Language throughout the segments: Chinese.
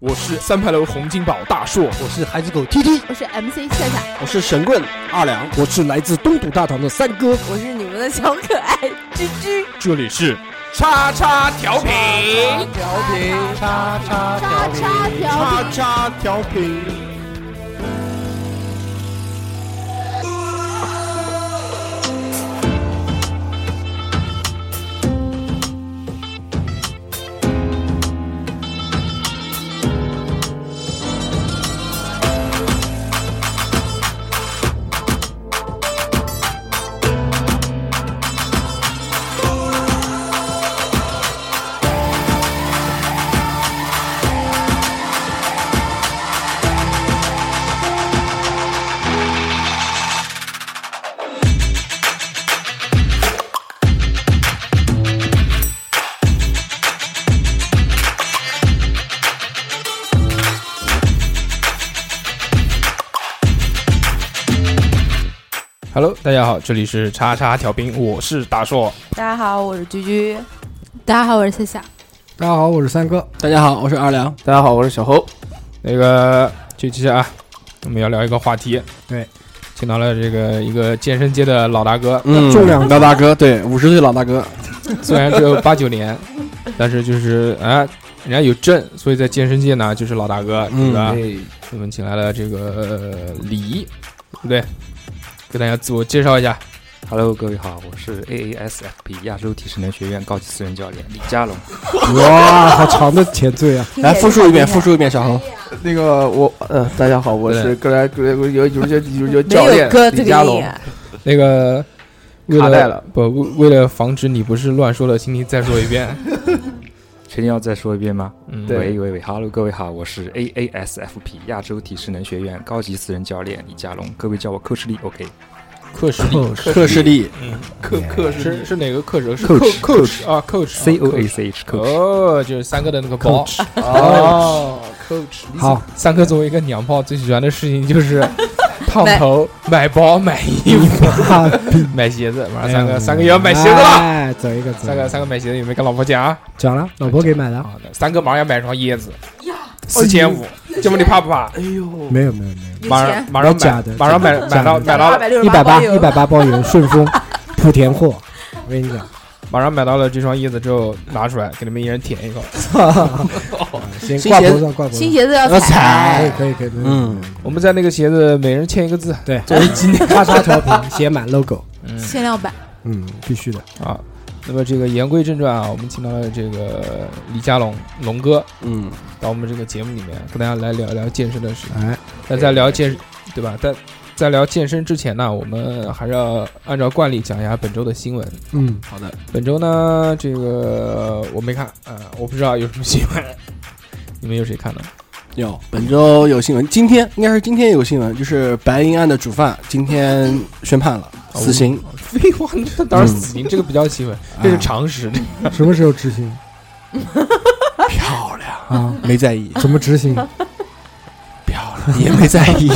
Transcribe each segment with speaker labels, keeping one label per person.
Speaker 1: 我是三牌楼洪金宝大硕，
Speaker 2: 我是孩子狗 T T，
Speaker 3: 我是 MC 夏夏，
Speaker 4: 我是神棍二两，
Speaker 5: 我是来自东土大唐的三哥，
Speaker 3: 我是你们的小可爱居居，
Speaker 1: 这里是叉叉调频，
Speaker 2: 调频，叉叉
Speaker 3: 叉叉调
Speaker 4: 叉叉调频。
Speaker 1: Hello，大家好，这里是叉叉调频，我是大硕。
Speaker 3: 大家好，我是居居。
Speaker 6: 大家好，我是夏夏。
Speaker 2: 大家好，我是三哥。
Speaker 4: 大家好，我是二两。
Speaker 5: 大家好，我是小侯。
Speaker 1: 那个这期啊，我们要聊一个话题，
Speaker 2: 对，
Speaker 1: 请到了这个一个健身界的老大哥，
Speaker 4: 嗯
Speaker 2: 重量
Speaker 4: 老大哥，对，五十岁老大哥，
Speaker 1: 虽然只有八九年，但是就是啊、人家有证，所以在健身界呢就是老大哥，对
Speaker 4: 嗯
Speaker 1: 吧？
Speaker 5: 哎，
Speaker 1: 我们请来了这个、呃、李仪，对不对？给大家自我介绍一下。
Speaker 5: Hello，各位好，我是 AASFP 亚洲体适能学院高级私人教练李佳龙。
Speaker 2: 哇，好长的前缀啊！
Speaker 4: 来复述一遍，复述一遍，小侯。
Speaker 7: 那个我呃，大家好，我是格莱格莱格有有有有有
Speaker 3: 没
Speaker 7: 教
Speaker 3: 有
Speaker 7: 练
Speaker 3: 哥这
Speaker 7: 李
Speaker 3: 个
Speaker 7: 佳龙
Speaker 3: 音，啊，
Speaker 1: 那个为
Speaker 7: 卡带
Speaker 1: 了
Speaker 7: 了
Speaker 1: 不为为了防止你不是乱说的，请你再说一 遍。
Speaker 5: 确定要再说一遍吗？
Speaker 1: 嗯，
Speaker 7: 对
Speaker 5: 喂喂喂，Hello，各位好，我是 AASFP 亚洲体适能学院高级私人教练李佳龙，各位叫我 Coach 李，OK？
Speaker 1: 克什
Speaker 4: 克士利，
Speaker 7: 克克
Speaker 1: 是是哪个克什？是
Speaker 5: Coach，
Speaker 1: coach 啊，coach
Speaker 5: C O A
Speaker 1: coach
Speaker 5: C H Coach，
Speaker 1: 哦，就是三哥的那个包。
Speaker 7: 啊
Speaker 4: 哦，coach，
Speaker 2: 好，
Speaker 1: 三哥作为一个娘炮，最喜欢的事情就是 烫头、买包、买衣服、
Speaker 2: 哈，
Speaker 1: 买鞋子。马上三哥，
Speaker 2: 哎呦
Speaker 1: 三哥也要买鞋子了。
Speaker 2: 哎，走一个，走一
Speaker 1: 三哥，三哥买鞋子有没有跟老婆讲啊？
Speaker 2: 讲了，老婆给买的，
Speaker 1: 好的，三哥马上要买双椰子，四千五，
Speaker 3: 哎
Speaker 1: 这么你怕不怕？
Speaker 2: 没有没有没有，
Speaker 3: 有
Speaker 1: 马
Speaker 3: 钱
Speaker 1: 上马上
Speaker 2: 假
Speaker 1: 买
Speaker 2: 的，
Speaker 1: 马上买
Speaker 2: 假的
Speaker 1: 买到买
Speaker 2: 假
Speaker 1: 到
Speaker 3: 二
Speaker 1: 了，
Speaker 3: 百六
Speaker 2: 一
Speaker 3: 十
Speaker 2: 百八
Speaker 3: 油
Speaker 2: 一百八包邮，顺丰，莆田货。我跟你讲，
Speaker 1: 马上买到了这双椰子之后拿出来给你们一人舔一口。
Speaker 2: 嗯先
Speaker 4: 新
Speaker 2: 挂
Speaker 4: 鞋
Speaker 2: 脖子上，哎挂脖
Speaker 3: 新
Speaker 2: 子
Speaker 3: 鞋子要
Speaker 4: 要
Speaker 2: 上，
Speaker 3: 踩，
Speaker 2: 可以可以可以，
Speaker 4: 嗯，
Speaker 1: 我们在那个鞋子每人签一个字。
Speaker 2: 对
Speaker 1: 作为纪念。
Speaker 2: 叉叉调频，写满 logo，
Speaker 1: 嗯
Speaker 6: 限量版，
Speaker 2: 嗯，必须的。
Speaker 1: 啊，那么这个言归正传啊，我们请到了这个李佳龙龙哥
Speaker 4: 嗯，
Speaker 1: 到我们这个节目里面，跟大家来聊一聊健身的事情。
Speaker 2: 哎，
Speaker 1: 那在聊健，对吧？在在聊健身之前呢，我们还是要按照惯例讲一下本周的新闻。
Speaker 2: 嗯，
Speaker 4: 好的，
Speaker 1: 本周呢，这个我没看啊、我不知道有什么新闻。 你们有谁看的？
Speaker 4: 有本周有新闻，今天应该是今天有新闻，就是白银案的主犯今天宣判了
Speaker 2: 哦
Speaker 4: 死刑，
Speaker 1: 哦废话，那
Speaker 2: 嗯
Speaker 1: 当然死刑，这个比较新闻，
Speaker 2: 啊
Speaker 1: 这是常识。
Speaker 2: 什么时候执行
Speaker 4: 漂亮，
Speaker 2: 啊？
Speaker 4: 没在意，
Speaker 2: 怎么执行？
Speaker 4: 漂亮，也没在意，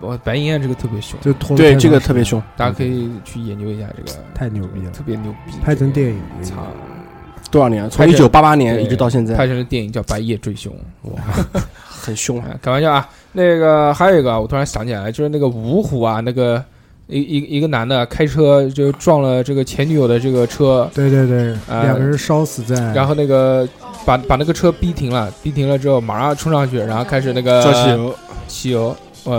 Speaker 1: 我白银案这个特别凶，
Speaker 2: 就拖 了
Speaker 4: 对，
Speaker 2: 太
Speaker 4: 这个
Speaker 2: 长
Speaker 4: 特别
Speaker 2: 时间
Speaker 4: 凶，
Speaker 1: 大家可以去研究一下这个，
Speaker 2: 太牛逼了
Speaker 1: 特别牛逼，
Speaker 2: 拍成电
Speaker 1: 影，
Speaker 2: 影。
Speaker 1: 操！
Speaker 4: 多少年？从
Speaker 1: 拍
Speaker 4: 一
Speaker 1: 成
Speaker 4: 九八八年一直到现在，
Speaker 1: 拍成了电影叫《白夜追凶》。
Speaker 4: 很凶啊，
Speaker 1: 哎开玩笑啊，那个还有一个啊，我突然想起来，就是那个芜湖啊，那个一一一个男的啊开车就撞了这个前女友的这个车，
Speaker 2: 对对对，
Speaker 1: 呃
Speaker 2: 两个人烧死在，
Speaker 1: 然后那个把把那个车逼停了，逼停了之后马上冲上去，然后开始那个
Speaker 4: 赵喜油，
Speaker 1: 汽油，呃，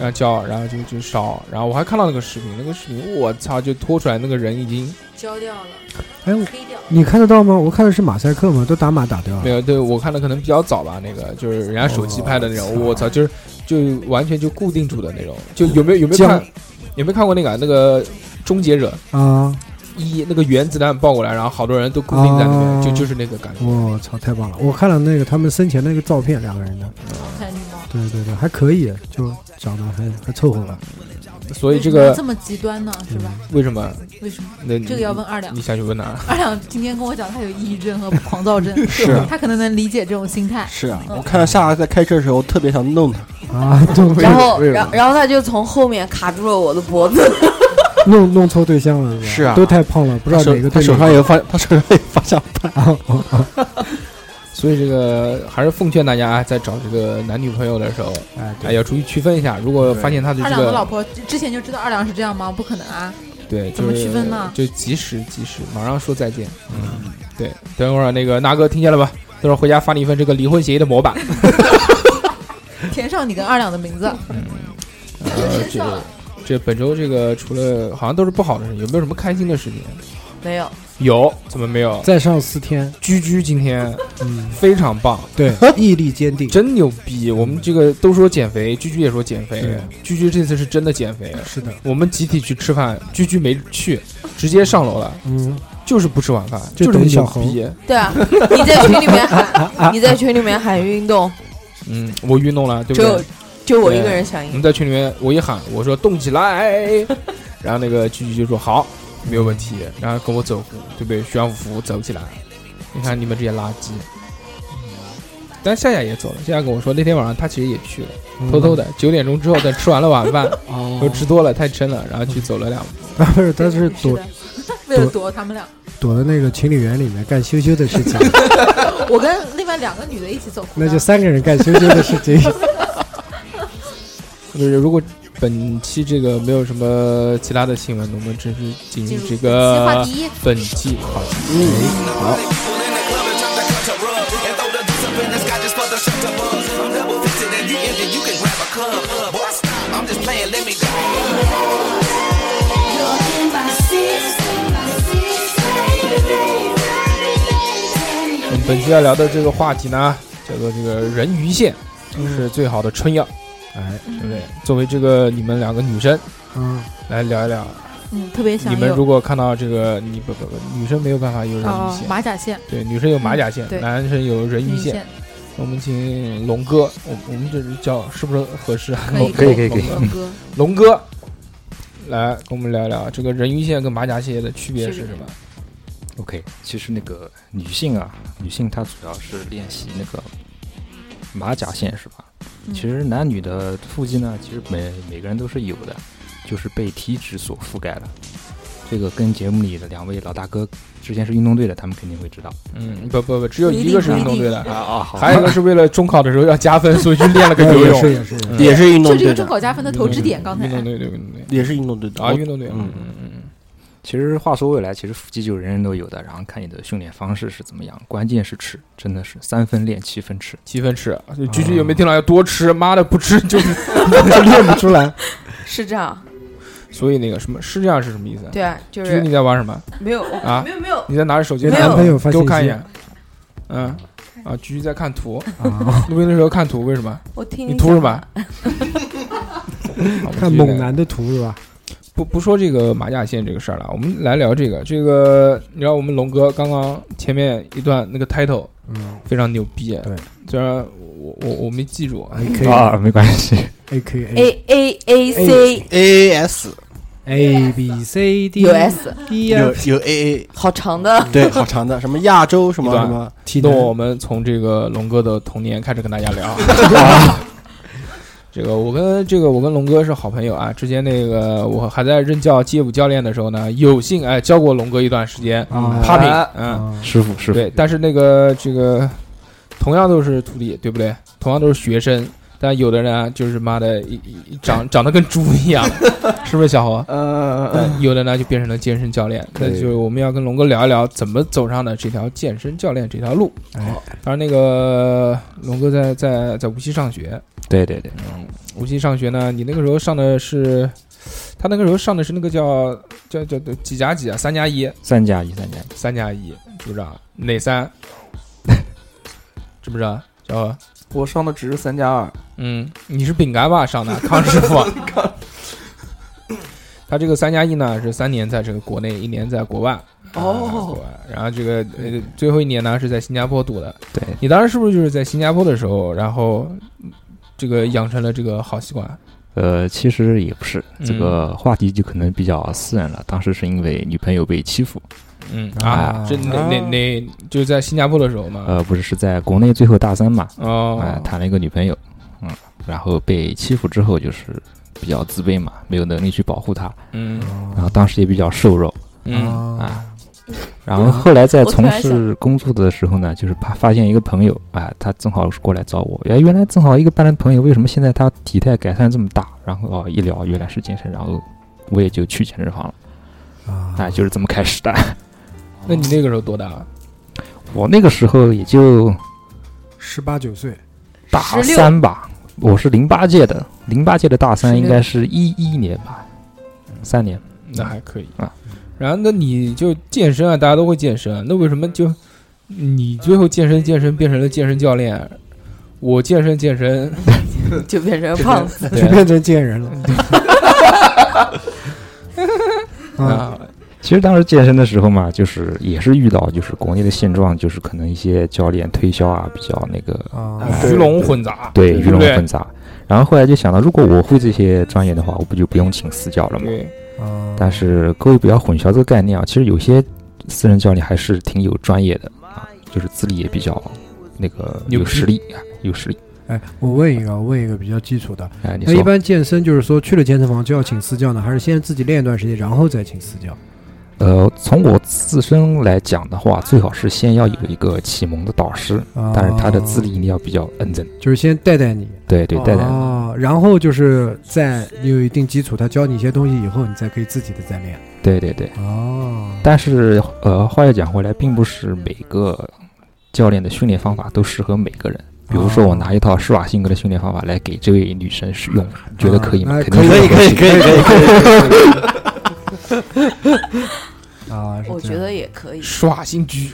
Speaker 1: 然后浇，然后就就烧，然后我还看到那个视频，那个视频我操，就拖出来那个人已经
Speaker 3: 焦掉了，
Speaker 2: 哎，我
Speaker 3: 黑掉了。
Speaker 2: 你看得到吗？我看的是马赛克嘛，都打码打掉
Speaker 1: 没
Speaker 2: 了。
Speaker 1: 有，对我看的可能比较早吧，那个就是人家手机拍的那种，
Speaker 2: 哦
Speaker 1: 我操，就是就完全就固定住的那种，就有没有有没有看
Speaker 2: 僵
Speaker 1: 有没有看过那个啊那个终结者
Speaker 2: 啊，
Speaker 1: 一那个原子弹爆过来，然后好多人都固定在那边，
Speaker 2: 哦
Speaker 1: 就就是那个感觉。
Speaker 2: 我操，太棒了！我看了那个他们生前那个照片，两个人的，
Speaker 6: 看绿帽。
Speaker 2: 对对对，还可以，就长得还还凑合吧。
Speaker 1: 所以这
Speaker 6: 为什么要
Speaker 1: 个
Speaker 6: 这么极端呢，是吧？
Speaker 1: 为什么？
Speaker 6: 为什么？
Speaker 1: 那
Speaker 6: 这个要问啊二两
Speaker 1: 你。想去问啊哪？
Speaker 6: 二两今天跟我讲，他有抑郁症和狂躁症，
Speaker 4: 是啊
Speaker 6: 他可能能理解这种心态。
Speaker 4: 是啊，我看到夏夏在开车的时候特别想弄他，
Speaker 2: 啊，都
Speaker 3: 然后，哦然后然后他就从后面卡住了我的脖子，
Speaker 2: 弄弄错对象了，吧
Speaker 4: 是啊
Speaker 2: 都太胖了，不知
Speaker 4: 他
Speaker 2: 道
Speaker 4: 手
Speaker 2: 哪 个
Speaker 4: 他
Speaker 2: 对
Speaker 4: 手
Speaker 2: 哪
Speaker 4: 上
Speaker 2: 个。
Speaker 4: 有方，他手上有方向盘，
Speaker 1: 所以这个还是奉劝大家，在找这个男女朋友的时候，
Speaker 2: 哎，
Speaker 1: 哎，要注意区分一下。如果发现他的
Speaker 6: 二
Speaker 1: 这
Speaker 6: 两的老
Speaker 1: 个
Speaker 6: 婆之之前就知道二两是这样吗？不可能啊！
Speaker 1: 对，
Speaker 6: 怎么
Speaker 1: 就是
Speaker 6: 区分呢
Speaker 1: 就及时及时，马上说再见。嗯，对，等会儿那个那哥听见了吧？等会儿回家发你一份这个离婚协议的模 板。
Speaker 6: 填上你跟二两的名字，
Speaker 1: 呃，这个这本周这个除了好像都是不好的事，有没有什么开心的事情？
Speaker 3: 没有，
Speaker 1: 有，怎么没有？
Speaker 2: 再上四天，
Speaker 1: 居居今天
Speaker 2: 嗯，
Speaker 1: 非常棒，
Speaker 2: 对，毅力坚定，
Speaker 1: 真牛逼！我们这个都说减肥，居居也说减肥
Speaker 2: 对，
Speaker 1: 居居这次是真的减肥。
Speaker 2: 是的，
Speaker 1: 我们集体去吃饭，居居没去，直接上楼了，
Speaker 2: 嗯，
Speaker 1: 就是不吃晚饭，
Speaker 2: 就
Speaker 1: 就是
Speaker 2: 等
Speaker 1: 牛
Speaker 2: 小猴
Speaker 1: 逼。
Speaker 3: 对啊，你在群里 面喊，你在群里面喊运动，
Speaker 1: 嗯，我运动了，对不
Speaker 3: 只有
Speaker 1: 对？
Speaker 3: 就我一个人响
Speaker 1: 我
Speaker 3: 应。
Speaker 1: 们在群里面，我一喊，我说动起来，然后那个居居就说好，没有问题，然后跟我走，对不对？悬浮走起来，你看你们这些垃圾。但夏夏也走了，夏夏跟我说那天晚上她其实也去了，
Speaker 2: 嗯
Speaker 1: 偷偷的九点钟之后，等吃完了晚饭，
Speaker 4: 哦
Speaker 1: 都吃多了太撑了，然后去走了两步。
Speaker 2: 啊，不是，他是
Speaker 6: 是
Speaker 2: 躲
Speaker 6: 的， 为了躲他们俩，
Speaker 2: 躲到那个情侣园里面干羞羞的事 情，
Speaker 6: 我跟另外两个女的一起走。
Speaker 2: 那就三个人干羞羞的事情，
Speaker 1: 就是如果本期这个没有什么其他的新闻，我们正式进
Speaker 6: 进
Speaker 1: 入
Speaker 6: 入
Speaker 1: 这
Speaker 6: 本期话
Speaker 1: 个
Speaker 6: 题
Speaker 1: 本期话题。我们本期要聊的这个话题呢，叫做这个人鱼线，是最好的春药，
Speaker 2: 哎，
Speaker 1: 对不对？作为这个你们两个女生
Speaker 2: 嗯，
Speaker 1: 来聊一聊，
Speaker 6: 嗯，特别
Speaker 1: 你
Speaker 6: 想
Speaker 1: 们
Speaker 6: 有
Speaker 1: 如果看到这个，你不不不，女生没有办法有人鱼
Speaker 6: 哦
Speaker 1: 线，
Speaker 6: 马甲线、
Speaker 1: 对，女生有马甲线
Speaker 6: 嗯，对
Speaker 1: 男生有人鱼
Speaker 6: 女
Speaker 1: 线。，我们请龙哥，我我们这是叫是不是合适啊？
Speaker 6: 可以
Speaker 5: 可以可以可以
Speaker 1: 龙哥
Speaker 6: 龙 哥，
Speaker 1: 龙哥来跟我们聊聊这个人鱼线跟马甲线的区别是什么？
Speaker 5: OK，其实那个女性啊，女性她主要是练习那个马甲线是吧？
Speaker 6: 嗯
Speaker 5: 其实男女的腹肌呢，其实每每个人都是有的，就是被体脂所覆盖了。这个跟节目里的两位老大哥之前是运动队的，他们肯定会知道。
Speaker 1: 嗯，不不不，只有一个是运动队的，
Speaker 5: 啊，好
Speaker 1: 还有一个是为了中考的时候要加分，所以去练了个游
Speaker 2: 也是
Speaker 1: 泳。
Speaker 2: 也是，也是
Speaker 1: 嗯
Speaker 4: 也是运动
Speaker 6: 这是一
Speaker 4: 队
Speaker 6: 个中
Speaker 4: 的，
Speaker 6: 考加分的投掷点。刚才
Speaker 1: 运动队对运动队
Speaker 4: 也是运动队的
Speaker 1: 啊，运动队，嗯
Speaker 4: 嗯
Speaker 1: 嗯嗯，
Speaker 5: 其实话说回来，其实腹肌就是人人都有的，然后看你的训练方式是怎么样，关键是吃，真的是三分练七分吃。
Speaker 1: 七分吃，啊就
Speaker 2: 哦
Speaker 1: 居居有没有听到要多吃？妈的，不吃 就是就练不出来。
Speaker 3: 是这样，
Speaker 1: 所以那个什么是这样是什么意思？
Speaker 3: 对啊，就
Speaker 1: 居居
Speaker 3: 是
Speaker 1: 你在玩什么？
Speaker 3: 没有
Speaker 1: 啊
Speaker 3: 没有没有，
Speaker 1: 你在拿着手机
Speaker 3: 没
Speaker 1: 看
Speaker 3: 有
Speaker 1: 吗？
Speaker 2: 男朋友发
Speaker 1: 给
Speaker 2: 信
Speaker 1: 我
Speaker 2: 息
Speaker 1: 看一眼。嗯，啊，居居在看图，
Speaker 2: 啊，
Speaker 1: 录音的时候看图，为什么？
Speaker 3: 我听
Speaker 1: 你图什
Speaker 3: 讲
Speaker 1: 么？
Speaker 2: 看猛男的图是吧？
Speaker 1: 不不说这个马甲线这个事儿了，我们来聊这个这个。你知道我们龙哥刚刚前面一段那个 title
Speaker 2: 嗯
Speaker 1: 非常牛逼，
Speaker 2: 对，哎
Speaker 1: 虽然我我我没记住
Speaker 2: ，A K
Speaker 5: 啊，没关系。
Speaker 2: A K A
Speaker 3: A A A C
Speaker 4: A A S
Speaker 2: A B C D
Speaker 3: U S，
Speaker 2: E
Speaker 4: 有
Speaker 2: F
Speaker 4: 有 A A，
Speaker 3: 好长的，
Speaker 4: 对，好长的，什么亚洲什么
Speaker 1: 一段
Speaker 4: 什么，
Speaker 2: T
Speaker 1: 那
Speaker 2: 的
Speaker 1: 我们从这个龙哥的童年开始跟大家 聊。这个我跟这个我跟龙哥是好朋友啊，之前那个我还在任教街舞教练的时候呢，有幸哎教过龙哥一段时间
Speaker 2: 啊
Speaker 1: popping，嗯，
Speaker 2: 啊
Speaker 5: 师傅，师傅，
Speaker 1: 对，但是那个这个同样都是徒弟，对不对？同样都是学生，但有的人啊，就是妈的一一长长得跟猪一 样，是不是小侯？
Speaker 7: 呃，
Speaker 1: 但有的呢就变成了健身教练，那
Speaker 7: 对
Speaker 1: 就是我们要跟龙哥聊一聊怎么走上的这条健身教练这条路。
Speaker 2: 哎
Speaker 1: 当然那个龙哥在在在无锡上学，
Speaker 5: 对对对，
Speaker 1: 无锡上学呢，你那个时候上的是，他那个时候上的是那个叫叫叫叫几加几啊？三加一，
Speaker 5: 三加一，三加一，
Speaker 1: 三加一，知不知道？哪三？ 知不知道？小何，
Speaker 7: 我上的只是三加二，
Speaker 1: 嗯，你是饼干吧上的康师傅？ 他这个三加一呢是三年在这个国内，一年在国外。啊
Speaker 7: 哦
Speaker 1: 国外然后这个呃最后一年呢是在新加坡读的。
Speaker 5: 对
Speaker 1: 你当时是不是就是在新加坡的时候，然后嗯这个养成了这个好习惯？
Speaker 5: 呃，其实也不是，
Speaker 1: 嗯
Speaker 5: 这个话题就可能比较私人了。当时是因为女朋友被欺负，
Speaker 1: 嗯
Speaker 5: 啊
Speaker 1: 这哪哪哪就是在新加坡的时候嘛。
Speaker 5: 呃，不是是在国内最后大三嘛，
Speaker 1: 哦，
Speaker 5: 啊，谈了一个女朋友，嗯，然后被欺负之后就是比较啊自卑嘛，没有能力去保护她，
Speaker 1: 嗯
Speaker 5: 然后当时也比较瘦弱
Speaker 1: 嗯
Speaker 5: 啊，然后后来在
Speaker 6: 我突
Speaker 5: 从
Speaker 6: 然
Speaker 5: 事工作的时候呢，就是怕发现一个朋友啊，他正好是过来找我，哎，原来正好一个班的朋友，为什么现在他体态改善这么大？然后哦，一聊原来是健身，然后我也就去健身房了，
Speaker 2: 啊
Speaker 5: 啊，就是这么开始的。
Speaker 1: 那你那个时候多大？啊
Speaker 5: 我那个时候也就
Speaker 2: 十八九岁，
Speaker 5: 大
Speaker 3: 16
Speaker 5: 三吧，我是零八届的，零八届的大三
Speaker 1: 16
Speaker 5: 应该是一一年吧，
Speaker 6: 嗯
Speaker 5: 三年。
Speaker 1: 那还可以
Speaker 5: 啊。
Speaker 1: 然后那你就健身啊，大家都会健身啊，那为什么就你最后健身健身变成了健身教练？我健身健 身，
Speaker 3: 就变成胖子。
Speaker 2: 就变成贱人了。啊，
Speaker 1: 啊，
Speaker 5: 其实当时健身的时候嘛，就是也是遇到就是国内的现状，就是可能一些教练推销啊比较那个
Speaker 2: 啊，
Speaker 1: 鱼龙混杂，
Speaker 5: 对鱼
Speaker 1: 对不
Speaker 5: 龙
Speaker 1: 对
Speaker 5: 混？杂。然后后来就想到，如果我会这些专业的话，我不就不用请私教了吗？
Speaker 1: 对，
Speaker 2: 啊
Speaker 5: 但是各位不要混淆这个概念啊，其实有些私人教练还是挺有专业的啊，就是资历也比较那个
Speaker 1: 牛
Speaker 5: 有
Speaker 1: 逼
Speaker 5: 实力啊，有实力。
Speaker 2: 哎，我问一个，我问一个比较基础的，
Speaker 5: 哎，你
Speaker 2: 那一
Speaker 5: 说
Speaker 2: 般健身就是说去了健身房就要请私教呢，还是先自己练一段时间，然后再请私教？
Speaker 5: 呃，从我自身来讲的话，最好是先要有一个启蒙的导师，
Speaker 2: 啊，
Speaker 5: 但是他的资历一定要比较认真。
Speaker 2: 就是先带带你，
Speaker 5: 对对，带带。
Speaker 2: 哦，然后就是在你有一定基础，他教你一些东西以后，你再可以自己的再练。
Speaker 5: 对对对。
Speaker 2: 哦，
Speaker 5: 但是呃，话又讲回来，并不是每个教练的训练方法都适合每个人。比如说，我拿一套施瓦辛格的训练方法来给这位女生使用，你觉得可以吗？
Speaker 2: 啊
Speaker 5: 肯定
Speaker 2: 可
Speaker 5: 是
Speaker 2: 以
Speaker 5: 合适的
Speaker 4: 可以可以可以，
Speaker 2: 啊，是
Speaker 3: 我
Speaker 2: 这
Speaker 3: 觉
Speaker 2: 样
Speaker 3: 得也可以，
Speaker 1: 耍心 狙，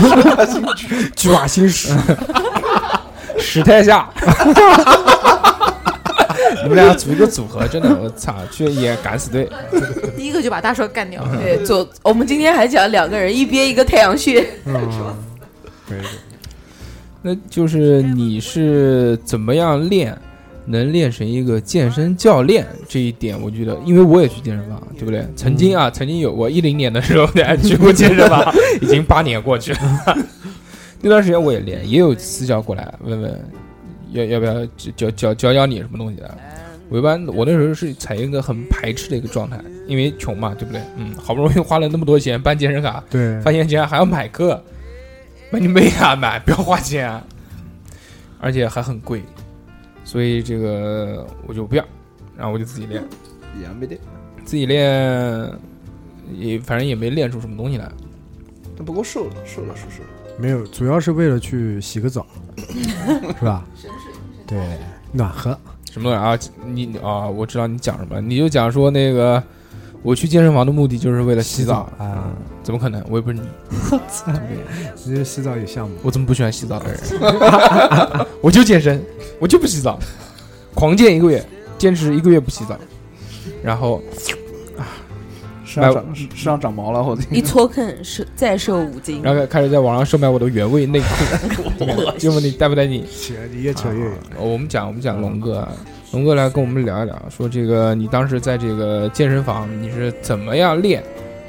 Speaker 1: 耍心屎，屎太下。你们俩组一个组合，真的，我操，去演敢死队，
Speaker 6: 第一个就把大帅干掉。
Speaker 3: 对，左，我们今天还讲两个人一憋一个太阳穴，
Speaker 2: 嗯，可以
Speaker 1: 那就是你是怎么样练，能练成一个健身教练这一点，我觉得，因为我也去健身房，对不对？曾经啊，曾经有过一零年的时候，大家去过健身房， 已经八年过去了。 那段时间我也练，也有私教过来问问，要要不要教教教教你什么东西的。我一般我那时候是采用一个很排斥的一个状态，因为穷嘛，对不对？嗯，好不容易花了那么多钱办健身卡，
Speaker 2: 对，
Speaker 1: 发现竟然还要买课，买你妹啊！买不要花钱、啊，而且还很贵，所以这个我就不要，然后我就自己练，
Speaker 7: 也没得。
Speaker 1: 自己练也反正也没练出什么东西来。
Speaker 7: 但不过瘦了，瘦了，瘦瘦了。
Speaker 2: 没有，主要是为了去洗个 澡，是吧？对，暖和。
Speaker 1: 什么东西啊？你啊，我知道你讲什么，你就讲说那个我去健身房的目的就是为了洗澡，
Speaker 2: 啊，
Speaker 1: 怎么可能？我又不是你，
Speaker 2: 其实洗澡有项目，
Speaker 1: 我怎么不喜欢洗澡的人？我就健身，我就不洗澡，狂健一个月，坚持一个月不洗澡，然后
Speaker 7: 身上长身上啊长毛了，我的
Speaker 3: 一搓坑是再瘦五斤。
Speaker 1: 然后开始在网上售卖我的原味内裤， 就问你带不带你？
Speaker 2: 扯你越扯越远。
Speaker 1: 哦我们讲我们讲龙哥，啊，龙哥来跟我们聊一聊，说这个你当时在这个健身房你是怎么样练，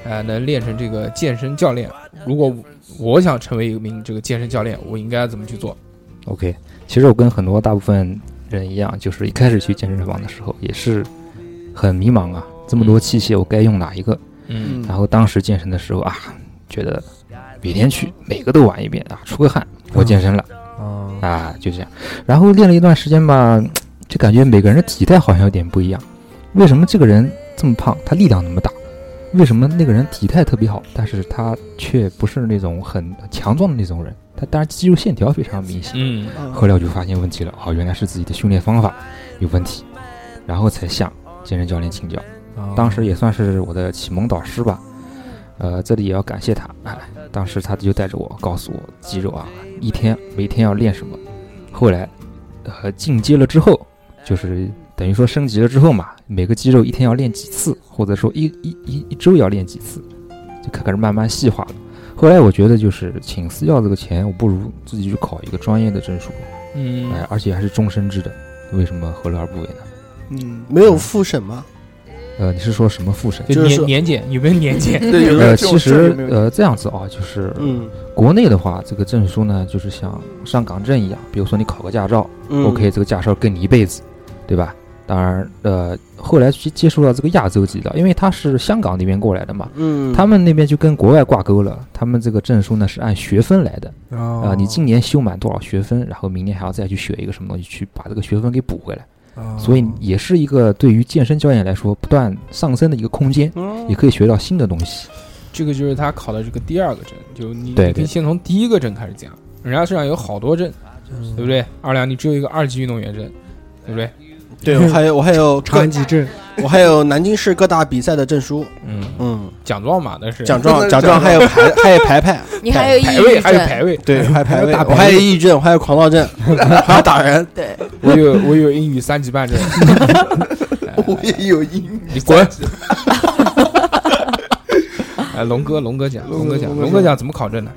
Speaker 1: 呃，能练成这个健身教练？如果我想成为一名这个健身教练，我应该怎么去做？
Speaker 5: OK，其实我跟很多大部分人一样，就是一开始去健身房的时候也是很迷茫啊，这么多器械我该用哪一个？
Speaker 1: 嗯
Speaker 5: 然后当时健身的时候啊，觉得每天去每个都玩一遍啊，出个汗，我健身了
Speaker 2: 啊，
Speaker 5: 啊，就这样。然后练了一段时间吧，就感觉每个人的体态好像有点不一样。为什么这个人这么胖，他力量那么大？为什么那个人体态特别好，但是他却不是那种很强壮的那种人？他当然肌肉线条非常明显。
Speaker 1: 嗯，
Speaker 5: 后来我就发现问题了，哦，原来是自己的训练方法有问题，然后才向健身教练请教。
Speaker 2: 哦
Speaker 5: 啊当时也算是我的启蒙导师吧，呃，这里也要感谢他，哎，当时他就带着我，告诉我肌肉啊，一天每天要练什么。后来，呃，进阶了之后，就是等于说升级了之后嘛，每个肌肉一天要练几次，或者说一一一一周要练几次，就开始慢慢细化了。后来我觉得，就是请私教这个钱，我不如自己去考一个专业的证书，
Speaker 1: 嗯
Speaker 5: 哎，而且还是终身制的，为什么何乐而不为呢？
Speaker 4: 嗯， 没有复审吗？
Speaker 5: 呃，你是说什么复审？
Speaker 1: 就
Speaker 4: 就是
Speaker 1: 年
Speaker 4: 说
Speaker 1: 年检有没有年 检？
Speaker 7: 对，有没有
Speaker 5: 呃，
Speaker 7: 这
Speaker 5: 其
Speaker 7: 种事儿
Speaker 5: 实
Speaker 7: 有没有
Speaker 5: 呃这样子啊，就是
Speaker 4: 嗯
Speaker 5: 国内的话，这个证书呢，就是像上岗证一样，比如说你考个驾照
Speaker 4: 嗯
Speaker 5: ，OK，这个驾照跟你一辈子，对吧？当然，呃，后来接接触到这个亚洲籍的，因为他是香港那边过来的嘛，
Speaker 4: 嗯
Speaker 5: 他们那边就跟国外挂钩了，他们这个证书呢是按学分来的，
Speaker 7: 哦
Speaker 5: 啊、
Speaker 2: 啊
Speaker 5: 你今年修满多少学分，然后明年还要再去学一个什么东西，去把这个学分给补回来，
Speaker 7: 哦
Speaker 2: 哦
Speaker 5: 所以也是一个对于健身教练来说不断上升的一个空间，
Speaker 7: 哦
Speaker 5: 也可以学到新的东西。
Speaker 1: 这个就是他考的这个第二个证，就你
Speaker 5: 对
Speaker 1: 你可以
Speaker 5: 对
Speaker 1: 先从第一个证开始讲，人家身上有好多证，对
Speaker 2: 嗯
Speaker 1: 不对？二两你只有一个二级运动员证，对不对？
Speaker 4: 对我还有我还有
Speaker 2: 长
Speaker 4: 各
Speaker 2: 安集镇
Speaker 4: 我还有南京市各大比赛的证书，
Speaker 1: 嗯，
Speaker 4: 嗯，
Speaker 1: 奖状嘛，那是
Speaker 4: 奖
Speaker 7: 那
Speaker 4: 状
Speaker 7: 是
Speaker 4: 奖状
Speaker 7: 奖状
Speaker 4: 还有牌还有牌牌，
Speaker 3: 你还有抑
Speaker 1: 排
Speaker 3: 郁
Speaker 1: 位，还有
Speaker 3: 症，
Speaker 1: 排位。
Speaker 4: 对，还有
Speaker 2: 还
Speaker 4: 排
Speaker 2: 有
Speaker 4: 位，
Speaker 2: 打
Speaker 4: 我
Speaker 2: 牌
Speaker 4: 还有抑郁症，我还有狂躁症， 还要打人，
Speaker 3: 对，
Speaker 1: 我有我有英语三级半证，
Speaker 7: 我也有英语，
Speaker 1: 你滚！哎，龙哥，龙哥讲，龙哥讲，龙哥讲怎么考证的？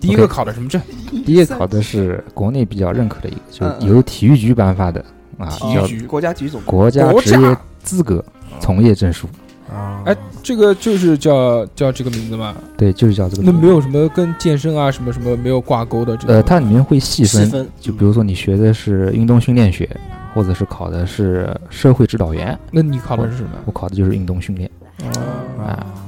Speaker 1: 第一个
Speaker 5: OK
Speaker 1: 考的什么证？
Speaker 5: 第一个考的是国内比较认可的一个，
Speaker 7: 嗯
Speaker 5: 就是由体育局颁发的啊，
Speaker 1: 体育
Speaker 5: 叫
Speaker 1: 局。
Speaker 7: 国家体育总嗯局
Speaker 5: 国家
Speaker 1: 国
Speaker 5: 职
Speaker 1: 家
Speaker 5: 业资格从业证书，
Speaker 2: 啊，
Speaker 1: 哎这个就是叫叫这个名字嘛？
Speaker 5: 对，就是叫这个
Speaker 1: 那
Speaker 5: 名字。
Speaker 1: 没有什么跟健身啊什么什么没有挂钩的这个。
Speaker 5: 呃，它里面会细
Speaker 4: 细
Speaker 5: 分，
Speaker 4: 分，
Speaker 5: 就比如说你学的是运动训练学，或者是考的是社会指导员，
Speaker 1: 那你考的是什么？
Speaker 5: 我考的就是运动训练啊。
Speaker 2: 啊
Speaker 4: 嗯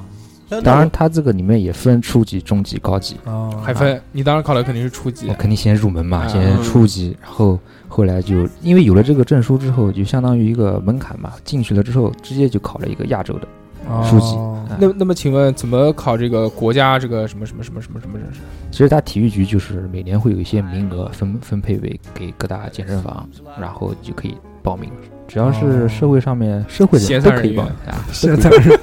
Speaker 5: 当然，它这个里面也分初级、中级、高级。
Speaker 2: 啊，
Speaker 1: 海分，你当时考的肯定是初级
Speaker 5: 我。肯定先入门嘛，
Speaker 1: 啊
Speaker 5: 先初级，然后后来就因为有了这个证书之后，就相当于一个门槛嘛，进去了之后直接就考了一个亚洲的。
Speaker 2: 哦
Speaker 5: 书籍
Speaker 2: 籍
Speaker 5: 啊
Speaker 1: 那那么请问怎么考这个国家这个什么什么什么什么什么证？
Speaker 5: 其实它体育局就是每年会有一些名额分分配为给各大健身房，然后就可以报名，只要
Speaker 2: 哦
Speaker 5: 是社会上面社会
Speaker 1: 闲
Speaker 5: 人
Speaker 1: 散
Speaker 5: 都
Speaker 1: 人
Speaker 5: 可以报
Speaker 1: 员
Speaker 5: 名啊。
Speaker 2: 现在 是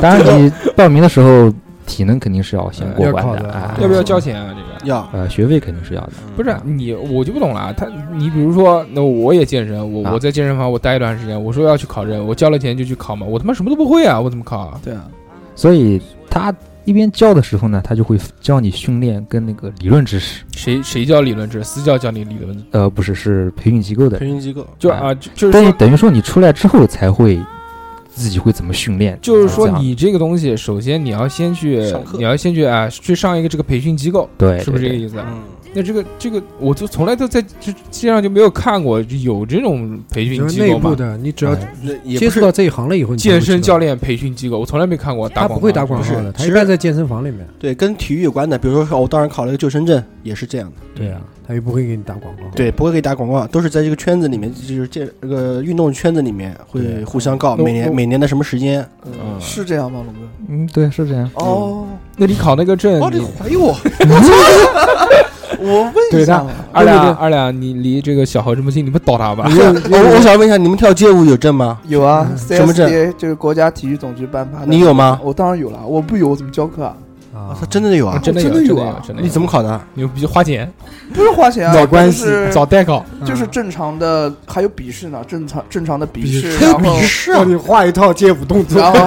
Speaker 5: 当然，你报名的时候体能肯定是要先
Speaker 1: 呃
Speaker 5: 过
Speaker 2: 要考
Speaker 5: 关
Speaker 2: 的
Speaker 5: 啊
Speaker 2: 啊，
Speaker 1: 要不要嗯交钱啊？这个
Speaker 4: 要
Speaker 5: 呃学费肯定是要的。
Speaker 1: 不是你，我就不懂了啊。他，你比如说，那我也健身，我、
Speaker 5: 啊
Speaker 1: 我在健身房我待一段时间，我说要去考证，我交了钱就去考嘛，我他妈什么都不会啊，我怎么考啊？
Speaker 4: 对啊，
Speaker 5: 所以他一边教的时候呢，他就会教你训练跟那个理论知识，
Speaker 1: 谁谁教理论制？私教教你理论制，
Speaker 5: 呃，不是是培训机构的
Speaker 4: 培，训机构
Speaker 1: 就
Speaker 5: 啊
Speaker 1: 啊，就就是
Speaker 5: 但是
Speaker 1: 说，
Speaker 5: 等于说你出来之后才会自己会怎么训练，
Speaker 1: 就是说
Speaker 5: 这样
Speaker 1: 你这个东西，首先你要先去
Speaker 4: 上，课
Speaker 1: 你要先去啊，去上一个这个培训机构，
Speaker 5: 对
Speaker 1: 是不是这个
Speaker 5: 对对
Speaker 1: 意思啊？
Speaker 4: 嗯，
Speaker 1: 那这个这个，我就从来都在这街上就没有看过有这种培训
Speaker 2: 就是
Speaker 1: 机构
Speaker 2: 内部
Speaker 1: 嘛。
Speaker 2: 的，你只要
Speaker 5: 哎
Speaker 4: 那也
Speaker 2: 接
Speaker 4: 不是
Speaker 2: 触到这一行了以后，你才会
Speaker 1: 健身
Speaker 2: 知道
Speaker 1: 教练培训机构，我从来没看过打
Speaker 2: 他
Speaker 1: 广
Speaker 2: 不会打广
Speaker 1: 告
Speaker 2: 告
Speaker 4: 不
Speaker 2: 的，
Speaker 4: 是
Speaker 2: 他
Speaker 4: 其
Speaker 2: 一
Speaker 4: 实
Speaker 2: 般在健身房里面。
Speaker 4: 对跟体育有关的，比如说我当时考了一个救生证，也是这样的，
Speaker 2: 对啊，他又不会给你打广告。
Speaker 4: 对，不会给你打广告，都是在这个圈子里面，就是这这个运动圈子里面会互相告
Speaker 1: 那我
Speaker 4: 每年
Speaker 1: 我
Speaker 4: 每年的什么时间，
Speaker 1: 嗯
Speaker 7: 是这样吗，龙哥？
Speaker 5: 嗯，对，是这样。
Speaker 7: 哦，
Speaker 1: 那你考那个证，
Speaker 7: 哦，
Speaker 1: 你
Speaker 7: 你怀疑我？我问
Speaker 1: 对的
Speaker 7: 一下嘛，
Speaker 1: 二两二两，你离这个小何这么近，你不倒他吧？
Speaker 4: 你们我我想问一下，你们跳街舞有证吗？
Speaker 7: 有啊
Speaker 4: 什么证
Speaker 7: ，CSDA 就是国家体育总局颁发的。
Speaker 4: 你有吗？
Speaker 7: 我当然有了，我不有我怎么教课啊？
Speaker 2: 啊
Speaker 4: 啊，，他真的有
Speaker 1: 啊
Speaker 4: 啊！
Speaker 1: 真的有，
Speaker 7: 真的
Speaker 1: 真
Speaker 7: 有
Speaker 1: 的有，
Speaker 7: 啊
Speaker 1: 真的有。
Speaker 4: 你怎么考的？
Speaker 1: 牛逼？花钱
Speaker 7: 不是花钱啊，
Speaker 1: 找关系
Speaker 7: 就是
Speaker 1: 找代考，
Speaker 7: 就是正常的，还有笔试呢，正常正常的嗯笔
Speaker 2: 笔
Speaker 7: 试，
Speaker 4: 还有
Speaker 7: 然
Speaker 4: 笔
Speaker 7: 后
Speaker 4: 试
Speaker 2: 让
Speaker 4: 啊！
Speaker 2: 你画一套街舞动作
Speaker 7: 然，后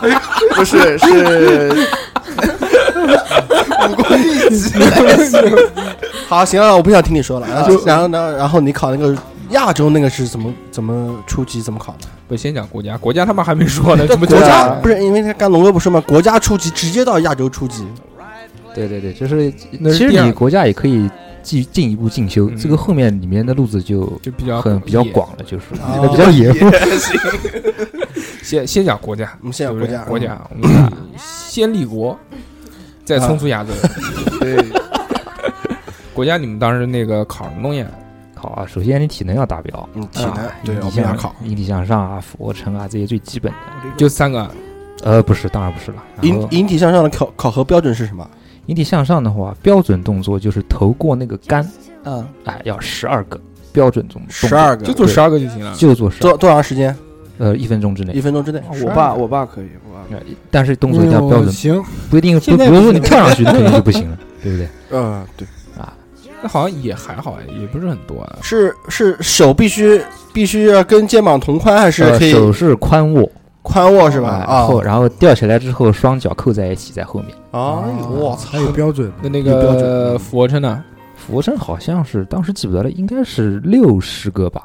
Speaker 7: 还有不是是
Speaker 4: 好，行了，我不想听你说了。然后，然后呢？然后你考那个亚洲那个是怎么怎么初级怎么考的？
Speaker 1: 不先讲国家，国家他妈还没说呢，怎么
Speaker 4: 国
Speaker 1: 就
Speaker 7: 对
Speaker 4: 家
Speaker 7: 啊
Speaker 4: 不是因为他刚龙哥不说吗？国家初级直接到亚洲初级，
Speaker 5: 对对对，就是
Speaker 1: 那
Speaker 5: 其
Speaker 1: 是
Speaker 5: 实
Speaker 1: 第二
Speaker 5: 你国家也可以继进一步进修，
Speaker 1: 嗯
Speaker 5: 这个后面里面的路子就
Speaker 1: 就比较
Speaker 5: 很比较
Speaker 1: 野。
Speaker 5: 广了，就是
Speaker 4: 啊
Speaker 5: 那比较野。
Speaker 1: 先先讲国家，
Speaker 4: 我们现在
Speaker 1: 对不
Speaker 4: 国
Speaker 1: 对
Speaker 4: 家
Speaker 1: 国家，嗯我们俩先立国，再冲出亚洲。
Speaker 4: 嗯
Speaker 7: 对
Speaker 1: 国家，你们当时那个考什么东西啊？
Speaker 5: 考啊， 首先你体能要达标，
Speaker 4: 嗯，体能
Speaker 5: 啊
Speaker 4: 对，
Speaker 5: 引
Speaker 4: 我
Speaker 5: 体
Speaker 4: 们要
Speaker 5: 向
Speaker 4: 考
Speaker 5: 引体向上啊、俯卧撑啊这些最基本的。
Speaker 1: 就三个，
Speaker 5: 呃，不是，当然不是了。然
Speaker 4: 引
Speaker 5: 后
Speaker 4: 引体向上的考考核标准是什么？
Speaker 5: 引体向上的话，标准动作就是头过那个杆，
Speaker 7: 嗯，
Speaker 5: 哎，要十二个标准动作，
Speaker 4: 十二个，
Speaker 1: 就做十二个就行了。
Speaker 5: 就做十
Speaker 4: 多多长时间？
Speaker 5: 呃一分钟之内
Speaker 4: 一。分钟之内。
Speaker 7: 我爸我爸可以，我爸可以
Speaker 5: 呃但是动作一定要标准，
Speaker 2: 嗯行，
Speaker 5: 不一定不，
Speaker 2: 现
Speaker 5: 比
Speaker 2: 在
Speaker 5: 如
Speaker 2: 不
Speaker 5: 说你
Speaker 2: 行
Speaker 5: 跳上去，那肯定就不行了，对不对？
Speaker 4: 嗯，对，
Speaker 5: 啊，
Speaker 1: 那好像也还好哎，也不是很多啊。
Speaker 4: 是是手必须必须要跟肩膀同宽，还是
Speaker 5: 呃
Speaker 4: 可以
Speaker 5: 手是宽握
Speaker 4: 宽握是吧？
Speaker 5: 啊
Speaker 4: 啊
Speaker 5: 然，后然后吊起来之后，双脚扣在一起，在后面。
Speaker 4: 啊，哎呦我操
Speaker 2: 还！有标准，
Speaker 1: 那那
Speaker 4: 有标
Speaker 1: 个
Speaker 4: 准
Speaker 1: 俯卧撑呢？
Speaker 5: 俯卧撑好像是当时记不得了，应该是六十个吧，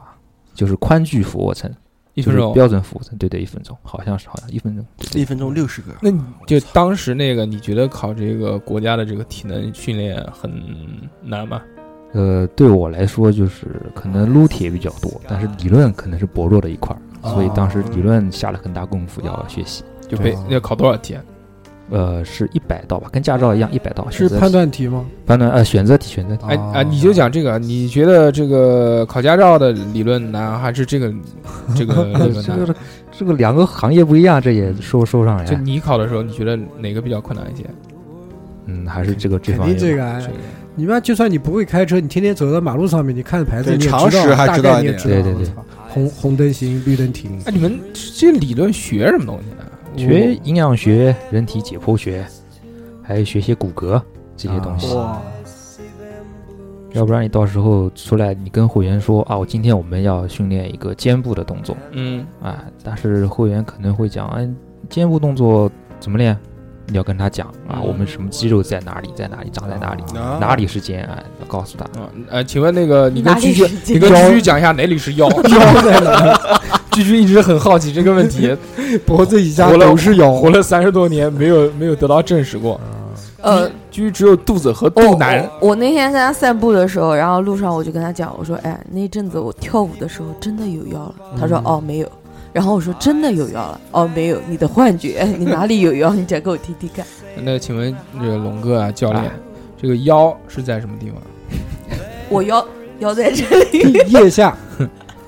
Speaker 5: 就是宽距俯卧撑，
Speaker 1: 一
Speaker 5: 一
Speaker 1: 分钟。
Speaker 5: 标准俯卧撑，对对，一分钟，好像是好像一分钟，对对
Speaker 4: 一分钟六十个，
Speaker 1: 那你就当时那个，你觉得考这个国家的这个体能训练很难吗？
Speaker 5: 呃，对我来说就是可能撸铁比较多，但是理论可能是薄弱的一块儿，所以当时理论下了很大功夫要学习。
Speaker 1: 就被要考多少题啊？
Speaker 5: 呃，是一百道吧，跟驾照一样一百道。
Speaker 2: 是
Speaker 5: 选择
Speaker 2: 判
Speaker 5: 题
Speaker 2: 断题吗？
Speaker 5: 判断呃选择题选择题，
Speaker 1: 哎啊，你就讲这个，你觉得这个考驾照的理论难，还是这 个这个理论
Speaker 5: 啊这
Speaker 1: 难？
Speaker 5: 个这个两个行业不一样，这也说不说不上
Speaker 1: 就
Speaker 5: 来。
Speaker 1: 你考的时候，你觉得哪个比较困难一些？
Speaker 5: 嗯，还是这个这
Speaker 2: 肯
Speaker 5: 方
Speaker 2: 定
Speaker 5: 面。
Speaker 2: 这个啊
Speaker 1: 这，个
Speaker 2: 你妈就算你不会开车，你天天走到马路上面，你看牌子
Speaker 4: 对
Speaker 2: 你也
Speaker 4: 常识还
Speaker 2: 大
Speaker 4: 知道
Speaker 2: 概
Speaker 4: 一
Speaker 2: 你也
Speaker 4: 点
Speaker 2: 知道。
Speaker 5: 对对
Speaker 2: 我
Speaker 5: 对
Speaker 2: 操，红红灯行，绿灯停。
Speaker 1: 哎，你们这理论学什么东西啊呢？
Speaker 5: 学营养学、人体解剖学，还有学些骨骼这些东西。
Speaker 1: 啊
Speaker 2: 哇，
Speaker 5: 要不然你到时候出来，你跟会员说啊，我今天我们要训练一个肩部的动作
Speaker 1: 嗯，
Speaker 5: 啊，但是会员可能会讲，哎，肩部动作怎么练？你要跟他讲啊，
Speaker 1: 嗯
Speaker 5: 我们什么肌肉在哪里，在哪里长在哪里，
Speaker 4: 啊
Speaker 5: 哪里是肩啊，要告诉他。
Speaker 1: 啊，呃，请问那个你跟
Speaker 3: 哪
Speaker 1: 居
Speaker 3: 里
Speaker 1: 居
Speaker 3: 是，
Speaker 1: 你
Speaker 3: 肩
Speaker 1: 跟居居讲一下哪里是腰？腰在 哪？居居一直很好奇这个问题，
Speaker 2: 脖子以下
Speaker 1: 活了
Speaker 2: 都是腰。
Speaker 1: 活了三十多年，没有没有得到证实过。
Speaker 3: 呃，哦
Speaker 1: 居居只有肚子和
Speaker 3: 我
Speaker 1: 肚腩。
Speaker 3: 我我那天跟他散步的时候，然后路上我就跟他讲，我说，哎，那阵子我跳舞的时候真的有腰了。他说，哦，没有。然后我说，真的有腰了。哦，没有，你的幻觉，你哪里有腰？你讲给我听听看。
Speaker 1: 那请问这个龙哥啊，教练
Speaker 5: 哎，
Speaker 1: 这个腰是在什么地方？
Speaker 3: 我腰腰在这里。
Speaker 2: 腋下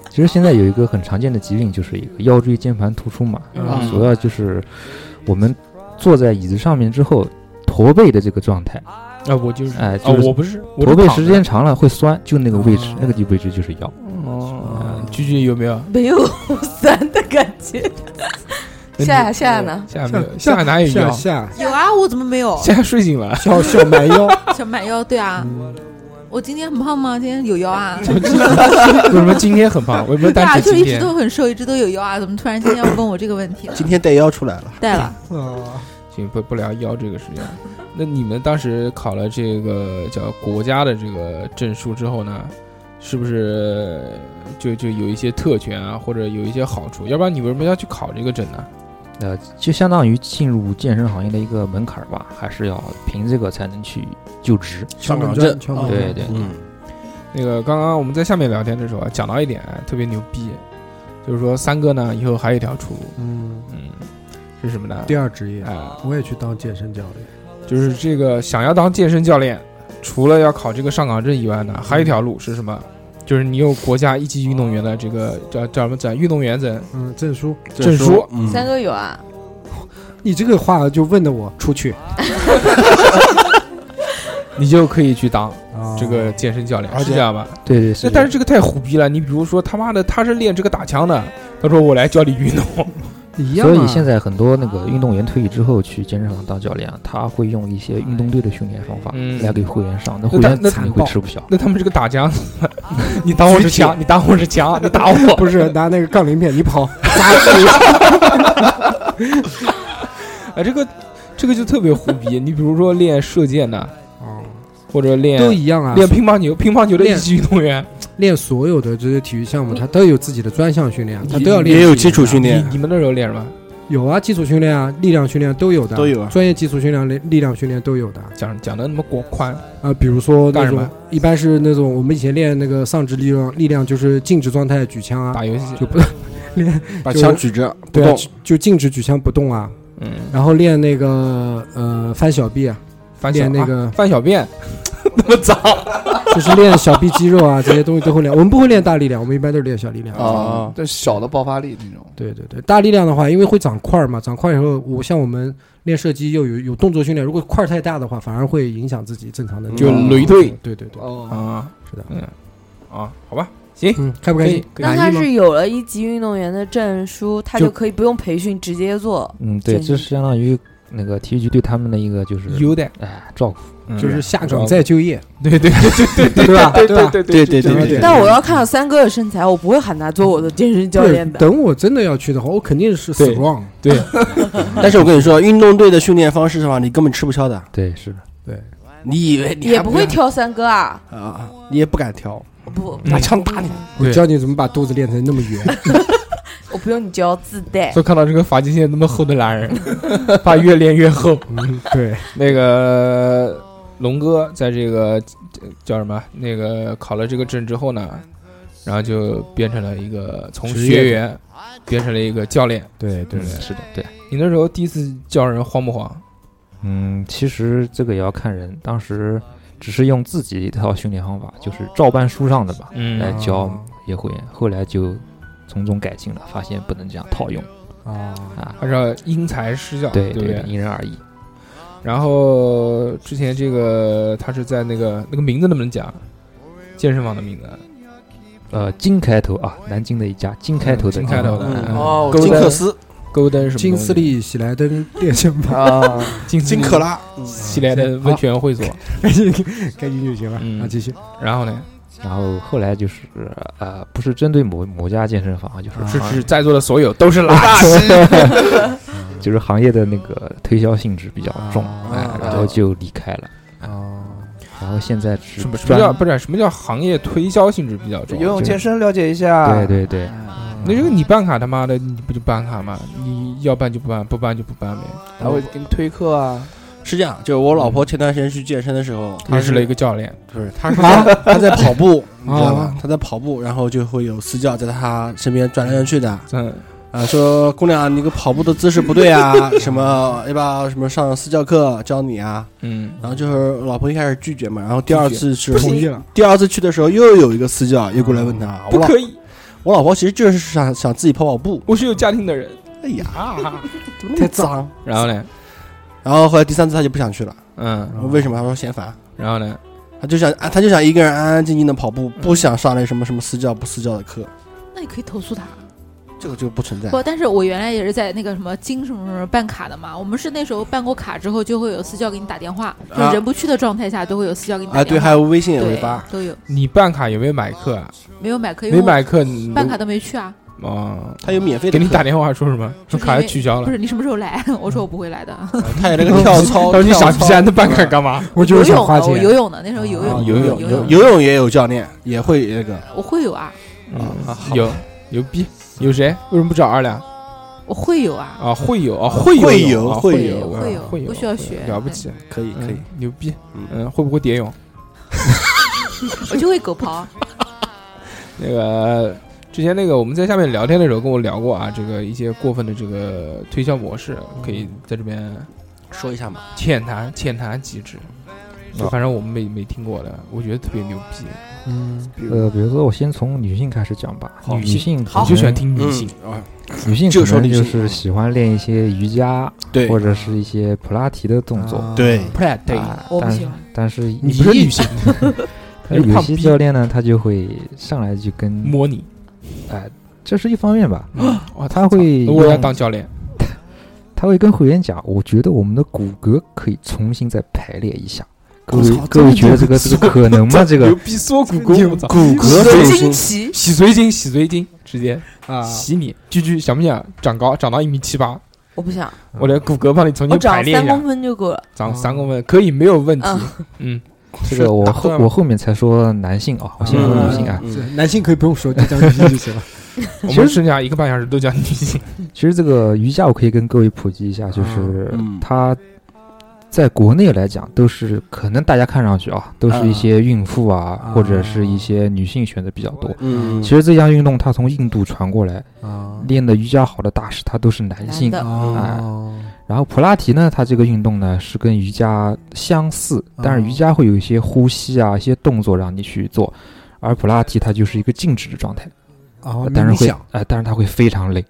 Speaker 5: 其实现在有一个很常见的疾病，就是一个腰椎间盘突出嘛，
Speaker 1: 啊
Speaker 5: 主要就是我们坐在椅子上面之后，驼背的这个状态，
Speaker 1: 啊，我就是
Speaker 5: 哎，
Speaker 1: 啊
Speaker 5: 就，是
Speaker 1: 我不是，我
Speaker 5: 驼
Speaker 1: 是
Speaker 5: 背
Speaker 1: 躺
Speaker 5: 时
Speaker 1: 着
Speaker 5: 间长了会酸，就那个位置
Speaker 2: 哦，
Speaker 5: 那个位置就是腰。
Speaker 1: 哦，居居有没有？
Speaker 3: 没有酸的感觉。
Speaker 1: 那你嗯
Speaker 3: 夏夏呢？
Speaker 1: 下没有，下哪有
Speaker 2: 下
Speaker 1: 腰？
Speaker 2: 下
Speaker 6: 有啊，我怎么没有？
Speaker 1: 夏睡醒 了，
Speaker 2: 小小蛮腰，
Speaker 6: 小蛮腰，对啊，
Speaker 2: 嗯
Speaker 6: 我今天很胖吗？今天有腰啊？
Speaker 1: 为什么今天很胖？为什么
Speaker 6: 对啊，
Speaker 1: 单指
Speaker 6: 就
Speaker 1: 今
Speaker 6: 一直
Speaker 1: 天？
Speaker 6: 都很瘦，一直都有腰啊，怎么突然今天要问我这个问题了？
Speaker 4: 今天带腰出来了，
Speaker 6: 带了，
Speaker 2: 啊
Speaker 1: 行，不不聊腰这个事情。那你们当时考了这个叫国家的这个证书之后呢，是不是就就有一些特权啊，或者有一些好处？要不然你为什么要去考这个证呢？
Speaker 5: 呃，就相当于进入健身行业的一个门槛儿吧，还是要凭这个才能去就职。
Speaker 4: 上岗
Speaker 2: 证
Speaker 4: 证，
Speaker 2: 敲门
Speaker 5: 对
Speaker 2: 砖
Speaker 5: 对，
Speaker 4: 嗯，
Speaker 1: 那个刚刚我们在下面聊天的时候啊，讲到一点哎特别牛逼，就是说三哥呢以后还有一条出路，
Speaker 2: 嗯，
Speaker 1: 嗯，是什么呢？
Speaker 2: 第二职业，
Speaker 1: 啊，
Speaker 2: 我也去当健身教练。
Speaker 1: 就是这个想要当健身教练，除了要考这个上岗证以外呢，还有一条路是什么？就是你有国家一级运动员的这个叫叫什么证？运动员证。
Speaker 2: 嗯，证书，
Speaker 1: 证书，
Speaker 4: 嗯
Speaker 3: 三哥有啊，
Speaker 2: 你这个话就问的我出去
Speaker 1: 你就可以去当
Speaker 2: 啊
Speaker 1: 这个健身教练，
Speaker 4: 而且
Speaker 1: 是这样吧？
Speaker 5: 对对是
Speaker 1: 那但是这个太虎逼了。你比如说他妈的他是练这个打枪的，他说我来教你运动，
Speaker 2: 一样啊
Speaker 5: 所
Speaker 2: 嘛。
Speaker 1: 啊
Speaker 5: 以现在很多那个运动员退役之后去健身房当教练啊，他会用一些运动队的训练方法
Speaker 1: 嗯
Speaker 5: 来给会员上，
Speaker 1: 那
Speaker 5: 那会
Speaker 1: 他
Speaker 5: 员
Speaker 1: 那
Speaker 5: 肯定会吃不消。
Speaker 1: 那他们这个打枪， 你当我是枪，你当我是枪，你打我。
Speaker 2: 不是拿那个杠铃片，你跑，
Speaker 1: 哎，这个这个就特别虎逼。你比如说练射箭的，
Speaker 2: 哦，
Speaker 1: 或者练
Speaker 2: 都一样啊。
Speaker 1: 练乒乓球，乒乓球的一
Speaker 2: 练
Speaker 1: 级运动员，
Speaker 2: 练所有的这些体育项目，它都有自己的专项训练，它都要练。
Speaker 4: 也有基础训，
Speaker 1: 你
Speaker 4: 练，
Speaker 1: 你们那时候练什么？
Speaker 2: 有啊，基础训练啊，力量训练都有的，
Speaker 4: 都有啊
Speaker 2: 专业基础训练、力力量训练都有的
Speaker 1: 讲讲的那么广宽，
Speaker 2: 啊。比如说
Speaker 1: 干
Speaker 2: 那
Speaker 1: 什
Speaker 2: 种
Speaker 1: 么，
Speaker 2: 一般是那种我们以前练那个上肢力量，力量就是静止状态举枪啊，
Speaker 1: 打游戏
Speaker 2: 就不
Speaker 4: 把
Speaker 2: 就
Speaker 4: 枪举着不
Speaker 2: 对啊
Speaker 4: 动，
Speaker 2: 就就静止举枪不动啊。
Speaker 1: 嗯，
Speaker 2: 然后练那个呃翻小臂啊，
Speaker 1: 翻小
Speaker 2: 练那个
Speaker 1: 啊翻小便，那么脏
Speaker 2: 就是练小臂肌肉啊，这些东西都会练。我们不会练大力量，我们一般都是练小力量。
Speaker 7: 啊，这小的爆发力那种，
Speaker 2: 对对对，大力量的话，因为会长块儿嘛，长块儿以后，我像我们练射击又有有动作训练，如果块儿太大的话，反而会影响自己正常的
Speaker 1: 就
Speaker 2: 嗯
Speaker 1: 累赘
Speaker 2: 对对对，
Speaker 7: 哦，
Speaker 1: 啊，
Speaker 2: 是的，
Speaker 1: 嗯啊，好吧，行，
Speaker 2: 嗯，开不开心？
Speaker 3: 那他
Speaker 2: 满意吗？
Speaker 3: 是有了一级运动员的证书，他
Speaker 5: 就
Speaker 3: 就可以不用培训，直接做。
Speaker 5: 嗯，对，
Speaker 3: 建议
Speaker 5: 这是相当于那个体育局对他们的一个就是
Speaker 1: 优待
Speaker 5: 哎照顾。
Speaker 2: 就是下岗再就业，
Speaker 1: 对对对嗯对
Speaker 2: 对吧？
Speaker 1: 对
Speaker 2: 吧？
Speaker 1: 对
Speaker 4: 对对对对
Speaker 2: 对对
Speaker 4: 对，
Speaker 3: 但我要看到三哥的身材，我不会喊他做我的健身教练
Speaker 2: 对
Speaker 3: 的。
Speaker 2: 等我真的要去的话，我肯定是
Speaker 1: 对
Speaker 2: strong。
Speaker 1: 对，
Speaker 4: 但是我跟你说，运动队的训练方式的话，你根本吃不消的，
Speaker 5: 对，是的。
Speaker 4: 你以为你
Speaker 3: 也
Speaker 4: 还
Speaker 3: 不会挑三哥啊，
Speaker 4: 啊，你也不敢挑，
Speaker 3: 不，
Speaker 1: 拿
Speaker 4: 枪打你。
Speaker 2: 我教你怎么把肚子练成那么 圆。
Speaker 3: 我不用你教，自带。
Speaker 1: 说看到这个发际线那么厚的男人，怕越练越厚。
Speaker 2: 嗯，对，
Speaker 1: 那个龙哥在这个呃叫什么那个考了这个证之后呢，然后就变成了一个从
Speaker 2: 职业
Speaker 1: 学员变成了一个教练。
Speaker 2: 对对
Speaker 1: 嗯
Speaker 5: 是的，哎对。
Speaker 1: 你那时候第一次叫人慌不慌？
Speaker 5: 嗯，其实这个也要看人，当时只是用自己一套训练方法，就是照搬书上的吧，
Speaker 1: 嗯
Speaker 5: 来教
Speaker 2: 哦
Speaker 5: 业会员。后来就从中改进了，发现不能这样套用
Speaker 2: 啊，
Speaker 5: 啊。
Speaker 1: 还是要因材施教，
Speaker 5: 对
Speaker 1: 不
Speaker 5: 对，因人而异。
Speaker 1: 然后之前这个他是在那个那个名字能不能讲？健身房的名字，
Speaker 5: 呃，金开头啊，南京的一家金开头的，
Speaker 1: 金开头的
Speaker 5: 嗯
Speaker 1: 嗯
Speaker 7: 哦，
Speaker 4: 金克
Speaker 7: 克
Speaker 4: 斯、
Speaker 1: 勾登什么？
Speaker 2: 金斯，利喜来登练身房，
Speaker 7: 啊，
Speaker 1: 金斯
Speaker 4: 金
Speaker 1: 利
Speaker 4: 克拉，
Speaker 1: 系列的温泉会所。
Speaker 2: 开心开心就行了
Speaker 1: 嗯
Speaker 2: 啊，继续
Speaker 1: 然后呢，
Speaker 5: 然后后来就是呃，不是针对某某家健身房啊，就是
Speaker 2: 啊
Speaker 1: 是
Speaker 5: 行
Speaker 1: 指在座的所有都是垃圾。
Speaker 5: 就是行业的那个推销性质比较重，
Speaker 2: 啊
Speaker 5: 哎，然后就离开了。
Speaker 2: 哦，
Speaker 5: 然后现在是
Speaker 1: 啊什么什么
Speaker 5: 专
Speaker 1: 叫不是什么叫行业推销性质比较重
Speaker 7: 游？泳健身了解一下，
Speaker 1: 啊
Speaker 5: 对对对，
Speaker 1: 那这个你办卡他妈的你不就办卡吗？你要办就不办，不办就不办呗。
Speaker 7: 他会给你推课啊，
Speaker 4: 是这样，就是我老婆前段时间去健身的时候，她
Speaker 1: 认识
Speaker 4: 是
Speaker 1: 了一个教练，
Speaker 4: 不是，她是在 她在跑步，你知道吧
Speaker 2: 啊？
Speaker 4: 她在跑步，然后就会有私教在她身边转来转去的，
Speaker 1: 嗯，
Speaker 4: 啊，说姑娘，你个跑步的姿势不对啊，什么要不要什么上私教课教你啊？
Speaker 1: 嗯，
Speaker 4: 然后就是老婆一开始拒绝嘛，然后第二次是
Speaker 2: 不同意了，
Speaker 4: 第二次去的时候又有一个私教又过来问她，
Speaker 1: 嗯
Speaker 4: 我
Speaker 1: 不
Speaker 4: 老
Speaker 1: 可以，
Speaker 4: 我老婆其实就是想想自己跑跑步，
Speaker 1: 我是有家庭的人。
Speaker 4: 哎呀，
Speaker 1: 啊，
Speaker 4: 怎么那么脏？
Speaker 1: 然后呢，
Speaker 4: 嗯然后后来第三次她就不想去了，
Speaker 1: 嗯，
Speaker 4: 为什么？她说嫌烦。
Speaker 1: 然后呢，
Speaker 4: 她就想，啊，她就想一个人安安静静的跑步，不想上那什么什么私教不私教的课，
Speaker 6: 那你可以投诉他。
Speaker 4: 这个就不存在。
Speaker 6: 不，但是我原来也是在那个什么金什么什么办卡的嘛。我们是那时候办过卡之后，就会有私教给你打电话，就
Speaker 4: 啊
Speaker 6: 人不去的状态下都会有私教给你
Speaker 4: 啊，
Speaker 6: 打
Speaker 4: 对，
Speaker 6: 电
Speaker 4: 还
Speaker 6: 话。
Speaker 4: 有微信也会
Speaker 6: 哎对
Speaker 4: 发，，
Speaker 6: 都有
Speaker 1: 你办卡有没有买课啊？
Speaker 6: 没有买课，因为
Speaker 1: 没
Speaker 6: 我
Speaker 1: 买课，你
Speaker 6: 哎办卡都没去啊。
Speaker 1: 哦，
Speaker 4: 她有免费的
Speaker 1: 给
Speaker 4: 课，
Speaker 1: 你打电话说什么？说
Speaker 6: 就是
Speaker 1: 卡要取消
Speaker 6: 不
Speaker 1: 了。
Speaker 6: 是你什么时候来？我说我不会来的。
Speaker 4: 她有那 个跳操，
Speaker 1: 他说你
Speaker 4: 跳
Speaker 1: 傻逼
Speaker 4: 操
Speaker 1: 啊，那办卡干嘛？
Speaker 2: 我就
Speaker 6: 游
Speaker 2: 是想
Speaker 6: 泳
Speaker 2: 花
Speaker 6: 的，啊我
Speaker 2: 钱
Speaker 6: 游泳的，那时候游
Speaker 2: 啊
Speaker 6: 泳，
Speaker 1: 游泳
Speaker 6: 游
Speaker 1: 游
Speaker 6: 泳，
Speaker 4: 游泳也有教练，也会那个。
Speaker 6: 我会有啊，
Speaker 4: 啊好
Speaker 1: 有有逼有谁？为什么不找二两
Speaker 6: 我会有啊，
Speaker 1: 啊？会有啊，会
Speaker 4: 会
Speaker 1: 有
Speaker 4: 有
Speaker 1: 啊
Speaker 4: 会
Speaker 1: 会
Speaker 4: 有
Speaker 1: 啊
Speaker 6: 会有
Speaker 1: 会有，
Speaker 6: 不需要
Speaker 1: 会有
Speaker 6: 学
Speaker 1: 了不起，
Speaker 4: 可以
Speaker 1: 嗯，牛逼，
Speaker 4: 嗯
Speaker 1: 嗯，会不会蝶泳？
Speaker 6: 我就会狗刨。
Speaker 1: 那个之前那个我们在下面聊天的时候跟我聊过啊，这个一些过分的这个推销模式，可以在这边
Speaker 4: 说一下嘛。
Speaker 1: 浅谈浅谈几句。就反正我们没没听过的，我觉得特别牛逼。
Speaker 2: 嗯，
Speaker 5: 呃，比如说我先从女性开始讲吧，
Speaker 1: 好
Speaker 5: 女性可
Speaker 1: 我就喜欢
Speaker 5: 能
Speaker 1: 听女性，
Speaker 4: 啊，
Speaker 5: 女性
Speaker 4: 就
Speaker 5: 可
Speaker 4: 说
Speaker 5: 能
Speaker 4: 女
Speaker 5: 就
Speaker 4: 性
Speaker 5: 是喜欢练一些瑜伽
Speaker 4: 对
Speaker 5: 或者是一些普拉提的动作。
Speaker 2: 啊
Speaker 4: 对
Speaker 1: 对对，
Speaker 5: 啊
Speaker 3: 我不
Speaker 5: 但
Speaker 3: 喜欢
Speaker 5: 但是
Speaker 1: 你不是女性，
Speaker 5: 但是
Speaker 1: 你是
Speaker 5: 有
Speaker 1: 胖
Speaker 5: 些
Speaker 1: 逼
Speaker 5: 教练呢，他就会上来就跟，
Speaker 1: 摸你，
Speaker 5: 哎，这是一方面吧，
Speaker 1: 哇，
Speaker 5: 哦他会
Speaker 1: 我要
Speaker 5: 用
Speaker 1: 当教练。
Speaker 5: 他会跟会员讲，我觉得我们的骨骼可以重新再排列一下。各
Speaker 4: 我
Speaker 5: 位
Speaker 4: 操
Speaker 5: 各位
Speaker 4: 这
Speaker 5: 觉
Speaker 4: 么
Speaker 5: 得这个这个可能吗？这
Speaker 1: 牛
Speaker 5: 个
Speaker 1: 逼缩骨骼，我操！
Speaker 4: 骨骼
Speaker 3: 水
Speaker 4: 重
Speaker 3: 晶
Speaker 4: 心，
Speaker 3: 奇，
Speaker 1: 洗髓精，洗髓精，直接
Speaker 2: 啊，
Speaker 1: 洗你，居居想不想长高，长到一米七八？
Speaker 3: 我不想，
Speaker 5: 嗯
Speaker 1: 我的骨骼帮你重
Speaker 3: 我
Speaker 1: 新排
Speaker 3: 长
Speaker 1: 列
Speaker 3: 三
Speaker 1: 一下
Speaker 3: 公，分就够了。
Speaker 1: 长三公分可以没有问题。嗯，
Speaker 5: 这个我
Speaker 1: 打
Speaker 5: 后
Speaker 1: 断了
Speaker 5: 我后面才说男性啊，我先说女性啊。
Speaker 4: 嗯
Speaker 2: 是男性可以不用说，就当女性就行了。
Speaker 1: 我们剩下一个半小时都讲女性。
Speaker 5: 其实这个瑜伽我可以跟各位普及一下，就是
Speaker 4: 嗯
Speaker 5: 它在国内来讲都是可能大家看上去啊，都是一些孕妇啊
Speaker 2: 啊，
Speaker 5: 或者是一些女性选择比较多。
Speaker 4: 嗯，
Speaker 5: 其实这项运动它从印度传过来，
Speaker 2: 啊
Speaker 5: 练的瑜伽好的大师他都是男性。
Speaker 3: 男的
Speaker 2: 哦，
Speaker 5: 然后普拉提呢，它这个运动呢是跟瑜伽相似，
Speaker 2: 嗯
Speaker 5: 但是瑜伽会有一些呼吸啊、一些动作让你去做，而普拉提它就是一个静止的状态，
Speaker 2: 哦，
Speaker 5: 但是
Speaker 2: 冥
Speaker 5: 会
Speaker 2: 想
Speaker 5: 呃，但是它会非常累。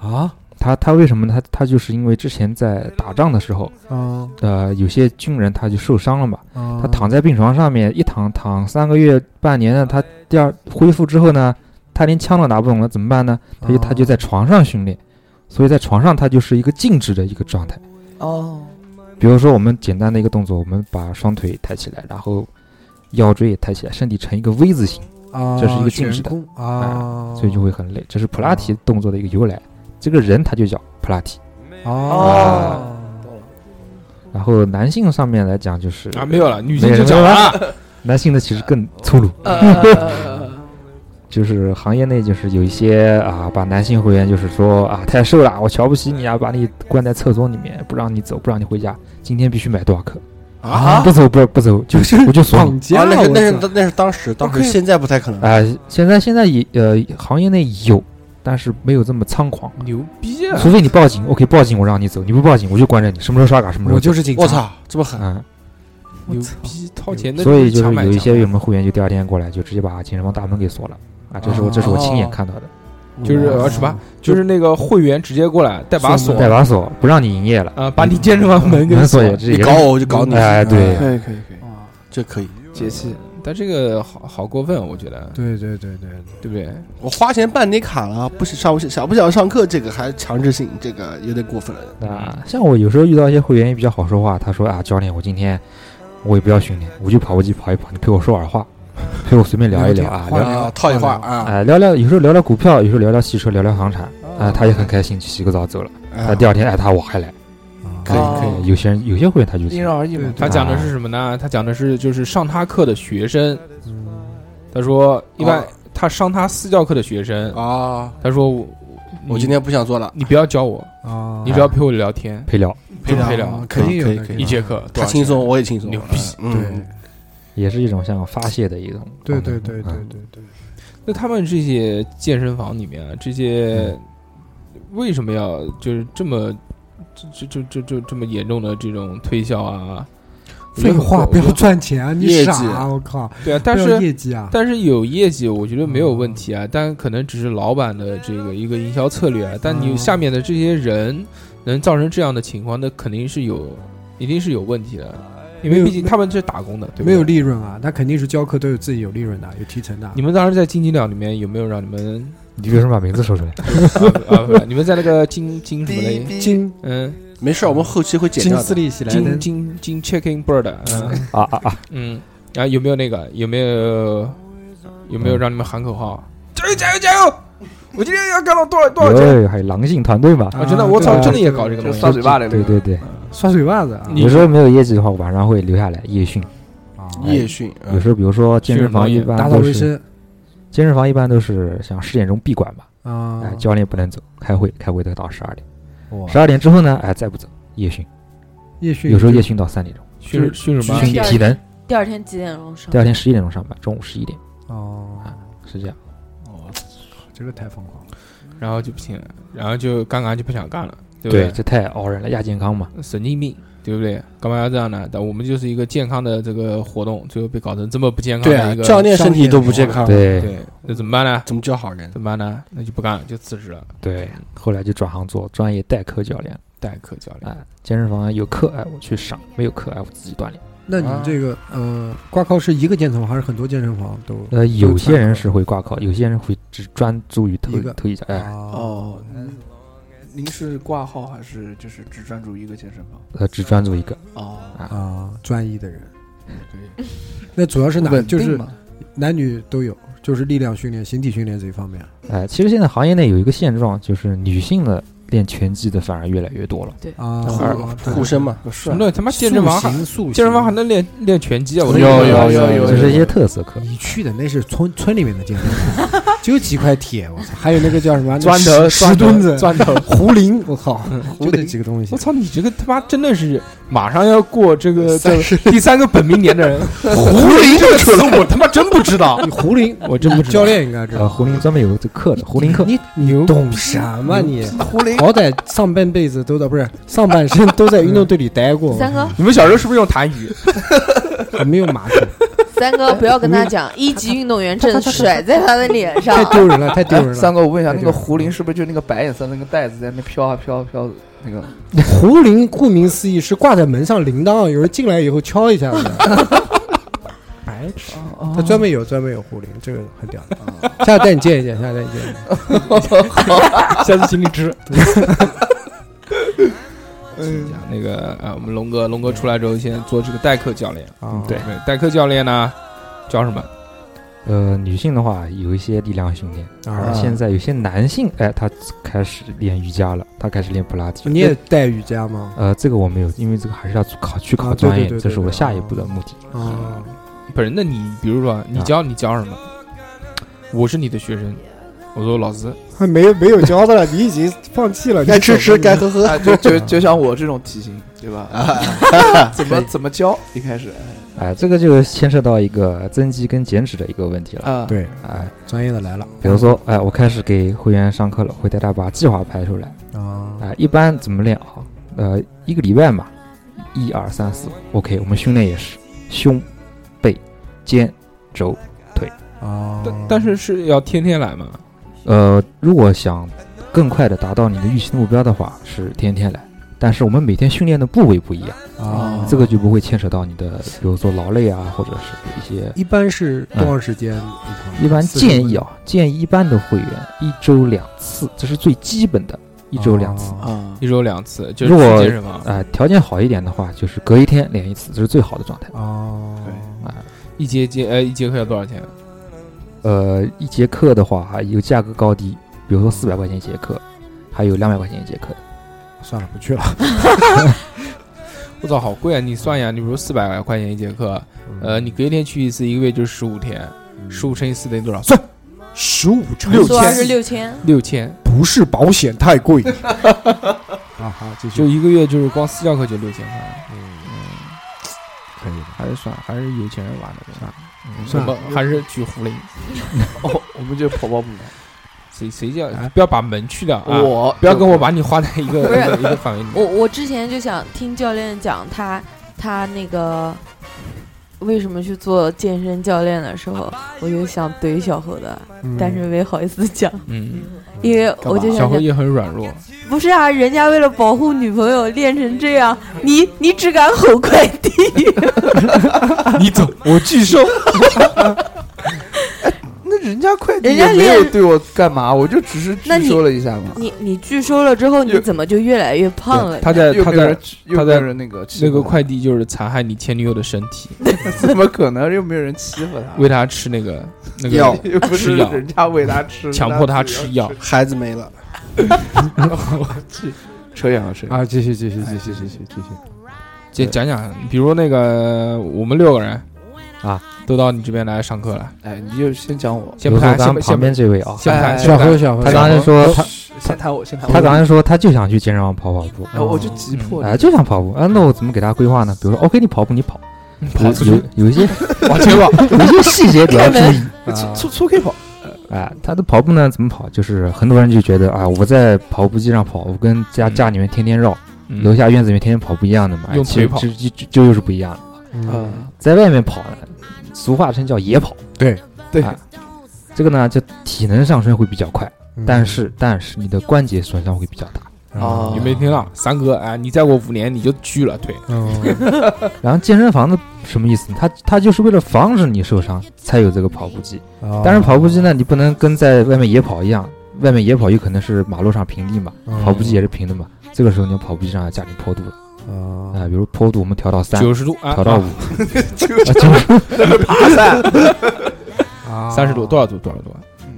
Speaker 2: 啊，
Speaker 5: 他他为什么呢？他他就是因为之前在打仗的时候，
Speaker 2: 嗯，
Speaker 5: 呃，有些军人他就受伤了嘛，
Speaker 2: 他
Speaker 5: 他躺在病床上面一躺躺三个月半年
Speaker 2: 嗯
Speaker 5: 呢，他第二恢复之后呢，他连枪都拿不动了，怎么办呢？
Speaker 2: 嗯
Speaker 5: 他就他就在床上训练，所以在床上他就是一个静止的一个状态。
Speaker 3: 哦，
Speaker 5: 比如说我们简单的一个动作，我们把双腿抬起来，然后腰椎也抬起来，身体呈一个 V 字形，
Speaker 2: 啊，
Speaker 5: 这是一个静止的
Speaker 2: 悬空啊，
Speaker 5: 所以就会很累。这是普拉提动作的一个由来。这个人他就叫普拉提。
Speaker 2: 啊哦，
Speaker 5: 啊然后男性上面来讲就是
Speaker 1: 啊，没有了，女性就讲完了。
Speaker 5: 男性的其实更粗鲁，
Speaker 3: 呃，
Speaker 5: 就是行业内就是有一些啊，把男性会员就是说啊太瘦了，我瞧不起你啊，把你关在厕所里面，不让你走，不让你回家，今天必须买多少克，
Speaker 4: 啊
Speaker 5: 不走不不走，就
Speaker 2: 就是
Speaker 5: 我就锁你
Speaker 2: 绑架
Speaker 4: 啊，那是
Speaker 2: 我
Speaker 4: 那是
Speaker 2: 操
Speaker 4: 那是当时，当时
Speaker 2: OK
Speaker 4: 现在不太可能。
Speaker 5: 啊、现在现在也呃，行业内有，但是没有这么猖狂。
Speaker 1: 牛逼啊！
Speaker 5: 除非你报警，OK，报警我让你走，你不报警我就关着你，什么时候刷卡什么时候
Speaker 2: 我
Speaker 5: 走。
Speaker 2: 就是警察，
Speaker 4: 我操，这么狠！
Speaker 5: 嗯，
Speaker 1: 牛逼，掏钱的
Speaker 5: 所以就是
Speaker 1: 强买
Speaker 5: 有一
Speaker 1: 强
Speaker 5: 些
Speaker 1: 卖
Speaker 5: 我们会员就第二天过来，就直接把健身房大门给锁了啊！这是我这是我亲眼看到的，
Speaker 1: 就是
Speaker 2: 哇
Speaker 1: 呃是吧？就是那个会员直接过来带把锁
Speaker 5: 带把锁不让你营业了，
Speaker 1: 啊，把你健身房门给
Speaker 5: 门
Speaker 1: 锁
Speaker 5: 锁也
Speaker 1: 了。
Speaker 5: 这
Speaker 4: 你
Speaker 5: 也
Speaker 4: 搞我，我就搞你。啊
Speaker 5: 哎
Speaker 7: 可
Speaker 5: 对
Speaker 7: 以可以可以，
Speaker 2: 啊
Speaker 4: 这可以。
Speaker 7: 解气。
Speaker 1: 但这个好好过分，我觉得，
Speaker 2: 对对对对，
Speaker 1: 对不对？
Speaker 4: 我花钱办你卡了，不是上不想不想上课，这个还强制性，这个有点过分了。
Speaker 5: 啊。像我有时候遇到一些会员也比较好说话，他说啊，教练，我今天我也不要训练，我就跑步机跑一跑，你陪我说会儿话，陪我随便聊一聊啊，
Speaker 2: 聊
Speaker 5: 聊
Speaker 2: 天
Speaker 4: 啊，套一话啊，
Speaker 5: 哎聊聊，有时候聊聊股票，有时候聊聊汽车，聊聊房产啊，他也很开心，去洗个澡走了。
Speaker 4: 啊
Speaker 5: 那第二天哎，他我还来，
Speaker 4: 可以
Speaker 7: 哦
Speaker 4: 可以。
Speaker 5: 有些人有些会员他就
Speaker 7: 因
Speaker 5: 行
Speaker 7: 人而异嘛。
Speaker 1: 他讲的是什么呢？他讲的是就是上他课的学生，他说一般
Speaker 4: 哦
Speaker 1: 他上他私教课的学生，
Speaker 4: 啊，
Speaker 1: 他说我
Speaker 4: 我
Speaker 1: 你
Speaker 4: 今天不想做了，
Speaker 1: 你不要教我，
Speaker 2: 啊，
Speaker 1: 你只要陪我聊天，
Speaker 5: 陪聊，
Speaker 1: 陪
Speaker 4: 聊
Speaker 1: 陪聊，
Speaker 4: 可以
Speaker 2: 可
Speaker 4: 可
Speaker 2: 以
Speaker 4: 以可
Speaker 2: 可
Speaker 4: 以
Speaker 1: 啊
Speaker 2: 以
Speaker 1: 一节课多
Speaker 4: 他
Speaker 1: 少
Speaker 4: 轻
Speaker 1: 钱
Speaker 4: 松，我也轻松。
Speaker 1: 牛逼
Speaker 4: 嗯，
Speaker 5: 也是一种像发泄的一种方
Speaker 2: 对
Speaker 5: 面。
Speaker 2: 对对
Speaker 5: 嗯
Speaker 2: 对对对对，
Speaker 1: 那他们这些健身房里面啊，这些为什么要就是这么这这这这这么严重的这种推销啊？
Speaker 2: 废话，不
Speaker 1: 我觉
Speaker 2: 要
Speaker 1: 得
Speaker 2: 赚钱啊，你
Speaker 4: 业
Speaker 2: 傻
Speaker 4: 绩
Speaker 2: 啊，我靠，
Speaker 1: 对啊，但
Speaker 2: 不要
Speaker 1: 是
Speaker 2: 业绩啊，
Speaker 1: 但是有业绩，我觉得没有问题啊，但可能只是老板的这个一个营销策略啊。但你
Speaker 2: 嗯
Speaker 1: 下面的这些人能造成这样的情况，那肯定是有，一定是有问题的，因
Speaker 2: 没
Speaker 1: 为
Speaker 2: 有
Speaker 1: 毕竟他们是打工的，对不对？
Speaker 2: 没有利润啊，那肯定是教课都有自己有利润的，有提成的啊
Speaker 1: 你。们当时在竞技场里面有没有让你们
Speaker 5: 你为什么把名字说出来？
Speaker 1: 啊 不是？你们在那个金金什么嘞？
Speaker 2: 金
Speaker 1: 嗯，
Speaker 4: 没事，我们后期会剪
Speaker 2: 金
Speaker 4: 掉
Speaker 2: 斯
Speaker 4: 的。
Speaker 2: 利喜来
Speaker 1: 金
Speaker 2: 登，
Speaker 1: 金金 checking bird，嗯
Speaker 5: 啊啊啊！
Speaker 1: 嗯，然后有没有那个有没有有没有让你们喊口号？加油
Speaker 7: 哎
Speaker 1: 加油加油！我今天要干到多少多少钱？
Speaker 5: 对，还有狼性团队嘛？
Speaker 1: 啊，真的，我操，
Speaker 2: 对
Speaker 1: 真的也搞这个
Speaker 7: 就
Speaker 1: 东西
Speaker 7: 刷。嘴巴这
Speaker 5: 对
Speaker 7: 个，
Speaker 5: 对对，
Speaker 2: 刷嘴巴子啊，
Speaker 1: 你
Speaker 5: 有时候没有业绩的话，晚上会留下来夜训。
Speaker 2: 啊
Speaker 4: 夜训，
Speaker 5: 有时候比如说健身房一
Speaker 2: 打
Speaker 5: 般
Speaker 2: 扫
Speaker 5: 都
Speaker 2: 卫
Speaker 5: 是
Speaker 2: 生
Speaker 5: 健身房一般都是像十点钟闭馆嘛，
Speaker 2: 啊
Speaker 5: 哎，，教练不能走，开会，开会都到十二点，
Speaker 2: 哇
Speaker 5: 十二点之后呢，哎，再不走夜训，
Speaker 2: 夜训
Speaker 5: 有时候夜训到三点钟，
Speaker 1: 训训什么？
Speaker 5: 训
Speaker 3: 嗯第二
Speaker 5: 体能，
Speaker 3: 第二天几点钟上
Speaker 5: 第？二天十一点钟上班，中午十一点
Speaker 2: 哦，
Speaker 5: 是这样。
Speaker 2: 这个太疯狂了，
Speaker 1: 然后就不行了，然后就刚刚就不想干了，对不
Speaker 5: 对，这太熬人了，亚健康嘛。
Speaker 1: 神经病，对不对？干嘛要这样呢？但我们就是一个健康的这个活动，最后被搞成这么不健康
Speaker 4: 对
Speaker 1: 的
Speaker 4: 啊
Speaker 1: 一，个
Speaker 4: 教练身体都不健康，
Speaker 5: 对
Speaker 1: 对，那怎么办呢？
Speaker 4: 怎么教好人？
Speaker 1: 怎么办呢？那就不干了，就辞职了，
Speaker 5: 对，后来就转行做专业代课教练了。
Speaker 1: 代课教练。
Speaker 5: 哎，健身房有课哎，我去上；没有课哎，我自己锻炼。
Speaker 2: 那你这个呃，挂靠是一个健身房还是很多健身房都？
Speaker 5: 呃，有些人是会挂靠，有些人会只专注于头
Speaker 2: 一个
Speaker 5: 头一家。哎，
Speaker 2: 哦，
Speaker 7: 哦，嗯您是挂号还是就是只专注一个健身房？
Speaker 5: 呃，只专注一个。
Speaker 7: 哦，
Speaker 2: 啊，专一的人，
Speaker 7: 可以。
Speaker 2: 那主要是男
Speaker 7: 稳
Speaker 2: 就
Speaker 7: 定
Speaker 2: 是
Speaker 7: 嘛
Speaker 2: 男女都有，就是力量训练、形体训练这一方面。
Speaker 5: 哎，其实现在行业内有一个现状，就是女性的练拳击的反而越来越多了。
Speaker 2: 啊，
Speaker 4: 护
Speaker 2: 对
Speaker 4: 护身嘛，
Speaker 1: 什么东西？他妈健身房还
Speaker 2: 塑形塑形
Speaker 1: 健身房还能练练拳击啊？我
Speaker 7: 有有有有
Speaker 5: 这是一些特色 课。
Speaker 2: 你去的那是村村里面的健身房，就几块铁，我操，还有那个叫什么
Speaker 1: 砖头
Speaker 2: 石石墩子、
Speaker 1: 砖头。
Speaker 2: 胡林，我靠，
Speaker 1: 胡
Speaker 2: 就
Speaker 1: 林
Speaker 2: 这几个东
Speaker 1: 嗯
Speaker 2: 西
Speaker 1: 我。操，你这个他妈真的是马上要过这个
Speaker 4: 三
Speaker 1: 这第三个本命年的人，胡林这个词我他妈真不知 道，
Speaker 2: 胡林
Speaker 1: 我真 不知道。
Speaker 2: 教练应该知
Speaker 5: 呃，
Speaker 2: 道，
Speaker 5: 胡林专门有这课的，胡林课。
Speaker 2: 你
Speaker 1: 牛
Speaker 2: 懂什么你？
Speaker 7: 胡林
Speaker 2: 好歹上半辈子都在不是上半身都在运动队里待过，
Speaker 3: 三哥，
Speaker 1: 你们小时候是不是用痰盂？
Speaker 2: 还没有马桶，
Speaker 3: 三哥，不要跟他讲，一级运动员证甩在他的脸上
Speaker 2: 太。丢人了，太丢
Speaker 7: 哎，
Speaker 2: 人
Speaker 7: 三
Speaker 2: 了。
Speaker 7: 哥，我问一下，
Speaker 2: 哎
Speaker 7: 那
Speaker 2: 对
Speaker 7: 个胡林是不是就那个白颜色那个袋子在那飘啊飘啊飘啊那个？
Speaker 2: 胡林顾名思义是挂在门上铃铛，有人进来以后敲一下 的。白痴，他专门有专门有胡林，这个很屌的。下次带你见一见，下次带你见一见。
Speaker 1: 下次请你吃。嗯，那个啊，我们龙哥，龙哥出来之后先做这个代课教练。
Speaker 2: 啊，
Speaker 5: 对
Speaker 1: 对，代课教练呢，教什么？
Speaker 5: 呃，女性的话有一些力量训练，
Speaker 2: 啊，
Speaker 5: 现在有些男性哎，他开始练瑜伽了，他开始练普拉提了。
Speaker 2: 你也带瑜伽吗？
Speaker 5: 呃，这个我没有，因为这个还是要考去
Speaker 2: 啊
Speaker 5: 考
Speaker 2: 对
Speaker 5: 专业
Speaker 2: 对对，
Speaker 5: 这
Speaker 2: 对
Speaker 5: 是我
Speaker 2: 对
Speaker 5: 下一步的目的。
Speaker 2: 啊，
Speaker 1: 啊不是，那你比如说，你教你教什么？我是你的学生，我说老师，
Speaker 2: 还没有没有教的了，你已经放弃了，
Speaker 4: 该吃
Speaker 2: 你
Speaker 4: 吃，
Speaker 2: 手工
Speaker 4: 该喝 喝。
Speaker 7: 啊，就就就像我这种体型，对吧？怎么怎么教？一开始
Speaker 5: 哎，这个就牵涉到一个增肌跟减脂的一个问题了。
Speaker 7: 啊，
Speaker 2: 对
Speaker 5: 哎，
Speaker 2: 专业的来了，
Speaker 5: 比如说，哎，我开始给会员上课了，会带他把计划排出来。
Speaker 2: 啊，
Speaker 5: 哎，一般怎么练啊？呃，一个礼拜嘛，一二三四，OK，我们训练也是胸、背、肩、肘。
Speaker 2: 啊，
Speaker 1: 但但是是要天天来嘛？
Speaker 5: 呃，如果想更快的达到你的预期的目标的话，是天天来。但是我们每天训练的部位不一样，
Speaker 2: 啊，
Speaker 5: 这个就不会牵扯到你的，比如说劳累啊，或者是一些。
Speaker 2: 一般是多长时间？
Speaker 5: 一般
Speaker 2: 40
Speaker 5: 建议啊，建议一般的会员一周两次，这是最基本的，一周两次。
Speaker 2: 啊
Speaker 7: 啊，
Speaker 1: 一周两次，就是
Speaker 5: 如果
Speaker 1: 去健身房，
Speaker 5: 哎、条件好一点的话，就是隔一天练一次，这是最好的状态。
Speaker 2: 哦，
Speaker 5: 啊、
Speaker 1: 一节节呃一节课要多少钱？
Speaker 5: 呃，一节课的话，还有价格高低，比如说四百块钱一节课，还有两百块钱一节课。
Speaker 2: 算了，不去了。
Speaker 1: 我操，好贵啊！你算一下，你比如四百块钱一节课，呃，你隔一天去一次，一个月就是十五天，十五乘以四等于多少？算
Speaker 2: 十五乘
Speaker 1: 六
Speaker 3: 说
Speaker 1: 千
Speaker 3: 是六千，
Speaker 1: 六千，
Speaker 2: 不是保险太贵。啊，好，继
Speaker 1: 就
Speaker 2: 续。
Speaker 1: 一个月就是光私教课就六千块，
Speaker 2: 可以
Speaker 1: 还是算还是有钱人玩的，嗯算了，我
Speaker 2: 算了
Speaker 1: 们还是去胡林，
Speaker 7: 哦，我们就跑跑步，
Speaker 1: 谁谁叫
Speaker 2: 哎
Speaker 1: 不要把门去掉 啊！
Speaker 7: 我
Speaker 1: 不要跟我把你划在一个一
Speaker 3: 不是
Speaker 1: 个一个范围里
Speaker 3: 我
Speaker 1: 面。
Speaker 3: 我之前就想听教练讲他他那个为什么去做健身教练的时候，我就想怼小猴的，
Speaker 2: 嗯
Speaker 3: 但是没好意思讲，
Speaker 1: 嗯，
Speaker 3: 因为我就
Speaker 1: 小
Speaker 3: 想
Speaker 1: 何
Speaker 3: 讲，
Speaker 1: 也很软弱，
Speaker 3: 不是啊，人家为了保护女朋友练成这样，你你只敢吼快递，
Speaker 1: 你走，我拒收。
Speaker 7: 那人家快递
Speaker 3: 人家
Speaker 7: 也没有
Speaker 3: 练
Speaker 7: 对我干嘛，我就只是
Speaker 3: 那
Speaker 7: 拒
Speaker 3: 你
Speaker 7: 收了一下嘛。
Speaker 3: 你你拒收了之后，你
Speaker 7: 又
Speaker 3: 怎么就越来越胖了？
Speaker 1: 他在
Speaker 7: 又
Speaker 1: 他
Speaker 7: 没有
Speaker 1: 在
Speaker 7: 人吃，又
Speaker 1: 他
Speaker 7: 没
Speaker 1: 在
Speaker 7: 有人那个欺
Speaker 1: 那个
Speaker 7: 负他
Speaker 1: 快递就是残害你前女友的身体，
Speaker 7: 怎么可能？又没有人欺负他，
Speaker 1: 为他吃那个那个
Speaker 4: 药
Speaker 7: 又不
Speaker 1: 吃
Speaker 7: 是
Speaker 1: 药
Speaker 7: 人家喂他吃，
Speaker 1: 强迫他
Speaker 7: 自己
Speaker 1: 吃
Speaker 7: 要
Speaker 1: 药，
Speaker 4: 孩子没了，
Speaker 7: 扯远了，扯远了。
Speaker 2: 啊，继续，继续，继续，继续，继续。
Speaker 1: 讲讲讲，比如那个我们六个人
Speaker 5: 啊，
Speaker 1: 都到你这边来上课了，
Speaker 7: 哎，你就先讲我，
Speaker 1: 先不
Speaker 5: 比如说
Speaker 1: 谈，
Speaker 5: 咱
Speaker 1: 先不
Speaker 5: 们
Speaker 1: 先不
Speaker 5: 旁边这位啊，
Speaker 1: 先不
Speaker 7: 哎
Speaker 1: 谈，先
Speaker 2: 小
Speaker 1: 不
Speaker 2: 何，
Speaker 1: 谈
Speaker 2: 小何，
Speaker 5: 他刚才说他
Speaker 7: 先谈我，先啊谈我。
Speaker 5: 他刚才说他就想去健身房跑跑步，
Speaker 7: 哎，我就急迫
Speaker 1: 嗯
Speaker 5: 哎、
Speaker 7: 你，
Speaker 5: 就想跑步，啊，那我怎么给他规划呢？比如说，OK，你跑步你跑，
Speaker 1: 跑出
Speaker 5: 有
Speaker 1: 去
Speaker 5: 有有 一些
Speaker 1: 往前跑，
Speaker 5: 有一些细节你要注意。
Speaker 1: 啊
Speaker 7: 粗粗粗 K 跑，
Speaker 5: 哎，他的跑步呢怎么跑？就是很多人就觉得啊，我在跑步机上跑，我跟家
Speaker 1: 嗯
Speaker 5: 家里面天天绕，
Speaker 1: 嗯
Speaker 5: 楼下院子里面天天跑不一样的嘛。哎
Speaker 1: 用
Speaker 5: 其
Speaker 1: 腿
Speaker 5: 实
Speaker 1: 跑
Speaker 5: 这这这这又是不一样的。
Speaker 2: 嗯，
Speaker 7: 啊，
Speaker 5: 在外面跑呢，俗话称叫野跑，
Speaker 7: 对，
Speaker 5: 哎这个呢就体能上升会比较快，
Speaker 7: 嗯
Speaker 2: 嗯
Speaker 5: 但是但是你的关节损伤会比较大。
Speaker 7: 哦
Speaker 1: 你没听到？三哥，哎，你再过五年你就锯了腿，
Speaker 2: 嗯，
Speaker 5: 然后健身房的什么意思呢？它它就是为了防止你受伤才有这个跑步机。
Speaker 1: 哦
Speaker 5: 但是跑步机呢，你不能跟在外面野跑一样，外面野跑有可能是马路上平地嘛，
Speaker 1: 哦
Speaker 2: 嗯
Speaker 5: 跑步机也是平的嘛。这个时候你跑步机上要加点坡度了啊、
Speaker 2: 啊，
Speaker 5: 比如坡度我们调到三，
Speaker 1: 哦九十度啊，
Speaker 5: 调到五， 啊
Speaker 1: 啊三十度，多少度？多少度？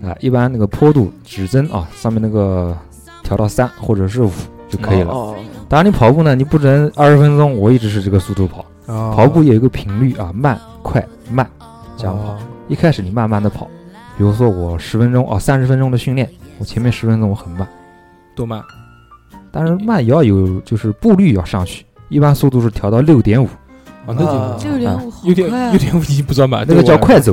Speaker 5: 啊，一般那个坡度指针啊上面那个调到三或者是五就可以了。
Speaker 7: 哦，
Speaker 5: 当然你跑步呢，你不能二十分钟我一直是这个速度跑，
Speaker 1: 哦
Speaker 5: 跑
Speaker 2: 跑
Speaker 5: 步有一个频率啊，慢快慢这样跑。一开始你慢慢的跑，比如说我十分钟哦三十分钟的训练，我前面十分钟我很慢。
Speaker 1: 多慢？
Speaker 5: 当然慢也要有，就是步率要上去，一般速度是调到六点五，
Speaker 1: 啊，那就
Speaker 7: 啊
Speaker 3: 六点五好
Speaker 1: 有点
Speaker 3: 快啊
Speaker 1: 有！点已经不算慢，
Speaker 5: 那
Speaker 1: 对我
Speaker 5: 个叫
Speaker 1: 来
Speaker 5: 快走，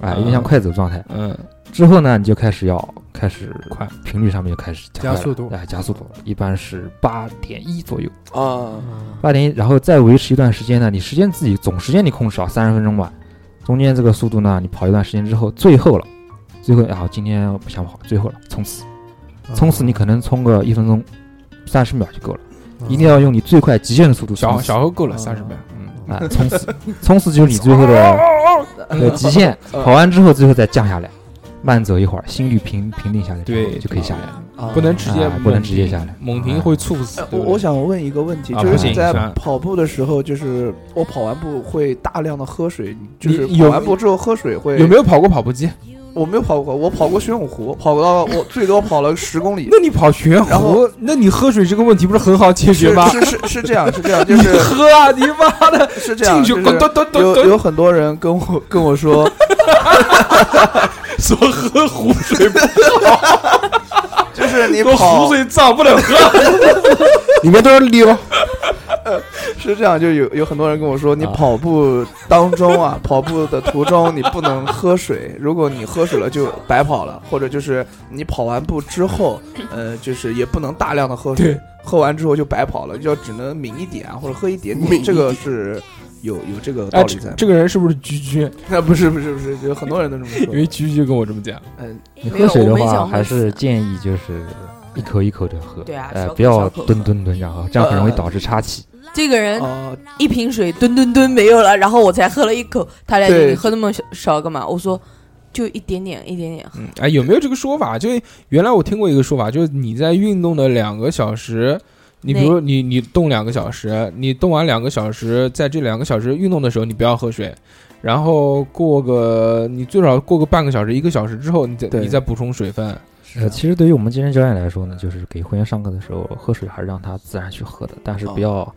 Speaker 1: 啊
Speaker 5: 啊，有点像快走状态。
Speaker 1: 嗯，
Speaker 5: 之后呢，你就开始要开始
Speaker 1: 快，
Speaker 5: 频率上面就开始
Speaker 2: 加速度
Speaker 5: 哎，加速度了，一般是八点一左右，
Speaker 7: 啊，
Speaker 2: 哦
Speaker 5: 八点一，然后再维持一段时间呢，你时间自己总时间你控制啊，三十分钟吧，中间这个速度呢，你跑一段时间之后，最后了，最后啊，今天不想跑，最后了，冲刺，冲刺你可能冲个一分钟，三十秒就够了，
Speaker 2: 嗯
Speaker 3: 嗯
Speaker 5: 一定要用你最快极限的速度冲
Speaker 1: 小
Speaker 5: 刺。
Speaker 1: 小何够了
Speaker 7: 啊
Speaker 1: 三十秒，嗯，
Speaker 5: 啊，冲刺，冲刺就是你最 后的的极
Speaker 3: 嗯
Speaker 5: 限。跑完之后，最后再降下来，慢走一会儿，心率平平定下来之后，
Speaker 1: 对，
Speaker 5: 就可以下来。
Speaker 1: 了，
Speaker 7: 啊
Speaker 1: 不能直接
Speaker 5: 啊
Speaker 1: 猛
Speaker 5: 不能直接
Speaker 1: 停
Speaker 5: 下来啊
Speaker 1: 猛停会猝死
Speaker 7: 哎。
Speaker 1: 对
Speaker 7: 我
Speaker 1: 不对
Speaker 7: 我想问一个问题，
Speaker 1: 啊
Speaker 7: 就
Speaker 5: 不
Speaker 7: 是
Speaker 5: 行
Speaker 7: 在
Speaker 1: 算
Speaker 7: 跑步的时候，就是我跑完步会大量的喝水，你就
Speaker 1: 你
Speaker 7: 是
Speaker 1: 有
Speaker 7: 跑完步之后喝水会
Speaker 1: 有没有跑过跑步机？
Speaker 7: 我没有跑过，我跑过玄武湖，跑到我最多跑了十 公里。
Speaker 1: 那你跑悬
Speaker 7: 然
Speaker 1: 壶
Speaker 7: 后，
Speaker 1: 那你喝水这个问题不是很好解决
Speaker 7: 是
Speaker 1: 吗？
Speaker 7: 是是是这样，是这样，就
Speaker 1: 你
Speaker 7: 是
Speaker 1: 喝啊，你妈的，
Speaker 7: 是 这
Speaker 1: 进
Speaker 7: 样，
Speaker 1: 去
Speaker 7: 就是
Speaker 1: 滚咚咚咚
Speaker 7: 有
Speaker 1: 咚，
Speaker 7: 有很 多人跟我跟我说，
Speaker 1: 说喝壶水不好，
Speaker 7: 你
Speaker 1: 说
Speaker 7: 跑
Speaker 1: 湖水脏不能喝，
Speaker 4: 里面都是溜，
Speaker 7: 是这样，就有有很多人跟我说，
Speaker 1: 啊
Speaker 7: 你跑步当中啊， 跑步的途中你不能喝水，如果你喝水了就白跑了，或者就是你跑完步之后，呃，就是也不能大量的喝水
Speaker 1: 对，
Speaker 7: 喝完之后就白跑了，就只能抿一点啊，或者喝一点
Speaker 4: 抿一
Speaker 7: 点，
Speaker 4: 点
Speaker 7: 这个是有有这个道
Speaker 1: 哎，
Speaker 7: 理
Speaker 1: 这
Speaker 7: 在。
Speaker 1: 这个人是不是居居？
Speaker 7: 那 不是不是不是，有很多人都这么说
Speaker 1: 因。为居居跟我这么讲，
Speaker 7: 嗯，
Speaker 5: 你
Speaker 3: 没有
Speaker 5: 喝水的
Speaker 3: 我没想
Speaker 5: 话，
Speaker 3: 过
Speaker 5: 还是建议就是一口一口的喝，
Speaker 3: 对啊
Speaker 5: 呃
Speaker 3: 小，口
Speaker 5: 不要
Speaker 3: 小口嗯
Speaker 5: 吨
Speaker 3: 喝
Speaker 5: 吨吨这样喝，这样很容易导致岔气。
Speaker 3: 这个
Speaker 1: 哎
Speaker 3: 人
Speaker 7: 哦，
Speaker 3: 一瓶水吨吨吨没有了，然后我才喝了一口，他俩就
Speaker 7: 对
Speaker 3: 你喝那么少干嘛？我说就一点点一点点 喝，
Speaker 1: 嗯，哎，有没有这个说法？就原来我听过一个说法，就是你在运动的两个小时，你比如你你动两个小时，你动完两个小时，在这两个小时运动的时候，你不要喝水，然后过个你最少过个半个小时、一个小时之后，你再
Speaker 7: 对
Speaker 1: 你再补充水分。
Speaker 3: 啊
Speaker 5: 呃，其实对于我们健身教练来说呢，就是给会员上课的时候喝水还是让他自然去喝的，但是
Speaker 7: 哦
Speaker 5: 不要、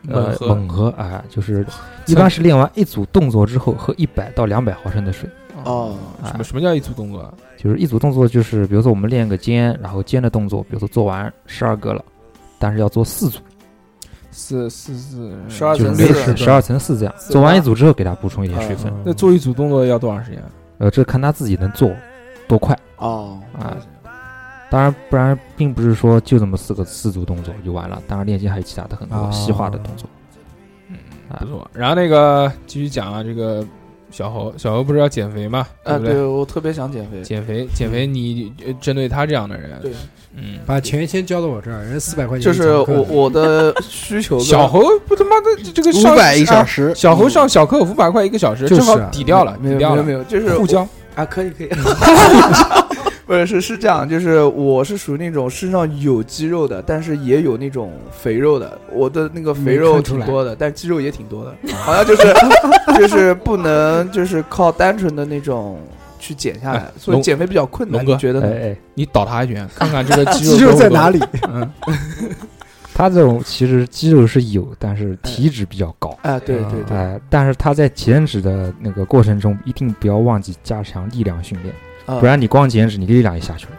Speaker 1: 猛
Speaker 5: 呃
Speaker 1: 喝
Speaker 5: 猛喝啊、就是一般是练完一组动作之后喝一百到两百毫升的水
Speaker 1: 嗯
Speaker 7: 哦，
Speaker 5: 啊、
Speaker 1: 什么什么叫一组动作啊？
Speaker 5: 就是一组动作就是比如说我们练个肩，然后肩的动作，比如说做完十二个了，但是要做四组，
Speaker 1: 四四四
Speaker 7: 12
Speaker 5: 就
Speaker 7: 乘
Speaker 5: 是每
Speaker 7: 四
Speaker 5: 组十二乘四这样，
Speaker 7: 四
Speaker 5: 做完
Speaker 7: 八
Speaker 5: 一组之后给他补充一点水分，
Speaker 2: 嗯
Speaker 1: 那做一组动作要多长时间？
Speaker 5: 呃，这看他自己能做多快
Speaker 7: 哦，
Speaker 5: 啊。当然，不然并不是说就这么四个四组动作就完了。当然，练习还有其他的很多细化的动作。
Speaker 1: 不错。然后那个继续讲啊，这个小猴，小猴不是要减肥嘛？
Speaker 7: 啊，
Speaker 1: 不对？
Speaker 7: 对我特别想减肥。
Speaker 1: 减肥，减肥，你呃针对他这样的人，
Speaker 7: 对，
Speaker 1: 嗯，
Speaker 2: 把钱先交到我这儿，人四百块钱
Speaker 7: 就
Speaker 2: 一
Speaker 7: 是
Speaker 2: 堂课
Speaker 7: 我我的需求跟
Speaker 1: 小猴不他妈的这个
Speaker 4: 五
Speaker 1: 上
Speaker 4: 百一小
Speaker 1: 啊
Speaker 4: 时，嗯
Speaker 1: 小猴上小课五百块一个小时，
Speaker 2: 就是
Speaker 1: 正
Speaker 2: 啊
Speaker 1: 好抵掉了，
Speaker 7: 没
Speaker 1: 抵
Speaker 7: 有没
Speaker 1: 掉
Speaker 7: 有
Speaker 1: 了
Speaker 7: 没，有，就是
Speaker 1: 互
Speaker 7: 我
Speaker 1: 交
Speaker 7: 啊，可以可以，不呃是是是这样，就是我是属于那种身上有肌肉的，但是也有那种肥肉的，我的那个肥肉挺多的，但肌肉也挺多的，好像就是就是不能就是靠单纯的那种去减下来
Speaker 1: 哎，
Speaker 7: 所以
Speaker 1: 龙
Speaker 7: 减肥比较困难，
Speaker 1: 龙哥
Speaker 7: 你觉得呢？
Speaker 5: 哎哎，
Speaker 1: 你倒他一拳，看看这个肌肉
Speaker 2: 肌肉
Speaker 1: 多不
Speaker 2: 在
Speaker 1: 多
Speaker 2: 哪？里？
Speaker 1: 嗯，
Speaker 5: 他这种其实肌肉是有，但是体脂比较高。
Speaker 7: 哎，对对对，
Speaker 5: 哎，但是他在减脂的那个过程中，一定不要忘记加强力量训练，
Speaker 7: 啊
Speaker 1: 嗯
Speaker 5: 不然你光减脂，你的力量也下去了。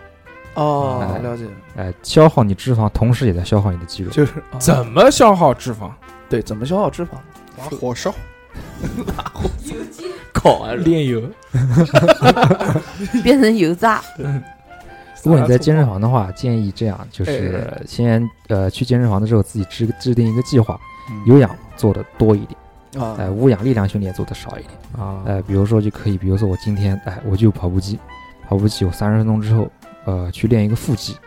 Speaker 7: 哦
Speaker 5: 哎，
Speaker 7: 了解，
Speaker 5: 哎，消耗你脂肪，同时也在消耗你的肌肉。
Speaker 7: 就是
Speaker 1: 怎么消耗脂 肪？
Speaker 7: 对怎么消耗脂肪？
Speaker 4: 拿火烧，
Speaker 7: 烤啊，
Speaker 1: 炼油，
Speaker 3: 变成油炸。
Speaker 5: 如果你在健身房的话，建议这样，
Speaker 1: 哎
Speaker 5: 就是先呃去健身房的时候自己制制定一个计划，有氧做的多一点，
Speaker 4: 嗯
Speaker 7: 啊
Speaker 1: 嗯
Speaker 5: 哎，无氧力量训练做的少一点。
Speaker 1: 啊
Speaker 5: 哎，比如说就可以，比如说我今天哎，我就跑步机，跑步机我三十分钟之后，呃，去练一个腹肌，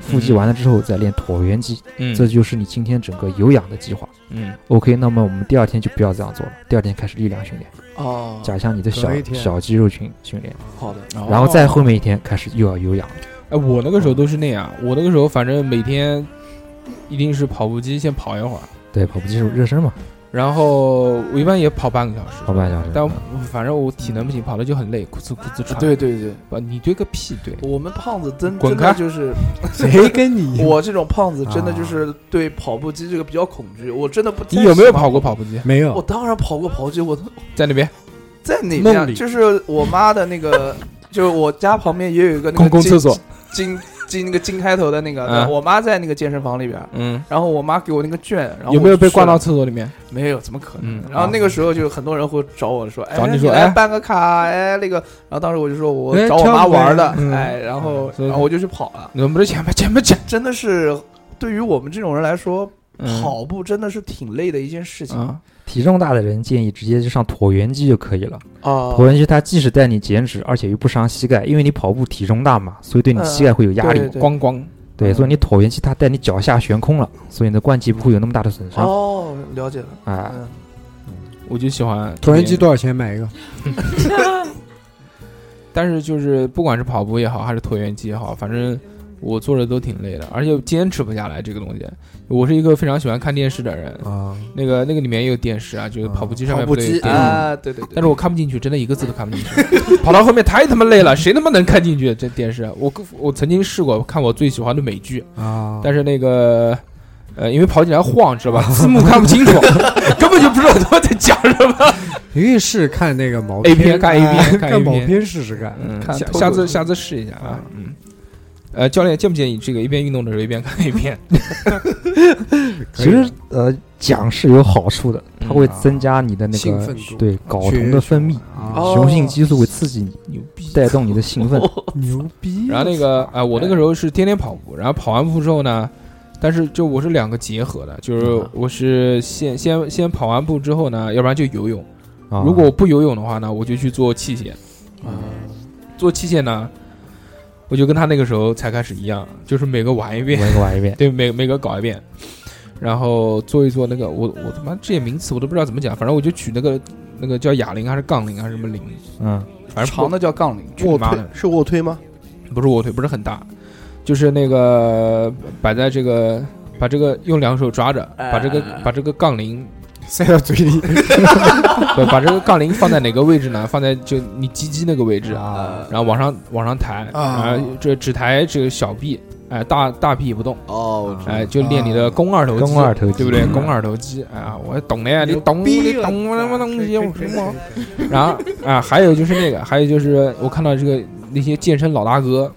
Speaker 5: 腹肌
Speaker 1: 嗯
Speaker 5: 完了之后再练椭圆机，
Speaker 1: 嗯
Speaker 5: 这就是你今天整个有氧的计划。
Speaker 1: 嗯
Speaker 5: OK，那么我们第二天就不要这样做了，第二天开始力量训练，
Speaker 7: 哦，
Speaker 5: 加强你的小
Speaker 2: 隔一天
Speaker 5: 小肌肉群训练，
Speaker 7: 好的，
Speaker 5: 然后再后面一天开始又要有氧了。
Speaker 1: 哦哎，我那个时候都是那样，我那个时候反正每天一定是跑步机先跑一会儿，
Speaker 5: 对，跑步机是热身嘛，
Speaker 1: 然后我一般也跑半个小时，
Speaker 5: 跑半小时。
Speaker 1: 但
Speaker 5: 嗯
Speaker 1: 我反正我体能不行，跑的就很累，咕吱咕吱喘。
Speaker 7: 对对对，
Speaker 1: 不，你对个屁对！
Speaker 7: 我们胖子真
Speaker 1: 滚
Speaker 7: 真的
Speaker 1: 开
Speaker 7: 就是。
Speaker 2: 谁跟你？
Speaker 7: 我这种胖子真的就是对跑步机这个比较恐惧，我真的不。
Speaker 1: 你有没有跑过？跑步机？
Speaker 2: 没
Speaker 7: 我
Speaker 2: 有，
Speaker 7: 当然跑过跑步机，我
Speaker 1: 在那边
Speaker 7: 在哪
Speaker 2: 梦
Speaker 7: 边？
Speaker 2: 里
Speaker 7: 就是我妈的那个， 就是我家旁边也有一个那个
Speaker 1: 公共
Speaker 7: 金
Speaker 1: 厕所，
Speaker 7: 金金那个金开头的那个，
Speaker 1: 嗯
Speaker 7: 我妈在那个健身房里边。
Speaker 1: 嗯，
Speaker 7: 然后我妈给我那个券，然后
Speaker 1: 有没有被挂到
Speaker 7: 我就去
Speaker 1: 厕所里面？
Speaker 7: 了？没有，怎么可能
Speaker 1: 嗯？
Speaker 7: 然后那个时候就很多人会找我说，哎，
Speaker 1: 找你说
Speaker 7: 来
Speaker 1: 哎
Speaker 7: 办个卡，哎，那个。然后当时我就说我
Speaker 2: 哎
Speaker 7: 找我妈
Speaker 2: 跳舞呗
Speaker 7: 玩的，
Speaker 1: 嗯
Speaker 7: 哎，然后
Speaker 1: 所以
Speaker 7: 然后我就去跑了。
Speaker 1: 我们这钱吧，钱吧，钱。
Speaker 7: 真的是，对于我们这种人来说，
Speaker 1: 嗯
Speaker 7: 跑步真的是挺累的一件事情
Speaker 1: 啊，
Speaker 5: 体重大的人建议直接就上椭圆机就可以了。
Speaker 7: 啊
Speaker 5: 椭圆机它既是带你减脂，而且又不伤膝盖，因为你跑步体重大嘛，所以对你膝盖会有压力。
Speaker 7: 嗯对
Speaker 1: 光光
Speaker 5: 对所以你椭圆机它带你脚下悬空了，所以你的关节不会有那么大的损伤。
Speaker 7: 哦，了解了。
Speaker 5: 啊，
Speaker 7: 嗯，
Speaker 1: 我就喜欢
Speaker 2: 椭圆机多少钱买一个？
Speaker 1: 但是就是不管是跑步也好，还是椭圆机也好，反正我做着都挺累的，而且坚持不下来这个东西。我是一个非常喜欢看电视的人，
Speaker 2: 啊，
Speaker 1: 那个那个里面也有电视啊，就是跑步机上面
Speaker 4: 跑步
Speaker 1: 不是有
Speaker 4: 机
Speaker 1: 电视吗
Speaker 5: 嗯
Speaker 7: 啊，对对对。
Speaker 1: 但是我看不进去，真的一个字都看不进去。跑到后面太他妈累了，谁他妈能看进去这电视？啊我我曾经试过看我最喜欢的美剧，
Speaker 2: 啊，
Speaker 1: 但是那个呃，因为跑起来晃， 知道吧？字幕看不清楚，根本就不知道他妈在讲什么。
Speaker 2: 你可以试试看那个毛
Speaker 1: A 片看 A 片
Speaker 2: 哎
Speaker 1: 看 A
Speaker 2: 看毛
Speaker 1: 片
Speaker 2: 片试试看。
Speaker 1: 嗯，
Speaker 7: 看
Speaker 1: 下
Speaker 7: 脱口
Speaker 1: 下次
Speaker 7: 秀
Speaker 5: 啊
Speaker 1: 下次试一下啊，嗯。呃，教练建不建议这个一边运动的时候一边看一遍？
Speaker 5: 嗯其实呃，讲是有好处的，它会
Speaker 1: 嗯啊
Speaker 5: 增加你的那
Speaker 2: 兴
Speaker 5: 个
Speaker 2: 奋度
Speaker 5: 对睾酮的分泌，
Speaker 2: 啊，
Speaker 7: 哦
Speaker 5: 雄性激素会刺激你，
Speaker 1: 牛逼！
Speaker 5: 带动你的 兴奋。
Speaker 2: 牛逼！
Speaker 1: 然后那个啊、呃我那个时候是天天跑步，然后跑完步之后呢，但是就我是两个结合的，
Speaker 5: 嗯
Speaker 1: 就是我是先先先跑完步之后呢，要不然就游泳。
Speaker 5: 啊嗯
Speaker 1: 如果我不游泳的话呢，我就去做器械。啊做器械呢，我就跟他那个时候才开始一样，就是每个玩一遍，
Speaker 5: 玩一个玩一遍，
Speaker 1: 对，每每个搞一遍，然后做一做那个，我我他妈这些名词我都不知道怎么讲，反正我就取那个那个叫哑铃还是杠铃还是什么铃，
Speaker 5: 嗯，
Speaker 1: 反正
Speaker 7: 长
Speaker 1: 的
Speaker 7: 的叫杠铃，
Speaker 1: 我
Speaker 4: 卧
Speaker 1: 妈
Speaker 4: 推
Speaker 1: 的
Speaker 4: 是卧推吗？
Speaker 1: 不是卧推，不是很大，就是那个摆在这个把这个用两手抓着，把这个把这个杠铃
Speaker 2: 塞到嘴里
Speaker 1: 不把这个杠铃放在哪个位置呢？放在就你鸡鸡那个位置啊，然后往上往上抬，
Speaker 4: 啊
Speaker 1: 然后这只抬这个小臂，哎，大大臂不动，
Speaker 7: 哦
Speaker 1: 哎，就练你的肱二头肌，
Speaker 5: 肱二头肌
Speaker 1: 对不对？
Speaker 5: 嗯
Speaker 1: 肱二头肌啊，我懂的呀，你懂你懂什
Speaker 2: 哎
Speaker 1: 么东西？我什么？然后啊，还有就是那个，还有就是我看到这个那些健身老大哥。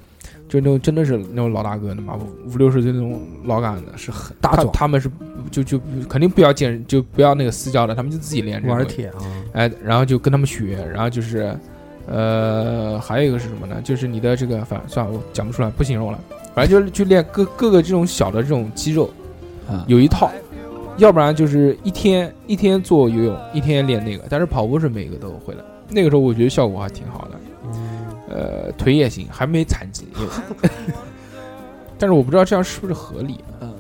Speaker 1: 就那种真的是那种老大哥，他妈五五六十岁那种老杆子，是很
Speaker 2: 大
Speaker 1: 他
Speaker 2: 壮
Speaker 1: 他们是就就肯定不要健，就不要那个私教的，他们就自己练这个
Speaker 2: 玩
Speaker 1: 东西。
Speaker 2: 铁啊，
Speaker 1: 哎，然后就跟他们学，然后就是，呃，还有一个是什么呢？就是你的这个，反算了，我讲不出来，不形容了，反正就是去练各各个这种小的这种肌肉，
Speaker 5: 嗯
Speaker 7: 啊
Speaker 1: 有一套，要不然就是一天一天做游泳，一天练那个，但是跑步是每个都会的。那个时候我觉得效果还挺好的，呃，腿也行，还没残疾， 因为但是我不知道这样是不是合理啊？
Speaker 7: 嗯，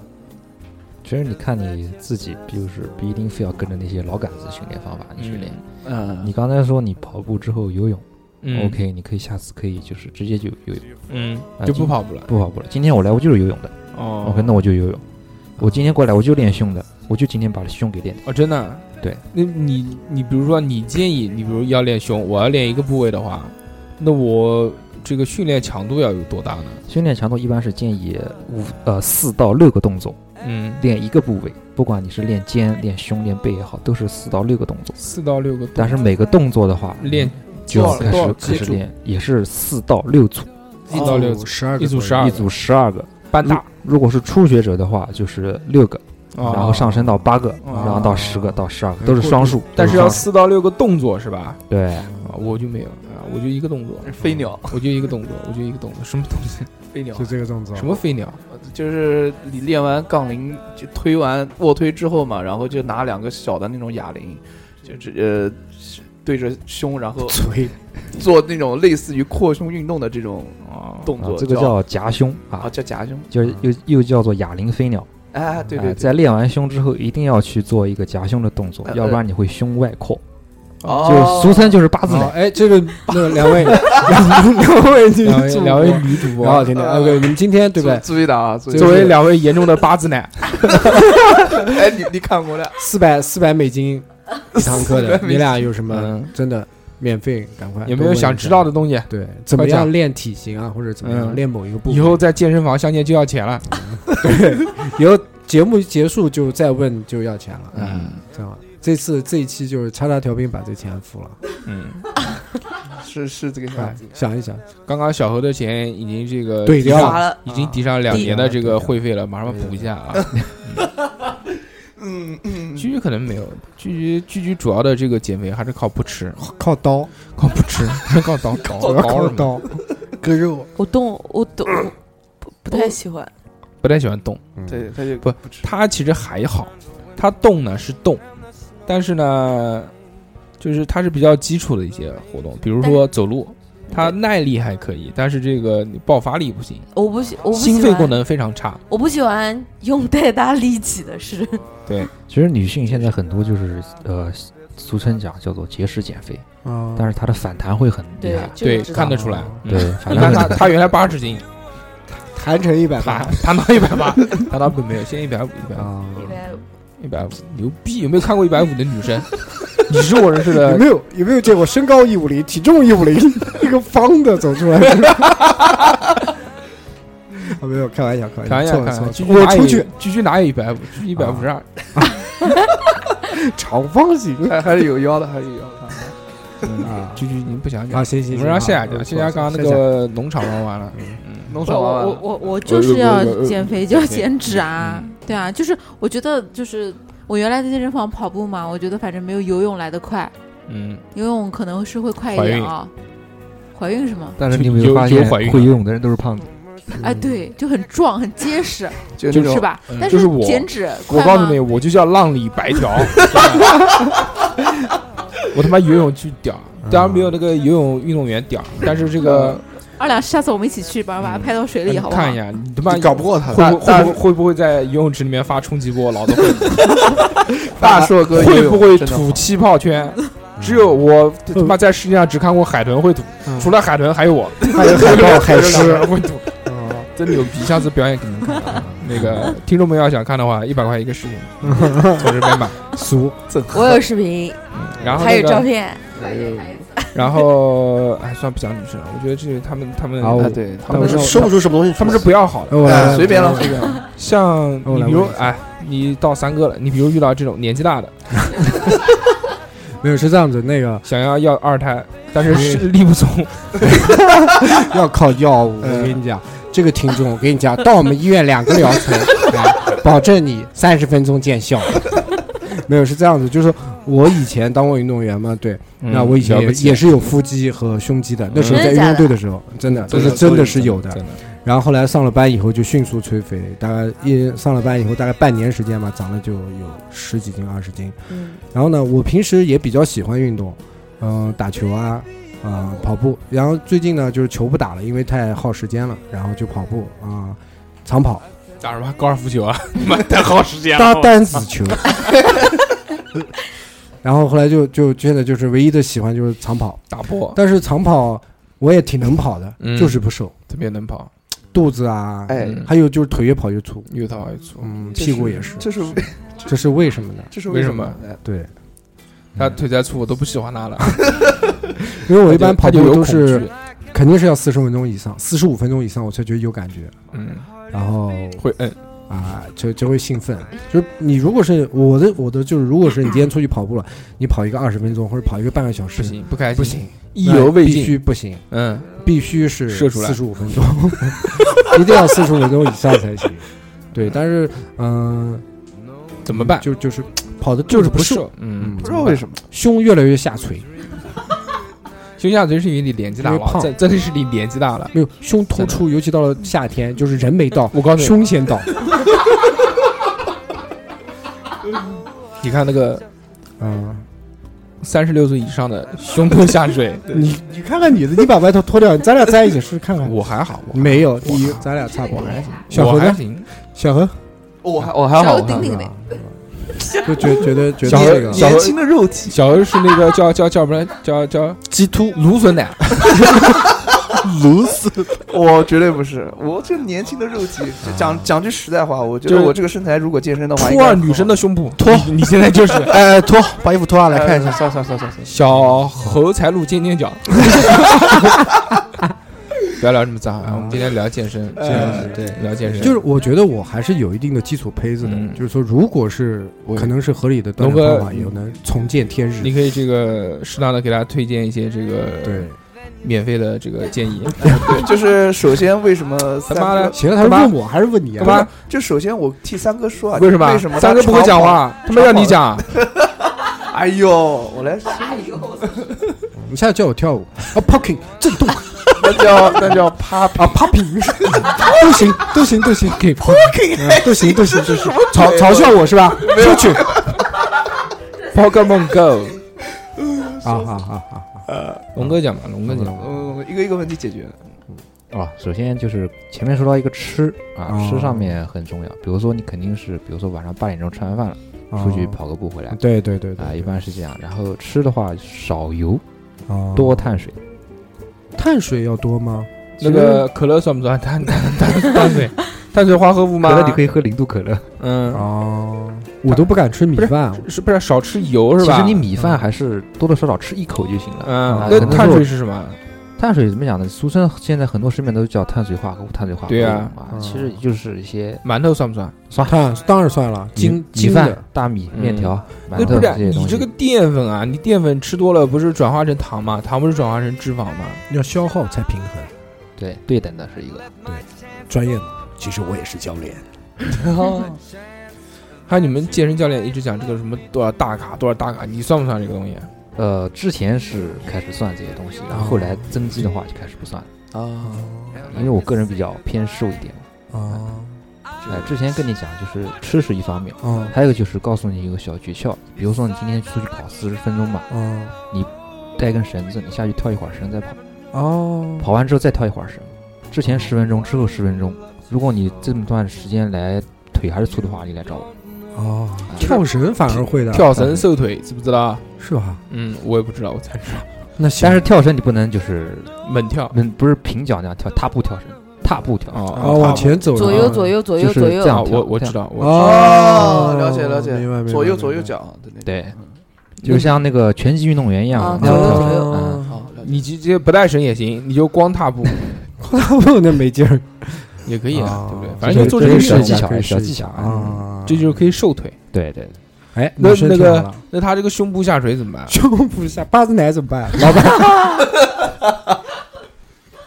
Speaker 5: 其实你看你自己，就是不一定非要跟着那些老杆子训练方法你去练。
Speaker 7: 嗯
Speaker 5: 你刚才说你跑步之后游泳、
Speaker 1: 嗯
Speaker 5: o k 你可以下次可以就是直接就游泳，
Speaker 1: 嗯，
Speaker 5: 啊
Speaker 1: 就不
Speaker 5: 今
Speaker 1: 跑步了。
Speaker 5: 不跑步了。今天我来我就是游泳的、
Speaker 1: 哦
Speaker 5: o k 那我就游泳。我今天过来我就练胸的，我就今天把胸给练掉。
Speaker 1: 哦，真的啊？
Speaker 5: 对，
Speaker 1: 那你你比如说，你建议你比如要练胸，我要练一个部位的话，那我这个训练强度要有多大呢？
Speaker 5: 训练强度一般是建议五呃四到六个动作，
Speaker 1: 嗯，
Speaker 5: 练一个部位，不管你是练肩、练胸、练背也好，都是四到六个动作。
Speaker 1: 四到六个动作，
Speaker 5: 但是每个动作的话，
Speaker 1: 练
Speaker 5: 就
Speaker 1: 多
Speaker 5: 要
Speaker 1: 少
Speaker 5: 开
Speaker 1: 多少
Speaker 5: 始
Speaker 1: 节
Speaker 5: 开始
Speaker 1: 组
Speaker 5: 练，哦也是四到六组，
Speaker 1: 一到六
Speaker 2: 哦十二
Speaker 1: 一组12
Speaker 5: 一组十二个。
Speaker 1: 半大，
Speaker 5: 如果是初学者的话，就是六个，
Speaker 1: 哦
Speaker 5: 然后上升到八个，
Speaker 1: 哦
Speaker 5: 然后到十个，到十二个，都是双数。
Speaker 1: 但
Speaker 5: 都
Speaker 1: 是
Speaker 5: 是
Speaker 1: 要
Speaker 5: 双数
Speaker 1: 四到六个动作是吧？
Speaker 5: 对，
Speaker 1: 啊，我就没有啊，我就一个动 作，
Speaker 5: 哦
Speaker 7: 飞鸟，
Speaker 1: 我就一个动作，我就一个动作，什么东西？
Speaker 7: 飞鸟
Speaker 2: 就这个动作，
Speaker 1: 什 么飞鸟？
Speaker 7: 就是你练完杠铃，就推完卧推之后嘛，然后就拿两个小的那种哑铃，就直呃对着胸，然后
Speaker 2: 锤？
Speaker 7: 做那种类似于扩胸运动的这种
Speaker 1: 哦，
Speaker 7: 动
Speaker 5: 啊
Speaker 7: 作，
Speaker 5: 这个叫夹胸
Speaker 7: 啊
Speaker 5: 啊，
Speaker 7: 叫夹胸，
Speaker 5: 就是又又叫做哑铃飞鸟。
Speaker 7: 哎，对
Speaker 5: 啊
Speaker 7: 对，
Speaker 5: 在练完胸之后，一定要去做一个夹胸的动作，
Speaker 7: 呃
Speaker 5: 要不然你会胸外扩，
Speaker 7: 哦
Speaker 5: 就俗称就是八字
Speaker 2: 好，
Speaker 1: 啊哦
Speaker 5: 奶。
Speaker 2: 哎，这个那两位两两位女
Speaker 1: 两位
Speaker 2: 主
Speaker 1: 两
Speaker 2: 播
Speaker 1: 位女主
Speaker 2: 聊好
Speaker 1: 播，
Speaker 2: 听的，OK，你们今呃天 对吧？
Speaker 7: 注意的啊，注意的
Speaker 1: 作为两位严重的八字奶，
Speaker 7: 哎，你你看过了，
Speaker 2: 四百四百美金一堂课的，你俩有什么啊
Speaker 1: 嗯，
Speaker 2: 真的免费？赶快
Speaker 1: 有没有想知道的？东西？
Speaker 2: 多问一下对，怎么
Speaker 1: 快讲
Speaker 2: 样练体型啊，或者怎么样
Speaker 1: 嗯
Speaker 2: 练某一个部位？
Speaker 1: 以后在健身房相见就要钱了。
Speaker 2: 以后节目结束就再问就要钱了，
Speaker 1: 嗯
Speaker 2: 知道吗？这次这一期就是叉叉调频把这钱付了，
Speaker 1: 嗯。
Speaker 7: 是是这个样
Speaker 2: 哎
Speaker 7: 子，
Speaker 2: 想一想，
Speaker 1: 刚刚小何的钱已经这个
Speaker 2: 对
Speaker 1: 抵
Speaker 2: 掉
Speaker 1: 上
Speaker 3: 砸了，
Speaker 1: 已经抵上两
Speaker 3: 抵
Speaker 1: 年
Speaker 2: 掉
Speaker 1: 的这
Speaker 2: 抵
Speaker 1: 个
Speaker 2: 掉
Speaker 1: 会费了，马上补一下啊。
Speaker 7: 嗯嗯，
Speaker 1: 居居可能没有，居居居居主要的这个减肥还是靠不 吃，
Speaker 2: 靠刀，
Speaker 1: 靠不吃，靠搞搞
Speaker 2: 我要靠
Speaker 1: 搞什么，
Speaker 2: 刀，
Speaker 4: 割肉，
Speaker 3: 我动我动
Speaker 1: 嗯
Speaker 3: 我不不太喜欢，
Speaker 1: 不太喜欢动。
Speaker 5: 啊
Speaker 7: 对，他就
Speaker 1: 不
Speaker 7: 不吃，
Speaker 1: 他其实还好，他动呢是动，但是呢，就是他是比较基础的一些活动，比如说走路，他耐力还可以，但是这个你爆发力不行，
Speaker 3: 我不喜我不
Speaker 1: 心
Speaker 3: 喜欢
Speaker 1: 肺功能非常差。
Speaker 3: 我不喜欢用太大力气 的事，
Speaker 5: 其实女性现在很多就是呃，俗称讲叫做节食减肥，
Speaker 4: 哦
Speaker 7: 哦
Speaker 2: 啊
Speaker 5: 但是她的反弹会很厉害。
Speaker 3: 这
Speaker 1: 对
Speaker 3: 个，知
Speaker 1: 看
Speaker 3: 道
Speaker 1: 得出来。嗯
Speaker 5: 对，反
Speaker 1: 你
Speaker 5: 弹
Speaker 1: 看他，
Speaker 5: 会很厉害。
Speaker 1: 他原来八十斤，
Speaker 2: 弹成一百八
Speaker 1: 谈谈到一百 八，谈到不没有，现在一百五，一百五，
Speaker 2: 啊，
Speaker 3: 一百五
Speaker 1: 一百五，牛逼！有没有看过一百五的女 生？你是我认识
Speaker 2: 有
Speaker 1: 的
Speaker 2: 没有有没有见过身高一五零，体重一五零， 一个方的 走出来？啊，没有，开玩笑，开
Speaker 1: 看
Speaker 2: 玩
Speaker 1: 一下
Speaker 2: 笑，错了
Speaker 1: 看看，
Speaker 2: 错了
Speaker 1: 居，居
Speaker 2: 我
Speaker 1: 哪有
Speaker 2: 出去，啊
Speaker 1: 居居哪有一百五？居居一百五十二，
Speaker 2: 长方形
Speaker 7: 还还是有腰的，还是有腰的，
Speaker 2: 啊，
Speaker 1: 就就已经不想讲
Speaker 2: 啊，，嗯行
Speaker 1: 我
Speaker 2: 行行，
Speaker 1: 们让夏
Speaker 2: 夏
Speaker 1: 夏讲，夏夏刚刚那个农场玩完了，嗯
Speaker 7: 弄
Speaker 1: 哦
Speaker 6: 不
Speaker 7: 爽
Speaker 6: 我
Speaker 7: 了
Speaker 6: 我。我我就是
Speaker 1: 呃
Speaker 6: 要减肥，就要减脂啊，
Speaker 1: 嗯
Speaker 6: 对啊，就是我觉得就是我原来在健身房跑步嘛，我觉得反正没有游泳来得快，
Speaker 1: 嗯，
Speaker 6: 游泳可能是会快一
Speaker 1: 怀
Speaker 6: 点
Speaker 1: 孕
Speaker 6: 啊。怀孕是吗？
Speaker 5: 但是
Speaker 1: 就
Speaker 5: 你有没
Speaker 1: 有
Speaker 5: 有发
Speaker 1: 有啊
Speaker 5: 现，
Speaker 1: 怀孕
Speaker 5: 会游泳的人都是胖子，
Speaker 6: 哎，对，就很壮，很结实，
Speaker 7: 就
Speaker 1: 嗯 就
Speaker 7: 那种
Speaker 6: 是吧
Speaker 1: 嗯？
Speaker 6: 但
Speaker 1: 就是我
Speaker 6: 减脂
Speaker 1: 我
Speaker 6: 快
Speaker 1: 告诉
Speaker 6: 吗
Speaker 1: 你，？我就叫浪里白 条，我他妈游泳巨屌，
Speaker 7: 嗯
Speaker 1: 当然没有那个游泳运动员屌，但是这个
Speaker 6: 二两，下次我们一起去，把把它拍到水里，好不好？
Speaker 1: 嗯看一下，你他妈
Speaker 4: 你搞不过他，
Speaker 1: 会不
Speaker 7: 大
Speaker 1: 会不会不会在游泳池里面发冲击波？老子会
Speaker 7: 大硕哥游
Speaker 1: 会
Speaker 7: 泳
Speaker 1: 不会
Speaker 7: 真的
Speaker 1: 吐气泡圈？只有我他妈在世界上只看过海豚会吐，
Speaker 2: 嗯
Speaker 1: 除了海豚还有我，
Speaker 2: 还有 海豹、海狮，嗯
Speaker 1: 会吐， 真牛逼！下次表演给你们看啊。 那个听众们要想看的话，一百块一个视频， 从这边买。
Speaker 2: 嗯 俗
Speaker 3: 我有视频，
Speaker 1: 然后
Speaker 3: 还
Speaker 1: 那
Speaker 3: 有照
Speaker 1: 个，
Speaker 3: 片，
Speaker 1: 然后哎，算了不讲女生了，我觉得这是他们他们
Speaker 5: 好
Speaker 7: 啊，对，他
Speaker 4: 他
Speaker 7: 们
Speaker 4: 们
Speaker 7: 是
Speaker 4: 是说不出什么东西出
Speaker 1: 他
Speaker 4: 来，
Speaker 1: 们是不要好的。
Speaker 2: 我来
Speaker 4: 哎
Speaker 7: 随便了
Speaker 2: 我来
Speaker 7: 随便
Speaker 1: 像
Speaker 2: 我
Speaker 1: 你
Speaker 2: 来
Speaker 1: 比如
Speaker 2: 问一下
Speaker 1: 哎，你到三哥了，你比如遇到这种年纪大的，
Speaker 2: 没有是这样子，那个
Speaker 1: 想要要二胎，但是是力不从，
Speaker 2: 要靠药物，我
Speaker 4: 嗯
Speaker 2: 跟你讲，这个听众，我跟你讲，到我们医院两个疗程，哎保证你三十分钟见效。没有是这样子，就是我以前当过运动员嘛，对，那我以前
Speaker 1: 嗯了不
Speaker 2: 也
Speaker 1: 起
Speaker 2: 也是有腹肌和胸肌的，那时候
Speaker 3: 嗯
Speaker 2: 在
Speaker 3: 真
Speaker 2: 运
Speaker 3: 的
Speaker 2: 动
Speaker 3: 假的
Speaker 2: 队的时候，真的，这是真的是有的。
Speaker 1: 真的
Speaker 2: 然后后来上了班以后就迅速催肥，大概一上了班以后大概半年时间吧，长了就有十几斤二十斤。
Speaker 3: 嗯，
Speaker 2: 然后呢，我平时也比较喜欢运动，嗯、打球啊，啊、跑步。然后最近呢，就是球不打了，因为太耗时间了，然后就跑步啊、长跑，
Speaker 1: 打什么高尔夫球啊？你妈太耗时间
Speaker 2: 搭
Speaker 1: 了。
Speaker 2: 单子球。 然后后来就就现在就是唯一的喜欢就是长跑，
Speaker 1: 打破
Speaker 2: 但是长跑我也挺能跑的，
Speaker 1: 嗯
Speaker 2: 就是不瘦，
Speaker 1: 特别能跑，
Speaker 2: 肚子啊，
Speaker 7: 哎
Speaker 1: 嗯
Speaker 2: 还有就是腿越跑越粗，
Speaker 1: 又套又粗。
Speaker 2: 嗯，
Speaker 7: 这
Speaker 2: 屁股
Speaker 7: 是
Speaker 2: 也是，
Speaker 7: 这是
Speaker 2: 这是为什么呢？
Speaker 7: 这是
Speaker 1: 为什
Speaker 7: 么
Speaker 1: 么？
Speaker 7: 哎
Speaker 2: 对，
Speaker 1: 他腿再粗，我都不喜欢他了。
Speaker 2: 因 为我一 般
Speaker 1: 他
Speaker 2: 跑
Speaker 1: 就
Speaker 2: 步
Speaker 1: 有
Speaker 2: 都
Speaker 1: 恐
Speaker 2: 是
Speaker 1: 惧，
Speaker 2: 肯定是要四十分钟以上，四十五分钟以上我才觉得有感觉，
Speaker 1: 嗯，
Speaker 2: 然后
Speaker 1: 会嗯，
Speaker 2: 啊就就会兴奋。就是你如果是我的我的就是如果是你今天出去跑 步了，你跑一个二十分钟或者跑一个半个小
Speaker 1: 不
Speaker 2: 时，
Speaker 1: 行，不开心，
Speaker 2: 不行，
Speaker 1: 意犹未
Speaker 2: 必
Speaker 1: 尽。
Speaker 2: 须不行，
Speaker 1: 嗯，
Speaker 2: 必须是
Speaker 1: 射出来
Speaker 2: 四十五分 钟，一定要四十五分钟以上才行。对，但是嗯、
Speaker 1: 怎么办？
Speaker 2: 就就是跑的
Speaker 1: 就是
Speaker 2: 不
Speaker 1: 不
Speaker 2: 瘦，
Speaker 1: 瘦。嗯，
Speaker 2: 嗯
Speaker 7: 不知道为什么，
Speaker 2: 胸越来越下垂，
Speaker 1: 胸下垂是因为你年纪大
Speaker 2: 因为
Speaker 1: 了，
Speaker 2: 胖
Speaker 1: 真真的是你年纪大了。
Speaker 2: 没有胸突出，尤其到了夏天，就是人没到，
Speaker 1: 嗯我告诉你，
Speaker 2: 胸 先到。
Speaker 1: 你看那个
Speaker 2: 嗯，
Speaker 1: 三十六岁以上的胸部下 垂，
Speaker 2: 你你看看你的，你把外套脱掉，咱俩在一起试试看看。
Speaker 1: 我还好，我
Speaker 2: 没有，你咱俩差不多。小
Speaker 1: 我
Speaker 2: 何
Speaker 1: 还
Speaker 2: 呢？
Speaker 1: 行。
Speaker 2: 小何，
Speaker 7: 我还我还好，
Speaker 6: 稍
Speaker 7: 我
Speaker 6: 微
Speaker 7: 还
Speaker 6: 顶
Speaker 7: 好
Speaker 6: 顶
Speaker 2: 对
Speaker 6: 的
Speaker 2: 吧 就觉觉得觉得
Speaker 1: 小何
Speaker 2: 这个
Speaker 1: 小何
Speaker 7: 年轻的肉体，
Speaker 1: 小何是那个叫叫叫什么？叫叫
Speaker 2: 鸡突，
Speaker 1: 芦笋奶，
Speaker 4: 撸死，
Speaker 7: 我绝对不是，我这年轻的肉 体，就讲讲句实在话，我觉
Speaker 1: 啊就
Speaker 7: 得
Speaker 1: 是
Speaker 7: 我这个身材如果健身的话，
Speaker 1: 初
Speaker 7: 应该
Speaker 1: 二
Speaker 7: 很
Speaker 1: 啊女生
Speaker 7: 好
Speaker 1: 的胸部，脱，你现在就是。
Speaker 4: 哎，脱，把衣服脱下来
Speaker 7: 哎
Speaker 4: 看一下，
Speaker 7: 算算算算算，
Speaker 1: 小猴才露尖尖角。 不要聊这么杂啊！我们今天聊健身，
Speaker 7: 哎
Speaker 4: 哎对，
Speaker 1: 聊健身。
Speaker 2: 就是我觉得我还是有一定的基础胚子的，
Speaker 1: 嗯
Speaker 2: 就是说，如果是
Speaker 1: 我
Speaker 2: 可能是合理的锻
Speaker 1: 龙
Speaker 2: 炼
Speaker 1: 哥
Speaker 2: 方法，也能重见天日。
Speaker 1: 你可以这个适当的给大家推荐一些这个
Speaker 2: 对，
Speaker 1: 免费的这个建议。
Speaker 7: 对，就是首先为什么
Speaker 1: 他
Speaker 7: 三
Speaker 1: 妈
Speaker 7: 哥
Speaker 1: 的，，
Speaker 2: 行，他是问我还是问你
Speaker 1: 他
Speaker 2: 啊？
Speaker 1: 妈
Speaker 7: 就首先我替三哥说啊，
Speaker 1: 为什么？
Speaker 7: 为什么
Speaker 1: 三哥
Speaker 7: 他
Speaker 1: 不会
Speaker 7: 长
Speaker 1: 讲
Speaker 7: 跑？
Speaker 1: 话，他妈让你讲。
Speaker 7: 哎呦，我来，
Speaker 2: 你现在叫我跳舞啊，poking 震 动
Speaker 7: 那叫那叫 pop，
Speaker 2: 啊，popping 都行，都行，都行，可以 poking，啊都行，都行，都行，嘲嘲笑我是吧？出去
Speaker 1: Pokemon Go，
Speaker 2: 啊啊啊啊！啊
Speaker 1: 龙哥讲吧，龙哥讲吧。
Speaker 7: 嗯，一个一个问题解决。
Speaker 5: 啊，首先就是前面说到一个吃啊，
Speaker 2: 哦
Speaker 5: 吃上面很重要。比如说你肯定是，比如说晚上八点钟吃完饭了，
Speaker 2: 啊
Speaker 5: 出去，跑个步回来
Speaker 2: 对对对对
Speaker 5: 啊，一般是这样。然后吃的话，少油
Speaker 2: 啊
Speaker 5: 多碳水，
Speaker 2: 碳水要多吗？
Speaker 1: 那个可乐算不算碳碳碳碳水？碳水化合物
Speaker 5: 可
Speaker 1: 吗
Speaker 5: 乐你？可以喝零度可乐，
Speaker 1: 嗯，
Speaker 2: 哦，我都不敢吃米饭，
Speaker 1: 是不是少吃油是
Speaker 5: 其
Speaker 1: 吧？
Speaker 5: 嗯实你米饭还是多多少少吃一口就行了。
Speaker 1: 嗯
Speaker 5: 啊，
Speaker 1: 那
Speaker 5: 可能
Speaker 1: 碳
Speaker 5: 是我
Speaker 1: 水是什么？
Speaker 5: 碳水怎么讲呢？俗称现在很多食品都叫碳水化合物，碳水化合物
Speaker 1: 对啊
Speaker 2: 嗯
Speaker 5: 其实就是一些
Speaker 1: 馒头算不算？
Speaker 5: 算
Speaker 2: 看，当然算了，
Speaker 5: 米
Speaker 2: 金
Speaker 5: 米
Speaker 2: 金
Speaker 5: 饭
Speaker 2: 的、
Speaker 5: 大米、
Speaker 1: 嗯
Speaker 5: 面条、馒
Speaker 1: 那
Speaker 5: 头
Speaker 1: 不
Speaker 5: 这
Speaker 1: 是
Speaker 5: 些
Speaker 1: 你
Speaker 5: 东
Speaker 1: 这个
Speaker 5: 西。
Speaker 1: 淀粉啊，你淀粉吃多了不是转化成糖吗？糖不是转化成脂肪吗？
Speaker 2: 要消耗才平衡。
Speaker 5: 对对等的是一个，
Speaker 2: 专业嘛，其实我也是教练，
Speaker 1: 还有你们健身教练一直讲这个什么多少大卡多少大卡，你算不算这个东西？
Speaker 5: 呃，之前是开始算这些东西，然后后来增肌的话就开始不算了，
Speaker 4: 啊，
Speaker 5: 因为我个人比较偏瘦一点。
Speaker 2: 哦
Speaker 5: 哎，之前跟你讲就是吃是一方面，
Speaker 2: 哦
Speaker 5: 还有一个就是告诉你一个小诀窍，比如说你今天出去跑四十分钟吧，
Speaker 2: 哦
Speaker 5: 带一根绳子，你下去跳一会儿绳再跑，
Speaker 2: 哦，
Speaker 5: 跑完之后再跳一会儿绳，之前十分钟，之后十分钟。如果你这么段时间来腿还是粗的话，你来找我。
Speaker 2: 哦，跳绳反而会的，
Speaker 1: 跳绳瘦腿，知不知道？
Speaker 2: 是吧？
Speaker 1: 嗯，我也不知道，我才 知道。
Speaker 2: 那行
Speaker 5: 但是跳绳你不能就是
Speaker 1: 猛跳
Speaker 5: 嗯，不是平脚那样跳，踏步跳绳，踏步跳绳，
Speaker 1: 哦
Speaker 2: 啊，往前走了，
Speaker 3: 左右左右左右
Speaker 5: 就是
Speaker 3: 左
Speaker 5: 这
Speaker 1: 啊，
Speaker 5: 样
Speaker 3: 右，
Speaker 1: 我我知道，我知道
Speaker 2: 哦
Speaker 7: 哦，，了解了解，
Speaker 2: 明白明白，
Speaker 7: 左右左右
Speaker 2: 明白，
Speaker 7: 脚的那种
Speaker 5: 对
Speaker 7: 嗯
Speaker 5: 就像那个拳击运动员一
Speaker 3: 啊
Speaker 5: 样，那
Speaker 3: 左
Speaker 5: 样跳
Speaker 3: 右左
Speaker 5: 绳。
Speaker 3: 右
Speaker 5: 嗯，
Speaker 2: 啊，
Speaker 7: 好，了解
Speaker 1: 你直接不带绳也行，你就光踏步
Speaker 2: 那没劲儿，
Speaker 1: 也嗯可以啊
Speaker 2: 哦，
Speaker 1: 对不对？
Speaker 2: 这
Speaker 1: 反正就做这
Speaker 5: 个
Speaker 1: 个
Speaker 5: 是
Speaker 1: 事
Speaker 5: 小
Speaker 1: 情
Speaker 5: 技，巧
Speaker 2: 可以
Speaker 5: 小
Speaker 1: 哎
Speaker 2: 试一
Speaker 5: 技
Speaker 2: 下
Speaker 5: 巧
Speaker 2: 啊，
Speaker 1: 这就是可以瘦腿。
Speaker 5: 对对，
Speaker 2: 哎，
Speaker 1: 那
Speaker 2: 女生
Speaker 1: 那个
Speaker 2: 跳了
Speaker 1: 那他这个胸部下垂怎么办？
Speaker 2: 胸部下八字奶怎么 办？老板，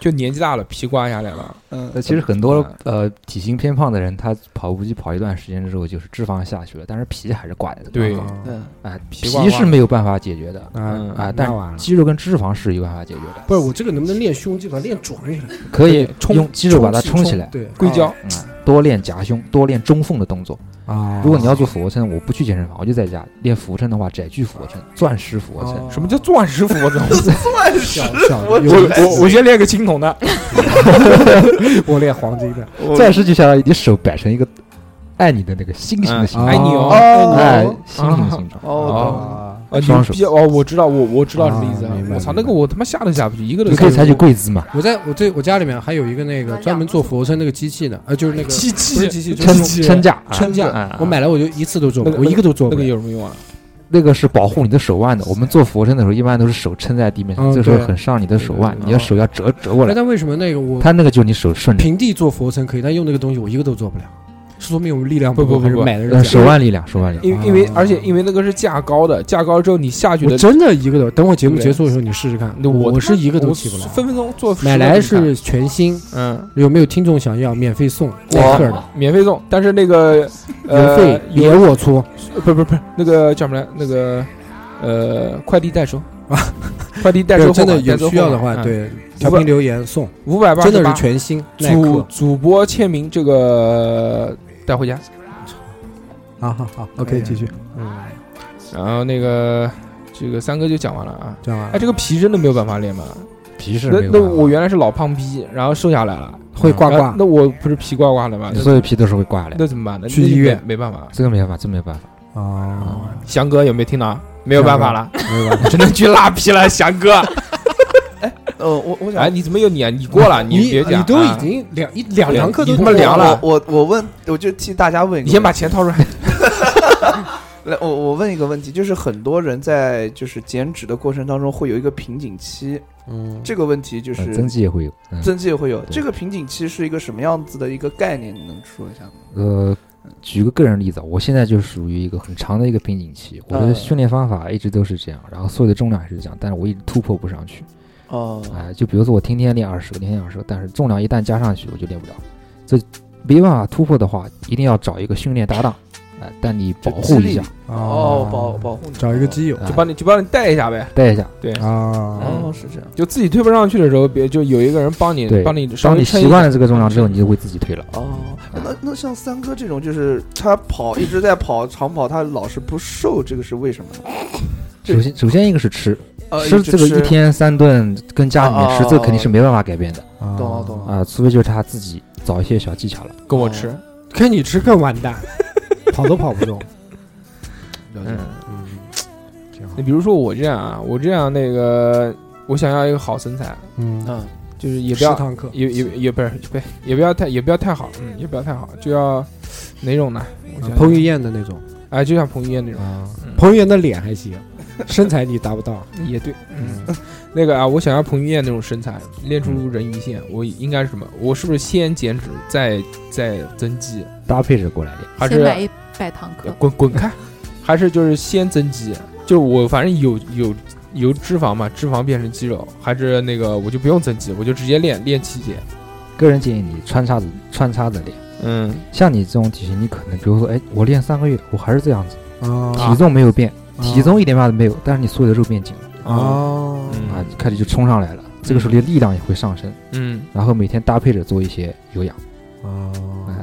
Speaker 1: 就年纪大了，皮刮下来了，
Speaker 5: 那
Speaker 4: 嗯
Speaker 5: 其实很多呃体型偏胖的人，他跑步机跑一段时间之后，就是脂肪下去了，但是皮还是挂在的。
Speaker 1: 对
Speaker 2: 啊
Speaker 7: 嗯，
Speaker 5: 哎，
Speaker 1: 皮
Speaker 5: 皮
Speaker 1: 挂挂
Speaker 5: 是没有办法解决的
Speaker 2: 嗯
Speaker 5: 啊，
Speaker 2: 那
Speaker 5: 但
Speaker 2: 完了
Speaker 5: 肌肉跟脂肪是有办法解决的，
Speaker 2: 不是我这个能不能练胸肌，把它练壮一点？
Speaker 5: 可以
Speaker 1: 冲
Speaker 5: 用肌肉把它冲起来。
Speaker 2: 对，
Speaker 1: 硅胶。
Speaker 5: 嗯，多练夹胸，多练中缝的动作。
Speaker 2: 啊
Speaker 5: 如果你要做俯卧撑，我不去健身房，我就在家练俯卧撑的话，窄距俯卧撑、钻石俯卧
Speaker 2: 哦
Speaker 5: 撑，
Speaker 1: 什么叫钻石俯卧撑？
Speaker 2: 小小
Speaker 7: 我
Speaker 2: 有
Speaker 1: 我我先练个青铜的，
Speaker 2: 我练黄金的，
Speaker 5: 钻石就相当于你手摆成一个爱你的那个心形的形状，
Speaker 1: 爱你
Speaker 2: 哦
Speaker 1: 哦，
Speaker 5: 哎，
Speaker 2: 哦
Speaker 5: 心形形状。
Speaker 7: 哦，
Speaker 2: 啊
Speaker 1: 啊，双
Speaker 5: 双手
Speaker 1: 手哦，我知道，我我知道什么意思
Speaker 2: 啊明白
Speaker 1: 啊！我操，
Speaker 2: 明
Speaker 1: 那
Speaker 2: 白
Speaker 1: 个我他妈下都下不去，一个都
Speaker 5: 你可以
Speaker 1: 下
Speaker 5: 采
Speaker 1: 不
Speaker 5: 取
Speaker 1: 去
Speaker 5: 跪姿嘛，
Speaker 2: 我在我这我家里面还有一个那个专门做俯卧撑那个机器呢，呃，就是那个
Speaker 1: 机
Speaker 2: 不
Speaker 1: 器，
Speaker 2: 是机器，就
Speaker 5: 撑
Speaker 2: 是
Speaker 5: 撑架，啊
Speaker 2: 撑
Speaker 5: 啊
Speaker 2: 架，我买了我就一次都做不
Speaker 1: 那
Speaker 2: 了，
Speaker 1: 个
Speaker 2: 我一个都做
Speaker 1: 那
Speaker 2: 不
Speaker 1: 个
Speaker 2: 了。
Speaker 1: 有什么用啊？
Speaker 5: 那个是保护你的手腕的。我们做俯卧撑的时候，一般都是手撑在地面上，
Speaker 2: 嗯
Speaker 5: 这个时候
Speaker 2: 对
Speaker 5: 很伤你的手腕
Speaker 1: 对，对对
Speaker 5: 你的手要折折过
Speaker 2: 那
Speaker 5: 来。
Speaker 2: 但为什么那个我
Speaker 5: 他那个就是你手顺着，
Speaker 2: 平地做俯卧撑可以，但用那个东西我一个都做不了，是说明我们力量
Speaker 1: 不不
Speaker 2: 够
Speaker 1: 不
Speaker 2: 还是
Speaker 1: 不
Speaker 2: 买的
Speaker 5: 呃
Speaker 2: 人
Speaker 5: 手腕力量，手
Speaker 2: 啊
Speaker 5: 腕力量。
Speaker 1: 因为因为而且因为那个是架高的，架高之后你下去
Speaker 2: 我
Speaker 1: 的，
Speaker 2: 真的一个都，等我节目结束的时候你试试看，
Speaker 1: 那我
Speaker 2: 我是一个都
Speaker 1: 我
Speaker 2: 起不来。
Speaker 1: 分分钟做十个
Speaker 2: 买来
Speaker 1: 都不看
Speaker 2: 是全新，
Speaker 1: 嗯，
Speaker 2: 有没有听众想要？免费送耐克的，
Speaker 1: 免费送，但是那个
Speaker 2: 邮
Speaker 1: 呃
Speaker 2: 费
Speaker 1: 有
Speaker 2: 别我出，
Speaker 1: 不不不那个叫什么来那个呃快递代收 啊，快递代收
Speaker 2: 对真的
Speaker 1: 后嗯
Speaker 2: 有需要的话，，对调
Speaker 1: 五
Speaker 2: 频
Speaker 1: 百
Speaker 2: 留言送，
Speaker 1: 五百八
Speaker 2: 真的
Speaker 1: 十
Speaker 2: 是
Speaker 1: 八
Speaker 2: 全新耐
Speaker 1: 主
Speaker 2: 克
Speaker 1: 主播签名这个带回家，
Speaker 2: 啊，好好，OK，继
Speaker 1: 哎
Speaker 2: 续，嗯，
Speaker 1: 然后那个这个三哥就讲完了啊。
Speaker 2: 这样吧
Speaker 1: 哎，，这个皮真的没有办法练吗？
Speaker 5: 皮是
Speaker 1: 那那我原来是老胖逼，然后瘦下来了，
Speaker 2: 会挂
Speaker 1: 然后
Speaker 2: 挂，
Speaker 1: 那我不是皮刮刮的吗？
Speaker 5: 所有皮都是会挂下来的，
Speaker 1: 那怎么办呢？
Speaker 2: 去
Speaker 1: 那
Speaker 2: 医院
Speaker 1: 没没办法。
Speaker 5: 这个没办法，这没办法。
Speaker 2: 啊，
Speaker 1: 翔哥有没有听到？啊没有办法了，
Speaker 2: 没办法，
Speaker 1: 只能去拉皮了。翔哥，
Speaker 7: 呃，我我想
Speaker 1: 哎，你怎么又你啊？你过了，别讲，
Speaker 2: 你都已
Speaker 1: 啊，
Speaker 2: 经两一两
Speaker 1: 两
Speaker 2: 堂课都
Speaker 1: 你他妈凉了
Speaker 7: 我我我问，我就替大家问一个问题，
Speaker 1: 你先把钱掏出来。
Speaker 7: 来，我我问一个问题，就是很多人在就是减脂的过程当中会有一个瓶颈期，
Speaker 2: 嗯，
Speaker 7: 这个问题就
Speaker 5: 呃
Speaker 7: 是
Speaker 5: 增肌也会有，嗯
Speaker 7: 增肌也会有。
Speaker 5: 对
Speaker 7: 这个瓶颈期是一个什么样子的一个概念？你能说一下吗？
Speaker 5: 呃，举个个人例子啊，我现在就属于一个很长的一个瓶颈期，我的
Speaker 7: 嗯
Speaker 5: 训练方法一直都是这样，然后所有的重量也是这样，但是我一直突破不上去。
Speaker 7: 哦
Speaker 5: 哎、就比如说我天天练二十个，天天二十个，但是重量一旦加上去，我就练不了。这没办法突破的话，一定要找一个训练搭档，哎、带你保护一下，
Speaker 7: 哦，保保护你
Speaker 2: 找一个基友
Speaker 5: 哎
Speaker 1: 就帮你就帮你带一下呗。
Speaker 5: 带一下。
Speaker 1: 嗯
Speaker 2: 啊，
Speaker 7: 哦，是这样
Speaker 1: 就自己推不上去的时候，别就有一个人帮你
Speaker 5: 对
Speaker 1: 帮你稍
Speaker 5: 当
Speaker 1: 微
Speaker 5: 你
Speaker 1: 撑
Speaker 5: 习
Speaker 1: 一
Speaker 5: 惯
Speaker 1: 下。
Speaker 5: 了这个重
Speaker 7: 嗯
Speaker 5: 量之后，你就会自己推了。
Speaker 7: 哦。那那像三哥这种，就是他跑一直在跑长跑，他老是不瘦，这个是为什么呢？这
Speaker 5: 首先，首先一个是吃，
Speaker 7: 呃，
Speaker 5: 吃
Speaker 7: 直
Speaker 5: 这个
Speaker 7: 吃
Speaker 5: 一天三顿跟家里面吃，
Speaker 7: 哦
Speaker 5: 这肯定是没办法改变的
Speaker 2: 懂
Speaker 7: 懂了懂了
Speaker 5: 啊、除非就是他自己找一些小技巧了。
Speaker 1: 跟我吃，
Speaker 2: 看你吃更完 蛋，跑都跑不动，
Speaker 1: 嗯，
Speaker 2: 嗯，这样，
Speaker 1: 你比如说我这样啊，我这样那个，我想要一个好身材，
Speaker 2: 嗯，
Speaker 7: 嗯
Speaker 1: 就是也不
Speaker 2: 十
Speaker 1: 要
Speaker 2: 堂课，
Speaker 1: 也也也不是不是也不要太也不要太好，嗯，也不要太好，就要哪种呢？我想
Speaker 2: 嗯彭于晏的那种，
Speaker 7: 嗯
Speaker 5: 啊
Speaker 1: 哎，就像彭于晏那种，
Speaker 2: 彭于晏的脸还行，身材你达不到，
Speaker 1: 也对，嗯，那个啊，我想要彭于晏那种身材，练出人鱼线，我应该是什么？我是不是先减脂，再再增肌，
Speaker 5: 搭配着过来练。
Speaker 1: 还
Speaker 6: 先
Speaker 1: 是
Speaker 6: 买一百堂课，
Speaker 1: 呃滚滚开，还是就是先增肌？就是我反正有有有脂肪嘛，脂肪变成肌肉，还是那个我就不用增肌，我就直接练练器械。
Speaker 5: 个人建议你穿插着穿插着练。
Speaker 1: 嗯，
Speaker 5: 像你这种体型，你可能比如说，哎，我练三个月，我还是这样子，体
Speaker 2: 啊
Speaker 5: 重没有变，体重一点变化都没有，但是你所有的肉变紧了
Speaker 2: 哦，
Speaker 5: 啊
Speaker 1: 嗯，
Speaker 5: 开始就冲上来了。这个时候你的力量也会上升，
Speaker 1: 嗯，
Speaker 5: 然后每天搭配着做一些有氧啊
Speaker 2: 哦。，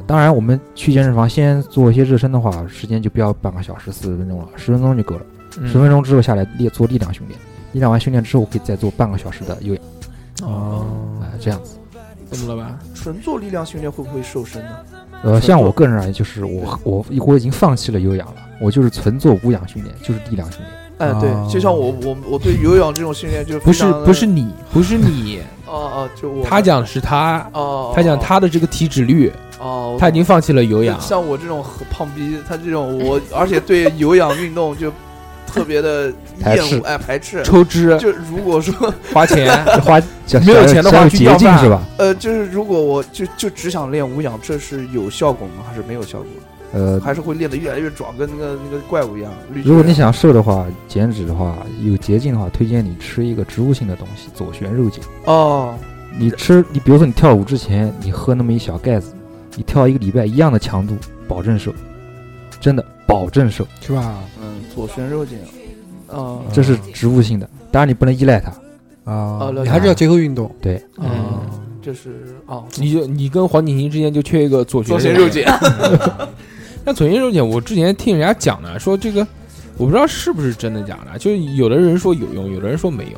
Speaker 5: 当然，我们去健身房先做一些热身的话，时间就不要半个小时、四十分钟了，十分钟就够了。
Speaker 1: 嗯
Speaker 5: 十分钟之后下来力做力量训练，力量完训练之后可以再做半个小时的有氧
Speaker 2: 哦，
Speaker 5: 啊，这样子。
Speaker 1: 懂了吧？
Speaker 7: 纯做力量训练会不会瘦身呢？
Speaker 5: 呃，
Speaker 7: 纯
Speaker 5: 像我
Speaker 7: 做
Speaker 5: 个人而言，就是我我我已经放弃了有氧了，我就是纯做无氧训练，就是力量训练。
Speaker 7: 哎，对
Speaker 2: 哦，
Speaker 7: 就像我我我对有氧这种训练就是
Speaker 1: 不
Speaker 7: 非
Speaker 1: 是
Speaker 7: 常
Speaker 1: 不是 你，不是你，
Speaker 7: 哦哦，就我
Speaker 1: 他讲的是他，
Speaker 7: 哦，
Speaker 1: 他讲他的这个体脂率，
Speaker 7: 哦，
Speaker 1: 他已经放弃了 有氧。
Speaker 7: 像我这种很胖逼，他这种我，而且对有氧运动就特别的
Speaker 5: 排
Speaker 7: 厌
Speaker 5: 斥
Speaker 7: 恶，哎，排斥。
Speaker 1: 抽脂
Speaker 7: 就如果说，
Speaker 1: 花 钱，
Speaker 5: 花想
Speaker 1: 没有钱的话
Speaker 5: 想有
Speaker 1: 去
Speaker 5: 捷
Speaker 1: 要
Speaker 5: 径
Speaker 1: 饭
Speaker 5: 是吧？
Speaker 7: 呃，就是如果我就就只想练无氧，这是有效果吗？还是没有效果？
Speaker 5: 呃，
Speaker 7: 还是会练得越来越壮，跟那个那个怪物一样。绿巨
Speaker 5: 如果你
Speaker 7: 人，
Speaker 5: 想瘦的话，减脂的话，有捷径的话，推荐你吃一个植物性的东西，左旋肉碱。
Speaker 7: 哦，
Speaker 5: 你吃，你比如说你跳舞之前，你喝那么一小盖子，你跳一个礼拜一样的强度，保证瘦，真的保证瘦。
Speaker 2: 是吧？
Speaker 7: 嗯，左旋肉碱，哦，
Speaker 5: 这是植物性的，当然你不能依赖它。
Speaker 2: 啊
Speaker 7: 哦，了
Speaker 2: 你
Speaker 7: 解
Speaker 2: 还是要结合运动。
Speaker 5: 对，
Speaker 7: 哦，这是哦，
Speaker 1: 你就你跟黄景行之间就缺一个左
Speaker 7: 左
Speaker 1: 旋
Speaker 7: 旋肉碱，
Speaker 1: 那左旋肉碱，我之前听人家讲呢，说这个我不知道是不是真的假的，就是有的人说有用，有的人说没用。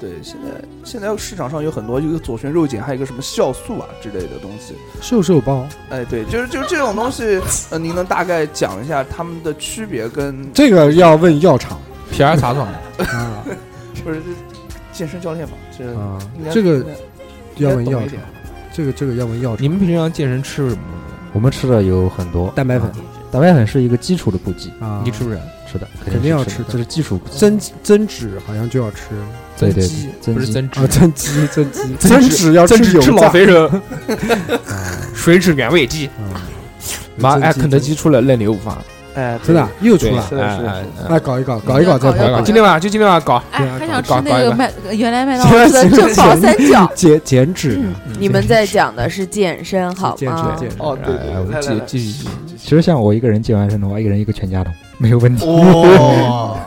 Speaker 7: 对，现在现在市场上有很多一个左旋肉碱，还有一个什么酵素啊之类的东西。
Speaker 2: 瘦瘦包，
Speaker 7: 哎，对，就是就是这种东西，呃，您能大概讲一下它们的区别跟
Speaker 2: 这个要问药厂
Speaker 1: 皮尔茶爽，
Speaker 2: 啊
Speaker 7: 不是健身教练嘛？这
Speaker 2: 啊
Speaker 7: 应该，
Speaker 2: 这
Speaker 7: 应
Speaker 2: 个
Speaker 7: 该
Speaker 2: 要问
Speaker 7: 应该
Speaker 2: 药
Speaker 7: 懂一
Speaker 2: 厂
Speaker 7: 点，
Speaker 2: 这个这个要问药厂。
Speaker 1: 你们平常健身吃什么东
Speaker 5: 我们吃的有很多啊
Speaker 2: 蛋白粉
Speaker 5: 蛋白粉是一个基础的补给，
Speaker 2: 啊
Speaker 1: 西？，你吃不吃？
Speaker 5: 吃的
Speaker 2: 肯定要
Speaker 5: 是
Speaker 2: 吃的
Speaker 5: 的，这是基础补给。
Speaker 2: 增增脂好像就要吃
Speaker 5: 对对
Speaker 1: 肌
Speaker 5: 对
Speaker 1: 不是
Speaker 5: 增
Speaker 1: 增
Speaker 2: 啊，
Speaker 1: 脂，
Speaker 2: 增肌 增肌
Speaker 1: 增
Speaker 2: 增
Speaker 1: 脂
Speaker 2: 脂要
Speaker 1: 增
Speaker 2: 吃
Speaker 1: 脂
Speaker 2: 油
Speaker 1: 吃老
Speaker 2: 炸
Speaker 1: 肥 人，
Speaker 2: 啊
Speaker 1: 水煮原味鸡。
Speaker 2: 啊，
Speaker 1: 妈，
Speaker 2: 增
Speaker 1: 哎，
Speaker 2: 肌
Speaker 1: 肯德
Speaker 2: 增
Speaker 1: 基出了嫩牛五方，
Speaker 7: 哎，
Speaker 2: 真的啊又出
Speaker 1: 对，
Speaker 2: 来，
Speaker 7: 是的
Speaker 1: 哎
Speaker 7: 是的
Speaker 1: 哎
Speaker 7: 是
Speaker 1: 哎
Speaker 2: 哎，搞一搞，搞一搞再
Speaker 6: 搞一搞
Speaker 1: 哎
Speaker 2: 搞
Speaker 1: 哎今天晚上就今天晚上搞，
Speaker 6: 哎，还想吃
Speaker 1: 搞搞
Speaker 6: 那
Speaker 1: 一
Speaker 6: 个
Speaker 1: 搞
Speaker 6: 麦呃 原来麦当劳吃的正
Speaker 3: 宝
Speaker 6: 宝
Speaker 3: 三角。
Speaker 2: 减减脂呢
Speaker 3: 你们在讲的是健身好
Speaker 2: 减
Speaker 3: 吗
Speaker 2: 脂？减脂
Speaker 7: 哦，对
Speaker 1: 哎哎我
Speaker 7: 对，
Speaker 1: 们
Speaker 7: 来
Speaker 1: 继
Speaker 7: 来来，
Speaker 1: 继续继续。
Speaker 5: 其实像我一个人健完身的话，一个人一个全家桶没有问题。
Speaker 7: 哦，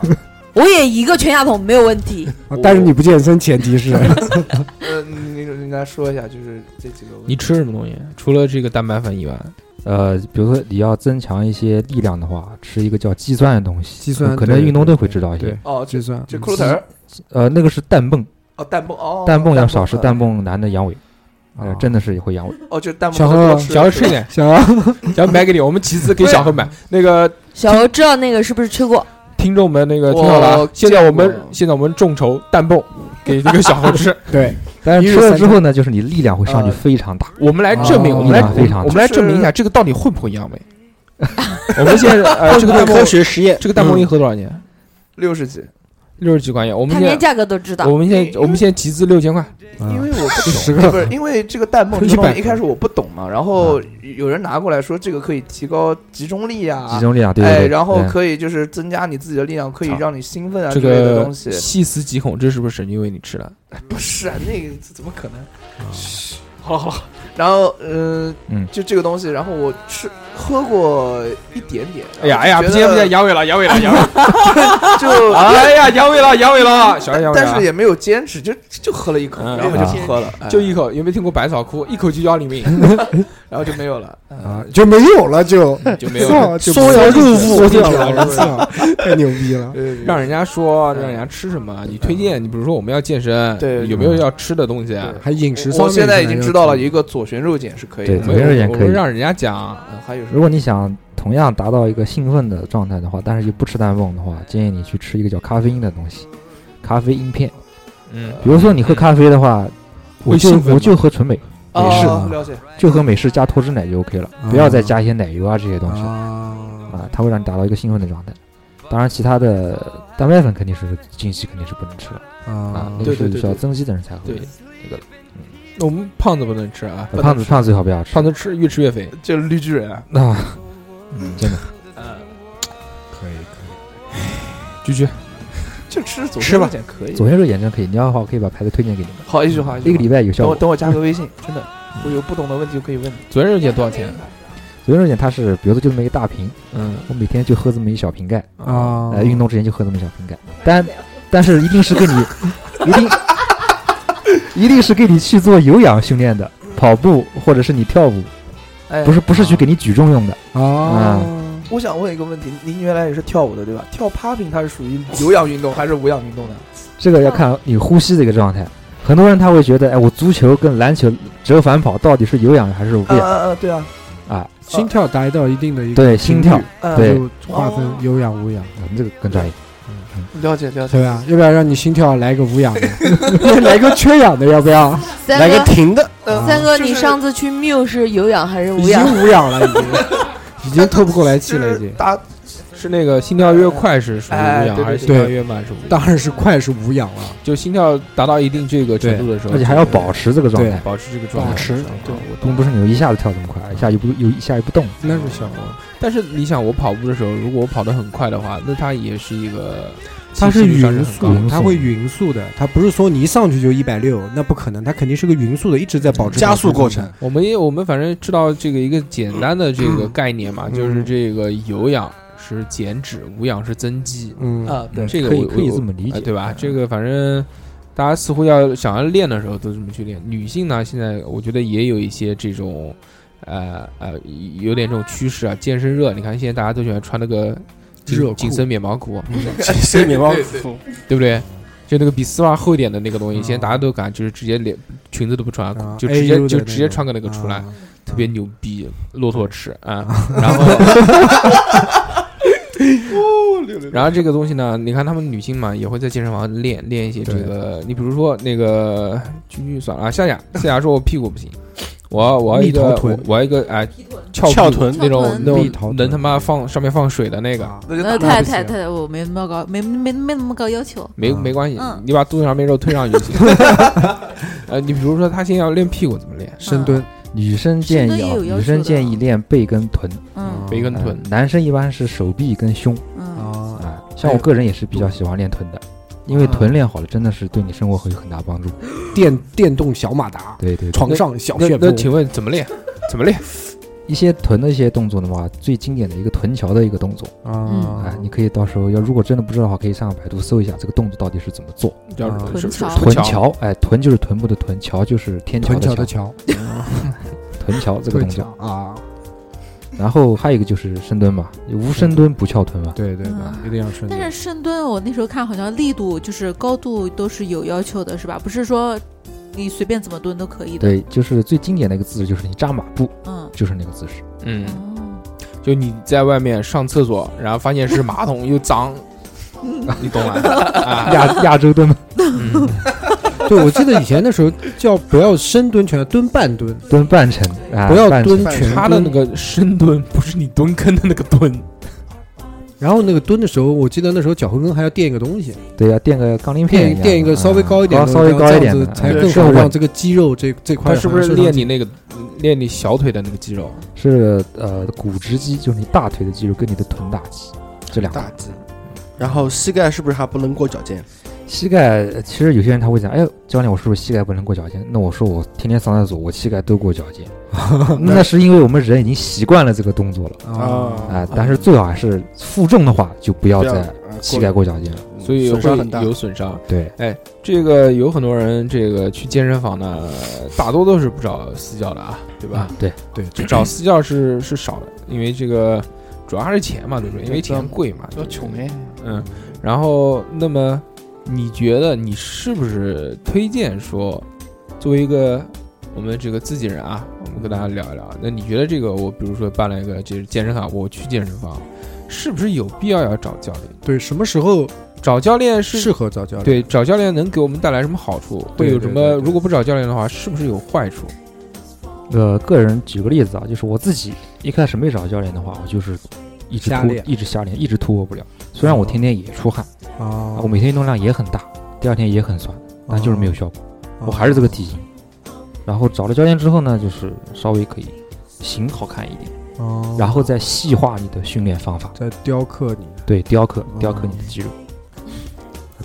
Speaker 3: 我也一个全家桶没有问 题。
Speaker 2: 啊但是你不健身前提是
Speaker 7: 呃，你你来说一下，就是这几个问
Speaker 1: 你
Speaker 7: 题。
Speaker 1: 吃什么东西？除了这个蛋白粉以外，
Speaker 5: 呃，比如说你要增强一些力量的话，吃一个叫肌酸的东西，
Speaker 2: 肌酸
Speaker 5: 可能
Speaker 2: 对
Speaker 5: 运动
Speaker 2: 对
Speaker 5: 队会
Speaker 2: 对
Speaker 5: 知道一
Speaker 1: 对
Speaker 5: 些。
Speaker 7: 哦，这
Speaker 2: 就算
Speaker 7: 这骷髅头儿
Speaker 5: 呃，那个是氮泵，
Speaker 7: 哦，氮泵哦，
Speaker 5: 氮泵要少吃，氮
Speaker 7: 泵
Speaker 5: 泵男的阳痿，呃，真的是会阳痿。
Speaker 7: 哦，就氮泵
Speaker 2: 小
Speaker 7: 不
Speaker 2: 何
Speaker 7: 能多吃。
Speaker 1: 小何吃一点，
Speaker 2: 想要
Speaker 1: 小何买给你，我们其次给小何买那个
Speaker 3: 小欧知道那个是不是吃过？
Speaker 1: 听众们那个
Speaker 7: 我
Speaker 1: 听好了啊，现在我
Speaker 7: 见
Speaker 1: 们
Speaker 7: 过
Speaker 1: 现在我们众筹弹泵给这个小猴吃，
Speaker 2: 对，
Speaker 5: 但
Speaker 2: 一
Speaker 5: 是
Speaker 2: 日
Speaker 5: 吃了
Speaker 2: 三
Speaker 5: 之后呢，就是你力量会上去
Speaker 7: 呃
Speaker 5: 非常大。
Speaker 1: 我们来证明，
Speaker 2: 哦
Speaker 1: 我们来
Speaker 5: 非常
Speaker 1: 我们来证明一下这个到底会不会阳痿。我们现在呃，这个弹
Speaker 4: 科
Speaker 1: 泵
Speaker 4: 学实验，
Speaker 1: 这个弹泵一盒多少钱？
Speaker 7: 六十几，
Speaker 1: 六十几块钱。我们
Speaker 3: 他
Speaker 1: 现
Speaker 3: 连
Speaker 1: 在
Speaker 3: 价格都知道。
Speaker 1: 我们现在我们现在集资六千块，
Speaker 2: 啊
Speaker 7: 因为我不
Speaker 2: 十
Speaker 7: 懂，
Speaker 2: 个
Speaker 7: 不是因为这个弹泵
Speaker 2: 一
Speaker 7: 这个东
Speaker 2: 百
Speaker 7: 西一开始我不懂嘛，然后有人拿过来说这个可以提高集中力啊，
Speaker 5: 集中力啊，对对
Speaker 7: 哎，
Speaker 5: 对。
Speaker 7: 然后
Speaker 5: 对
Speaker 7: 可以就是增加你自己的力量，可以让你兴奋啊
Speaker 1: 这
Speaker 7: 之类的
Speaker 1: 个
Speaker 7: 东西。
Speaker 1: 细思极恐，这是不是神经为你吃的？
Speaker 7: 不是啊，那个怎么可能？好了好了，然后嗯
Speaker 5: 嗯
Speaker 7: 就这个东西，然后我吃喝过一点点。
Speaker 1: 哎呀哎呀，不
Speaker 7: 觉
Speaker 1: 行不
Speaker 7: 得
Speaker 1: 行，阳痿了阳痿了阳痿了，
Speaker 7: 就
Speaker 1: 哎呀阳痿了阳痿了，小杨阳痿了。
Speaker 7: 但是也没有坚持，就就喝了一口，
Speaker 1: 啊嗯
Speaker 7: 然后就不喝了，哎
Speaker 1: 就一口，有没有听过百草枯？一口就要你命，
Speaker 7: 然后就没有了。
Speaker 2: 啊就没有了就
Speaker 1: 就没有了
Speaker 2: 操就
Speaker 1: 缩阳入腹
Speaker 2: 缩
Speaker 1: 进
Speaker 2: 掉
Speaker 1: 去
Speaker 2: 了，
Speaker 1: 了
Speaker 2: 我操，太牛逼了。
Speaker 7: 对对
Speaker 1: 让人家说，让人家吃什么？你推荐，你比如说我们要健身，
Speaker 7: 对
Speaker 1: 有没有要吃的东西？啊
Speaker 7: 对
Speaker 2: 还饮食
Speaker 7: 我
Speaker 2: 上面，
Speaker 7: 我现在已经知道了，一个左旋肉碱是可以
Speaker 5: 对
Speaker 1: 我
Speaker 7: 的。
Speaker 5: 左
Speaker 1: 们
Speaker 5: 旋肉
Speaker 1: 有
Speaker 5: 碱
Speaker 1: 我
Speaker 5: 可以
Speaker 1: 们让人家讲，
Speaker 7: 嗯，还有什
Speaker 5: 如
Speaker 7: 么？
Speaker 5: 果你想同样达到一个兴奋的状态的话，但是又不吃氮泵的话，建议你去吃一个叫咖啡因的东西，咖啡因片。
Speaker 1: 嗯，
Speaker 5: 比如说你喝咖啡的话，我
Speaker 1: 会
Speaker 5: 就
Speaker 1: 兴奋吗
Speaker 5: 我就喝纯美，
Speaker 7: 哦
Speaker 5: 美式
Speaker 2: 嘛
Speaker 7: 了解。
Speaker 5: 就喝美式加脱脂奶就 OK 了，不要再加一些奶油啊这些东西
Speaker 2: 啊
Speaker 5: 啊，它会让你达到一个兴奋的状态。当然，其他的蛋白粉肯定是经期肯定是不能吃的啊，那
Speaker 7: 对
Speaker 5: 个
Speaker 7: 对
Speaker 5: 是
Speaker 7: 对
Speaker 5: 需要
Speaker 7: 对
Speaker 5: 增肌的人才会
Speaker 7: 对。
Speaker 1: 我们胖子不能吃啊，
Speaker 5: 呃胖子胖子最好不要吃，
Speaker 1: 胖子吃越吃越肥。
Speaker 7: 就绿巨人啊，
Speaker 5: 那 真的
Speaker 2: 可以可
Speaker 1: 居居，
Speaker 7: 就吃左
Speaker 2: 吃吧
Speaker 7: 点可以。
Speaker 5: 左旋肉眼针可以，你要的话我可以把牌子推荐给你们，
Speaker 7: 好一句好一
Speaker 5: 一
Speaker 7: 句
Speaker 5: 个
Speaker 7: 话，
Speaker 5: 礼拜有效
Speaker 7: 等我
Speaker 5: 果。
Speaker 7: 等我加个微信，真的，我有不懂的问题我可以问你。
Speaker 1: 昨天肉姐多少钱？
Speaker 5: 左旋肉眼它是，比如说就这么一个大瓶，
Speaker 1: 嗯
Speaker 5: 我每天就喝这么一小瓶盖，
Speaker 2: 以啊
Speaker 5: 呃，运动之前就喝这么一小瓶盖，但 但是一定是跟你一定一定是给你去做有氧训练的，跑步或者是你跳舞，
Speaker 7: 哎，
Speaker 5: 不是不是
Speaker 2: 哦
Speaker 5: 去给你举重用的。
Speaker 2: 啊，
Speaker 7: 我想问一个问题，您原来也是跳舞的对吧？跳 popping 它是属于 有氧运动还是无氧运动呢？
Speaker 5: 这个要看你呼吸的一个状态。很多人他会觉得，哎，我足球跟篮球折返跑到底是有氧还是无
Speaker 7: 啊
Speaker 2: 呃
Speaker 5: 氧
Speaker 7: 啊啊！对啊，
Speaker 5: 啊？
Speaker 2: 心跳达到一定的一个
Speaker 5: 对，心跳，
Speaker 7: 嗯
Speaker 5: 对
Speaker 2: 就划
Speaker 7: 哦
Speaker 2: 分有氧无氧，
Speaker 5: 我嗯们这个更专业。
Speaker 7: 了解了解。
Speaker 2: 对吧？要不要让你心跳来个无氧的，来个缺氧的，要不要？
Speaker 3: 三
Speaker 4: 来个
Speaker 3: 哥，
Speaker 4: 停的，
Speaker 2: 啊
Speaker 7: 嗯
Speaker 3: 三哥，
Speaker 7: 就是
Speaker 3: 你上次去缪是有氧还是无
Speaker 2: 已
Speaker 3: 氧？
Speaker 2: 经无氧了，已经 已经透不过来气了，已
Speaker 7: 就是
Speaker 2: 经。
Speaker 7: 打
Speaker 1: 是那个心跳越快是属于无
Speaker 7: 哎对
Speaker 1: 氧，
Speaker 7: 对
Speaker 1: 还是
Speaker 7: 对
Speaker 1: 心跳越慢是无氧？
Speaker 2: 当然是快是无氧了，
Speaker 1: 就心跳达到一定这个程度的时候，
Speaker 5: 而且还要保持这个状态，
Speaker 1: 保持这个状态。
Speaker 2: 保持对，
Speaker 1: 我懂
Speaker 5: 并不是你一下子跳这么快，一下一不有一下一不动。
Speaker 2: 那是小王。
Speaker 1: 但是你想，我跑步的时候，如果我跑得很快的话，那它也是一个，
Speaker 2: 它
Speaker 1: 其实
Speaker 2: 是
Speaker 1: 率上
Speaker 2: 匀
Speaker 1: 很高
Speaker 2: 速，它会匀速的，它不是说你一上去就一百六，那不可能，它肯定是个匀速的，一直在保持
Speaker 4: 加速过程。
Speaker 1: 我们也我们反正知道这个一个简单的这个概念嘛，
Speaker 2: 嗯
Speaker 1: 就是这个有氧是减脂，无氧是增肌。
Speaker 2: 嗯，
Speaker 7: 啊，对，
Speaker 1: 这个
Speaker 5: 可以
Speaker 1: 我
Speaker 5: 可以
Speaker 1: 我
Speaker 5: 这么理
Speaker 1: 哎
Speaker 5: 解，
Speaker 1: 对吧？这个反正大家似乎要想要练的时候都这么去练。女性呢，现在我觉得也有一些这种，呃呃，有点这种趋势啊，健身热。你看现在大家都喜欢穿那个紧
Speaker 2: 热裤
Speaker 1: 紧身棉毛裤，啊
Speaker 4: 谁棉包
Speaker 1: 对不对？就那个比丝袜厚一点的那个东西，
Speaker 2: 嗯
Speaker 1: 现在大家都敢就是直接连裙子都不穿，
Speaker 2: 啊
Speaker 1: 就直接
Speaker 2: AU 的
Speaker 1: 就
Speaker 2: 那
Speaker 1: 直接
Speaker 2: 种
Speaker 1: 穿个那个出来，
Speaker 2: 啊
Speaker 1: 特别牛逼，骆驼齿啊， 然后。
Speaker 2: 哦
Speaker 1: 然后这个东西呢，你看她们女性嘛，也会在健身房练练一些这个。你比如说那个君君算了啊，夏夏夏夏说我屁股不行，我要我要一个
Speaker 2: 蜜桃
Speaker 1: 我
Speaker 2: 臀
Speaker 1: 我要一个哎翘
Speaker 4: 翘
Speaker 1: 屁股
Speaker 4: 臀
Speaker 1: 那种
Speaker 6: 翘臀
Speaker 1: 那
Speaker 2: 蜜桃
Speaker 1: 种
Speaker 2: 臀
Speaker 1: 能他妈放上面放水的那个，
Speaker 2: 啊
Speaker 7: 那就
Speaker 6: 那
Speaker 7: 打
Speaker 6: 呃太
Speaker 2: 不行
Speaker 3: 哎
Speaker 6: 太太，我没那么高，没没没那么高要求。
Speaker 1: 没
Speaker 2: 嗯
Speaker 1: 没关系
Speaker 6: 嗯，
Speaker 1: 你把肚子上面肉推上去就行。 呃，你比如说她现在要练屁股怎么练？
Speaker 2: 深蹲
Speaker 5: 女生建
Speaker 6: 深
Speaker 5: 议
Speaker 6: 蹲
Speaker 5: 啊，
Speaker 6: 也有要
Speaker 5: 女
Speaker 6: 求
Speaker 5: 生
Speaker 6: 的
Speaker 5: 建议练背跟臀，
Speaker 6: 嗯
Speaker 1: 背跟臀
Speaker 5: 呃男生一般是手臂跟胸
Speaker 6: 嗯
Speaker 2: 啊，
Speaker 5: 啊。像我个人也是比较喜欢练臀的，因为臀练好了真的是对你生活会有很大帮助。
Speaker 2: 电电动小马达，
Speaker 5: 对对，对
Speaker 2: 床上小
Speaker 1: 那
Speaker 2: 旋
Speaker 1: 那
Speaker 2: 风，
Speaker 1: 请问怎么练？怎么练？
Speaker 5: 一些臀的一些动作的话，最经典的一个臀桥的一个动作啊
Speaker 1: 嗯哎
Speaker 2: 啊，，
Speaker 5: 你可以到时候要如果真的不知道的话，可以上百度搜一下这个动作到底是怎么做。
Speaker 1: 叫
Speaker 2: 啊
Speaker 1: 是
Speaker 6: 臀
Speaker 1: 是
Speaker 6: 桥
Speaker 1: 臀
Speaker 5: 臀桥，哎，臀就是臀部的臀，桥就是天桥
Speaker 2: 臀桥的
Speaker 5: 的桥，
Speaker 2: 桥，
Speaker 1: 啊
Speaker 5: 臀桥这个动
Speaker 2: 臀桥
Speaker 5: 作。
Speaker 2: 啊，
Speaker 5: 然后还有一个就是深蹲嘛，无深蹲不翘臀嘛。
Speaker 2: 对对
Speaker 6: 嗯
Speaker 2: 对，一定要深
Speaker 6: 但是
Speaker 2: 蹲。
Speaker 6: 深蹲，我那时候看好像力度就是高度都是有要求的，是吧？不是说你随便怎么蹲都可以的。
Speaker 5: 对，就是最经典的一个姿势就是你扎马步，
Speaker 6: 嗯，
Speaker 5: 就是那个姿势。
Speaker 1: 嗯，
Speaker 6: 哦
Speaker 1: 就你在外面上厕所，然后发现是马桶又 脏，你懂吗？啊，
Speaker 5: 亚 亚洲蹲嘛
Speaker 1: 嗯
Speaker 2: 对，我记得以前那时候叫不要深蹲全，蹲半蹲，
Speaker 5: 蹲半程，啊、
Speaker 2: 不要
Speaker 5: 半程
Speaker 2: 蹲全
Speaker 1: 他的那
Speaker 2: 蹲。
Speaker 1: 个深蹲不是你蹲坑的那个蹲，
Speaker 2: 然后那个蹲的时候，我记得那时候脚后跟还要垫一个东西，
Speaker 5: 对，要垫个杠铃片
Speaker 2: 垫
Speaker 5: 样，
Speaker 2: 垫一个稍微
Speaker 5: 啊
Speaker 2: 高一点的，
Speaker 5: 稍微
Speaker 2: 这样
Speaker 5: 高一
Speaker 2: 这样
Speaker 5: 点的，
Speaker 2: 子
Speaker 5: 啊
Speaker 2: 才
Speaker 5: 对
Speaker 2: 更
Speaker 5: 更
Speaker 2: 好
Speaker 5: 稳
Speaker 2: 让这个肌肉这这
Speaker 1: 他
Speaker 2: 块好像
Speaker 1: 是
Speaker 2: 是
Speaker 1: 不是练你
Speaker 2: 上
Speaker 1: 那个练你小腿的那个肌肉？
Speaker 5: 是呃股直肌，就是你大腿的肌肉跟你的臀大肌这两个
Speaker 4: 大。肌，然后膝盖是不是还不能过脚尖？
Speaker 5: 膝盖呃其实有些人他会讲，哎呦，教练，我是不是膝盖不能过脚尖？那我说我天天上厕所，我膝盖都过脚 尖，那是因为我们人已经习惯了这个动作了
Speaker 2: 啊
Speaker 4: 哎
Speaker 5: 啊、但是最好还是负重的话，就不要
Speaker 4: 不要
Speaker 5: 在膝盖过脚尖。
Speaker 4: 嗯
Speaker 1: 所以
Speaker 4: 损伤
Speaker 1: 会
Speaker 4: 很大。
Speaker 1: 有损伤。
Speaker 5: 对，
Speaker 1: 这个有很多人这个去健身房呢，大多都是不找私教的啊，对吧
Speaker 5: 啊？，对，
Speaker 2: 对，
Speaker 1: 就找私教是是少的，因为这个主要还是钱嘛，对不对？因为钱贵嘛，
Speaker 7: 要穷哎，
Speaker 1: 嗯，然后那么你觉得你是不是推荐说，作为一个我们这个自己人啊，我们跟大家聊一聊，那你觉得这个我比如说办了一个就是健身卡，我去健身房，是不是有必要要找教练？
Speaker 2: 对，什么时候
Speaker 1: 找教练是
Speaker 2: 适合找教练？
Speaker 1: 对找教练能给我们带来什么好处？会
Speaker 2: 对
Speaker 1: 有
Speaker 2: 对
Speaker 1: 什
Speaker 2: 对
Speaker 1: 么？
Speaker 2: 对
Speaker 1: 如果不找教练的话，是不是有坏处？
Speaker 5: 呃，个人举个例子啊，就是我自己一开始没找教练的话，我就是一直
Speaker 2: 下
Speaker 5: 突
Speaker 2: 练哦
Speaker 5: 一直下练，一直突破不了。虽然我天天也出汗，
Speaker 2: 啊，
Speaker 5: 我每天运动量也很大，第二天也很酸，但就是
Speaker 2: 哦
Speaker 5: 没有效果，
Speaker 2: 啊
Speaker 5: 我还是这个体型。然后找了教练之后呢，就是稍微可以型好看一点，
Speaker 2: 哦，
Speaker 5: 然后再细化你的训练方法，
Speaker 2: 再雕刻你，
Speaker 5: 对，雕刻
Speaker 2: 哦
Speaker 5: 雕刻你的肌肉。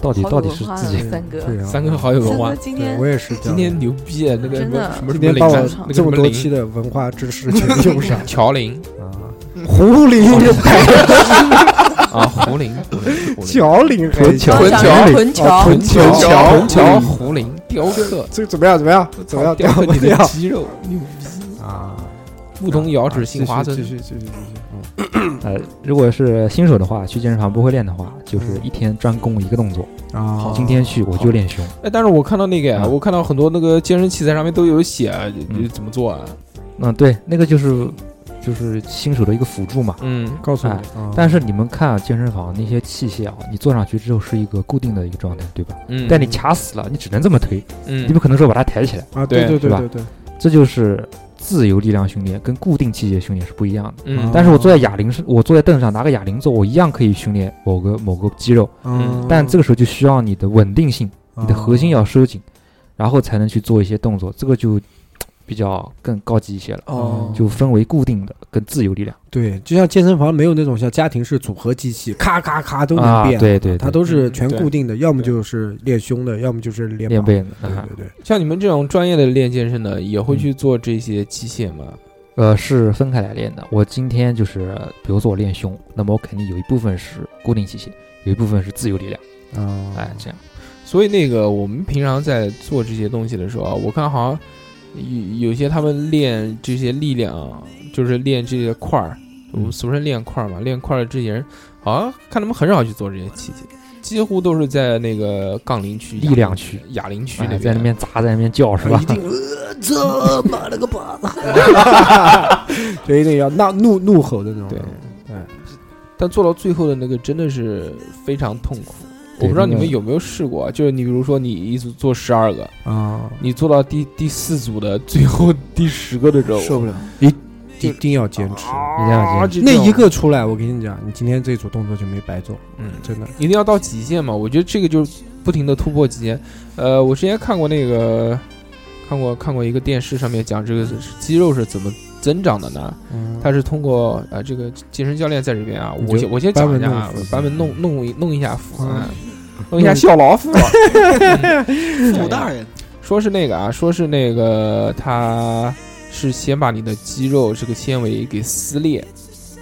Speaker 5: 到底
Speaker 3: 好
Speaker 5: 到底
Speaker 3: 有
Speaker 5: 是
Speaker 3: 文化
Speaker 5: 自己
Speaker 3: 呀
Speaker 2: 对
Speaker 3: 三哥
Speaker 2: 对啊
Speaker 1: 三哥好有文
Speaker 3: 真
Speaker 1: 化
Speaker 3: 的，今
Speaker 2: 对
Speaker 3: 天
Speaker 2: 我也是这
Speaker 1: 今
Speaker 2: 样。
Speaker 1: 天牛逼啊！那个什
Speaker 3: 真
Speaker 1: 么
Speaker 3: 的
Speaker 1: 什么什么
Speaker 2: 今天
Speaker 1: 林
Speaker 2: 把
Speaker 1: 啊，
Speaker 2: 我
Speaker 1: 那个
Speaker 2: 这
Speaker 1: 什
Speaker 2: 么
Speaker 1: 么
Speaker 2: 多
Speaker 1: 林，
Speaker 2: 期的文化知 识全用上
Speaker 1: 乔林
Speaker 5: 啊？
Speaker 2: 嗯胡林、
Speaker 1: 啊，胡 林、胡林胡林
Speaker 2: 乔林、
Speaker 1: 臀桥
Speaker 2: 还有
Speaker 3: 想
Speaker 2: 臀
Speaker 3: 臀
Speaker 2: 桥、
Speaker 3: 桥
Speaker 2: 臀
Speaker 1: 桥
Speaker 2: 桥、
Speaker 1: 臀桥
Speaker 2: 臀桥，
Speaker 1: 胡林雕刻，
Speaker 2: 这怎么样？怎么 样？怎么样？
Speaker 1: 雕刻
Speaker 2: 不
Speaker 1: 你的
Speaker 2: 掉
Speaker 1: 肌肉，牛逼！
Speaker 2: 啊？
Speaker 1: 牧童遥指杏花
Speaker 2: 继
Speaker 1: 村，
Speaker 2: 续继续继续继
Speaker 5: 呃，如果是新手的话，去健身房不会练的话，
Speaker 2: 嗯
Speaker 5: 就是一天专攻一个动作。
Speaker 2: 续啊！
Speaker 5: 今天去我就练胸，
Speaker 1: 哎，但是我看到那个呀，
Speaker 5: 嗯
Speaker 1: 我看到很多那个健身器材上面都有写啊
Speaker 5: 嗯
Speaker 1: 怎么做啊，
Speaker 5: 嗯，对，那个就是就是新手的一个辅助嘛。
Speaker 1: 嗯，
Speaker 2: 告诉你
Speaker 5: 哎，
Speaker 2: 啊
Speaker 5: 但是你们看啊，健身房那些器械啊，你坐上去之后是一个固定的一个状态，对吧？
Speaker 1: 嗯，
Speaker 5: 但你卡死了，你只能这么推，
Speaker 1: 嗯
Speaker 5: 你不可能说把它抬起来。
Speaker 2: 啊，对
Speaker 1: 对
Speaker 2: 对对
Speaker 5: 是吧
Speaker 2: 对对，
Speaker 5: 这就是自由力量训练跟固定器械训练是不一样的。
Speaker 1: 嗯，
Speaker 5: 但是我坐在哑铃上，我坐在凳上拿个哑铃做，我一样可以训练某个某个肌肉，
Speaker 1: 嗯
Speaker 2: 啊
Speaker 5: 但这个时候就需要你的稳定性，你
Speaker 2: 哦
Speaker 5: 的核心要收紧，然后才能去做一些动作，这个就比较更高级一些了，
Speaker 2: 哦
Speaker 5: 就分为固定的跟自由力量
Speaker 2: 对，就像健身房没有那种像家庭式组合机器，咔咔咔都能
Speaker 5: 啊，
Speaker 2: 变，
Speaker 5: 对对，
Speaker 2: 它
Speaker 5: 对
Speaker 2: 都是
Speaker 1: 嗯
Speaker 2: 全
Speaker 1: 对
Speaker 2: 固定的，要么就是练胸的，要么就是练
Speaker 5: 练
Speaker 2: 膀
Speaker 5: 背的
Speaker 2: 对
Speaker 5: 啊
Speaker 2: 对对，
Speaker 1: 像你们这种专业的练健身的，也会去做这些器械吗？
Speaker 5: 呃，是分开来练的。我今天就是，比如说我练胸，那么我肯定有一部分是固定器械，有一部分是自由力量，
Speaker 2: 啊，
Speaker 5: 哎，这样。
Speaker 1: 所以那个我们平常在做这些东西的时候啊，我看好像有有些他们练这些力量啊，就是练这些块儿，我们
Speaker 5: 嗯
Speaker 1: 俗称练块儿嘛。练块儿的这些人，好像看他们很少去做这些器械，几乎都是在那个杠铃区、
Speaker 5: 力量区、
Speaker 1: 哑铃区
Speaker 5: 哎
Speaker 1: 那
Speaker 5: 在那
Speaker 1: 边
Speaker 5: 边砸，在那边叫是吧
Speaker 2: 一？定呃，这妈了个巴子，就一定要那怒怒吼的那种。
Speaker 1: 对，但做到最后的那个真的是非常痛苦。我
Speaker 5: 对
Speaker 1: 不知道你
Speaker 5: 那
Speaker 1: 们
Speaker 5: 个
Speaker 1: 有没有试过啊，就是你比如说你一组做十二个，
Speaker 2: 啊，
Speaker 1: 你做到第第四组的最后第十个的时候，
Speaker 7: 受不了。
Speaker 2: 一定要坚持。
Speaker 5: 一定要
Speaker 1: 啊
Speaker 5: 坚持，
Speaker 2: 那一个出来，我跟你讲，你今天这组动作就没白做，
Speaker 1: 嗯，
Speaker 2: 真的。
Speaker 1: 一定要到极限嘛。我觉得这个就是不停的突破极限。呃，我之前看过那个，看过看过一个电视上面讲这个肌肉是怎么增长的呢？
Speaker 2: 嗯
Speaker 1: 它是通过啊、呃这个健身教练在这边啊，
Speaker 2: 你
Speaker 1: 我
Speaker 2: 就
Speaker 1: 先我先
Speaker 2: 班
Speaker 1: 讲
Speaker 2: 门
Speaker 1: 一下
Speaker 2: 弄
Speaker 1: 啊
Speaker 2: 斧，
Speaker 1: 版本弄弄一弄一下斧
Speaker 2: 嗯
Speaker 1: 啊，弄一下小老虎，
Speaker 4: 武
Speaker 1: 斧
Speaker 4: 大人，
Speaker 1: 说是那个啊，说是那个，它是先把你的肌肉这个纤维给撕裂，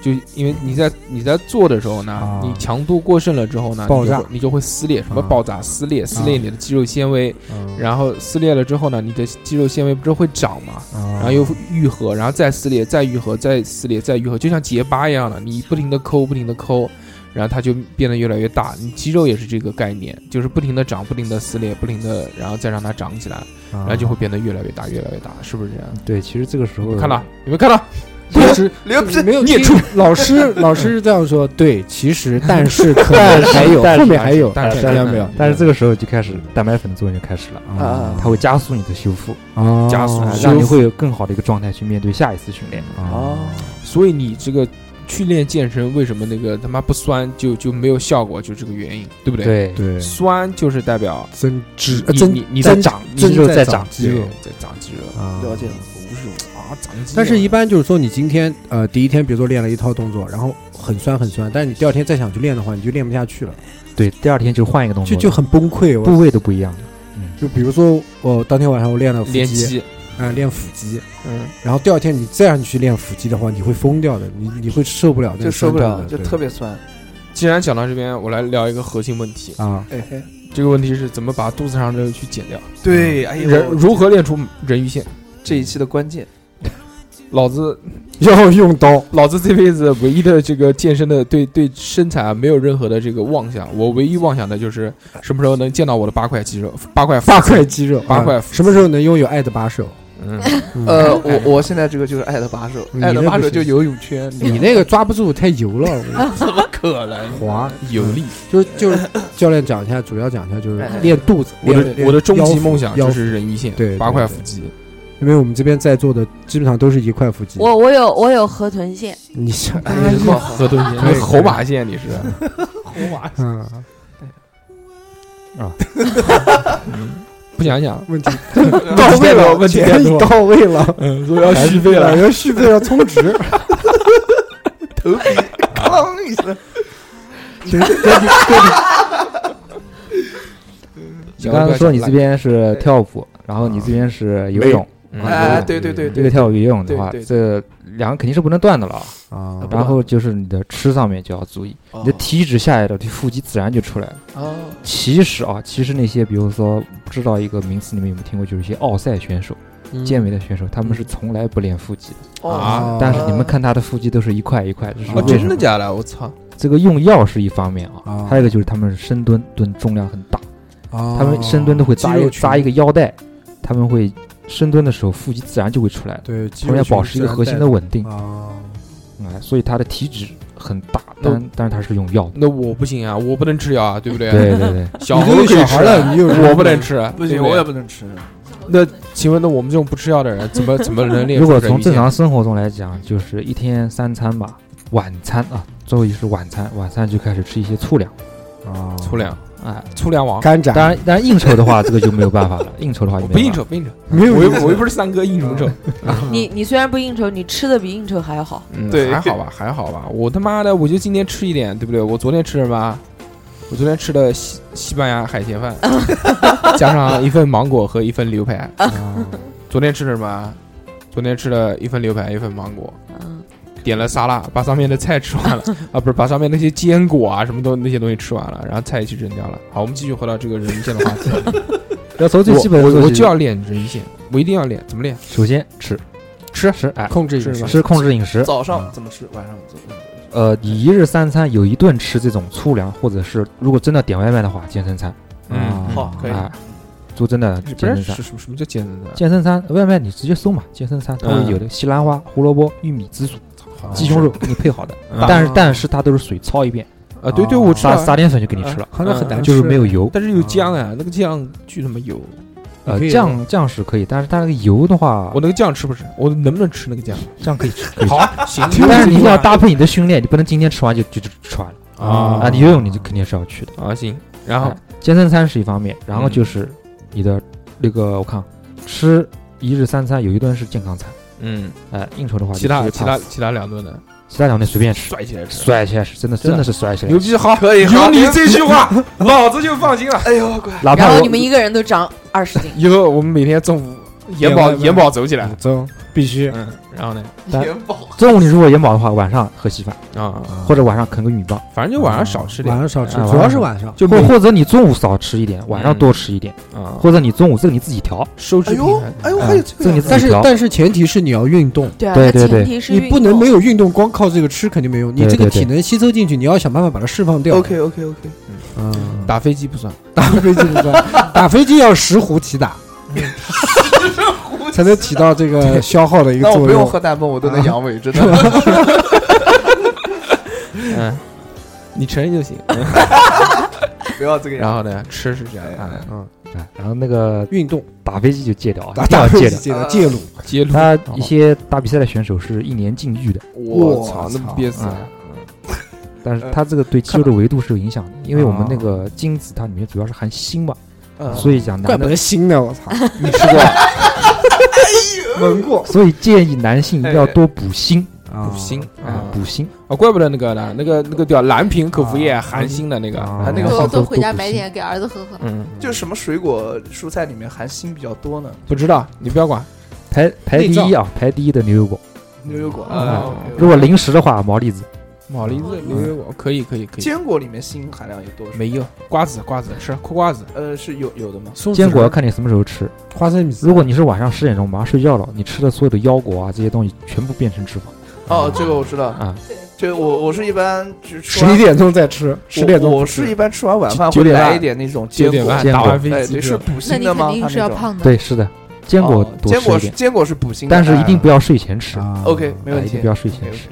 Speaker 1: 就因为你在你在做的时候呢，
Speaker 2: 啊
Speaker 1: 你强度过剩了之后呢，
Speaker 2: 爆
Speaker 1: 你
Speaker 2: 炸
Speaker 1: 就会你就会撕裂，什么
Speaker 2: 啊
Speaker 1: 爆炸、撕裂、撕裂你的肌肉纤维，
Speaker 2: 嗯
Speaker 1: 然后撕裂了之后呢，你的肌肉纤维不是会长嘛，
Speaker 2: 然
Speaker 1: 然后又愈合，然后再撕裂，再愈合，再撕裂，再愈合，就像结疤一样的，你不停的抠，不停的抠，然后它就变得越来越大。你肌肉也是这个概念，就是不停的长，不停的撕裂，不停的，然后再让它长起来，
Speaker 2: 啊
Speaker 1: 然后就会变得越来越大，越来越大，是不是这
Speaker 2: 嗯
Speaker 1: 样？
Speaker 5: 对，其实这个时
Speaker 1: 有没
Speaker 5: 候
Speaker 1: 有看到？有没有看到？
Speaker 2: 老师
Speaker 7: 刘
Speaker 2: 你没有念出老师老师是这样说，对，其实但是可能还有
Speaker 5: 但是
Speaker 2: 后面还有，
Speaker 1: 但是
Speaker 2: 大家没有
Speaker 5: 但是这个时候就开始蛋白粉的作用就开始了，嗯
Speaker 7: 啊
Speaker 5: 它会加速你的修复，
Speaker 2: 啊
Speaker 1: 加速
Speaker 5: 啊
Speaker 1: 修
Speaker 5: 让你
Speaker 1: 复
Speaker 5: 会有更好的一个状态去面对下一次训练。
Speaker 2: 啊，
Speaker 1: 所以你这个去练健身，为什么那个他妈不酸就就没有效果，就这个原因，对不对？
Speaker 5: 对，
Speaker 2: 对，
Speaker 1: 酸就是代表
Speaker 2: 增脂呃
Speaker 1: 你
Speaker 2: 增
Speaker 1: 你你在
Speaker 2: 增
Speaker 1: 长
Speaker 2: 增
Speaker 5: 肌肉
Speaker 2: 在
Speaker 5: 在
Speaker 2: 长
Speaker 5: 长
Speaker 2: 肌肉
Speaker 1: 对在长肌肉，
Speaker 2: 啊，
Speaker 7: 了解了。
Speaker 1: 不是啊，长肌肉。
Speaker 2: 但是，一般就是说，你今天呃第一天，比如说练了一套动作，然后很酸很酸，但是你第二天再想去练的话，你就练不下去了，
Speaker 5: 对，第二天就换一个动
Speaker 2: 就
Speaker 5: 作，
Speaker 2: 就很崩溃。我
Speaker 5: 部位都不一样。
Speaker 2: 就比如说我呃当天晚上我练了腹
Speaker 1: 练
Speaker 2: 肌，
Speaker 1: 肌，
Speaker 2: 啊、练腹肌，
Speaker 1: 嗯，
Speaker 2: 然后第二天你再让你去练腹肌的话，你会疯掉的，你你会受不了那
Speaker 7: 就
Speaker 2: 个
Speaker 7: 受
Speaker 2: 酸
Speaker 7: 不
Speaker 2: 痛
Speaker 7: 了，
Speaker 2: 的，
Speaker 7: 就
Speaker 2: 对
Speaker 7: 特别酸。
Speaker 1: 既然讲到这边，我来聊一个核心问题。
Speaker 2: 啊，
Speaker 7: 哎嘿，
Speaker 1: 这个问题是怎么把肚子上的肉去减掉？
Speaker 7: 对，哎
Speaker 1: 人
Speaker 7: 呦，
Speaker 1: 如何练出人鱼线？
Speaker 7: 这一期的关键，
Speaker 1: 老子
Speaker 2: 要用刀。
Speaker 1: 老子这辈子唯一的这个健身的对对身材啊没有任何的这个妄想，我唯一妄想的就是什么时候能见到我的八块肌肉，八块腹
Speaker 2: 八
Speaker 1: 肌
Speaker 2: 块。肌肉，
Speaker 1: 八块
Speaker 2: 啊什么时候能拥有爱的把手？
Speaker 1: 嗯，
Speaker 2: 嗯
Speaker 7: 呃，我我现在这个就是爱的把手，
Speaker 2: 你
Speaker 7: 爱的
Speaker 2: 那
Speaker 7: 把
Speaker 2: 不
Speaker 7: 手就
Speaker 2: 行
Speaker 7: 游泳圈，
Speaker 2: 你那个抓不住，太油了，我跟你讲
Speaker 1: 怎么可能
Speaker 2: 滑。
Speaker 1: 有力？
Speaker 2: 就就是 教练讲一
Speaker 5: 哎
Speaker 2: 下，主要讲一下就是练肚子，
Speaker 1: 我
Speaker 2: 练
Speaker 1: 的
Speaker 2: 嗯练
Speaker 1: 我的终
Speaker 2: 腰
Speaker 1: 极
Speaker 2: 腹
Speaker 1: 梦想就
Speaker 2: 腰腹
Speaker 1: 是人鱼线，
Speaker 2: 对对
Speaker 1: 八块腹肌。
Speaker 2: 因为我们这边在座的基本上都是一块腹肌。
Speaker 3: 我我有我有河豚线，
Speaker 2: 你想，
Speaker 1: 河豚线，
Speaker 2: 哎可以
Speaker 1: 你猴马线你是？
Speaker 2: 嗯，
Speaker 1: 不想想，
Speaker 2: 问题
Speaker 1: 到位 了，问题
Speaker 2: 钱
Speaker 1: 太
Speaker 2: 已
Speaker 1: 多了，
Speaker 2: 到位了，
Speaker 1: 嗯，所以要续费了。
Speaker 2: 要续费要充值。
Speaker 7: 头皮哐一声，
Speaker 2: 对对
Speaker 5: 你刚刚说你这边是跳舞，然后你这边是游泳，
Speaker 7: 哎，对对对
Speaker 5: 这
Speaker 7: 对
Speaker 5: 个，跳舞游泳的话，
Speaker 7: 对对
Speaker 5: 这两个肯定是不能断的了啊。
Speaker 2: 啊
Speaker 5: 然后就是你的吃上面就要注意，你的体脂下来了，对腹肌自然就出来了。
Speaker 7: 哦，
Speaker 5: 其实啊，其实那些比如说不知道一个名词，你们有没有听过？就是一些奥赛选手、
Speaker 1: 嗯
Speaker 5: 健美的选手，他们是从来不练腹肌的，
Speaker 7: 哦，
Speaker 2: 啊
Speaker 5: 但是你们看他的腹肌都是一块一块的，这是
Speaker 1: 哦，
Speaker 5: 为什
Speaker 1: 啊真的
Speaker 5: 么？
Speaker 1: 假的？我操！
Speaker 5: 这个用药是一方面
Speaker 2: 啊
Speaker 5: 啊，还有一个就是他们深蹲蹲重量很大，
Speaker 2: 他
Speaker 1: 哦
Speaker 5: 他们深蹲都会啊扎
Speaker 2: 肌
Speaker 5: 一
Speaker 2: 肉群
Speaker 5: 扎一个腰带，他们会深蹲的时候腹肌自然就会出来了，
Speaker 2: 对，肌
Speaker 5: 他们
Speaker 2: 肉
Speaker 5: 要
Speaker 2: 群
Speaker 5: 保持一个
Speaker 2: 自然
Speaker 5: 核心
Speaker 2: 带
Speaker 5: 的稳定，
Speaker 2: 啊，
Speaker 5: 哎，所以他的体脂很大，
Speaker 1: 那
Speaker 5: 但但是他是用药的，
Speaker 1: 那我不行啊，我不能吃药啊，对不对？
Speaker 5: 对对 对，
Speaker 1: 小
Speaker 2: 你
Speaker 1: 猴
Speaker 2: 都有
Speaker 1: 可以
Speaker 2: 小孩
Speaker 1: 吃啊
Speaker 2: 了，你有什么
Speaker 1: 我不能吃，
Speaker 7: 不行，
Speaker 1: 对
Speaker 7: 我也
Speaker 1: 对
Speaker 7: 不能吃。
Speaker 1: 那 请问，那我们这种不吃药的人，怎么怎么能练？
Speaker 5: 如果从正常，生活中来讲，就是一天三餐吧，晚餐啊，最后就是晚餐，晚餐就开始吃一些粗粮，
Speaker 2: 啊，
Speaker 1: 哦粗粮，
Speaker 5: 哎，
Speaker 1: 粗粮王，
Speaker 2: 干
Speaker 5: 当
Speaker 2: 斩，
Speaker 5: 然当然应酬的话，这个就没有办法了， 应酬的话
Speaker 1: 我
Speaker 5: 就
Speaker 1: 不
Speaker 5: 没
Speaker 1: 应
Speaker 5: 有办法。
Speaker 1: 酬，不应酬，
Speaker 2: 没有
Speaker 1: 我又
Speaker 2: 意思
Speaker 1: 我又不是三哥，应什么酬？
Speaker 5: 嗯
Speaker 2: 啊
Speaker 3: 你你虽然不应酬，你吃的比应酬还要好。
Speaker 1: 嗯
Speaker 7: 对
Speaker 1: 还好吧，还好吧。我他妈的，我就今天吃一点，对不对？我昨天吃什么？啊我昨天吃的西西班牙海鲜饭，加上一份芒果和一份牛排。
Speaker 2: 啊
Speaker 1: 昨天吃的什么？昨天吃了一份牛排，一份芒果，
Speaker 3: 嗯，
Speaker 1: 点了沙拉，把上面的菜吃完了啊，不是把上面那些坚果啊什么都那些东西吃完了，然后菜一起扔掉了。好，我们继续回到这个人鱼线的 话题。
Speaker 5: 要从最基本
Speaker 1: 我
Speaker 5: 的
Speaker 1: 我
Speaker 5: 做
Speaker 1: 我
Speaker 5: 起
Speaker 1: 就要练人鱼线，我一定要练，怎么练？
Speaker 5: 首先吃
Speaker 1: 吃
Speaker 5: 吃，哎，
Speaker 1: 控制
Speaker 5: 吃
Speaker 1: 饮食
Speaker 5: 吃控制饮食。
Speaker 7: 早上怎么吃，晚上怎么吃？
Speaker 5: 呃，你一日三餐有一顿吃这种粗粮，或者是如果真的点外卖的话，健身餐，
Speaker 1: 嗯，
Speaker 7: 好，可以。
Speaker 5: 哎，说真的，
Speaker 1: 不是
Speaker 5: 健身餐
Speaker 1: 什。什什么叫健身餐？
Speaker 5: 健身餐外卖你直接搜嘛，健身餐它
Speaker 1: 嗯
Speaker 5: 会有的西兰花、胡萝卜、玉米、紫薯、
Speaker 1: 好
Speaker 5: 鸡胸肉给你配好的，
Speaker 1: 嗯
Speaker 5: 但是但是它都是水焯一遍，
Speaker 1: 啊，对对，我知
Speaker 5: 撒
Speaker 1: 道，
Speaker 5: 撒点水就给你吃了，
Speaker 2: 好像很难吃，
Speaker 5: 就是没有油。
Speaker 1: 但是有姜啊，那个酱巨他妈油，
Speaker 5: 嗯呃
Speaker 2: 可以，
Speaker 5: 酱酱是可以，但是它那个油的话
Speaker 1: 我，那个酱吃不吃？我能不能吃那个酱？
Speaker 5: 酱可以吃，可以吃。
Speaker 1: 好啊，行，
Speaker 5: 但是你一定要搭配你的训练，你不能今天吃完就就就吃完了
Speaker 1: 啊
Speaker 5: 啊！你游泳你就肯定是要去的。
Speaker 1: 啊，行，然后
Speaker 5: 哎健身餐是一方面，然
Speaker 1: 嗯
Speaker 5: 后就是你的那个我看吃一日三餐有一顿是健康餐，
Speaker 1: 嗯，
Speaker 5: 哎，应酬的话就
Speaker 1: 其他
Speaker 5: 直接
Speaker 1: 其他
Speaker 5: pass
Speaker 1: 其他两顿呢，
Speaker 5: 其他两顿随便吃，
Speaker 1: 甩起来吃，
Speaker 5: 甩起来是真的
Speaker 1: 真的
Speaker 5: 真的是甩起来
Speaker 1: 牛，逼，好，
Speaker 7: 可以
Speaker 1: 有
Speaker 7: 好
Speaker 1: 你这句 话，老子就放心了。，
Speaker 7: 哎呦，乖，
Speaker 5: 哪
Speaker 3: 啊然
Speaker 5: 怕
Speaker 3: 后
Speaker 5: 我
Speaker 3: 你们一个人都长二十斤
Speaker 1: 以后我们每天中 午延保延保走起来
Speaker 2: 五，中必须
Speaker 1: 嗯，然后呢，
Speaker 5: 但
Speaker 7: 元宝，
Speaker 5: 中午你如果也忙的话，晚上喝稀饭，
Speaker 1: 啊，
Speaker 5: 或者晚上啃个玉米棒，
Speaker 1: 反正就晚上少吃点
Speaker 2: 晚上少吃，
Speaker 5: 哎
Speaker 2: 主要是晚上。
Speaker 5: 就或或者你中午少吃一点，晚上多吃一点，
Speaker 1: 啊，
Speaker 5: 或者你中午这个你自己调，
Speaker 1: 收支
Speaker 7: 哎
Speaker 1: 平
Speaker 7: 呦
Speaker 1: 衡，。
Speaker 7: 哎呦，
Speaker 5: 哎
Speaker 7: 还有这
Speaker 5: 这
Speaker 7: 个
Speaker 5: 你
Speaker 7: 呀，
Speaker 5: 自
Speaker 2: 但
Speaker 5: 己
Speaker 2: 是
Speaker 5: 调
Speaker 2: 但是前提是你要运动，
Speaker 3: 对啊，
Speaker 5: 对
Speaker 3: 那
Speaker 5: 对对
Speaker 3: 前提是
Speaker 2: 你
Speaker 3: 运
Speaker 2: 不能
Speaker 3: 动
Speaker 2: 没有运动，光靠这个吃肯定没用。你
Speaker 5: 对
Speaker 2: 这个
Speaker 5: 对对
Speaker 2: 体能吸收进去，你要想办法把它释放掉。
Speaker 7: OK OK OK，
Speaker 2: 嗯，
Speaker 1: 打飞机不算，
Speaker 2: 打飞机不算，打飞机要石斛起打，才能起到这个消耗的一个
Speaker 7: 那我
Speaker 2: 作
Speaker 7: 不用
Speaker 2: 用。
Speaker 7: 喝氮泵，我都能阳痿，真的。
Speaker 1: 嗯，你承认就行。嗯
Speaker 7: 不要这 个
Speaker 1: 然
Speaker 7: 样
Speaker 1: 后呢，吃是这样的，嗯，
Speaker 5: 哎然后那个
Speaker 2: 运动，
Speaker 5: 打飞机就戒掉，
Speaker 2: 打
Speaker 5: 一定
Speaker 2: 打
Speaker 5: 要
Speaker 2: 飞
Speaker 5: 戒
Speaker 2: 机
Speaker 5: 掉。
Speaker 2: 戒掉
Speaker 7: 啊
Speaker 2: 戒乳，
Speaker 1: 揭露。
Speaker 5: 他一些大比赛的选手是一年禁欲的，
Speaker 7: 子，我
Speaker 1: 操
Speaker 7: 操，，
Speaker 1: 那憋死
Speaker 5: 哎
Speaker 1: 了。
Speaker 5: 但是他这个对肌肉的维度是有影响的，因为我们那个精子它里面主要是含锌嘛，
Speaker 1: 啊嗯
Speaker 5: 所以讲
Speaker 2: 怪
Speaker 5: 男
Speaker 2: 不
Speaker 5: 的，
Speaker 2: 得腥呢！我操，
Speaker 1: 你吃过？
Speaker 7: 哎
Speaker 2: 闻过
Speaker 5: 所以建议男性一定要多补锌，
Speaker 1: 补锌
Speaker 5: 哎
Speaker 1: 啊，
Speaker 5: 补锌
Speaker 1: 啊，怪不得那个呢，那个那个叫蓝瓶口服液含锌的那个，
Speaker 5: 啊，
Speaker 7: 那个
Speaker 6: 走
Speaker 7: 好
Speaker 6: 走
Speaker 5: 多
Speaker 6: 哦回家
Speaker 5: 补
Speaker 6: 买
Speaker 5: 锌
Speaker 6: 点给儿子喝喝。
Speaker 1: 嗯，
Speaker 7: 就什么水果蔬菜里面含锌比较多呢？
Speaker 1: 不知道，你不要管。
Speaker 5: 排排
Speaker 2: 内
Speaker 5: 第
Speaker 2: 脏
Speaker 5: 一啊，排第一的牛油果。
Speaker 7: 牛油果啊
Speaker 1: 啊，
Speaker 7: OK，OK
Speaker 5: 如果零食的话，毛栗子。
Speaker 1: 毛栗子、牛油果可以，可以，可以。
Speaker 7: 坚果里面锌含量有多少？
Speaker 1: 没有瓜子，瓜子吃嗑瓜子。
Speaker 7: 呃，是有有的吗？
Speaker 2: 松子
Speaker 5: 坚果要
Speaker 2: 仁
Speaker 5: 看你什么时候吃。
Speaker 2: 花生米丝
Speaker 5: 如果你是晚上十点钟马上睡觉了，你吃的所有的腰果啊这些东西全部变成脂肪
Speaker 7: 哦，这个我知道，
Speaker 5: 啊。
Speaker 7: 这个我我是一般就吃
Speaker 2: 十
Speaker 7: 完
Speaker 2: 一点钟再吃，十点钟
Speaker 7: 我我
Speaker 2: 不吃
Speaker 7: 是一般吃完晚饭
Speaker 1: 九
Speaker 7: 会
Speaker 1: 点半
Speaker 7: 来一点那种
Speaker 1: 九
Speaker 7: 坚
Speaker 1: 点
Speaker 7: 果，
Speaker 1: 半
Speaker 5: 坚
Speaker 1: 打
Speaker 5: 果
Speaker 1: 完飞
Speaker 7: 哎，
Speaker 1: 机
Speaker 7: 对，
Speaker 1: 之
Speaker 7: 是
Speaker 1: 后
Speaker 7: 补
Speaker 6: 那
Speaker 7: 锌
Speaker 6: 你
Speaker 7: 的吗？
Speaker 6: 肯定
Speaker 7: 它
Speaker 6: 是要
Speaker 7: 那种
Speaker 6: 胖的。
Speaker 5: 对，是的，坚果
Speaker 7: 哦
Speaker 5: 多
Speaker 7: 坚
Speaker 5: 吃
Speaker 7: 果
Speaker 5: 一
Speaker 7: 是
Speaker 5: 点，
Speaker 7: 坚果是补锌的，
Speaker 5: 但是
Speaker 7: 哎
Speaker 5: 一定不要睡前吃，
Speaker 2: 啊
Speaker 7: OK，没
Speaker 5: 哎
Speaker 7: 问
Speaker 5: 一
Speaker 7: 题
Speaker 5: 定不。要睡前
Speaker 7: 没
Speaker 5: 吃。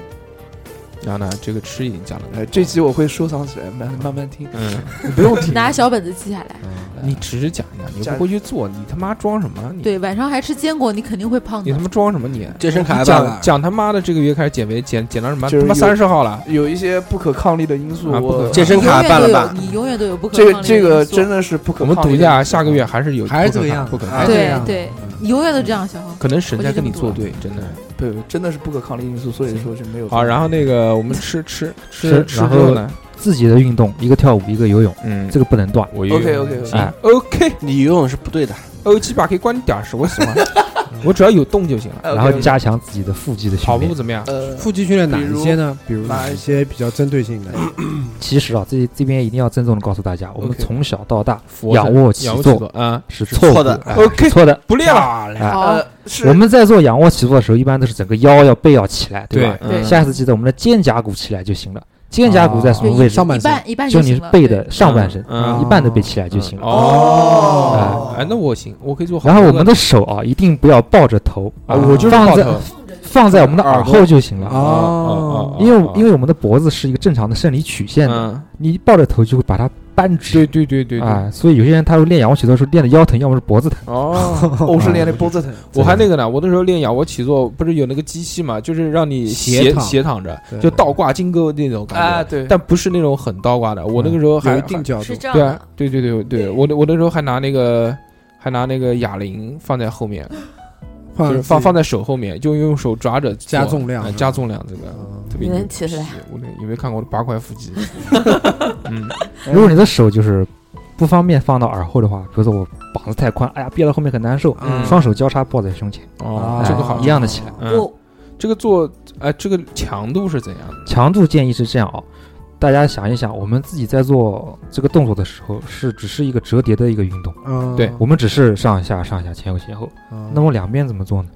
Speaker 1: 然后呢，这个吃已经加了。
Speaker 7: 哎哎，这集我会收藏起来，慢慢慢听。
Speaker 1: 嗯，
Speaker 2: 你不用听，
Speaker 6: 拿小本子记下来。
Speaker 7: 哎
Speaker 1: 你只是讲一讲，你
Speaker 7: 讲
Speaker 1: 不过去做，你他妈装什么？你
Speaker 6: 对，晚上还吃坚果，你肯定会胖
Speaker 1: 你
Speaker 6: 的
Speaker 1: 他。妈装什么你？
Speaker 4: 健身卡还办
Speaker 1: 讲
Speaker 4: 了，
Speaker 1: 讲他妈的这个月开始减肥，减减到什么？
Speaker 7: 就是
Speaker 1: 他妈
Speaker 7: 有
Speaker 1: 三十号了，
Speaker 7: 有一些不可抗力的因素，
Speaker 1: 啊不可
Speaker 7: 我
Speaker 4: 健身卡还办了吧？
Speaker 6: 你永远都有你永远都有不可
Speaker 7: 这
Speaker 6: 抗力
Speaker 7: 个这个
Speaker 6: 真
Speaker 7: 真的是不可
Speaker 1: 我
Speaker 7: 抗
Speaker 1: 们
Speaker 7: 力的因素。
Speaker 1: 赌一下，下个月还是有
Speaker 2: 还是
Speaker 1: 不可
Speaker 2: 这个
Speaker 1: 抗
Speaker 2: 样
Speaker 1: 不可
Speaker 2: 还
Speaker 1: 抗
Speaker 2: 是，这
Speaker 6: 对
Speaker 2: 样
Speaker 6: 对，你永远都这样，小红。
Speaker 1: 可能神在跟你
Speaker 6: 哎我就这
Speaker 1: 作
Speaker 6: 么
Speaker 1: 对，真的。
Speaker 7: 不真的是不可抗力因素，所以说是没有办法。
Speaker 1: 好，然后那个我们吃吃吃
Speaker 5: 是
Speaker 1: 吃
Speaker 5: 然
Speaker 1: 之
Speaker 5: 后
Speaker 1: 后呢？
Speaker 5: 自己的运动，一个跳舞，一个游泳，
Speaker 1: 嗯，
Speaker 5: 这个不能断。
Speaker 1: 我
Speaker 7: OK，OK，OK
Speaker 1: 哎，OK，哦
Speaker 4: 你游泳是不对的，
Speaker 1: 欧气把可以关掉，是我喜欢，我只要有动就行了。
Speaker 7: OK，
Speaker 5: 然后加强自己的腹肌的训
Speaker 1: 跑步
Speaker 5: 练。
Speaker 1: 怎么样？
Speaker 7: 呃，
Speaker 2: 腹肌训练哪一些呢？比如
Speaker 7: 哪
Speaker 2: 哪
Speaker 7: 一
Speaker 2: 一些比较针对性的？
Speaker 5: 其实啊，这这边一定要郑重的告诉大家，我们
Speaker 7: OK
Speaker 5: 从小到大
Speaker 1: 俯卧
Speaker 5: 仰
Speaker 1: 撑
Speaker 5: 卧起
Speaker 1: 仰卧起
Speaker 5: 坐
Speaker 1: 坐啊
Speaker 5: 是
Speaker 4: 是
Speaker 5: 错
Speaker 4: 错
Speaker 5: 误
Speaker 4: 的
Speaker 5: 哎
Speaker 1: ，OK，
Speaker 5: 是 错的。
Speaker 1: 不练了。
Speaker 5: 哎，
Speaker 7: 呃是
Speaker 5: 我们在做仰卧起坐的时候，一般都是整个腰要背要起来，吧？
Speaker 1: 对
Speaker 6: 嗯
Speaker 5: 下次记得我们的肩胛骨起来就行了。肩胛骨在什么位置哦
Speaker 2: 上？半
Speaker 6: 一
Speaker 2: 身
Speaker 6: 半一半
Speaker 5: 就你
Speaker 6: 行
Speaker 5: 是
Speaker 6: 了。
Speaker 5: 背
Speaker 6: 对
Speaker 5: 的上半身，
Speaker 1: 哦
Speaker 5: 哦
Speaker 1: 嗯
Speaker 5: 一半的背起来就行
Speaker 2: 哎
Speaker 5: 了。
Speaker 1: 哦，哎，那我行，我可以做好多个。
Speaker 5: 然后我们的手啊，一定不要抱着头
Speaker 1: 啊，我就是
Speaker 5: 放
Speaker 1: 抱
Speaker 5: 在
Speaker 1: 头
Speaker 5: 放在我们的耳后就行
Speaker 1: 哦
Speaker 5: 了。
Speaker 1: 哦哦，
Speaker 5: 啊因为因为我们的脖子是一个正常的生理曲线的，
Speaker 1: 嗯，
Speaker 5: 你抱着头就会把它扳
Speaker 1: 对
Speaker 5: 直。
Speaker 1: 对对对对，
Speaker 5: 啊，所以有些人他会练仰卧起坐的时候练的腰疼，要么是脖子疼。
Speaker 1: 哦。
Speaker 7: 我是练的脖子疼，
Speaker 1: 我还那个呢，我那时候练仰卧起坐，不是有那个机器嘛，就是让你
Speaker 2: 斜
Speaker 1: 斜
Speaker 2: 躺
Speaker 1: 斜躺着，
Speaker 2: 对
Speaker 1: 就倒挂金钩那种
Speaker 7: 哎
Speaker 1: 感觉，
Speaker 7: 对，
Speaker 1: 但不是那种很倒挂的。我那个时候
Speaker 2: 嗯有
Speaker 1: 还
Speaker 2: 一定角度
Speaker 3: 是，这样
Speaker 1: 对
Speaker 3: 的
Speaker 1: 啊，，对对对对，我那我那时候还拿那个还拿那个哑铃放在后面，就是放放
Speaker 2: 在
Speaker 1: 在手后面，就用手抓着做
Speaker 2: 加重量
Speaker 1: 哎
Speaker 2: 是吧
Speaker 1: 加重量这个特别
Speaker 3: 你能
Speaker 1: 牛
Speaker 3: 起
Speaker 1: 皮
Speaker 3: 来。
Speaker 1: 我那有没有看过八块腹肌？嗯，
Speaker 5: 如果你的手就是不方便放到耳后的话，比如说我膀子太宽，哎呀憋到后面很难受，
Speaker 1: 嗯
Speaker 5: 双手交叉抱在胸前，
Speaker 1: 哦
Speaker 2: 啊，
Speaker 5: 哎
Speaker 1: 这个好
Speaker 5: 一，样的起来。
Speaker 3: 啊
Speaker 1: 嗯，这个做哎，这个强度是怎样的？
Speaker 5: 强度建议是这样啊、大家想一想，我们自己在做这个动作的时候，是只是一个折叠的一个运动，
Speaker 2: 嗯
Speaker 1: 对
Speaker 5: 我们只是上下上下前后前后，
Speaker 2: 啊
Speaker 5: 那么两边怎么做呢？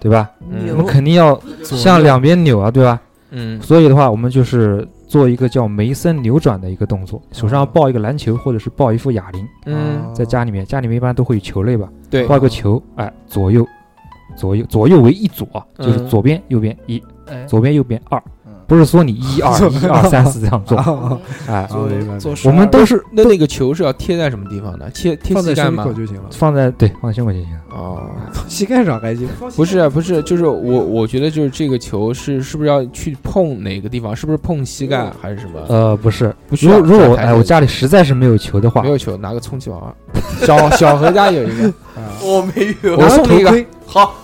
Speaker 5: 对吧？
Speaker 1: 嗯
Speaker 5: 我
Speaker 3: 牛
Speaker 5: 们肯定要向两边扭啊，对吧？
Speaker 1: 嗯
Speaker 5: 所以的话，我们就是做一个叫梅森扭转的一个动
Speaker 1: 哦
Speaker 5: 作，手上抱一个篮球或者是抱一副哑铃，
Speaker 1: 嗯，
Speaker 5: 在家里面，家里面一般都会有球类吧，
Speaker 1: 对，
Speaker 5: 抱一个球，哎，左右，左右，左右为一组啊，就是
Speaker 1: 嗯
Speaker 5: 左边右边一，
Speaker 7: 哎
Speaker 5: 左边右边二
Speaker 7: 嗯，
Speaker 5: 不是说你 一二一二三四这样做，
Speaker 1: 哦
Speaker 5: 哎，
Speaker 7: 作
Speaker 2: 明白明
Speaker 7: 为
Speaker 2: 白
Speaker 7: 做
Speaker 5: 我们都是
Speaker 1: 那那个球是要贴在什么地方的？贴贴
Speaker 2: 放
Speaker 1: 膝
Speaker 2: 在
Speaker 1: 盖
Speaker 2: 胸
Speaker 1: 吗
Speaker 2: 口？就行了，
Speaker 5: 放在对放在胸口就行了。
Speaker 1: 哦，
Speaker 2: 膝盖上还行。
Speaker 1: 不是啊不是，就是我我觉得就是这个球是是不是要去碰哪个地方？是不是碰膝盖还是什么？
Speaker 5: 呃，不是，
Speaker 1: 不哦需
Speaker 5: 如
Speaker 1: 要。
Speaker 5: 果如
Speaker 1: 只
Speaker 5: 果
Speaker 1: 要
Speaker 5: 我
Speaker 1: 抬
Speaker 5: 哎
Speaker 1: 腿
Speaker 5: 我家里实在是没有球的话
Speaker 1: 没，有球，拿个充气娃娃。小小何家有一个，
Speaker 2: 啊
Speaker 7: 我没有
Speaker 1: 我送你一个，
Speaker 2: 头盔，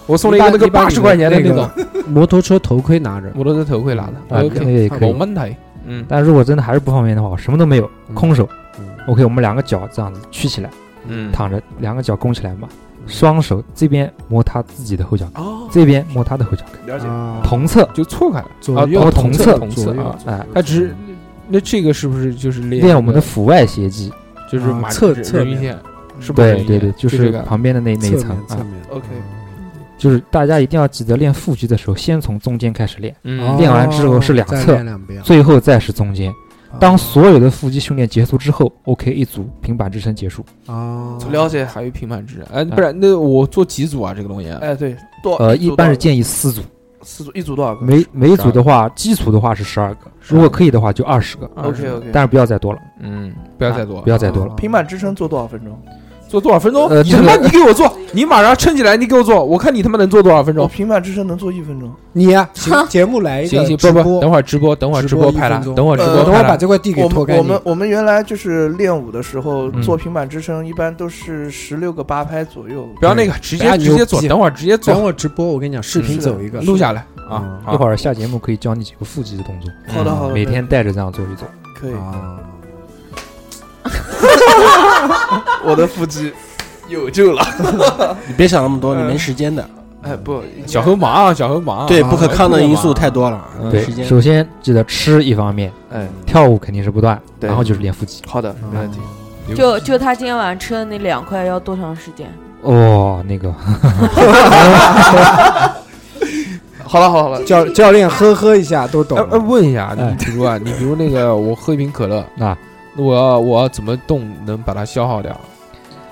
Speaker 1: 我送了一个那个
Speaker 2: 一
Speaker 1: 八
Speaker 2: 般一般
Speaker 1: 十块钱的
Speaker 2: 那
Speaker 1: 那
Speaker 2: 个
Speaker 1: 种
Speaker 2: 摩托车头盔拿着，
Speaker 1: 摩托车头盔拿的
Speaker 5: 啊，可
Speaker 1: ，OK，
Speaker 5: 以
Speaker 2: 差
Speaker 5: 可
Speaker 2: 不多
Speaker 5: 以
Speaker 1: 冇。问题。嗯
Speaker 5: 但如果真的还是不方便的话，我什么都没有，空手。
Speaker 2: 嗯
Speaker 5: OK，我们两个脚这样子屈起来，
Speaker 1: 嗯，
Speaker 5: 躺着，两个脚弓起来嘛，双手这边摸他自己的后脚跟，
Speaker 7: 哦，
Speaker 5: 这边摸他的后脚跟，
Speaker 7: 了解。
Speaker 2: 啊，
Speaker 5: 同侧，
Speaker 1: 就错开了，
Speaker 2: 左
Speaker 5: 啊
Speaker 2: 右
Speaker 5: 哦同
Speaker 2: 侧嗯
Speaker 5: 侧
Speaker 1: 同侧
Speaker 2: 左
Speaker 1: 啊
Speaker 2: 右，
Speaker 5: 哎，
Speaker 1: 它只是那这个是不是就是练
Speaker 5: 练我们
Speaker 1: 那个
Speaker 5: 的腹外斜肌。
Speaker 1: 就是
Speaker 2: 啊
Speaker 1: 马
Speaker 2: 侧
Speaker 1: 人
Speaker 2: 侧
Speaker 1: 人鱼
Speaker 2: 面
Speaker 1: 线，是不是人
Speaker 5: 嗯对
Speaker 1: 鱼
Speaker 5: 对
Speaker 1: 线
Speaker 5: 对，就
Speaker 1: 这
Speaker 5: 是
Speaker 1: 个
Speaker 5: 旁边的那那一
Speaker 2: 侧
Speaker 5: 层
Speaker 2: 面侧
Speaker 5: 啊，
Speaker 2: 面
Speaker 7: OK
Speaker 5: 就是大家一定要记得练腹肌的时候，先从中间开始练，
Speaker 1: 嗯
Speaker 5: 练完之后是两
Speaker 2: 再
Speaker 5: 侧
Speaker 2: 练两遍，
Speaker 5: 最后再是中间。当
Speaker 2: 啊
Speaker 5: 所有的腹肌训练结束之后，OK，一组平板支撑结束，
Speaker 2: 啊，
Speaker 7: 嗯了解，
Speaker 1: 还有平板支撑，哎，不然那我做几组啊？这个东西，
Speaker 7: 哎，对，多
Speaker 5: 呃，一般是
Speaker 7: 建
Speaker 5: 建议四组，
Speaker 7: 四组，一组多少个？
Speaker 5: 每每组的话，基础的话是十二个，如果可以的话就二十个，
Speaker 7: OK OK，
Speaker 5: 但是不要再多了，
Speaker 1: 嗯，不要再做
Speaker 5: 不，要再多了。
Speaker 2: 啊
Speaker 7: 哦平板支撑做多少分钟？
Speaker 1: 做多少分钟？
Speaker 5: 呃
Speaker 1: 你
Speaker 5: 这
Speaker 1: 他
Speaker 5: 个
Speaker 1: 妈你给我做，你马上撑起来，你给我做，我看你他妈能做多少分
Speaker 7: 我
Speaker 1: 钟？
Speaker 7: 哦平板支撑能做一分钟，
Speaker 2: 你呀，行节目来一
Speaker 1: 行
Speaker 2: 个
Speaker 1: 行，
Speaker 2: 直
Speaker 1: 不
Speaker 2: 播
Speaker 1: 不，，等会儿直播，等会儿直
Speaker 2: 直
Speaker 1: 播
Speaker 2: 播
Speaker 1: 拍
Speaker 2: 一
Speaker 1: 了，
Speaker 2: 分钟
Speaker 1: 等会儿直
Speaker 7: 呃
Speaker 1: 播
Speaker 2: 等会
Speaker 1: 拍
Speaker 2: 儿把
Speaker 1: 了，
Speaker 2: 这块地给
Speaker 7: 我
Speaker 2: 拖
Speaker 7: 们
Speaker 2: 干
Speaker 7: 我
Speaker 2: 净
Speaker 7: 们。我们原来就是练舞的时候
Speaker 5: 嗯
Speaker 7: 做平板支撑，一般都是十六个八拍左右。
Speaker 1: 不要那个，直
Speaker 2: 不
Speaker 1: 接
Speaker 2: 要
Speaker 1: 直接
Speaker 2: 牛
Speaker 1: 做，
Speaker 2: 逼
Speaker 1: 等会儿直接
Speaker 2: 等
Speaker 1: 做，
Speaker 2: 我直播，我跟你讲，视频
Speaker 7: 是的
Speaker 2: 走一个
Speaker 1: 录下来啊
Speaker 2: 嗯，
Speaker 5: 一会
Speaker 1: 儿
Speaker 5: 儿下节目可以教你几个腹肌的动作，
Speaker 7: 好的好的，
Speaker 5: 嗯每天带着这样做一做。
Speaker 7: 可以。
Speaker 2: 啊。
Speaker 7: 我的腹肌有救 了。
Speaker 4: 你别想那么
Speaker 7: 嗯
Speaker 4: 多，你没时间的。
Speaker 7: 哎，不，
Speaker 2: 嗯
Speaker 1: 小何忙啊，小何忙啊，
Speaker 4: 对，
Speaker 1: 啊
Speaker 4: 不
Speaker 7: 哎
Speaker 4: 可抗的因素太。多
Speaker 1: 嗯
Speaker 4: 了，
Speaker 5: 对
Speaker 4: 时，间
Speaker 5: 首先记得吃一方面，
Speaker 7: 哎，
Speaker 5: 跳舞肯定是不断，
Speaker 7: 对
Speaker 5: 然后就是练腹肌。
Speaker 7: 好的，哎没问题。
Speaker 2: 啊
Speaker 3: 就就他今天晚上吃的那两块要多长时间？
Speaker 5: 哦，那个
Speaker 7: 好了， 好了，好了，
Speaker 2: 教教练呵呵一下都懂
Speaker 1: 哎
Speaker 2: 了。
Speaker 1: 哎，问一下，
Speaker 5: 哎
Speaker 1: 你比如啊，你比如那个，我喝一瓶可乐
Speaker 5: 啊，
Speaker 1: 那我要我要怎么动能把它消耗掉？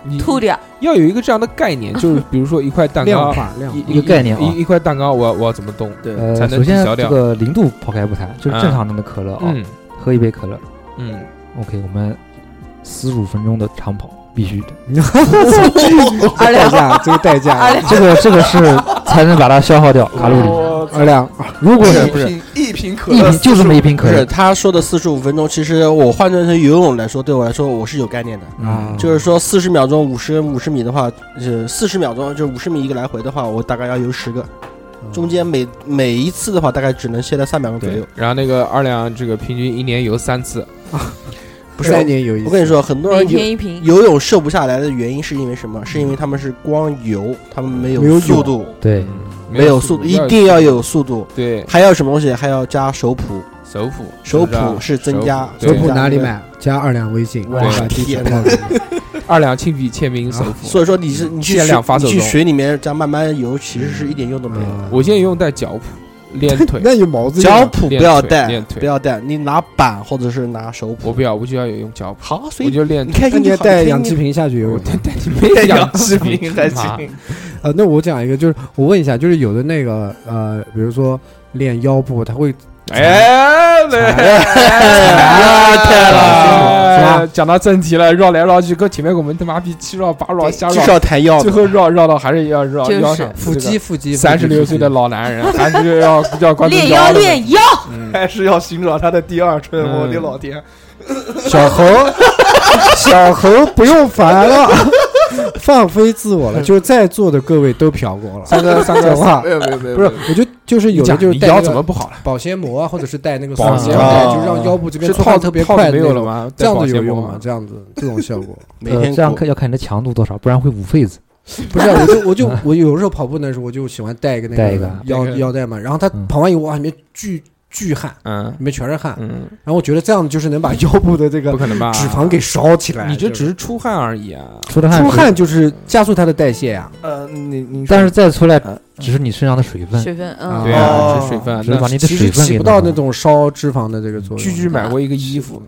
Speaker 1: 你
Speaker 3: 吐掉，
Speaker 1: 要有一个这样的概念，就是比如说一块蛋
Speaker 2: 量
Speaker 1: 糕，
Speaker 2: 化量化
Speaker 5: 一个概念啊
Speaker 1: 一一块蛋糕，我要我要怎么动？
Speaker 7: 对
Speaker 1: 才
Speaker 5: 呃，
Speaker 1: 能
Speaker 5: 首先
Speaker 1: 抵消
Speaker 5: 这
Speaker 1: 掉
Speaker 5: 个零度抛开不谈，就是正常的可乐啊，
Speaker 1: 嗯
Speaker 5: 喝一杯可乐
Speaker 1: 嗯
Speaker 5: ，OK，我们四十五分钟的长跑，必须的。
Speaker 2: 这个代价，这个代价，
Speaker 5: 这个这个是才能把它消耗掉卡路里。
Speaker 2: 二两，
Speaker 5: 如果
Speaker 4: 不
Speaker 5: 你
Speaker 4: 是不是
Speaker 7: 一瓶可
Speaker 5: 一
Speaker 7: 乐
Speaker 5: 瓶就这么一瓶
Speaker 4: 不
Speaker 5: 可
Speaker 4: 是，
Speaker 5: 乐，
Speaker 4: 他说的四十五分钟，其实我换算成游泳来说，对我来说我是有概念的。
Speaker 5: 啊，
Speaker 4: 就是说四十秒钟五十五十米的话，呃，四十秒钟就五十米一个来回的话，我大概要游十个，中间每每一次的话大概只能歇在三秒钟左
Speaker 1: 对
Speaker 4: 右。，
Speaker 1: 然后那个二两这个平均一年游三次，
Speaker 4: 不是
Speaker 2: 三年有一次。
Speaker 4: 我跟你，说，很多
Speaker 3: 每
Speaker 4: 人游
Speaker 3: 天一瓶，
Speaker 4: 游泳瘦不下来的原因是因为什么？是因为他们是光游，他们没
Speaker 2: 没有
Speaker 4: 有
Speaker 2: 泳
Speaker 4: 速度，
Speaker 5: 对，
Speaker 1: 嗯
Speaker 4: 没有速度，一定要有速度。
Speaker 1: 对
Speaker 4: 还有什么东西？还要加手谱，
Speaker 1: 手谱，是
Speaker 4: 手
Speaker 1: 不
Speaker 4: 谱是增加
Speaker 1: 手
Speaker 2: 手
Speaker 1: 对
Speaker 2: 谱哪里？买？加二两微信，
Speaker 4: 哇
Speaker 2: 我把地址
Speaker 4: 天
Speaker 2: 报
Speaker 4: 哪
Speaker 2: 给你。
Speaker 1: 二两亲笔签名手谱。
Speaker 4: 啊所以说你是你去
Speaker 1: 限
Speaker 4: 水
Speaker 1: 量发售
Speaker 4: 你去
Speaker 1: 中
Speaker 4: 水里面这样慢慢游，其实是一点用都没有。
Speaker 2: 嗯，
Speaker 1: 我现在用带脚谱练腿
Speaker 2: 那有毛子用啊
Speaker 4: 脚蹼不要带
Speaker 1: 练，腿
Speaker 4: 不要带，你拿板或者是拿手蹼。
Speaker 1: 我不要，我就要有用脚谱，
Speaker 4: 好，所
Speaker 1: 我
Speaker 4: 以
Speaker 1: 就练
Speaker 4: 你。开
Speaker 2: 那
Speaker 4: 心
Speaker 2: 你
Speaker 4: 就
Speaker 2: 要
Speaker 4: 好
Speaker 2: 带
Speaker 4: 你开
Speaker 2: 氧
Speaker 4: 心
Speaker 2: 气瓶下去游啊
Speaker 1: 我
Speaker 2: 泳。
Speaker 1: 带带你没氧气瓶还行，
Speaker 5: 啊
Speaker 2: 呃，那我讲一个，就是我问一下，就是有的那个呃，比如说练腰部，他会
Speaker 1: 哎，对，
Speaker 2: 了
Speaker 1: 哎讲到正题了，绕来绕去，跟前面我们他妈逼七绕八绕瞎
Speaker 4: 就
Speaker 1: 绕
Speaker 4: 是，要弹药
Speaker 1: 最
Speaker 4: 的，
Speaker 1: 后绕绕到还是要绕
Speaker 3: 就是
Speaker 1: 腰上
Speaker 2: 腹肌腹肌。
Speaker 1: 三十六岁的老男人，还是要要关注
Speaker 3: 练
Speaker 1: 腰
Speaker 3: 腰
Speaker 1: 的
Speaker 3: 练腰，
Speaker 7: 还是要寻找他的第二春。
Speaker 1: 嗯
Speaker 7: 我的老天，
Speaker 2: 小猴，小猴不用烦了， 放飞自我了。就是在座的各位都嫖过了，
Speaker 1: 三个三个
Speaker 2: 讲话
Speaker 7: 没有没有没有，
Speaker 2: 不是？我觉得就是有的
Speaker 1: 讲
Speaker 2: 就是
Speaker 1: 你
Speaker 2: 带
Speaker 1: 腰
Speaker 2: 那
Speaker 1: 怎么
Speaker 2: 个
Speaker 1: 不好了？
Speaker 2: 保鲜膜啊，或者是带那个
Speaker 1: 保
Speaker 2: 塑
Speaker 1: 鲜
Speaker 2: 料
Speaker 1: 膜啊
Speaker 2: 袋，就是让腰部这边
Speaker 1: 是
Speaker 2: 出
Speaker 1: 套
Speaker 2: 汗特别
Speaker 1: 套
Speaker 2: 快
Speaker 1: 子
Speaker 2: 的
Speaker 1: 没
Speaker 2: 那
Speaker 1: 有了
Speaker 2: 种。
Speaker 1: 吗？
Speaker 2: 这样子有
Speaker 1: 有
Speaker 2: 用吗？？这样子这种效果
Speaker 4: 每天
Speaker 5: 呃这样
Speaker 4: 过
Speaker 5: 看要看你的强度多少，不然会五痱子。
Speaker 2: 不是啊？我就我就我有时候跑步的时候，我就喜欢带一个那
Speaker 5: 带一
Speaker 2: 个
Speaker 5: 个
Speaker 2: 腰
Speaker 1: 带一个
Speaker 2: 腰带嘛。然后他
Speaker 5: 嗯
Speaker 2: 跑完以后，哇，里面巨巨汗，
Speaker 1: 嗯
Speaker 2: 里面全是汗。
Speaker 1: 嗯，
Speaker 2: 然后我觉得这样就是能把腰部的这个
Speaker 1: 不啊可能吧？
Speaker 2: 脂肪给烧起来。
Speaker 1: 你这
Speaker 2: 就
Speaker 1: 只是出汗而已啊！
Speaker 5: 出了汗是，
Speaker 2: 出汗就是加速它的代谢呀、
Speaker 7: 呃，你你
Speaker 5: 但是再出来
Speaker 7: 嗯
Speaker 5: 只是你身上的水分，
Speaker 3: 水分，
Speaker 2: 啊
Speaker 3: 嗯，
Speaker 1: 对啊，
Speaker 7: 哦
Speaker 1: 是水分啊。
Speaker 5: 只是把
Speaker 1: 那
Speaker 5: 你的
Speaker 2: 其实
Speaker 5: 水分
Speaker 2: 起
Speaker 5: 给
Speaker 2: 不到
Speaker 5: 弄
Speaker 2: 那种烧脂肪的这个作用。
Speaker 1: 居居买过一个衣服，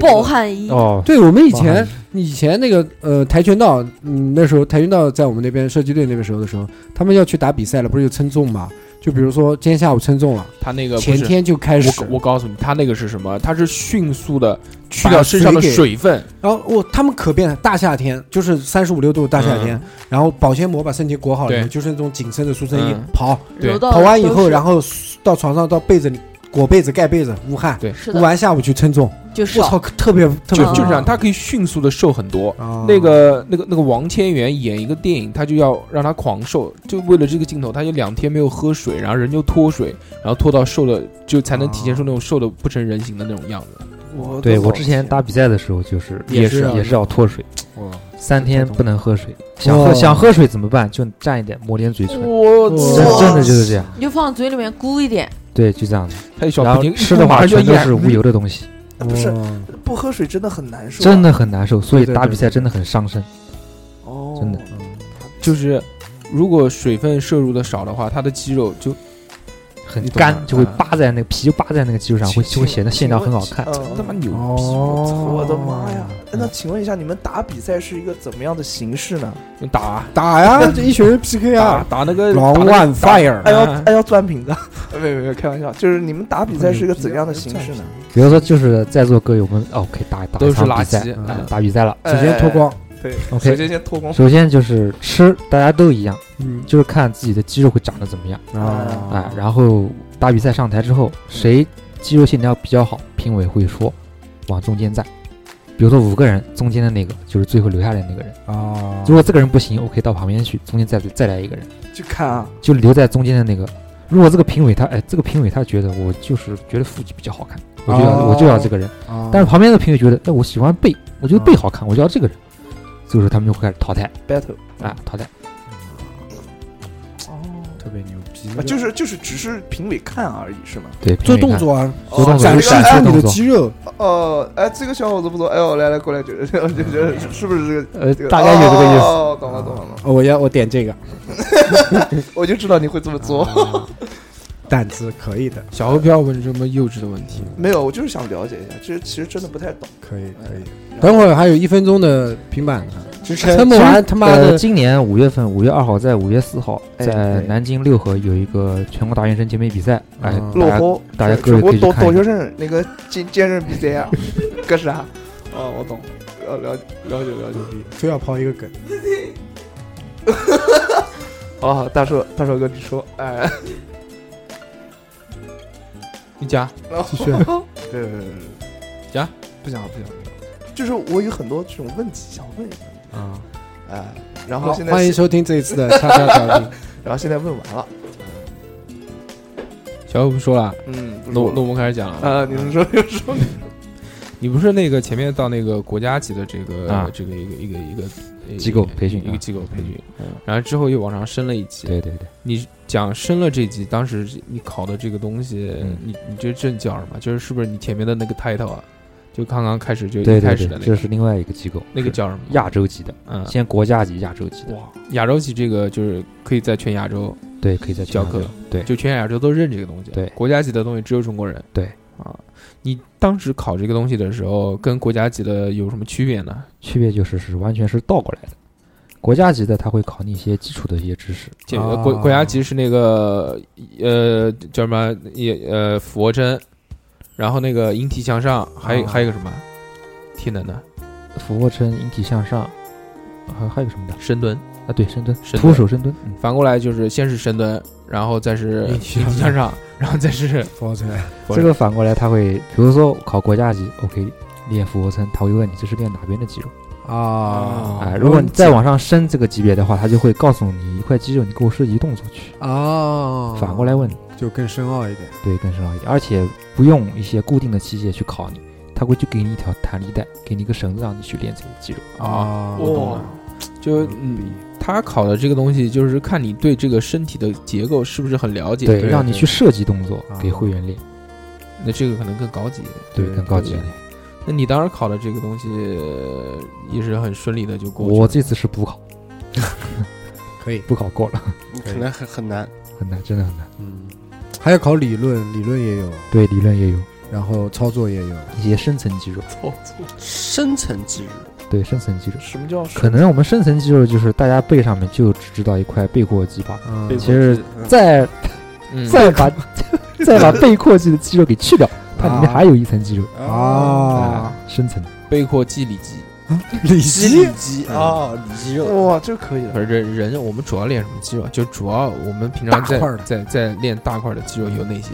Speaker 3: 暴汗衣，
Speaker 5: 哦。
Speaker 2: 对我们以
Speaker 5: 哇
Speaker 2: 前以前那个呃跆拳道，嗯，那时候跆拳道在我们那边射击队那边时候的时候，他们要去打比赛了，不是有称重嘛？就比如说今天下午称重了，
Speaker 1: 他那个啊不
Speaker 2: 前
Speaker 1: 是。
Speaker 2: 天就开始，
Speaker 1: 我我告诉你，他那个是什么？他是迅速的去
Speaker 2: 把
Speaker 1: 掉身上的
Speaker 2: 水给
Speaker 1: 水分，
Speaker 2: 然后我他们可变了，大夏天就是三十五六度大夏天，然后保鲜膜把身体裹好
Speaker 1: 对
Speaker 2: 了，就是那种紧身的塑身衣
Speaker 1: 嗯，
Speaker 2: 跑
Speaker 1: 对
Speaker 3: 揉到
Speaker 2: 跑完以后，
Speaker 3: 啊都是
Speaker 2: 然后到床上到被子里裹被子盖被子捂汗，
Speaker 3: 是
Speaker 2: 捂
Speaker 3: 的，啊
Speaker 2: 完下午去称重，
Speaker 3: 就
Speaker 2: 我
Speaker 3: 少
Speaker 2: 操，特别特别啊嗯
Speaker 1: 就就是这样，
Speaker 2: 他
Speaker 1: 他可以迅速的瘦很多。
Speaker 2: 那
Speaker 1: 那个那个那个王千源演一个电影，他就要让他狂瘦，就为了这个镜头，他就两天没有喝水，然后人就脱水，然后脱到瘦的，就才能体现出那种瘦的不成人形的那种样子。
Speaker 7: 我
Speaker 5: 对
Speaker 7: 的
Speaker 5: 我
Speaker 7: 老
Speaker 5: 之前
Speaker 7: 天
Speaker 5: 打比赛的时候，就是
Speaker 2: 也是
Speaker 5: 是
Speaker 2: 啊
Speaker 5: 也是要脱水，三天不能喝水，想
Speaker 2: 哇
Speaker 5: 喝想喝水怎么办？就蘸一点，抹点嘴唇，
Speaker 7: 我
Speaker 5: 真
Speaker 2: 哇
Speaker 5: 真的就是这样，
Speaker 3: 你就放嘴里面咕一点，
Speaker 5: 对，就这样子。
Speaker 1: 他一小
Speaker 5: 然
Speaker 1: 不
Speaker 5: 后
Speaker 1: 停
Speaker 5: 吃的话
Speaker 1: 就
Speaker 5: 全都
Speaker 1: 咽
Speaker 5: 是无油的东西，
Speaker 7: 不是
Speaker 2: 哇
Speaker 7: 不喝水真的很难受啊，
Speaker 5: 真的很难受，所以
Speaker 2: 对对
Speaker 5: 打
Speaker 2: 对
Speaker 5: 比赛真的很伤身。
Speaker 7: 哦，
Speaker 5: 真的
Speaker 1: 就是如果水分摄入的少的话，他的肌肉就
Speaker 5: 很
Speaker 1: 你懂
Speaker 5: 干
Speaker 1: 吗，
Speaker 5: 就会
Speaker 1: 嗯
Speaker 5: 扒在那个皮，就扒在那个肌肉上，会就会显得线条很好看。哦
Speaker 7: 嗯
Speaker 1: 他妈牛逼！
Speaker 2: 哦
Speaker 1: 我操
Speaker 7: 我的妈呀！哎那请问一下，你们打比赛是一个怎么样的形式呢？
Speaker 1: 打
Speaker 2: 打呀，这一群人 PK
Speaker 1: 打
Speaker 2: 啊
Speaker 1: 打那个打
Speaker 2: ，Long
Speaker 1: 那个
Speaker 2: One
Speaker 1: 打
Speaker 5: 啊
Speaker 2: Fire，
Speaker 7: 哎呦
Speaker 1: 嗯
Speaker 7: 哎呦，钻瓶子！ 没有没有，开玩笑，就是你们打比赛是一个怎样的形式呢？
Speaker 5: 比如说，就是在座各位，我们哦，可以打打
Speaker 1: 都
Speaker 5: 一
Speaker 1: 是
Speaker 5: 场
Speaker 1: 垃
Speaker 5: 比赛
Speaker 1: 圾，
Speaker 5: 啊
Speaker 1: 嗯
Speaker 5: 打比赛了。
Speaker 2: 直接脱光，
Speaker 7: 哎，
Speaker 5: OK
Speaker 7: 首先先脱光。
Speaker 5: 首先就是吃，大家都一样，
Speaker 2: 嗯
Speaker 5: 就是看自己的肌肉会长得怎么样
Speaker 7: 啊
Speaker 5: 啊。然后打比赛上台之后，
Speaker 2: 嗯
Speaker 5: 谁肌肉线条比较好，评委会说往中间站。比如说五个人，中间的那个就是最后留下来那个人。
Speaker 2: 啊
Speaker 5: 如果这个人不行，我可以到旁边去，中间再再来一个人，
Speaker 7: 去看啊，
Speaker 5: 就留在中间的那个。如果这个评委他哎，这个评委他觉得我就是觉得腹肌比较好看，我就要、
Speaker 2: 哦
Speaker 5: 我就要这个人。
Speaker 2: 啊
Speaker 5: 但是旁边的评委觉得，哎，我喜欢背，我觉得背好看，我就要这个人。所以说他们就会开始淘汰
Speaker 7: battle
Speaker 5: 啊，淘汰。
Speaker 7: 哦
Speaker 2: 特别牛逼
Speaker 7: 啊就是就是只是评委看而已是吗？
Speaker 5: 对，
Speaker 2: 做
Speaker 5: 评委
Speaker 2: 动
Speaker 5: 看，
Speaker 2: 作啊，
Speaker 5: 做动作，
Speaker 2: 展
Speaker 5: 就
Speaker 2: 示
Speaker 5: 是
Speaker 2: 一
Speaker 5: 展
Speaker 2: 下
Speaker 5: 示
Speaker 2: 你
Speaker 5: 动
Speaker 2: 的
Speaker 5: 作。
Speaker 2: 肌肉。
Speaker 7: 哦，哎，这个小伙子不错，哎呦，来来过来，就 就就是是不是这个？
Speaker 5: 呃
Speaker 7: 这，个
Speaker 5: 大概有这个意思。
Speaker 7: 哦，懂了懂了懂了，
Speaker 2: 哦我要我点这个，啊
Speaker 7: 我就知道你会这么做。
Speaker 2: 胆子可以的，
Speaker 1: 小猴不要问这么幼稚的问题。
Speaker 7: 没有，我就是想了解一下，其实其实真的不太懂。
Speaker 2: 可以可以。
Speaker 7: 然后
Speaker 2: 等会儿还有一分钟的平板啊呢，
Speaker 4: 支撑
Speaker 2: 撑不完他妈
Speaker 5: 呃，
Speaker 2: 的
Speaker 5: 今年五月份，五月二号在五月四号
Speaker 7: 哎
Speaker 5: 在
Speaker 7: 对
Speaker 5: 南京六合有一个全国大学生健美比赛，哎
Speaker 2: 嗯，
Speaker 5: 大
Speaker 7: 落
Speaker 5: 家
Speaker 7: 后，
Speaker 5: 大家各
Speaker 7: 全
Speaker 5: 位
Speaker 7: 国
Speaker 5: 可以去
Speaker 7: 大
Speaker 5: 看
Speaker 7: 大
Speaker 5: 一下
Speaker 7: 学生那个健健身比赛啊，干啥？哦，我懂。呃了了解了解。
Speaker 2: 非要抛一个梗，
Speaker 7: 哦，大硕大硕哥，你说，哎，
Speaker 1: 你讲，
Speaker 2: 继续。
Speaker 7: 对，
Speaker 1: 不讲不讲
Speaker 7: 就是我有很多这种问题想问一问，
Speaker 1: 啊，
Speaker 5: 嗯
Speaker 7: 哎，然
Speaker 2: 好，
Speaker 7: 后现在
Speaker 2: 欢迎收听这一次的恰恰调 频。
Speaker 7: 然后现在问完了，
Speaker 1: 小五不说了，
Speaker 7: 嗯，不
Speaker 1: 那我
Speaker 7: 说
Speaker 1: 那
Speaker 7: 了
Speaker 1: 我们开始讲了。
Speaker 7: 啊，你们说又说
Speaker 1: 你不是那个前面到那个国家级的这个
Speaker 5: 啊
Speaker 1: 这个一个一个一个一个
Speaker 5: 机构培训
Speaker 1: 一个
Speaker 5: 啊
Speaker 1: 机构培训
Speaker 5: 嗯，
Speaker 1: 然后之后又往上升了一级。
Speaker 5: 对对对，
Speaker 1: 你讲升了这级，当时你考的这个东西，
Speaker 5: 嗯
Speaker 1: 你你这证叫什么？就是是不是你前面的那个 title 啊？就刚刚开始就
Speaker 5: 对
Speaker 1: 一开
Speaker 5: 对
Speaker 1: 始
Speaker 5: 对
Speaker 1: 的，那
Speaker 5: 这
Speaker 1: 个
Speaker 5: 是另外一个机构，
Speaker 1: 那个
Speaker 5: 是
Speaker 1: 叫什么？
Speaker 5: 亚洲级的，
Speaker 1: 嗯，
Speaker 5: 先国家级、亚洲级的，
Speaker 1: 哇，亚洲级这个就是可以在全亚洲，
Speaker 5: 对，可以在
Speaker 1: 教
Speaker 5: 全亚
Speaker 1: 课
Speaker 5: 洲，对
Speaker 1: 就全亚洲都认这个东西。
Speaker 5: 对
Speaker 1: 国家级的东西只有中国人。
Speaker 5: 对
Speaker 1: 啊，你当时考这个东西的时候，跟国家级的有什么区别呢？
Speaker 5: 区别就是是完全是倒过来的。国家级的他会考你一些基础的一些知识，
Speaker 1: 这
Speaker 2: 啊
Speaker 1: 个国国家级是那个呃叫什么也呃俯卧撑，然后那个引体向上，还有、
Speaker 2: 啊
Speaker 1: 还有一个什么体能的
Speaker 5: 俯卧撑、引体向上，还还有个什么的
Speaker 1: 深蹲。
Speaker 5: 啊？对，深蹲，
Speaker 1: 深
Speaker 5: 徒
Speaker 1: 蹲
Speaker 5: 手深蹲，嗯，
Speaker 1: 反过来就是先是深蹲，然后再是
Speaker 2: 引
Speaker 1: 引
Speaker 2: 体
Speaker 1: 体
Speaker 2: 向上
Speaker 1: 向上，然后再是
Speaker 2: 抱歉，
Speaker 1: 不是
Speaker 5: 这个反过来他会，比如说考国家级，OK，练俯卧撑，他会问你这是练哪边的肌肉
Speaker 2: 啊
Speaker 5: 啊、如果你再往上升这个级别的话，他就会告诉你一块肌肉，你给我设计动作去，
Speaker 2: 啊，
Speaker 5: 反过来问你，
Speaker 2: 就更深奥一点。
Speaker 5: 对，更深奥一点，而且不用一些固定的器械去考你，他会就给你一条弹力带，给你一个绳子让你去练这些肌肉。
Speaker 2: 啊，
Speaker 1: 我懂了。就嗯，他考的这个东西就是看你对这个身体的结构是不是很了解。
Speaker 5: 对，
Speaker 2: 对
Speaker 5: 让你去设计动作
Speaker 2: 啊
Speaker 5: 给会员练，
Speaker 1: 那这个可能更高级一点。
Speaker 5: 对，更高级一
Speaker 1: 对
Speaker 5: 点。
Speaker 1: 那你当时考的这个东西呃也是很顺利的就过去了。
Speaker 5: 我这次是补考，
Speaker 2: 可以。
Speaker 5: 补考过了，
Speaker 4: 可能很很难。
Speaker 5: 很难，真的很难。
Speaker 2: 嗯，还要考理论，理论也有，
Speaker 5: 对，理论也有
Speaker 2: 然后操作也有。
Speaker 5: 一些深层肌肉，
Speaker 4: 深层肌肉，
Speaker 5: 对，深层肌肉。
Speaker 7: 什么叫
Speaker 5: 可能我们深层肌肉就是大家背上面就只知道一块背阔肌吧，
Speaker 2: 嗯，
Speaker 5: 其实再
Speaker 1: 嗯，
Speaker 5: 再把 再把背阔肌的肌肉给去掉，它里面还有一层肌肉哎
Speaker 2: 啊，，
Speaker 5: 深层。
Speaker 1: 背阔肌、里肌。
Speaker 4: 肌
Speaker 2: 理析
Speaker 4: 里肌啊，里肌肉
Speaker 7: 哇，这可以
Speaker 1: 可是
Speaker 7: 的，
Speaker 1: 人人我们主要练什么肌肉？就主要我们平常
Speaker 2: 大
Speaker 1: 在
Speaker 2: 块儿的
Speaker 1: 在在练大块儿的肌肉有哪些？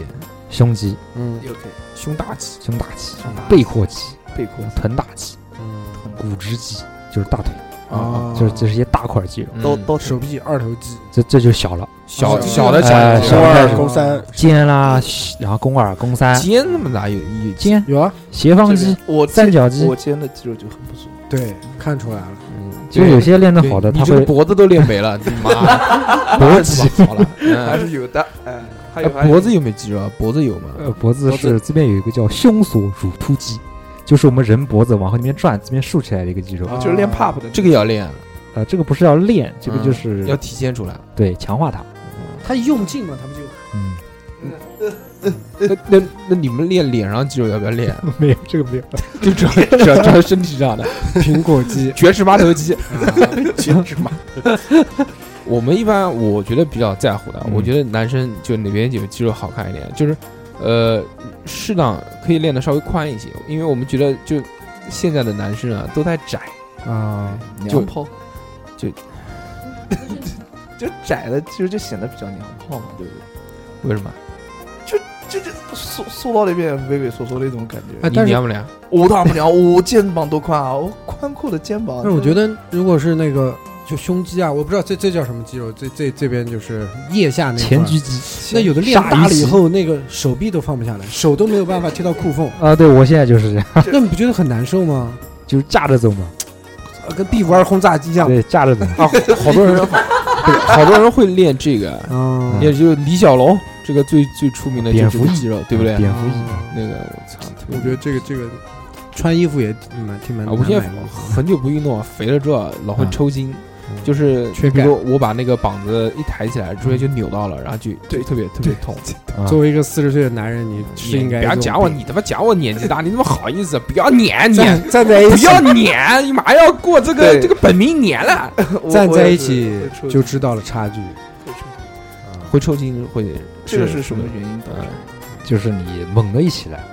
Speaker 5: 胸肌、
Speaker 2: 嗯
Speaker 7: 又可以
Speaker 1: 胸大肌、
Speaker 5: 胸大肌
Speaker 7: 大、嗯
Speaker 5: 背阔肌、
Speaker 7: 背阔
Speaker 5: 臀大肌、骨直肌，就是大腿，
Speaker 2: 啊，
Speaker 5: 就是这是一些大块肌肉。
Speaker 1: 嗯
Speaker 4: 都都
Speaker 2: 手臂、二头肌、
Speaker 5: 这这就小了，
Speaker 1: 小
Speaker 2: 啊
Speaker 1: 小的小
Speaker 5: 哎
Speaker 1: 的
Speaker 5: 小
Speaker 1: 肌
Speaker 4: 肱
Speaker 1: 肉
Speaker 5: 的
Speaker 4: 二
Speaker 5: 小
Speaker 4: 肱三，
Speaker 5: 肩啦，然后肱二、肱三、
Speaker 1: 肩那么大有有
Speaker 5: 肩、
Speaker 2: 有啊，
Speaker 5: 斜方肌、
Speaker 7: 我
Speaker 5: 三
Speaker 7: 肩
Speaker 5: 角肌
Speaker 7: 我，肩的肌肉就很不错，
Speaker 2: 对，看出来了，
Speaker 1: 嗯
Speaker 5: 其实有些练得好的，
Speaker 1: 对
Speaker 5: 他
Speaker 1: 你这个
Speaker 5: 会
Speaker 1: 脖子都练没 了，你妈的
Speaker 5: 脖肌。
Speaker 1: 好 了。嗯
Speaker 7: 还是有的，哎，还
Speaker 1: 哎
Speaker 7: 有还有
Speaker 1: 脖子有没有肌肉啊？脖子有吗？
Speaker 5: 呃，脖子是这边有一个叫胸锁乳突肌，就是我们人脖子往后那边转，这边竖起来的一个肌肉。
Speaker 2: 啊
Speaker 7: 就是练 pop 的
Speaker 1: 这个要练啊，
Speaker 5: 呃，这个不是要练，这个就是、
Speaker 1: 要体现出来。
Speaker 5: 对强化它。
Speaker 2: 他一用劲嘛，他不就
Speaker 5: 嗯，
Speaker 1: 那那那你们练脸上肌肉要不要练？啊
Speaker 5: 没有这个没有。
Speaker 1: 就主要主要主要身 体上的
Speaker 2: 苹果肌？
Speaker 1: 绝世八头肌。
Speaker 4: 全是嘛，
Speaker 1: 我们一般我觉得比较在乎的，
Speaker 5: 嗯
Speaker 1: 我觉得男生就哪边有肌肉好看一点，就是呃适当可以练的稍微宽一些，因为我们觉得就现在的男生啊都太窄，
Speaker 2: 啊，
Speaker 1: 就
Speaker 7: 娘炮，
Speaker 1: 就
Speaker 7: 就窄的，其实就显得比较娘炮嘛，对不对？
Speaker 1: 为什么？
Speaker 7: 就这塑塑造了一遍畏畏缩缩的一种感觉
Speaker 2: 哎。
Speaker 1: 你
Speaker 2: 但是
Speaker 1: 娘不娘？
Speaker 7: 我当然不娘，我肩膀多宽啊，我宽阔的肩膀。
Speaker 2: 但是我觉得如果是那个就胸肌啊，我不知道这这叫什么肌肉，这这这边就是腋下那块
Speaker 5: 前。举肌
Speaker 2: 那有的练
Speaker 5: 铩羽
Speaker 2: 大了以
Speaker 5: 肌
Speaker 2: 后，那个手臂都放不下来，手都没有办法贴到 裤缝，
Speaker 5: 啊、对我现在就是这样，
Speaker 2: 那你不觉得很难受吗？
Speaker 5: 就是架着走嘛，
Speaker 2: 啊跟 B 五二轰炸机一样。
Speaker 5: 对，架着走。
Speaker 1: 啊，好多人 不是好多人会练这个，
Speaker 2: 嗯，
Speaker 1: 也就是李小龙这个最最出名的就
Speaker 5: 蝙
Speaker 1: 是
Speaker 5: 蝠
Speaker 1: 肌肉，对不对？啊
Speaker 5: 蝙蝠
Speaker 2: 嗯
Speaker 5: 翼，
Speaker 1: 那个我操，特别
Speaker 2: 我觉得这个这个穿衣服也挺蛮挺蛮
Speaker 1: 啊，
Speaker 2: 难
Speaker 1: 我现在
Speaker 2: 买的
Speaker 1: 很久不运动，啊，肥了之后老会
Speaker 5: 啊
Speaker 1: 抽筋，
Speaker 2: 嗯
Speaker 1: 就是
Speaker 2: 缺
Speaker 1: 比
Speaker 2: 钙
Speaker 1: 如说我把那个膀子一抬起来，直接就扭到了，然后就就特别特别痛。
Speaker 5: 啊
Speaker 2: 作为一个四十岁的男人，你是
Speaker 1: 你
Speaker 2: 应该
Speaker 1: 不要
Speaker 2: 这种
Speaker 1: 讲我，
Speaker 2: 病
Speaker 1: 你他妈讲我年纪大，你他妈好意思？不要撵撵，
Speaker 2: 站站在一
Speaker 1: 不
Speaker 2: 起
Speaker 1: 要撵，你马上要过这个
Speaker 7: 对
Speaker 1: 这个本命年了，
Speaker 7: 我
Speaker 2: 站
Speaker 7: 我
Speaker 2: 在
Speaker 7: 也
Speaker 2: 一
Speaker 7: 是
Speaker 2: 起
Speaker 7: 会抽
Speaker 2: 就
Speaker 7: 筋
Speaker 2: 知道了差距。
Speaker 7: 会抽筋
Speaker 1: 会抽筋，会
Speaker 7: 这个是什么原因？
Speaker 1: 嗯
Speaker 5: 就是你猛地一起来，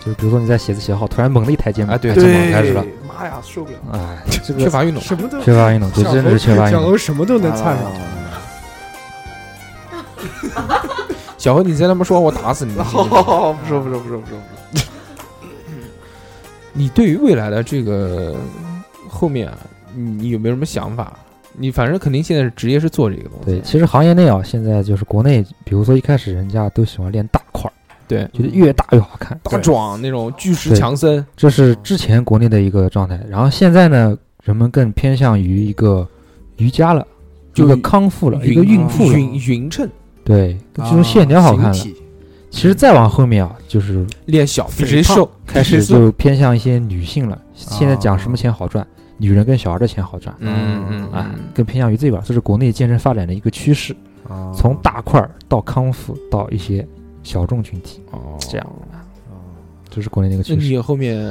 Speaker 5: 就是比如说你在写字写好，突然猛地一抬肩膀，
Speaker 1: 啊对
Speaker 5: 哎肩膀
Speaker 7: 对，
Speaker 5: 开始了，
Speaker 7: 妈呀，受不了！
Speaker 5: 哎，这
Speaker 1: 嗯缺
Speaker 5: 个
Speaker 1: 乏运动，
Speaker 2: 什么都
Speaker 5: 缺乏运动，这
Speaker 2: 小
Speaker 5: 真的
Speaker 2: 猴
Speaker 5: 是缺乏运
Speaker 2: 小
Speaker 5: 动。啊
Speaker 2: 猴什么都能
Speaker 7: 看
Speaker 2: 看上，
Speaker 1: 小何，你再那么说，我打死你！你知道吗
Speaker 7: 哦， 不说不说不说不说，
Speaker 1: 你对于未来的这个后面啊，你你有没有什么想法？你反正肯定现在是职业是做这个东
Speaker 5: 对，
Speaker 1: 西，
Speaker 5: 其实行业内啊，现在就是国内，比如说一开始人家都喜欢练大块儿，
Speaker 1: 对
Speaker 5: 觉得越大越好看，
Speaker 1: 大壮那种巨石
Speaker 5: 对
Speaker 1: 强森，
Speaker 5: 这是之前国内的一个状态。然后现在呢，人们更偏向于一个瑜伽了，
Speaker 1: 就啊
Speaker 5: 一个康复了，
Speaker 1: 匀
Speaker 5: 一个孕妇了，
Speaker 1: 匀匀称，
Speaker 5: 对，这
Speaker 1: 啊
Speaker 5: 种线条好看了。其实再往后面啊，就是
Speaker 1: 练小比谁
Speaker 5: 肥胖
Speaker 1: 瘦
Speaker 5: 开始
Speaker 1: 谁瘦
Speaker 5: 就偏向一些女性了。现在讲什么钱好赚，女人跟小孩的钱好赚，
Speaker 1: 嗯嗯
Speaker 5: 啊
Speaker 1: 嗯，
Speaker 5: 更偏向于这个，这是国内健身发展的一个趋势，从大块儿到康复到一些小众群体，
Speaker 1: 哦
Speaker 5: 这样。这是国内的一个
Speaker 1: 那
Speaker 5: 趋势。
Speaker 1: 你后面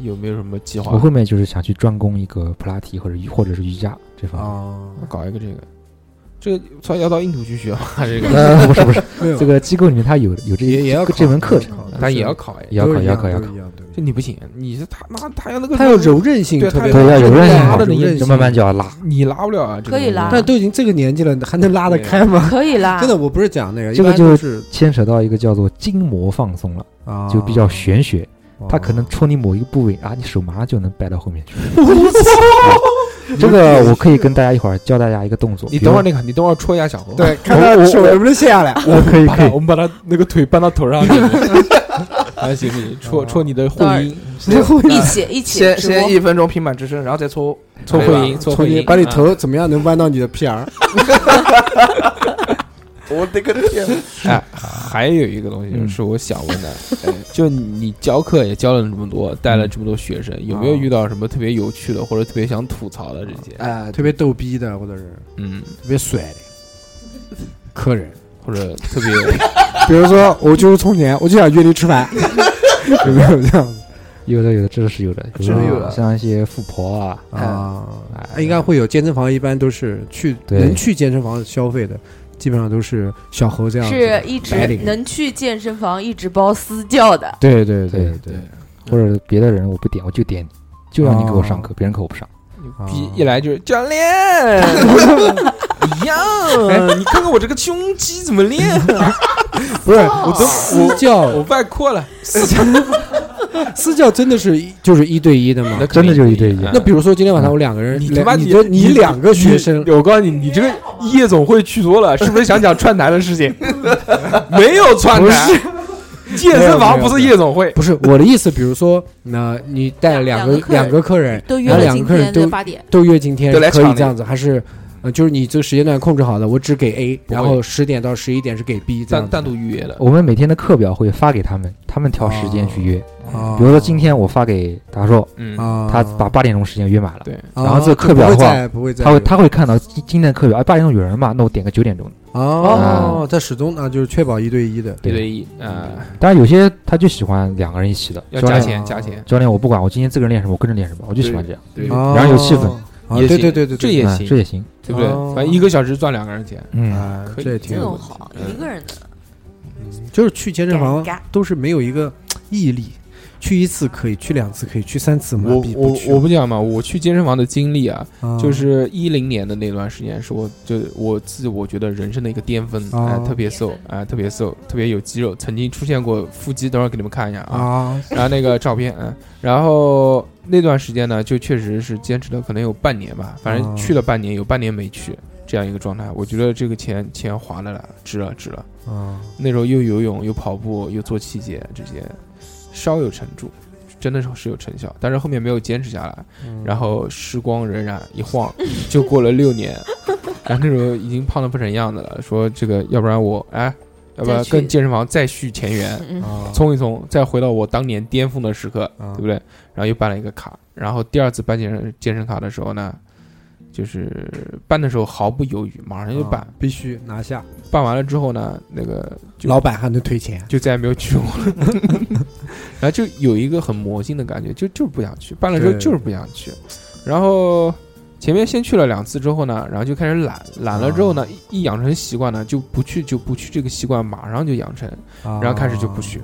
Speaker 1: 有没有什么计划？
Speaker 5: 我后面就是想去专攻一个普拉提或者或者是瑜伽这方面。
Speaker 2: 啊，
Speaker 1: 搞一个这个，这个操要到印度去学吗？ 这个
Speaker 5: 呃，不是不是，
Speaker 2: 没有
Speaker 5: 这个机构里面它有有这
Speaker 2: 也也要
Speaker 5: 这门课
Speaker 2: 程
Speaker 1: 但也要考哎，
Speaker 5: 也要
Speaker 2: 都
Speaker 5: 考
Speaker 2: 是一
Speaker 5: 要
Speaker 2: 样
Speaker 5: 考要
Speaker 2: 都
Speaker 5: 考
Speaker 2: 是，一样的
Speaker 1: 这你不行，你是他妈他要那个
Speaker 2: 它有柔韧性
Speaker 1: 对
Speaker 2: 特
Speaker 1: 它
Speaker 2: 别
Speaker 1: 有
Speaker 2: 高，
Speaker 5: 对，要有韧性
Speaker 1: 拉
Speaker 5: 好
Speaker 1: 的那些
Speaker 5: 你慢慢就要拉。
Speaker 1: 你拉不了啊，这个
Speaker 3: 可以拉
Speaker 1: 东
Speaker 2: 但
Speaker 1: 西
Speaker 2: 都已经这个年纪了，还能拉得开吗？
Speaker 3: 可以啦，
Speaker 2: 真的，我不是讲那个，
Speaker 5: 这个
Speaker 2: 一般都是
Speaker 5: 牵扯到一个叫做筋膜放松了，
Speaker 2: 啊
Speaker 5: 就比较玄学。
Speaker 2: 哦
Speaker 5: 它可能戳你某一个部位啊，你手马上就能掰到后面去。这个我可以跟大家一会儿教大家一个动作。
Speaker 1: 你等会儿
Speaker 5: 比
Speaker 1: 那个，你等会儿戳一下小猴，
Speaker 2: 对，看他手能不能卸下来。
Speaker 5: 如，我可以
Speaker 1: 把
Speaker 5: 可
Speaker 1: 他，
Speaker 5: 以
Speaker 1: 我，们把他那个腿搬到头上去。 啊，行行，戳戳你的后阴，
Speaker 3: 一起一起
Speaker 7: 先
Speaker 3: 直播
Speaker 7: 先一分钟平板支撑，然后再搓
Speaker 1: 戳
Speaker 7: 对
Speaker 1: 后
Speaker 7: 吧
Speaker 1: 阴，戳后
Speaker 2: 从你
Speaker 1: 阴，
Speaker 2: 把你头怎么样能弯到你的屁眼儿？
Speaker 7: 我的个天！
Speaker 1: 哎，还有一个东西
Speaker 5: 嗯
Speaker 1: 是我想问的，哎就你教课也教了这么多，带了这么多学生，有没有遇到什么特别有趣的或者特别想吐槽的这些？
Speaker 7: 哎，
Speaker 2: 特别逗逼的，或者是
Speaker 1: 嗯，
Speaker 2: 特别帅的客人。
Speaker 1: 或者特别
Speaker 2: 比如说，我就是从前我就想约你吃饭， 有没有这样子
Speaker 5: 有的有的，这是有的，比如
Speaker 7: 真的有
Speaker 5: 说
Speaker 7: 的
Speaker 5: 像一些富婆啊，
Speaker 2: 啊？
Speaker 5: 哎
Speaker 2: 应该会有健身房，一般都是去
Speaker 5: 对
Speaker 2: 能去健身房消费的，基本上都是小猴这样子
Speaker 3: 是
Speaker 2: 的
Speaker 3: 一
Speaker 2: 白
Speaker 3: 直
Speaker 2: 领
Speaker 3: 能去健身房一直包私教的，
Speaker 5: 对对对
Speaker 1: 对对，
Speaker 5: 或者别的人我不点，我就点你，就让你给我上课，别人课我不上。
Speaker 2: 啊
Speaker 1: 逼一来就是教练， 呀，你看看我这个胸肌怎么练？
Speaker 2: 不是
Speaker 1: 我都
Speaker 2: 私教
Speaker 1: 我外扩了，
Speaker 2: 私教真的是一就是一对一的吗？
Speaker 5: 真的就是一对一
Speaker 2: 那比如说今天晚上我两个人，
Speaker 1: 啊嗯你他妈
Speaker 2: 你就你两个学生
Speaker 1: 你，我告诉你，你这个夜总会去多了，是不是想讲串台的事 情？没有串台，健身房不是夜总会。
Speaker 2: 不是我的意思，比如说，那你带两
Speaker 6: 两
Speaker 2: 个
Speaker 6: 个客人
Speaker 2: 两个客人，
Speaker 6: 都约
Speaker 2: 然后
Speaker 6: 了
Speaker 2: 两个
Speaker 6: 今
Speaker 2: 客人
Speaker 6: 天
Speaker 2: 都
Speaker 6: 的八点，
Speaker 2: 都约今天
Speaker 1: 都来
Speaker 2: 可
Speaker 1: 抢
Speaker 2: 以
Speaker 1: 你
Speaker 2: 这样子，还是呃，就是你这个时间段控制好的，我只给 A，
Speaker 1: 不会
Speaker 2: 然后十点到十一点是给 B 这
Speaker 1: 单
Speaker 2: 样子
Speaker 1: 单独预约的，
Speaker 5: 我们每天的课表会发给他们，他们挑时间去约。
Speaker 2: 啊
Speaker 5: 比如说今天我发给达硕，
Speaker 1: 嗯，
Speaker 2: 啊，
Speaker 5: 他把八点钟时间约满了，
Speaker 1: 对，
Speaker 2: 啊
Speaker 5: 然后这个课表的
Speaker 2: 不会
Speaker 5: 话
Speaker 2: 再不会再
Speaker 5: 他会他会看到今今天的课表，哎，八点钟有人嘛，那我点个九点钟。
Speaker 2: 哦，他始终啊就是确保一对一的
Speaker 1: 一
Speaker 5: 对
Speaker 1: 对一啊，
Speaker 5: 当然有些他就喜欢两个人一起的，
Speaker 1: 要
Speaker 5: 教
Speaker 1: 加
Speaker 5: 练
Speaker 1: 钱
Speaker 2: 哦
Speaker 1: 加钱，
Speaker 5: 教练我不管，我今天这个人练什么，我跟着练什么，我就喜欢这样，
Speaker 1: 对
Speaker 2: 啊
Speaker 5: 然后有气氛
Speaker 2: 啊
Speaker 1: 也行
Speaker 2: 对对对对，
Speaker 1: 这
Speaker 2: 对
Speaker 1: 也
Speaker 5: 嗯
Speaker 1: 行
Speaker 5: 这也行，
Speaker 1: 对不对
Speaker 2: 哦？
Speaker 1: 反正一个小时赚两个人钱，
Speaker 5: 嗯，
Speaker 2: 啊
Speaker 1: 可以
Speaker 2: 这也
Speaker 1: 这
Speaker 2: 挺
Speaker 3: 这
Speaker 1: 个
Speaker 2: 有
Speaker 3: 种
Speaker 2: 意思
Speaker 3: 好，
Speaker 1: 嗯
Speaker 3: 一个人的
Speaker 2: 嗯就是去健身房
Speaker 3: 尴尬
Speaker 2: 都是没有一个毅力，去一次可以，去两次可以，去三次麻
Speaker 1: 我
Speaker 2: 痹
Speaker 1: 我
Speaker 2: 不去
Speaker 1: 我不讲嘛，我去健身房的经历啊，
Speaker 2: 啊
Speaker 1: 就是一零年的那段时间，是我就我自己我觉得人生的一个巅峰，
Speaker 2: 哦
Speaker 1: 哎，特别瘦，哎，特别瘦，特别有肌肉，曾经出现过腹肌，等会儿给你们看一下啊。
Speaker 2: 啊
Speaker 1: 然后那个照片，嗯，然后那段时间呢，就确实是坚持了可能有半年吧，反正
Speaker 2: 哦
Speaker 1: 去了半年，有半年没去，这样一个状态，我觉得这个钱钱花了啦，值了，值了。
Speaker 2: 啊
Speaker 1: 那时候又游泳，又跑步，又做器械，这些稍有成著，真的是是有成效，但是后面没有坚持下来，然后时光荏苒一晃就过了六年， 然后那时候已经胖的不成样子了，说这个要不然我哎，要不然
Speaker 3: 再去
Speaker 1: 跟健身房再续前缘，
Speaker 3: 嗯，
Speaker 2: 啊
Speaker 1: 冲一冲，再回到我当年巅峰的时刻，
Speaker 2: 啊
Speaker 1: 对不对？然后又办了一个卡，然后第二次办健身健身卡的时候呢，就是办的时候毫不犹豫，马上就办。
Speaker 2: 必须拿下，
Speaker 1: 办完了之后呢，那个就
Speaker 2: 啊老板还能退钱
Speaker 1: 就再也没有去过 了。然后就有一个很魔性的感觉，就就是不想去，办了之后
Speaker 2: 对
Speaker 1: 就是不想去。然后前面先去了两次之后呢，然后就开始懒，懒了之后
Speaker 2: 啊
Speaker 1: 呢，一一养成习惯呢，就不去就不去，这个习惯马上就养成，
Speaker 2: 啊
Speaker 1: 然后开始就不去。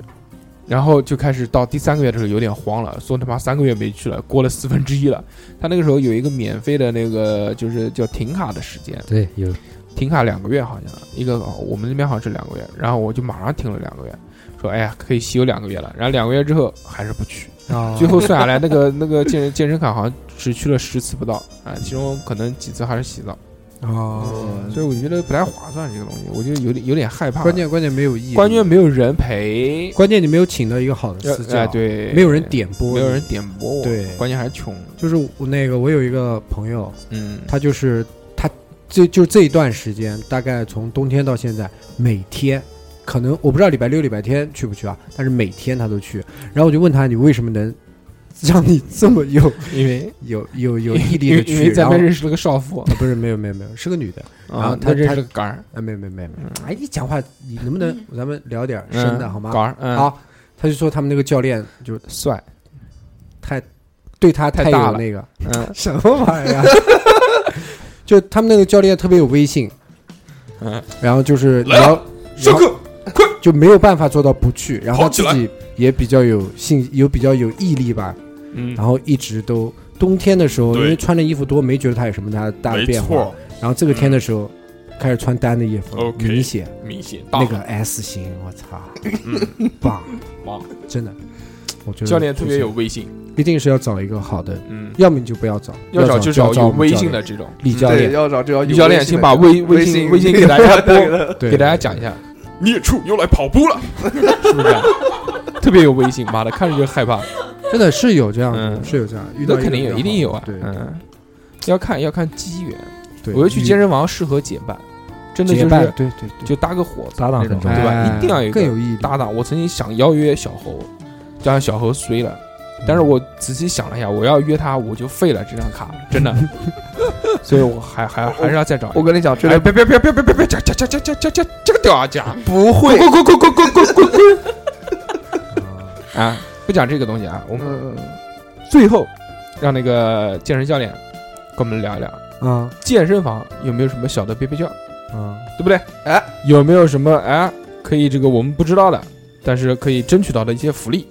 Speaker 1: 然后就开始到第三个月的时候有点慌了，说他妈三个月没去了，过了四分之一了。他那个时候有一个免费的那个就是叫停卡的时间，
Speaker 5: 对，有
Speaker 1: 停卡两个月好像，一个哦我们那边好像是两个月，然后我就马上停了两个月，说哎呀可以休两个月了，然后两个月之后还是不去，
Speaker 2: 啊
Speaker 1: 最后算下来那个那个健健身卡好像只去了十次不到啊，其中可能几次还是洗澡，
Speaker 2: 啊，
Speaker 1: 所以我觉得不太划算这个东西，我就有点有点害怕。
Speaker 2: 关键关键没有意义，
Speaker 1: 关键没有人陪，
Speaker 2: 关键你没有请到一个好的
Speaker 1: 呃
Speaker 2: 私教，
Speaker 1: 哎，对，
Speaker 2: 没有人点播，
Speaker 1: 没有人。点拨我，
Speaker 2: 对
Speaker 1: 关键还是穷，
Speaker 2: 就是我那个，我有一个朋友，
Speaker 1: 嗯，
Speaker 2: 他就是他这就这一段时间，大概从冬天到现在，每天可能我不知道礼拜六、礼拜天去不去啊，但是每天他都去。然后我就问他，你为什么能让你这么有
Speaker 1: 因为
Speaker 2: 有有有毅力的
Speaker 1: 因为因
Speaker 2: 去？
Speaker 1: 为在那
Speaker 2: 然后呃
Speaker 1: 边认识了个少妇，
Speaker 2: 不是没有没有没有，是个女的然后
Speaker 1: 啊，
Speaker 2: 他
Speaker 1: 他认
Speaker 2: 他
Speaker 1: 识了个杆儿，
Speaker 2: 啊，没有没有没有没有。哎，你讲话你能不能咱们聊点
Speaker 1: 嗯
Speaker 2: 深的好吗？
Speaker 1: 杆儿，嗯，
Speaker 2: 好，他就说他们那个教练就
Speaker 1: 帅，
Speaker 2: 太对他
Speaker 1: 太
Speaker 2: 有
Speaker 1: 大了
Speaker 2: 那个
Speaker 1: 嗯
Speaker 2: 什么玩意儿啊，就他们那个教练特别有威信，
Speaker 1: 嗯，
Speaker 2: 然后就是
Speaker 1: 来
Speaker 2: 聊上课，快就没有办法做到不去，然后他自己也比较有信，有比较有毅力吧，
Speaker 1: 嗯
Speaker 2: 然后一直都冬天的时候，因
Speaker 8: 对
Speaker 2: 为穿的衣服多，没觉得他有什么大大的
Speaker 8: 没
Speaker 2: 变化
Speaker 8: 错，，
Speaker 2: 然后这个天的时候开始穿单的衣
Speaker 1: 嗯
Speaker 2: 服，
Speaker 8: OK
Speaker 2: 明显
Speaker 1: 明显大
Speaker 2: 那个 S 型，我操，棒
Speaker 1: 嗯棒，
Speaker 2: 真的，我觉得
Speaker 1: 教练特别有
Speaker 2: 不行，
Speaker 1: 威信，
Speaker 2: 一定是要找一个好的，
Speaker 1: 嗯，
Speaker 2: 要么你就不要找，
Speaker 1: 要
Speaker 2: 找
Speaker 1: 找就
Speaker 2: 找
Speaker 1: 找
Speaker 2: 找
Speaker 1: 有
Speaker 2: 我们
Speaker 1: 威
Speaker 2: 教
Speaker 1: 信
Speaker 2: 练
Speaker 1: 的这种。
Speaker 2: 李教
Speaker 7: 对，
Speaker 2: 练，
Speaker 7: 要找这要
Speaker 1: 李
Speaker 7: 有
Speaker 1: 教练，
Speaker 7: 微信
Speaker 1: 请
Speaker 7: 的
Speaker 1: 把微微
Speaker 7: 微
Speaker 1: 信
Speaker 7: 信
Speaker 1: 微信给大 家播，
Speaker 2: 对
Speaker 1: 给大家讲一下，
Speaker 8: 孽畜又来跑步了。
Speaker 1: 是不是这 样？特别有威信，妈的，看着就害怕。
Speaker 2: 真的是有这样的，
Speaker 1: 嗯
Speaker 2: 是有这样，遇到
Speaker 1: 那肯定有，
Speaker 2: 比
Speaker 1: 一
Speaker 2: 较
Speaker 1: 定有啊
Speaker 2: 好。对，
Speaker 1: 嗯，要看要看机缘。
Speaker 2: 对，
Speaker 1: 我觉得去
Speaker 2: 遇
Speaker 1: 健身房适合结伴，真的
Speaker 2: 结
Speaker 1: 就
Speaker 2: 伴
Speaker 1: 是
Speaker 2: 对对对，
Speaker 1: 就搭个伙子
Speaker 5: 搭档
Speaker 1: 那种，
Speaker 5: 很重要
Speaker 1: 对吧？
Speaker 2: 哎
Speaker 1: 一定要有一
Speaker 2: 更
Speaker 1: 个
Speaker 2: 有意义
Speaker 1: 搭档。我曾经想邀约小猴，但是小猴衰了。
Speaker 2: 嗯
Speaker 1: 但是我仔细想了一下，我要约他，我就废了这张卡，真 的。所以我还还还是要再找一个。
Speaker 7: 我跟你讲，这
Speaker 1: 哎，
Speaker 7: 个
Speaker 1: 别别别别别别别讲讲讲讲讲讲讲这个屌啊讲
Speaker 7: 不会，滚滚滚滚滚滚滚！
Speaker 1: 啊！不讲这个东西啊，我们
Speaker 7: 嗯，
Speaker 1: 最后让那个健身教练跟我们聊一聊
Speaker 2: 啊
Speaker 1: 健身房有没有什么小的憋憋叫，
Speaker 2: 啊，
Speaker 1: 对不对？
Speaker 7: 哎，
Speaker 1: 有没有什么哎可以这个我们不知道的，但是可以争取到的一些福利，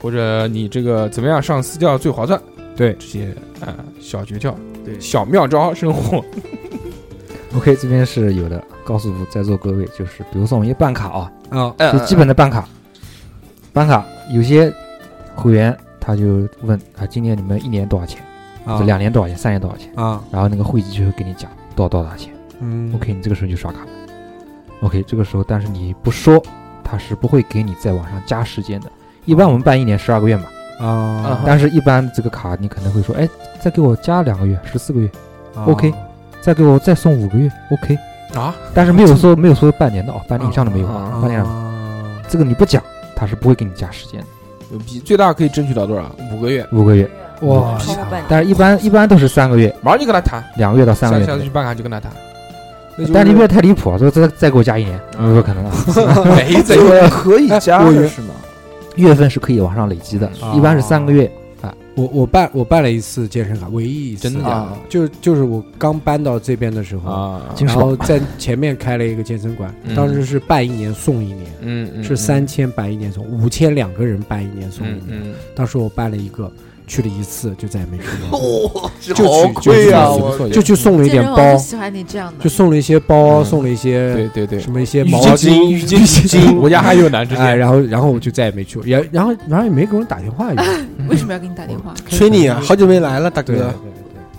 Speaker 1: 或者你这个怎么样上私教最划算？
Speaker 2: 对
Speaker 1: 这些啊、呃小诀窍、
Speaker 7: 对
Speaker 1: 小妙招生活，
Speaker 5: OK，这边是有的，告诉在座各位，就是比如说我们一办卡啊，
Speaker 2: 啊
Speaker 7: 嗯
Speaker 5: 最基本的办卡，办卡有些会员他就问啊，今年你们一年多少钱？
Speaker 2: 啊
Speaker 5: 这两年多少钱？三年多少钱？
Speaker 2: 啊，
Speaker 5: 然后那个会计就会给你讲多少多少钱。
Speaker 2: 嗯
Speaker 5: OK，你这个时候就刷卡了。OK，这个时候但是你不说，他是不会给你再往上加时间的。一般我们办一年十二个月嘛，
Speaker 2: 啊
Speaker 5: 但是一般这个卡你可能会说，哎，再给我加两个月，十四个月，
Speaker 2: 啊
Speaker 5: OK 再给我再送五个月，OK
Speaker 1: 啊，
Speaker 5: 但是没有说没有说半年的哦，半年以上的没有，
Speaker 1: 啊
Speaker 5: 半年以上
Speaker 2: 啊
Speaker 5: 这个你不讲，他是不会给你加时间的，
Speaker 1: 牛逼！最大可以争取到多少？五个月，
Speaker 5: 五个月。
Speaker 2: 哇，
Speaker 3: 超过半年，
Speaker 5: 但是一般一般都是三个月，
Speaker 1: 马上就跟他谈，
Speaker 5: 两个月到三个
Speaker 1: 下
Speaker 5: 月
Speaker 1: 下次
Speaker 5: 之
Speaker 1: 去
Speaker 5: 内。
Speaker 1: 办卡就跟他谈。那就
Speaker 5: 但你
Speaker 1: 是
Speaker 5: 不要太离谱啊！说再再给我加一年，不不可能啊！
Speaker 1: 没
Speaker 7: 这
Speaker 1: 这个哎
Speaker 7: 个可以加
Speaker 2: 我
Speaker 7: 的
Speaker 2: 原
Speaker 7: 是吗？
Speaker 5: 月份是可以往上累积的，
Speaker 2: 嗯
Speaker 5: 一般是三个月。
Speaker 2: 我我办我办了一次健身卡，唯一一次，
Speaker 1: 真的假的
Speaker 2: 就就是我刚搬到这边的时候，
Speaker 1: 啊
Speaker 5: 经
Speaker 2: 然
Speaker 5: 爽
Speaker 2: 后在前面开了一个健身馆
Speaker 1: 嗯，
Speaker 2: 当时是办一年送一年。
Speaker 1: 嗯嗯
Speaker 2: 是三千办一年送，五千两个人办一年送一
Speaker 1: 嗯
Speaker 2: 年。
Speaker 1: 嗯，
Speaker 2: 当时我办了一个，去了一次就再也没去 过，
Speaker 1: 哦
Speaker 7: 哇，这
Speaker 2: 就
Speaker 7: 好
Speaker 2: 去
Speaker 7: 贵啊！
Speaker 2: 就去
Speaker 7: 我
Speaker 2: 就去送了一
Speaker 6: 健
Speaker 2: 点
Speaker 6: 身
Speaker 2: 包
Speaker 6: 房就，喜欢你这样的
Speaker 2: 就，送了一些包，
Speaker 1: 嗯
Speaker 2: 送了一些
Speaker 1: 对对对，
Speaker 2: 什么一些
Speaker 1: 浴
Speaker 2: 毛
Speaker 1: 巾、浴巾、浴巾， 我家还有呢，之
Speaker 2: 哎，
Speaker 1: 前
Speaker 2: 然后然后我就再也没去过，也然后然后也没给我打电话，也
Speaker 6: 为什么要给你打电话？
Speaker 4: 吹你啊，好久没来了，大
Speaker 2: 对
Speaker 4: 哥。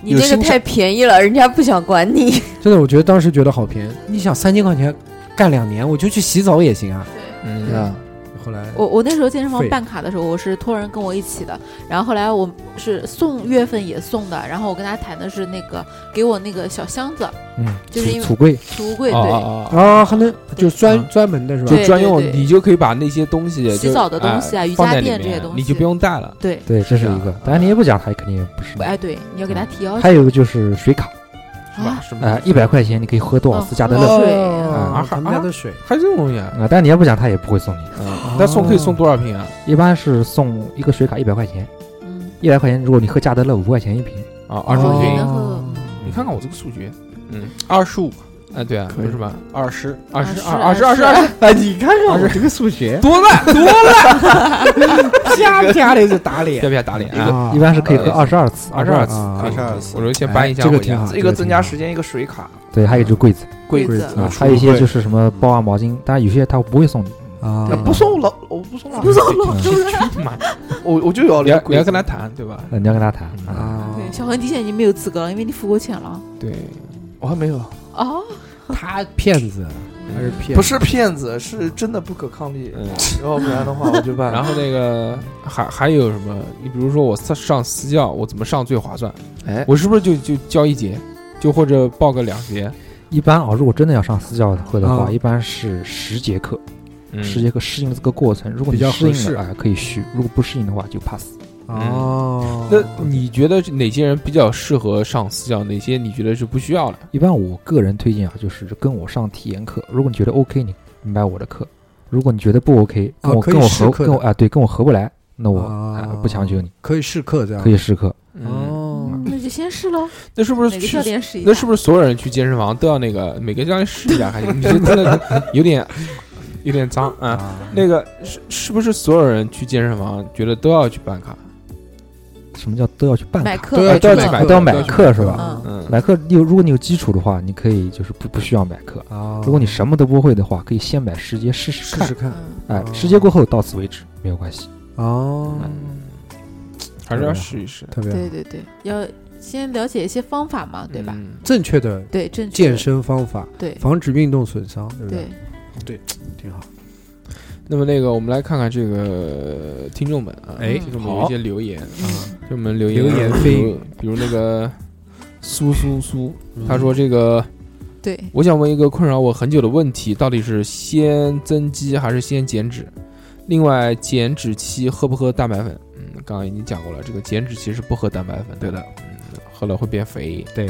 Speaker 3: 你那个太便宜了，人家不想 管你。
Speaker 2: 真的，我觉得当时觉得好便宜，你想三千块钱干两年，我就去洗澡也行啊。
Speaker 1: 嗯
Speaker 4: 啊，
Speaker 2: 后来
Speaker 6: 我我那时候健身房
Speaker 2: 废
Speaker 6: 办卡的时候，我是托人跟我一起的，然后后来我是送月份也送的，然后我跟他谈的是那个给我那个小箱子，
Speaker 5: 嗯，
Speaker 6: 就是因
Speaker 5: 储
Speaker 6: 为储
Speaker 5: 储柜，
Speaker 6: 物柜，
Speaker 1: 啊
Speaker 6: 对，
Speaker 1: 啊啊，
Speaker 2: 啊，还能就专
Speaker 1: 嗯
Speaker 2: 专门的是吧
Speaker 1: 就
Speaker 6: 对？
Speaker 1: 专用，
Speaker 6: 对
Speaker 1: 你就可以把那些东西就，
Speaker 6: 洗澡的东西啊
Speaker 1: 哎
Speaker 6: 瑜伽
Speaker 1: 放在里
Speaker 6: 垫这
Speaker 1: 面
Speaker 6: 些东
Speaker 1: 你就
Speaker 6: 西
Speaker 1: 不用带了。
Speaker 6: 对，
Speaker 5: 对，这是
Speaker 1: 是啊
Speaker 5: 一个。当然你也不讲，他也肯定不是。
Speaker 6: 哎，对，你要给他提要求
Speaker 5: 还有一个就是水卡，
Speaker 1: 是吧？
Speaker 6: 啊，
Speaker 1: 什
Speaker 5: 啊
Speaker 1: 么，？
Speaker 5: 一百块钱你可以喝多少次加德乐
Speaker 6: 哦水
Speaker 2: 啊
Speaker 1: 啊，
Speaker 2: 他们家的水
Speaker 1: 还有这种东西啊？
Speaker 5: 啊？但你也不讲，他也不会送你。
Speaker 1: 那送可以送多少瓶啊？
Speaker 5: 一般是送一个水卡一百块钱，
Speaker 6: 嗯，
Speaker 5: 一百块钱如果你喝加德乐五块钱一瓶，
Speaker 1: 啊，二十五
Speaker 6: 我觉
Speaker 1: 瓶
Speaker 6: 得。
Speaker 2: 哦
Speaker 1: 你看看我这个数学，嗯，二十五，啊，对啊，不是吧？
Speaker 4: 二十，
Speaker 1: 二十二，二
Speaker 6: 二
Speaker 1: 十
Speaker 6: 十
Speaker 1: 二十二，
Speaker 2: 哎，你看看我这个数学，
Speaker 1: 多烂，多
Speaker 2: 啪啪的就打脸
Speaker 1: 啪啪打脸啊！
Speaker 2: 啊
Speaker 5: 一般是可以喝
Speaker 1: 呃
Speaker 5: 二十二次，
Speaker 1: 二十二次
Speaker 2: 啊
Speaker 1: 可以，
Speaker 4: 22次
Speaker 1: 我说先搬一下
Speaker 2: 哎这
Speaker 1: 回
Speaker 2: 个
Speaker 1: 家
Speaker 2: 挺好，
Speaker 7: 一个增加时间，一个水卡，
Speaker 1: 啊
Speaker 5: 对，还有就是柜子
Speaker 6: 柜
Speaker 2: 柜
Speaker 6: 子
Speaker 2: 子
Speaker 5: 啊，
Speaker 2: 啊
Speaker 5: 还有一些就是什么包啊、毛巾，当然有些他不会送你，
Speaker 2: 啊
Speaker 7: 那不送老，我不送老，不送老
Speaker 5: 周
Speaker 7: 妈，我我就要
Speaker 1: 你要
Speaker 7: 柜
Speaker 1: 你要
Speaker 7: 子
Speaker 1: 跟他谈对吧？
Speaker 5: 呃你要跟他谈啊。
Speaker 2: 啊
Speaker 6: 对，小恒，你现在已经没有资格了，因为你付过钱了。
Speaker 1: 对，
Speaker 7: 我还没有，
Speaker 6: 哦，
Speaker 2: 他骗子还是骗
Speaker 7: 不是骗子，是真的不可抗力，要不然的话我就
Speaker 1: 嗯
Speaker 7: 办。
Speaker 1: 然后那个还还有什么？你比如说我上上私教，我怎么上最划算？
Speaker 7: 哎，
Speaker 1: 我是不是就就交一节，就或者报个两节？
Speaker 5: 一般啊，如果真的要上私教课的话，
Speaker 2: 啊
Speaker 5: 一般是十节课，
Speaker 1: 嗯
Speaker 5: 十节课适应了这个过程，如果
Speaker 2: 比
Speaker 5: 你
Speaker 2: 较
Speaker 5: 适
Speaker 2: 合
Speaker 5: 应
Speaker 2: 适啊
Speaker 5: 了，哎，可以续；如果不适应的话，就 pass。
Speaker 2: 哦，
Speaker 1: 那你觉得哪些人比较适合上私教？哪些你觉得是不需要的？
Speaker 5: 一般我个人推荐啊，就是跟我上体验课。如果你觉得 OK，你买我的课；如果你觉得不 OK，
Speaker 2: 啊
Speaker 5: 跟我、
Speaker 2: 可以
Speaker 5: 跟我
Speaker 2: 试
Speaker 5: 合
Speaker 2: 课
Speaker 5: 跟我
Speaker 2: 的
Speaker 5: 啊对跟我合不来，那我、
Speaker 2: 啊
Speaker 5: 啊不强求你，
Speaker 2: 可以试课这样
Speaker 5: 可以试课。
Speaker 2: 哦，
Speaker 6: 那就先试喽，
Speaker 1: 那是不
Speaker 6: 哪
Speaker 1: 是
Speaker 6: 个
Speaker 1: 去
Speaker 6: 教？练试一下？
Speaker 1: 那是不是所有人去健身房都要那个每个教练试一下？还行，你这真的有点有点脏啊。
Speaker 2: 啊
Speaker 1: 那个是是不是所有人去健身房觉得都要去办卡？
Speaker 5: 什么叫都要去办
Speaker 6: 买
Speaker 5: 卡？
Speaker 6: 课
Speaker 2: 呃都要
Speaker 6: 买
Speaker 2: 去
Speaker 6: 课
Speaker 1: 买
Speaker 5: 啊
Speaker 1: 课
Speaker 5: 都要
Speaker 1: 都
Speaker 5: 买
Speaker 1: 要去
Speaker 5: 课是吧？
Speaker 6: 嗯，
Speaker 1: 嗯，
Speaker 5: 买课，你有如果你有基础的话，你可以就是不不需要买课。
Speaker 2: 啊，
Speaker 5: 如果你什么都不会的话，可以先买十节试试
Speaker 2: 试
Speaker 5: 看
Speaker 2: 试。看
Speaker 6: 嗯
Speaker 5: 哎，
Speaker 2: 哦
Speaker 5: 十节过后到此为止，没有关系。
Speaker 2: 哦，
Speaker 1: 还是要试一试，
Speaker 2: 特别好
Speaker 6: 对对对，要先了解一些方法嘛，对吧？
Speaker 1: 嗯
Speaker 2: 正确的
Speaker 6: 对，正确
Speaker 2: 健身方法，
Speaker 6: 对
Speaker 2: 防止运动损伤，对不
Speaker 6: 对？
Speaker 2: 挺好。
Speaker 1: 那么那个，我们来看看这个听众们啊，
Speaker 2: 哎
Speaker 1: 听众们
Speaker 2: 好
Speaker 1: 有一些留言啊，
Speaker 6: 嗯
Speaker 1: 就我们留言
Speaker 2: 留言
Speaker 1: 比如比如那个苏苏苏，
Speaker 2: 嗯
Speaker 1: 他说这个，
Speaker 6: 对，
Speaker 1: 我想问一个困扰我很久的问题，到底是先增肌还是先减脂？另外，减脂期喝不喝蛋白粉？嗯，刚刚已经讲过了，这个减脂期是不喝蛋白粉，对的，嗯，喝了会变肥。
Speaker 2: 对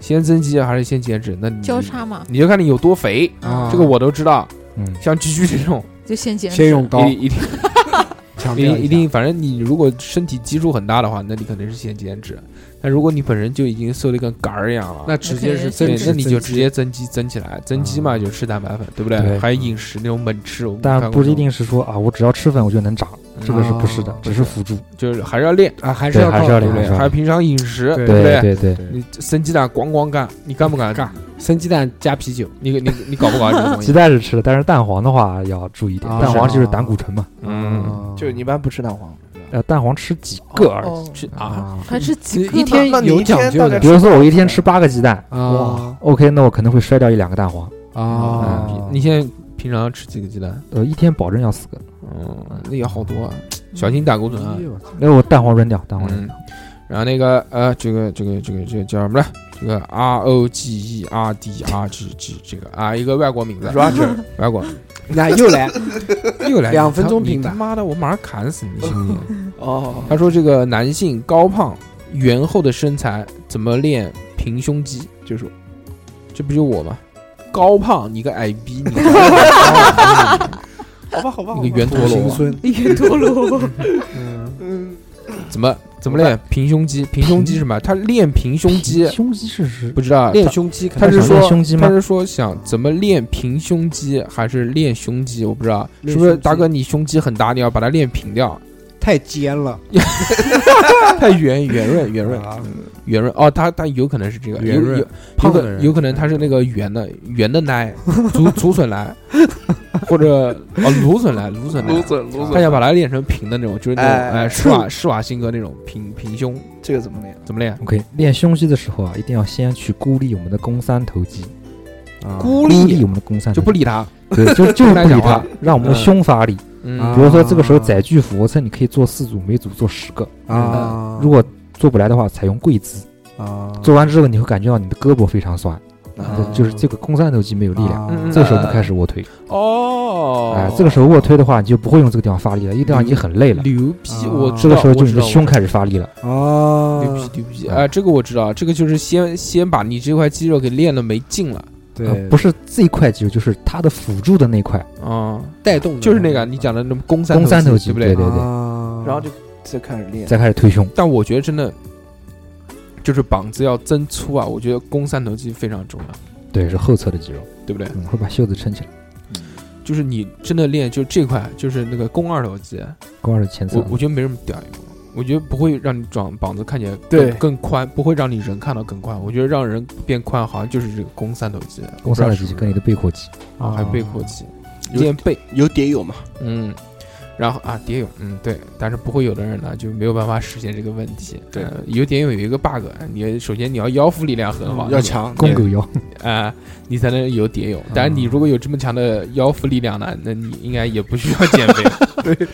Speaker 1: 先增肌还是先减脂？那你
Speaker 6: 交叉嘛，
Speaker 1: 你就看你有多肥，
Speaker 2: 啊，
Speaker 1: 这个我都知道。
Speaker 5: 嗯，
Speaker 1: 像居居这种，
Speaker 6: 就先减
Speaker 2: 先
Speaker 6: 脂
Speaker 2: 用刀
Speaker 1: 一定一定
Speaker 2: 哦 强
Speaker 1: 一
Speaker 2: 调
Speaker 1: 定一定，反正你如果身体基数很大的话，那你肯定是先减脂。但如果你本身就已经瘦的跟杆儿一样了，
Speaker 2: 那直接是增
Speaker 1: 对，
Speaker 2: 脂，
Speaker 1: 那你就
Speaker 2: 增
Speaker 1: 直
Speaker 2: 肌
Speaker 1: 接增肌增起来，增肌嘛就吃蛋白粉，对不对？
Speaker 5: 对
Speaker 1: 还有饮食那种猛吃，我们看
Speaker 5: 但
Speaker 1: 过
Speaker 5: 不
Speaker 1: 那种，嗯
Speaker 5: 一
Speaker 1: 啊
Speaker 5: 定是说啊，我只要吃粉我就能长，这个是不是的
Speaker 2: 哦，
Speaker 5: 只是辅助。
Speaker 1: 就是还是要练，
Speaker 2: 啊，还是
Speaker 5: 对
Speaker 2: 要
Speaker 5: 还是
Speaker 2: 靠
Speaker 5: 要
Speaker 1: 对
Speaker 5: 练
Speaker 1: 不对？
Speaker 5: 是吧
Speaker 1: 还有平常饮食，
Speaker 2: 对
Speaker 1: 不对？
Speaker 5: 对对，
Speaker 1: 你生鸡蛋咣咣干，你干不干？干。
Speaker 2: 生鸡蛋加啤酒，
Speaker 1: 你你你搞不搞这个东
Speaker 5: 鸡
Speaker 1: 西？
Speaker 5: 蛋是吃的，但是蛋黄的话要注意一点，
Speaker 2: 啊
Speaker 5: 蛋黄就是胆固醇嘛，
Speaker 1: 嗯，
Speaker 2: 啊
Speaker 7: 就你一般不吃蛋黄，
Speaker 5: 呃，蛋黄吃几个而
Speaker 6: 哦
Speaker 5: 已。
Speaker 1: 是啊，
Speaker 2: 啊，
Speaker 6: 还是几
Speaker 2: 其
Speaker 6: 个
Speaker 2: 实一
Speaker 6: 呢
Speaker 2: 天
Speaker 7: 那你
Speaker 2: 有
Speaker 7: 一
Speaker 2: 讲
Speaker 7: 天
Speaker 2: 究
Speaker 7: 大概
Speaker 2: 的
Speaker 5: 比如说我一
Speaker 7: 哦
Speaker 5: 天吃八个鸡蛋
Speaker 2: 啊
Speaker 5: ，OK，那我可能会摔掉一两个蛋黄。
Speaker 2: 啊，
Speaker 1: 你现在平常吃几个鸡蛋？
Speaker 5: 呃，一天保证要四个，
Speaker 1: 嗯，那也好多啊，小心胆固醇啊
Speaker 2: 哎。呦我操
Speaker 5: 那我蛋黄扔掉，蛋黄扔
Speaker 1: 嗯
Speaker 5: 掉。，
Speaker 1: 然后那个呃，这个这个这个这个叫什么来？这个 R O G E R D R G G 这个啊，一个外国名字
Speaker 7: Roger
Speaker 1: 外国
Speaker 2: 那又 来
Speaker 1: 又来
Speaker 2: 两分钟平
Speaker 1: 他
Speaker 2: 板
Speaker 1: 妈的，我马上砍死你，信不 信？
Speaker 7: 哦，
Speaker 1: 他说这个男性高胖圆厚的身材怎么练平胸肌？就是我这不就我吗？高胖你个矮逼，你 个
Speaker 7: 好吧好吧，好吧
Speaker 1: 你个圆陀
Speaker 2: 土行
Speaker 1: 螺啊，
Speaker 2: 孙，
Speaker 6: 一多罗，
Speaker 7: 嗯，
Speaker 1: 怎么怎么练平胸肌？平胸肌什么？他练平嗯胸肌
Speaker 5: 胸肌是是
Speaker 1: 不知道
Speaker 2: 练
Speaker 1: 他
Speaker 2: 胸肌可
Speaker 1: 他
Speaker 2: 能
Speaker 1: 是
Speaker 5: 想
Speaker 1: 说
Speaker 5: 练胸肌吗
Speaker 1: 他是说想怎么练平胸肌，还是练胸肌？我不知道，
Speaker 2: 练
Speaker 1: 是不是
Speaker 2: 胸肌
Speaker 1: 大哥你胸肌很大，你要把它练平 掉，
Speaker 2: 太尖了，
Speaker 1: 太圆圆润圆润
Speaker 2: 啊
Speaker 1: 圆润哦，他他有可能是这个
Speaker 2: 圆
Speaker 1: 有
Speaker 2: 润
Speaker 1: 有
Speaker 2: 胖
Speaker 1: 有
Speaker 2: 的
Speaker 1: 可
Speaker 2: 人
Speaker 1: 有可能他是那个圆的圆的 奶竹竹笋奶，或者哦芦笋奶芦笋
Speaker 7: 芦
Speaker 1: 奶。
Speaker 7: 笋芦
Speaker 1: 他
Speaker 7: 笋，
Speaker 1: 想把它练成平的那种，就是那
Speaker 7: 哎
Speaker 1: 种哎施瓦施瓦辛格那种平平胸，
Speaker 7: 这个怎么练？
Speaker 1: 怎么练？
Speaker 5: OK。练胸肌的时候啊，一定要先去孤立我们的肱三头肌，
Speaker 2: 啊
Speaker 1: 孤
Speaker 5: 孤立
Speaker 1: 立
Speaker 5: 我们的肱三头
Speaker 1: 就
Speaker 5: 肌
Speaker 1: 不理他，，
Speaker 5: 对，就就是不理它让我们的胸发力。
Speaker 1: 嗯
Speaker 2: 啊
Speaker 5: 比如说这个时候载具俯卧撑，你可以做四组，每组做十个。
Speaker 1: 嗯
Speaker 2: 啊，
Speaker 5: 如果做不来的话，采用跪姿。
Speaker 2: 啊
Speaker 5: 做完之后，你会感觉到你的胳膊非常酸，呃
Speaker 2: 啊
Speaker 5: 就是这个肱三头肌没有力量。
Speaker 1: 嗯
Speaker 2: 啊
Speaker 5: 这个时候我们开始卧推，
Speaker 1: 哦，
Speaker 5: 哎，这个时候卧推的话，你就不会用这个地方发力了，
Speaker 1: 嗯
Speaker 5: 一个地方已经很累了。
Speaker 1: 牛逼！
Speaker 2: 啊
Speaker 1: 我知
Speaker 5: 这个
Speaker 1: 道
Speaker 5: 时候
Speaker 1: 我
Speaker 5: 就你
Speaker 1: 知
Speaker 5: 的
Speaker 1: 道
Speaker 5: 胸开始发力了，
Speaker 2: 啊，
Speaker 1: 牛逼牛逼！哎，这个我知道，这个就是先先把你这块肌肉给练的没劲了
Speaker 5: 呃
Speaker 2: 对，
Speaker 5: 不是这一块肌肉，就是它的辅助的那块
Speaker 1: 啊，
Speaker 2: 带动的，
Speaker 1: 就是那个你讲的那种肱三
Speaker 5: 肱三头
Speaker 1: 肌，
Speaker 5: 肌，
Speaker 1: 对不
Speaker 5: 对
Speaker 1: 对？
Speaker 5: 对，
Speaker 2: 啊，
Speaker 7: 然后就就开始练，
Speaker 5: 再开始推胸。
Speaker 1: 但我觉得真的就是膀子要增粗啊，我觉得肱三头肌非常重要。
Speaker 5: 对，是后侧的肌肉，
Speaker 1: 对不对？
Speaker 5: 嗯，会把袖子撑起来，
Speaker 1: 就是你真的练，就这块，就是那个肱二头肌，
Speaker 5: 肱二的前侧
Speaker 1: 我。我觉得没什么屌用，我觉得不会让你长膀子看起来更
Speaker 7: 对
Speaker 1: 更宽，不会让你人看到更宽。我觉得让人变宽，好像就是这个肱三头肌，
Speaker 5: 肱三的肌跟你的背阔肌，
Speaker 1: 啊，还有背阔肌，
Speaker 4: 有
Speaker 1: 练背，
Speaker 4: 有蝶泳嘛？
Speaker 1: 嗯，然后啊，蝶泳，嗯，对，但是不会有的人呢就没有办法实现这个问题。
Speaker 7: 对
Speaker 1: 呃有蝶泳有一个 bug，你首先你要腰腹力量很好，
Speaker 4: 嗯要强，嗯
Speaker 5: 肱狗腰。
Speaker 1: 啊、你才能有蝶泳。但是你如果有这么强的腰腹力量呢，那你应该也不需要减 肥。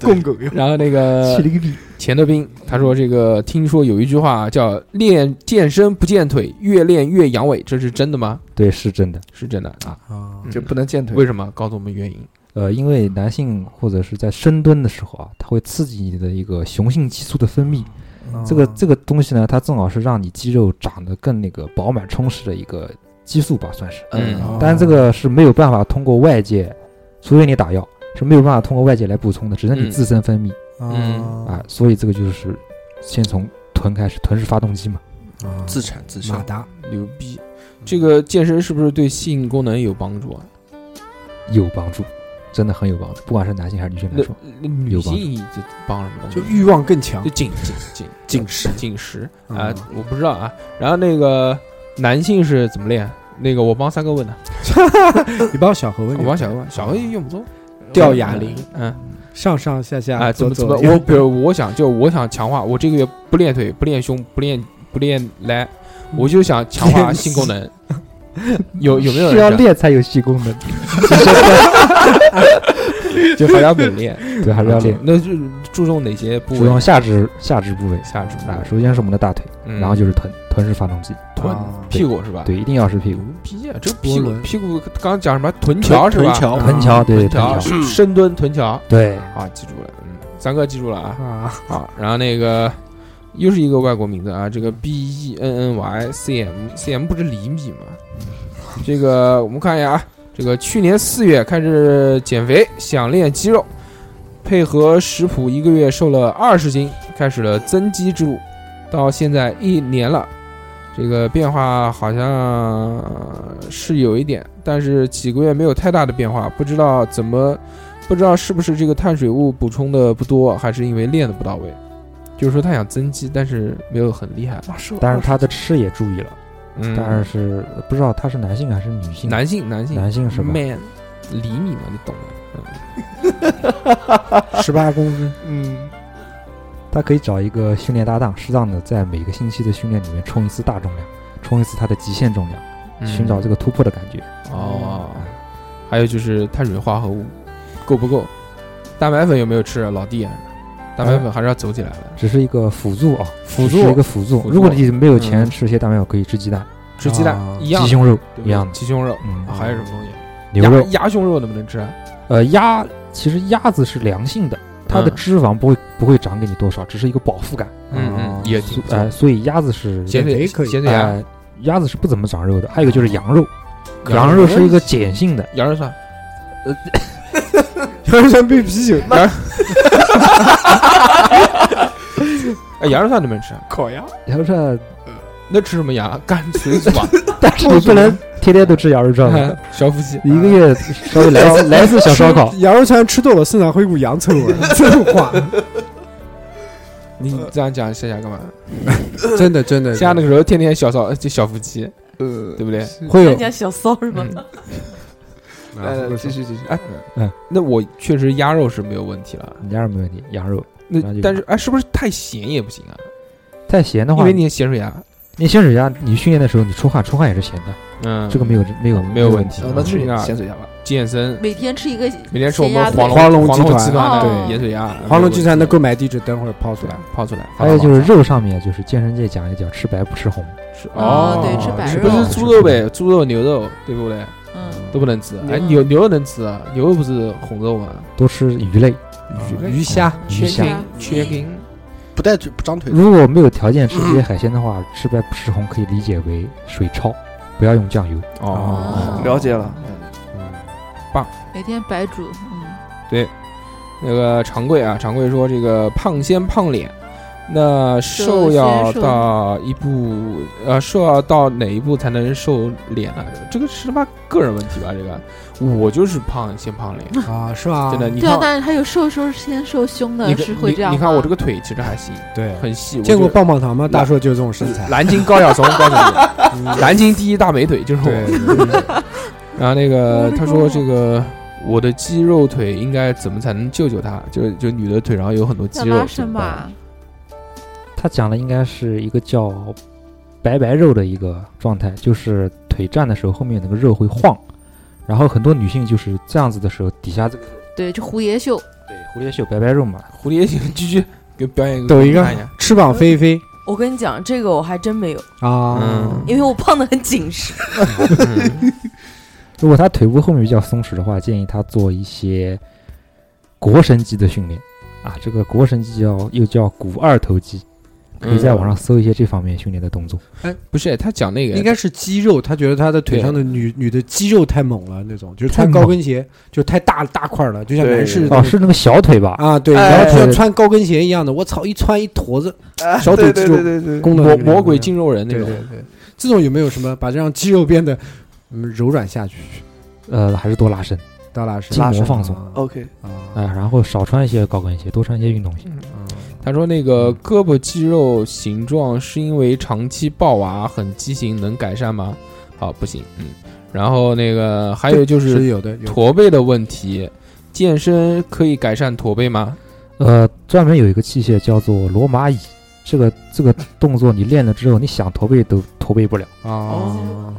Speaker 4: 肱狗用。
Speaker 1: 然后那 个
Speaker 5: 了个逼！
Speaker 1: 钱德斌他说：“这个听说有一句话叫‘练健身不健腿，越练越阳痿’，这是真的吗？
Speaker 5: 对，是真的。
Speaker 1: 是真的啊，
Speaker 2: 啊
Speaker 1: 嗯
Speaker 7: 就不能见腿。
Speaker 1: 为什么？告诉我们原因。
Speaker 5: 呃，因为男性或者是在深蹲的时候啊，它会刺激你的一个雄性激素的分泌。这个这个东西呢，它正好是让你肌肉长得更那个饱满充实的一个激素吧，算是。
Speaker 1: 嗯
Speaker 2: 哦
Speaker 5: 但这个是没有办法通过外界，除非你打药，是没有办法通过外界来补充的，只能你
Speaker 1: 嗯
Speaker 5: 自身分泌、
Speaker 1: 嗯
Speaker 5: 啊。所以这个就是先从臀开始，臀是发动机嘛。
Speaker 2: 啊
Speaker 4: 自产自销
Speaker 2: 马，达
Speaker 1: 牛逼！这个健身是不是对性功能有帮助啊？
Speaker 5: 有帮助，真的很有帮助，不管是男性还是女性来
Speaker 1: 那
Speaker 5: 说，
Speaker 1: 那女
Speaker 5: 有帮助
Speaker 1: 性这帮什么东西
Speaker 2: 就？欲望更强
Speaker 1: 就紧紧紧
Speaker 4: 紧实
Speaker 1: 紧实
Speaker 2: 嗯
Speaker 1: 啊，我不知道啊。然后那个男性是怎么练？啊那个我帮三哥问的，
Speaker 2: 你帮小何问
Speaker 1: 我
Speaker 2: 你
Speaker 1: 帮小哥问，小哥用不着
Speaker 2: 吊哑铃，
Speaker 1: 嗯。”
Speaker 2: 上上下下
Speaker 1: 啊，怎
Speaker 2: 左
Speaker 1: 么怎
Speaker 2: 左
Speaker 1: 么？
Speaker 2: 右
Speaker 1: 我比如我想就我想强化，我这个月不练腿，不练胸，不练不练来，我就想强化性功能。有有没有
Speaker 5: 是要
Speaker 1: 人这样？
Speaker 5: 练才有细功能，
Speaker 1: 就还要美练，嗯
Speaker 5: 对，还是要练。
Speaker 1: 那就注重哪些啊部
Speaker 5: 主要
Speaker 1: 位？
Speaker 5: 下肢下肢部位
Speaker 1: 下肢部位
Speaker 5: 啊，首先是我们的大腿，
Speaker 1: 嗯
Speaker 5: 然后就是臀，臀是发动机，
Speaker 1: 臀
Speaker 2: 啊
Speaker 1: 哦屁股是吧？
Speaker 5: 对，一定要是屁股。
Speaker 1: 屁啊，这个屁
Speaker 2: 涡
Speaker 1: 股
Speaker 2: 轮
Speaker 1: 屁股刚刚讲什么臀桥是吧？
Speaker 4: 臀桥
Speaker 2: 啊
Speaker 5: 臀桥，对，
Speaker 1: 臀
Speaker 5: 臀桥
Speaker 1: 桥，深蹲臀桥
Speaker 5: 对，
Speaker 1: 啊，记住了，嗯，三哥记住了啊
Speaker 2: 啊，
Speaker 1: 好，然后那个又是一个外国名字啊，这个 B E N N Y C M C M 不是厘米吗？这个我们看一下啊，这个去年四月开始减肥，想练肌肉，配合食谱一个月瘦了二十斤，开始了增肌之路，到现在一年了。这个变化好像呃是有一点，但是几个月没有太大的变化，不知道怎么，不知道是不是这个碳水物补充的不多，还是因为练的不到位。就是说他想增肌，但是没有很厉害。
Speaker 5: 但是他的吃也注意了，
Speaker 1: 嗯，
Speaker 5: 但是不知道他是男性还是女性，
Speaker 1: 男性男性
Speaker 5: 男性是吧？
Speaker 1: man 厘米嘛，你懂的。嗯
Speaker 2: 十八公分，
Speaker 7: 嗯，
Speaker 5: 他可以找一个训练搭档，适当的在每个星期的训练里面冲一次大重量，冲一次他的极限重量，寻找这个突破的感觉。
Speaker 1: 嗯哦，还有就是碳水化合物够不够？蛋白粉有没有吃？啊老弟，蛋白粉还是要走起来的。
Speaker 5: 只是一个辅助啊，
Speaker 1: 辅助
Speaker 5: 只是一个辅助
Speaker 1: 辅。助
Speaker 5: 如果你没有钱
Speaker 1: 嗯
Speaker 5: 吃一些蛋白粉，可以吃鸡蛋、
Speaker 1: 吃鸡蛋
Speaker 2: 啊
Speaker 1: 一样
Speaker 5: 鸡，胸肉
Speaker 1: 对不
Speaker 5: 一
Speaker 1: 对
Speaker 5: 样的，
Speaker 1: 鸡胸肉，
Speaker 5: 嗯
Speaker 1: 啊，还有什么东西？
Speaker 5: 牛肉。
Speaker 1: 鸭鸭胸肉能不能吃啊？
Speaker 5: 呃，鸭其实鸭子是良性的，它的
Speaker 1: 嗯
Speaker 5: 脂肪不会不会长给你多少，只是一个饱腹感。
Speaker 1: 嗯
Speaker 2: 哦
Speaker 1: 嗯，也挺不错
Speaker 5: 呃，所以鸭子是
Speaker 1: 咸
Speaker 2: 减
Speaker 1: 水
Speaker 2: 肥可以
Speaker 1: 咸水鸭，
Speaker 5: 呃鸭子是不怎么长肉的。还有一个就是羊肉，
Speaker 1: 羊
Speaker 5: 羊肉是一个碱性的，
Speaker 1: 羊肉串，
Speaker 7: 呃
Speaker 2: 要是像配啤酒，
Speaker 1: 哎，羊肉串能不能吃啊？
Speaker 2: 烤鸭
Speaker 5: 羊肉串，
Speaker 1: 那吃什么鸭？干水煮 啊！
Speaker 5: 但是你不能天天都吃羊肉串 吧。
Speaker 1: 哎小夫妻，
Speaker 5: 你一个月稍微 来一次来一次小烧烤，
Speaker 2: 羊肉串吃多了身上会有股羊臭味儿，臭化。
Speaker 1: 你这样讲夏夏干嘛？
Speaker 2: 真的真的，
Speaker 1: 夏夏那个时候天天小骚，就小夫妻，
Speaker 7: 呃，
Speaker 1: 对不对？
Speaker 2: 会有
Speaker 3: 人家小骚是吗？
Speaker 1: 嗯
Speaker 7: 来
Speaker 5: 嗯
Speaker 1: 呃
Speaker 7: 来，继续继续。哎，
Speaker 1: 那我确实鸭肉是没有问题了。
Speaker 5: 你家人没问题。羊肉
Speaker 1: 那
Speaker 5: 那就
Speaker 1: 但是哎，是不是太咸也不行啊？
Speaker 5: 太咸的
Speaker 1: 因
Speaker 5: 话，
Speaker 1: 为你咸水鸭，
Speaker 5: 你先水鸭，你训练的时候你出汗，出汗也是咸的，
Speaker 1: 嗯，
Speaker 5: 这个没有没有
Speaker 1: 没有问
Speaker 5: 问
Speaker 1: 题
Speaker 5: 题。
Speaker 1: 啊
Speaker 7: 我们去
Speaker 1: 那
Speaker 7: 咸水鸭吧。
Speaker 1: 健身
Speaker 6: 每天吃一个，
Speaker 1: 每天吃我们
Speaker 6: 咸鸭
Speaker 1: 黄
Speaker 6: 腿
Speaker 1: 龙
Speaker 2: 黄龙
Speaker 1: 黄龙
Speaker 2: 集
Speaker 1: 集
Speaker 2: 团
Speaker 1: 团
Speaker 6: 哦
Speaker 1: 的盐水鸭，
Speaker 2: 黄
Speaker 1: 没
Speaker 2: 龙
Speaker 1: 有
Speaker 2: 集团的
Speaker 1: 问题
Speaker 2: 购买地址等会儿抛出来。
Speaker 1: 泡出来，
Speaker 5: 还有就是肉上面，就是健身界讲一讲，吃白不吃红。
Speaker 1: 是
Speaker 6: 哦对吃白
Speaker 1: 不
Speaker 6: 肉
Speaker 1: 是猪肉呗，猪肉、牛肉，对不对？
Speaker 6: 嗯，
Speaker 1: 都不能吃。哎，
Speaker 6: 嗯
Speaker 1: 牛牛肉能吃啊，牛肉不是红肉吗？
Speaker 5: 多吃鱼类、
Speaker 2: 鱼虾，
Speaker 5: 鱼虾。
Speaker 1: 缺斤，
Speaker 4: 不带腿不长腿，
Speaker 5: 如果没有条件吃这些海鲜的话，吃白不吃红可以理解为水焯，不要用酱油。
Speaker 1: 哦嗯
Speaker 6: 哦
Speaker 7: 了解了，
Speaker 6: 每天白煮，嗯，
Speaker 1: 那个常贵啊，常贵说这个胖先胖脸，那瘦
Speaker 6: 就先
Speaker 1: 要
Speaker 6: 瘦
Speaker 1: 到一步，呃，瘦要到哪一步才能瘦脸呢、这个是他妈个人问题吧？这个我就是胖先胖脸，
Speaker 2: 啊，是吧？
Speaker 1: 真的。你
Speaker 6: 对啊
Speaker 1: 看，，
Speaker 6: 但是还有瘦瘦先瘦胸
Speaker 1: 你
Speaker 6: 的是会这
Speaker 1: 你
Speaker 6: 样
Speaker 1: 你看我
Speaker 6: 吗
Speaker 1: 这个腿其实还行，
Speaker 2: 对，
Speaker 1: 很细。
Speaker 2: 见过
Speaker 1: 棒
Speaker 2: 棒棒糖吗？大硕就是这种身材，
Speaker 1: 南京高晓 松，高晓松，南京第一大美腿就是
Speaker 2: 对
Speaker 1: 我。然后那个他说这个。我的肌肉腿应该怎么才能救救他？就就女的腿上有很多
Speaker 6: 要
Speaker 1: 肌肉，
Speaker 6: 拉
Speaker 1: 怎
Speaker 6: 伸
Speaker 1: 么办
Speaker 6: 吧？
Speaker 5: 他讲的应该是一个叫白白肉的一个状态，就是腿站的时候后面那个肉会晃，然后很多女性就是这样子的时候，底下这个
Speaker 6: 对，就蝴蝶袖，
Speaker 5: 对蝴蝶袖白白肉嘛，
Speaker 1: 蝴蝶行，继续给表演
Speaker 2: 抖一
Speaker 1: 个
Speaker 2: 个
Speaker 1: 看一下。
Speaker 2: 翅膀飞一飞
Speaker 3: 我跟你讲，这个我还真没有，
Speaker 2: 啊
Speaker 1: 嗯，
Speaker 3: 因为我胖的很紧实。
Speaker 5: 如果他腿部后面比较松弛的话，建议他做一些腘绳肌的训练啊。这个腘绳肌叫又叫股二头肌，可以在
Speaker 7: 嗯
Speaker 5: 网上搜一些这方面训练的动作。
Speaker 1: 嗯不是他讲那个
Speaker 2: 应该是肌肉，他觉得他的腿上的女女的肌肉太猛了，那种就是穿
Speaker 5: 太猛
Speaker 2: 高跟鞋就太大大块了，就像
Speaker 7: 对
Speaker 2: 男士
Speaker 5: 哦，
Speaker 2: 那种
Speaker 5: 是那个小腿吧？
Speaker 2: 啊，对，
Speaker 7: 哎
Speaker 2: 然后
Speaker 5: 对
Speaker 2: 像穿高跟鞋一样的，我操，一穿一坨子
Speaker 7: 哎
Speaker 2: 小腿
Speaker 7: 对
Speaker 2: 肌
Speaker 7: 对
Speaker 2: 肉
Speaker 7: 对对对，
Speaker 2: 功能
Speaker 1: 魔
Speaker 2: 就这样
Speaker 1: 魔鬼筋肉人那
Speaker 2: 对
Speaker 1: 种
Speaker 2: 对，对，这种有没有什么把这样肌肉变得嗯柔软下去？
Speaker 5: 呃，还是多拉伸啊、
Speaker 2: 大拉伸，
Speaker 5: 筋膜放松
Speaker 2: 啊
Speaker 7: OK，
Speaker 1: 哎
Speaker 2: 啊，
Speaker 5: 哎然后少穿一些高跟鞋，多穿一些运动鞋。
Speaker 1: 他说那个胳膊肌肉形状是因为长期抱娃很畸形，能改善吗？好，不行，嗯。然后那个还有就是
Speaker 2: 是有的，有的
Speaker 1: 驼背的问题，健身可以改善驼背吗？
Speaker 5: 呃，专门有一个器械叫做罗马椅，这个这个动作你练了之后，你想驼背都驼背不了
Speaker 2: 啊，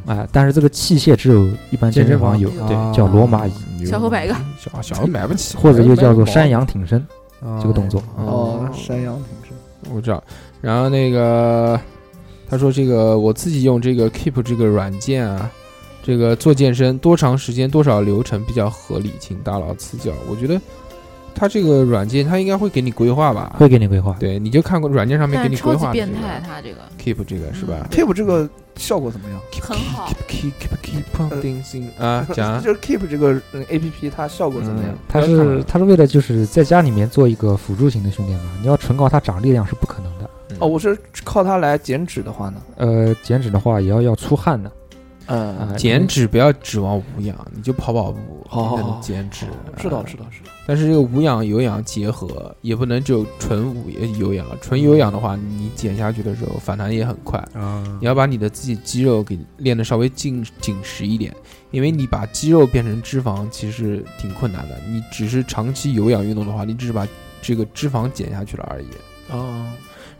Speaker 5: 啊、但是这个器械只有一般健身房有，
Speaker 6: 有
Speaker 5: 对，叫罗马椅，
Speaker 6: 小何摆一个，
Speaker 1: 小小孩买不起，
Speaker 5: 或者又叫
Speaker 1: 买不
Speaker 5: 做
Speaker 1: 起
Speaker 5: 山羊挺身。
Speaker 1: 哦
Speaker 2: 啊
Speaker 5: 这个动作
Speaker 7: 哦，山羊挺身，
Speaker 1: 我知道。然后那个他说这个我自己用这个 Keep 这个软件啊，这个做健身多长时间多少流程比较合理，请大佬赐教。我觉得他这个软件他应该会给你规划吧，
Speaker 5: 嗯会给你规划。
Speaker 1: 对，你就看过软件上面给
Speaker 6: 但
Speaker 1: 你
Speaker 6: 是超
Speaker 1: 规
Speaker 6: 级
Speaker 1: 划的
Speaker 6: 变态，他这个
Speaker 1: 这个 Keep 这个是吧
Speaker 7: Keep 这个效果怎么样？呃
Speaker 6: 很好。
Speaker 1: ？Keep Keep Keep on dancing 哦啊，讲啊
Speaker 7: 就是 Keep 这个嗯 A P P 它效果怎么样
Speaker 1: 嗯？
Speaker 5: 它
Speaker 1: 不要看
Speaker 5: 是
Speaker 1: 了
Speaker 5: 它是为了就是在家里面做一个辅助型的训练嘛，你要纯靠它长力量是不可能的。
Speaker 7: 哦，我是靠它来减脂的话呢，
Speaker 5: 呃，减脂的话也要要出汗的啊，
Speaker 7: 嗯，，
Speaker 1: 减脂不要指望无氧，你就跑跑步，
Speaker 7: 好好
Speaker 1: 才能
Speaker 7: 好
Speaker 1: 减脂。
Speaker 7: 哦是
Speaker 1: 啊
Speaker 7: 的，是的，是的，
Speaker 1: 但是这个无氧有氧结合，也不能只有纯无呃有氧。纯有氧的话，你减下去的时候反弹也很快。
Speaker 2: 啊
Speaker 1: 你要把你的自己肌肉给练得稍微紧紧实一点，因为你把肌肉变成脂肪其实挺困难的。你只是长期有氧运动的话，你只是把这个脂肪减下去了而已。
Speaker 7: 哦，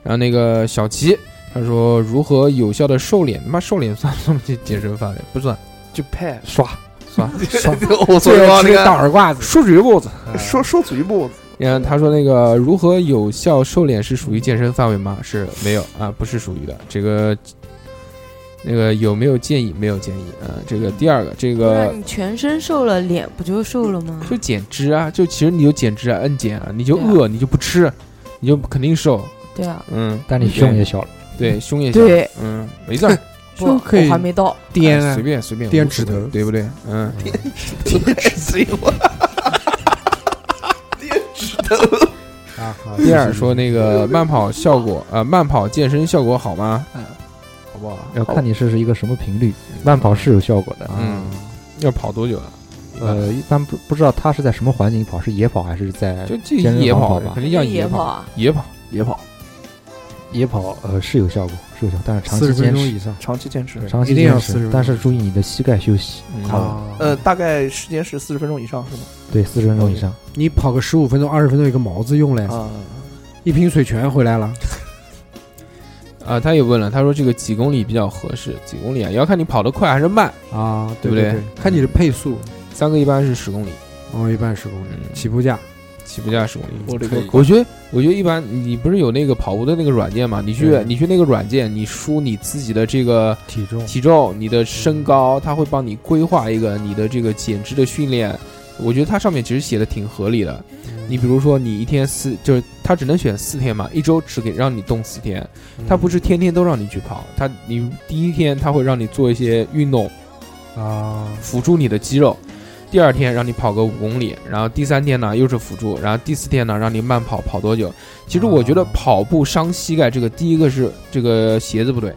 Speaker 1: 然后那个小齐他说如何有效的瘦脸？他妈瘦脸算不算健健身范围？ 不算，
Speaker 7: 就拍
Speaker 5: 刷
Speaker 1: 算。
Speaker 7: 我
Speaker 2: 最后直接
Speaker 7: 个
Speaker 2: 打耳挂子，
Speaker 1: 说嘴不子。
Speaker 7: 说说嘴不？
Speaker 1: 然后他说那个如何有效瘦脸是属于健身范围吗？是没有啊，不是属于的。这个那个有没有建议？没有建议啊。这个第二个，这
Speaker 3: 那
Speaker 1: 个
Speaker 3: 你全身瘦了，脸不就瘦了吗？
Speaker 1: 就减脂啊，就其实你就减脂啊，摁减啊，你就
Speaker 3: 对啊
Speaker 1: 饿，你就不吃，你就肯定瘦。
Speaker 3: 对啊，
Speaker 1: 嗯，
Speaker 5: 但你胸也小了。
Speaker 1: 对胸也小，
Speaker 3: 对，
Speaker 1: 嗯，没 事儿，
Speaker 3: 不，
Speaker 2: 就可以
Speaker 3: 我还没到。
Speaker 2: 颠
Speaker 1: 哎
Speaker 2: 啊
Speaker 1: 随，便随便
Speaker 2: 颠
Speaker 1: 无所
Speaker 2: 指头
Speaker 1: 谓对不对？嗯，
Speaker 7: 嘴我
Speaker 2: 啊好
Speaker 1: 第二说那个慢跑效果啊、呃慢跑健身效果好吗？好不好？
Speaker 5: 要看你是是一个什么频率，慢跑是有效果的。啊
Speaker 1: 嗯，要跑多久啊？
Speaker 5: 呃，一般不不知道他是在什么环境跑，是野跑还是在
Speaker 1: 就这
Speaker 5: 健身
Speaker 1: 野
Speaker 5: 房
Speaker 1: 跑
Speaker 5: 跑吧
Speaker 1: 肯定要
Speaker 3: 野
Speaker 1: 跑，
Speaker 3: 啊，
Speaker 1: 野跑。
Speaker 7: 野跑，
Speaker 5: 野跑？呃，是有效果，是有效，但是长期
Speaker 2: 四十分
Speaker 5: 坚
Speaker 2: 钟
Speaker 5: 持，
Speaker 2: 以上
Speaker 7: 长期坚持。
Speaker 5: 长期
Speaker 2: 一定要
Speaker 5: 坚
Speaker 2: 40
Speaker 5: 持
Speaker 2: 分，
Speaker 5: 但是注意你的膝盖休息。
Speaker 1: 好，
Speaker 2: 啊，
Speaker 7: 呃，大概时间是四十分钟以上是吗？
Speaker 5: 对，四十分钟以上。
Speaker 2: 你跑个十五分钟、二十分钟，有个毛子用嘞，
Speaker 7: 啊，
Speaker 2: 一瓶水全 回来了。
Speaker 1: 啊，他也问了，他说这个几公里比较合适？几公里啊？也要看你跑得快还是慢。
Speaker 2: 啊，
Speaker 1: 对
Speaker 2: 对
Speaker 1: 不对
Speaker 2: 对？看你的配速，
Speaker 1: 三个一般是十公里，
Speaker 2: 哦，一般十公里
Speaker 1: 嗯，
Speaker 2: 起步价
Speaker 1: 起步价十公里。
Speaker 7: 我这个
Speaker 1: 我觉得，我觉得一般，你不是有那个跑步的那个软件吗？你去，
Speaker 2: 对
Speaker 1: 你去那个软件，你输你自己的这个
Speaker 2: 体重
Speaker 1: 体重、你的身高，它会帮你规划一个你的这个减脂的训练。我觉得它上面其实写的挺合理的。
Speaker 2: 嗯
Speaker 1: 你比如说，你一天四，就是它只能选四天嘛，一周只给让你动四天，
Speaker 2: 嗯
Speaker 1: 它不是天天都让你去跑，它你第一天它会让你做一些运动，
Speaker 2: 啊，
Speaker 1: 辅助你的肌肉。第二天让你跑个五公里，然后第三天呢又是辅助，然后第四天呢让你慢跑跑多久。其实我觉得跑步伤膝盖，这个第一个是这个鞋子不对，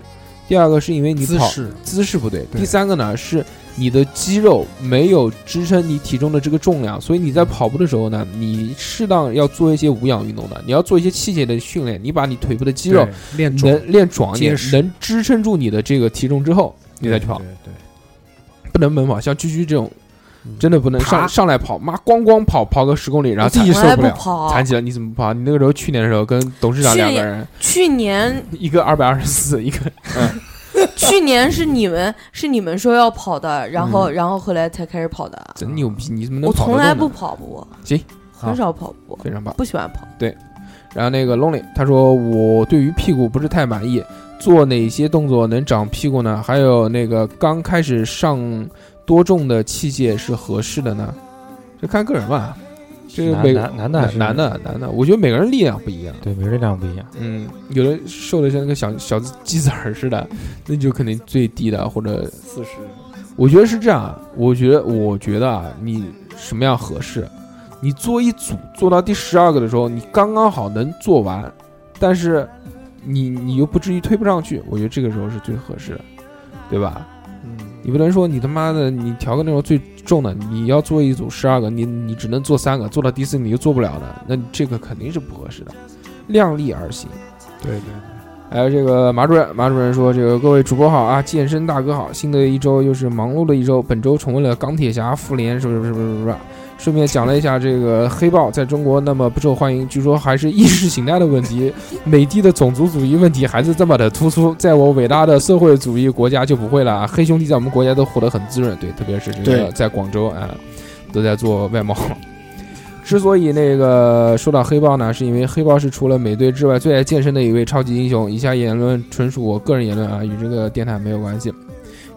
Speaker 1: 第二个是因为你
Speaker 2: 嗯姿
Speaker 1: 跑
Speaker 2: 势
Speaker 1: 姿势不对，
Speaker 2: 对
Speaker 1: 第三个呢是你的肌肉没有支撑你体重的这个重量，所以你在跑步的时候呢，你适当要做一些无氧运动的，你要做一些器械的训练，你把你腿部的肌肉
Speaker 2: 对练壮，
Speaker 1: 能练壮一点
Speaker 2: 结，实
Speaker 1: 能支撑住你的这个体重之后，你再去跑
Speaker 2: 对，，对
Speaker 1: 不能猛跑，像居居这种
Speaker 2: 嗯。
Speaker 1: 真的不能
Speaker 2: 爬
Speaker 1: 上上来跑，妈咣咣跑跑个十公里，然后
Speaker 2: 我自己
Speaker 1: 残
Speaker 2: 你
Speaker 3: 从来
Speaker 2: 受不了
Speaker 3: 跑。啊
Speaker 1: 残疾了，你怎么跑？你那个时候去年的时候跟董事长
Speaker 3: 去
Speaker 1: 两个
Speaker 3: 年
Speaker 1: 人，
Speaker 3: 去年
Speaker 1: 一个二百二十四，一个
Speaker 3: 去年是你们是你们说要跑的，然后然后后来才开始跑的。啊
Speaker 1: 真牛逼，你怎嗯么能
Speaker 3: 我
Speaker 1: 跑得
Speaker 3: 从来不
Speaker 1: 动呢
Speaker 3: 跑步，
Speaker 1: 行，
Speaker 2: 好
Speaker 3: 很少跑步，
Speaker 1: 非常棒。
Speaker 3: 不喜欢跑。
Speaker 1: 然后那个 Lonely 他说我对于屁股不是太满意，做哪些动作能长屁股呢？还有那个刚开始上多重的器械是合适的呢？这看个人吧，这个每
Speaker 5: 男男男的还
Speaker 1: 男
Speaker 5: 是
Speaker 1: 男的男的，我觉得每个人力量不一样。
Speaker 5: 对，每个人力量不一样。
Speaker 1: 嗯，有的瘦的像那个小小鸡子儿似的，那就肯定最低的，或者
Speaker 7: 四十，
Speaker 1: 我觉得是这样啊。我觉得，我觉得啊，你什么样合适？你做一组，做到第十二个的时候，你刚刚好能做完，但是你你又不至于推不上去，我觉得这个时候是最合适的，对吧？
Speaker 7: 嗯，
Speaker 1: 你不能说你他妈的你调个那种最重的，你要做一组十二个，你你只能做三个，做到第四个你就做不了的，那你这个肯定是不合适的，量力而行。
Speaker 2: 对对。
Speaker 1: 还有这个马主任，马主任说：“这个各位主播好啊，健身大哥好，新的一周又是忙碌的一周。本周重温了钢铁侠、复联，是不是？是不是？是不是？顺便讲了一下这个黑豹在中国那么不受欢迎，据说还是意识形态的问题，美帝的种族主义问题还是这么的突出。在我伟大的社会主义国家就不会了啊，黑兄弟在我们国家都活得很滋润，对，特别是这个
Speaker 4: 对
Speaker 1: 在广州啊，都在做外贸。”之所以那个说到黑豹呢，是因为黑豹是除了美队之外最爱健身的一位超级英雄。以下言论纯属我个人言论啊，与这个电台没有关系。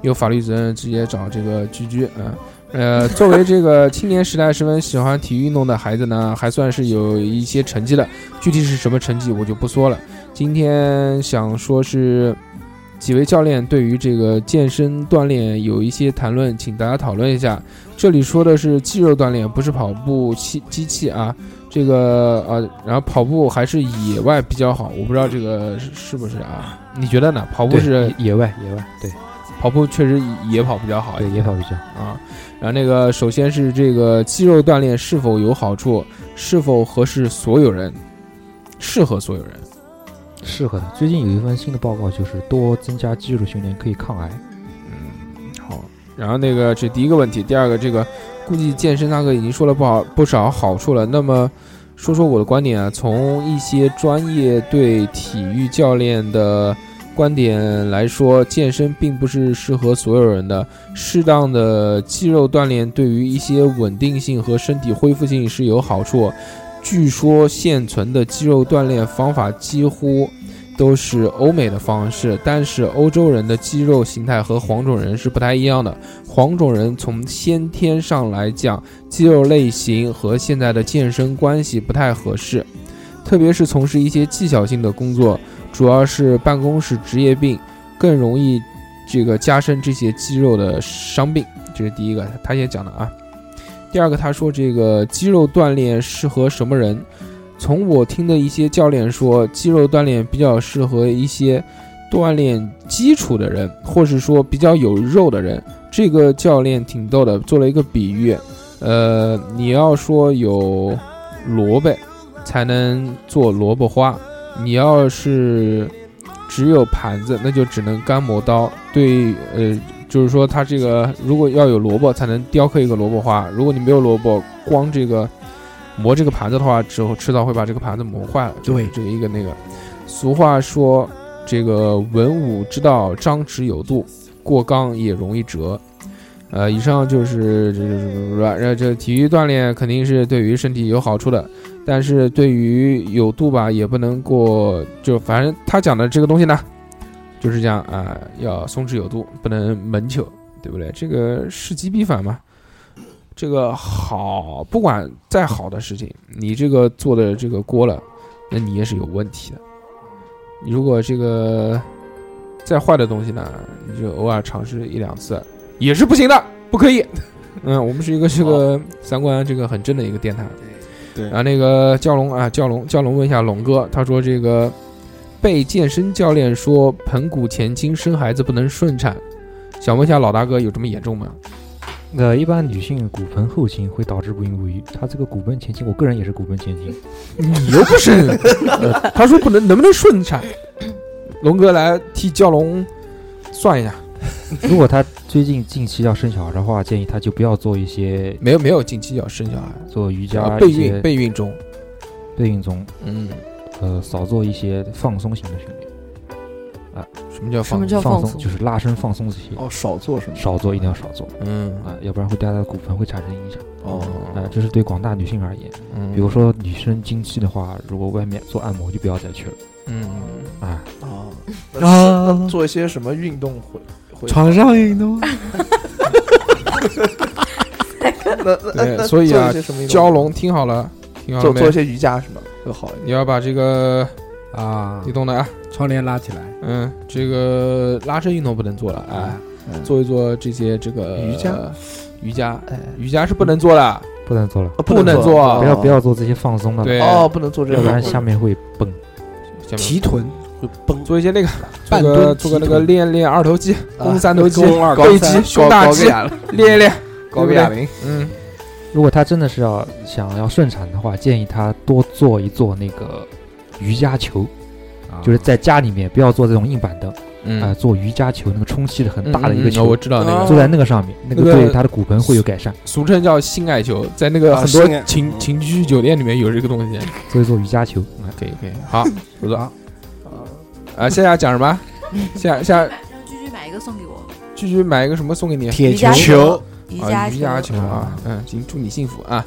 Speaker 1: 有法律责任直接找这个居居啊。呃，作为这个青年时代十分喜欢体育运动的孩子呢，还算是有一些成绩的。具体是什么成绩，我就不说了。今天想说是几位教练对于这个健身锻炼有一些谈论，请大家讨论一下。这里说的是肌肉锻炼，不是跑步器机器啊。这个呃，然后跑步还是野外比较好，我不知道这个是是不是啊？你觉得呢？跑步
Speaker 5: 对
Speaker 1: 是
Speaker 5: 野野外，野外，对
Speaker 1: 跑步确实野跑比较好一
Speaker 5: 对，
Speaker 1: 点
Speaker 5: 野跑比较。
Speaker 1: 啊。然后那个，首先是这个肌肉锻炼是否有好处，是否合适所有人，适合所有人。
Speaker 5: 适合的。最近有一份新的报告，就是多增加肌肉训练可以抗癌。
Speaker 1: 嗯，好。然后那个这第一个问题，第二个这个，估计健身大哥已经说了不好不少好处了。那么说说我的观点啊，从一些专业对体育教练的观点来说，健身并不是适合所有人的。适当的肌肉锻炼对于一些稳定性和身体恢复性是有好处。据说现存的肌肉锻炼方法几乎都是欧美的方式，但是欧洲人的肌肉形态和黄种人是不太一样的。黄种人从先天上来讲，肌肉类型和现在的健身关系不太合适，特别是从事一些技巧性的工作，主要是办公室职业病，更容易这个加深这些肌肉的伤病。这是第一个，他也讲了啊。第二个，他说这个肌肉锻炼适合什么人？从我听的一些教练说，肌肉锻炼比较适合一些锻炼基础的人，或是说比较有肉的人。这个教练挺逗的，做了一个比喻，呃，你要说有萝卜才能做萝卜花，你要是只有盘子，那就只能干磨刀。对，呃，就是说它这个如果要有萝卜才能雕刻一个萝卜花，如果你没有萝卜，光这个磨这个盘子的话，之后迟早会把这个盘子磨坏了。
Speaker 2: 对
Speaker 1: 这个一个那个，俗话说，这个文武之道，张弛有度，过刚也容易折。呃，以上就是这这这这这体育锻炼肯定是对于身体有好处的，但是对于有度吧，也不能过，就反正他讲的这个东西呢，就是这样啊、要松弛有度，不能门球，对不对？这个事极必反嘛。这个好，不管再好的事情，你这个做的这个锅了，那你也是有问题的。你如果这个再坏的东西呢，你就偶尔尝试一两次也是不行的，不可以。 嗯，我们是一个这个三观这个很正的一个电台。
Speaker 4: 对
Speaker 1: 啊，那个蛟龙啊，蛟龙，蛟龙问一下龙哥，他说这个被健身教练说盆骨前倾生孩子不能顺产，想问一下老大哥有这么严重吗？
Speaker 5: 那呃一般女性骨盆后倾会导致不孕不育，她这个骨盆前倾，我个人也是骨盆前倾，
Speaker 1: 你又不是， 呃他说不能，能不能顺产？龙哥来替蛟龙算一下，
Speaker 5: 如果她最近近期要生小孩的话，建议她就不要做一些
Speaker 1: 没有没有，近期要生小孩，
Speaker 5: 做瑜
Speaker 1: 啊
Speaker 5: 伽、
Speaker 1: 备
Speaker 5: 一些
Speaker 1: 孕备孕中，
Speaker 5: 备孕中，
Speaker 1: 嗯，
Speaker 5: 呃，少做一些放松型的训练，
Speaker 1: 什么叫
Speaker 3: 什
Speaker 1: 放
Speaker 3: 么叫
Speaker 5: 放
Speaker 3: 放松
Speaker 5: 就是拉伸放松这些，
Speaker 7: 哦，少做什么？
Speaker 5: 少做一定要少做
Speaker 1: 嗯
Speaker 5: 啊、要不然会对她的骨盆会产生影响
Speaker 1: 哦
Speaker 5: 啊、这是对广大女性而言。
Speaker 1: 嗯，
Speaker 5: 比如说女生经期的话，如果外面做按摩就不要再去了
Speaker 1: 嗯，
Speaker 5: 啊。
Speaker 7: 啊，
Speaker 1: 呃
Speaker 2: 啊，
Speaker 7: 做一些什么运动会会？
Speaker 2: 床上运动，
Speaker 7: 那那那
Speaker 1: 对
Speaker 7: 那
Speaker 1: 所以啊
Speaker 7: 做一些什么运动
Speaker 1: 蛟龙听好了，听好
Speaker 7: 做
Speaker 1: 了
Speaker 7: 做
Speaker 1: 没
Speaker 7: 一？些瑜伽什么会好一点。
Speaker 1: 你要把这个
Speaker 2: 啊
Speaker 1: 你，懂的啊，
Speaker 2: 窗帘拉起来，
Speaker 1: 嗯，这个拉伸运动不能做了啊，做一做这些这个
Speaker 7: 瑜伽，
Speaker 1: 瑜伽，
Speaker 7: 哎，
Speaker 1: 瑜伽是不能做的，
Speaker 5: 不能做了，
Speaker 7: 哦
Speaker 1: 不能做
Speaker 7: 哦
Speaker 5: 不要不要做这些放松的，
Speaker 1: 对，
Speaker 7: 哦，不能做这
Speaker 5: 要不然
Speaker 7: 个。
Speaker 5: 下面会崩。
Speaker 1: 下面
Speaker 2: 提臀，
Speaker 1: 哦
Speaker 4: 会崩。
Speaker 1: 做一些那个，做
Speaker 2: 半
Speaker 1: 个
Speaker 2: 蹲
Speaker 1: 做个那
Speaker 2: 提
Speaker 1: 个
Speaker 2: 臀
Speaker 1: 练练二头肌、肱三头肌、
Speaker 7: 肱二
Speaker 1: 背
Speaker 7: 肱
Speaker 1: 肌、
Speaker 7: 三
Speaker 1: 胸大
Speaker 7: 高
Speaker 1: 肌
Speaker 7: 高个哑
Speaker 1: 练一练，
Speaker 7: 高个
Speaker 1: 对
Speaker 7: 哑
Speaker 1: 不对
Speaker 7: 铃，
Speaker 1: 嗯，
Speaker 5: 如果她真的是要想要顺产的话，建议她多做一做那个瑜伽球，就是在家里面不要做这种硬板凳
Speaker 1: 啊嗯
Speaker 5: 啊，做瑜伽球那个充气的很大的一
Speaker 1: 嗯
Speaker 5: 个
Speaker 1: 嗯嗯我
Speaker 5: 球，哦
Speaker 1: 知道那个嗯
Speaker 5: 坐在那个上面，那个
Speaker 1: 那个
Speaker 5: 对她的骨盆会有改善。
Speaker 1: 俗称叫性爱球，在那个
Speaker 4: 啊
Speaker 1: 很多
Speaker 4: 性爱
Speaker 1: 情
Speaker 4: 嗯
Speaker 1: 情趣酒店里面有这个东西，
Speaker 5: 所以做瑜伽球，
Speaker 1: 啊，可以可以， 好，不错啊，啊，下下讲什么？下下
Speaker 6: 让居居买一个送给我，
Speaker 1: 继续买一个什么送给你？
Speaker 2: 铁
Speaker 3: 瑜伽
Speaker 2: 球，
Speaker 3: 瑜
Speaker 1: 啊，
Speaker 3: 伽
Speaker 1: 瑜伽
Speaker 3: 球
Speaker 1: 球啊，嗯，行，祝你幸福啊。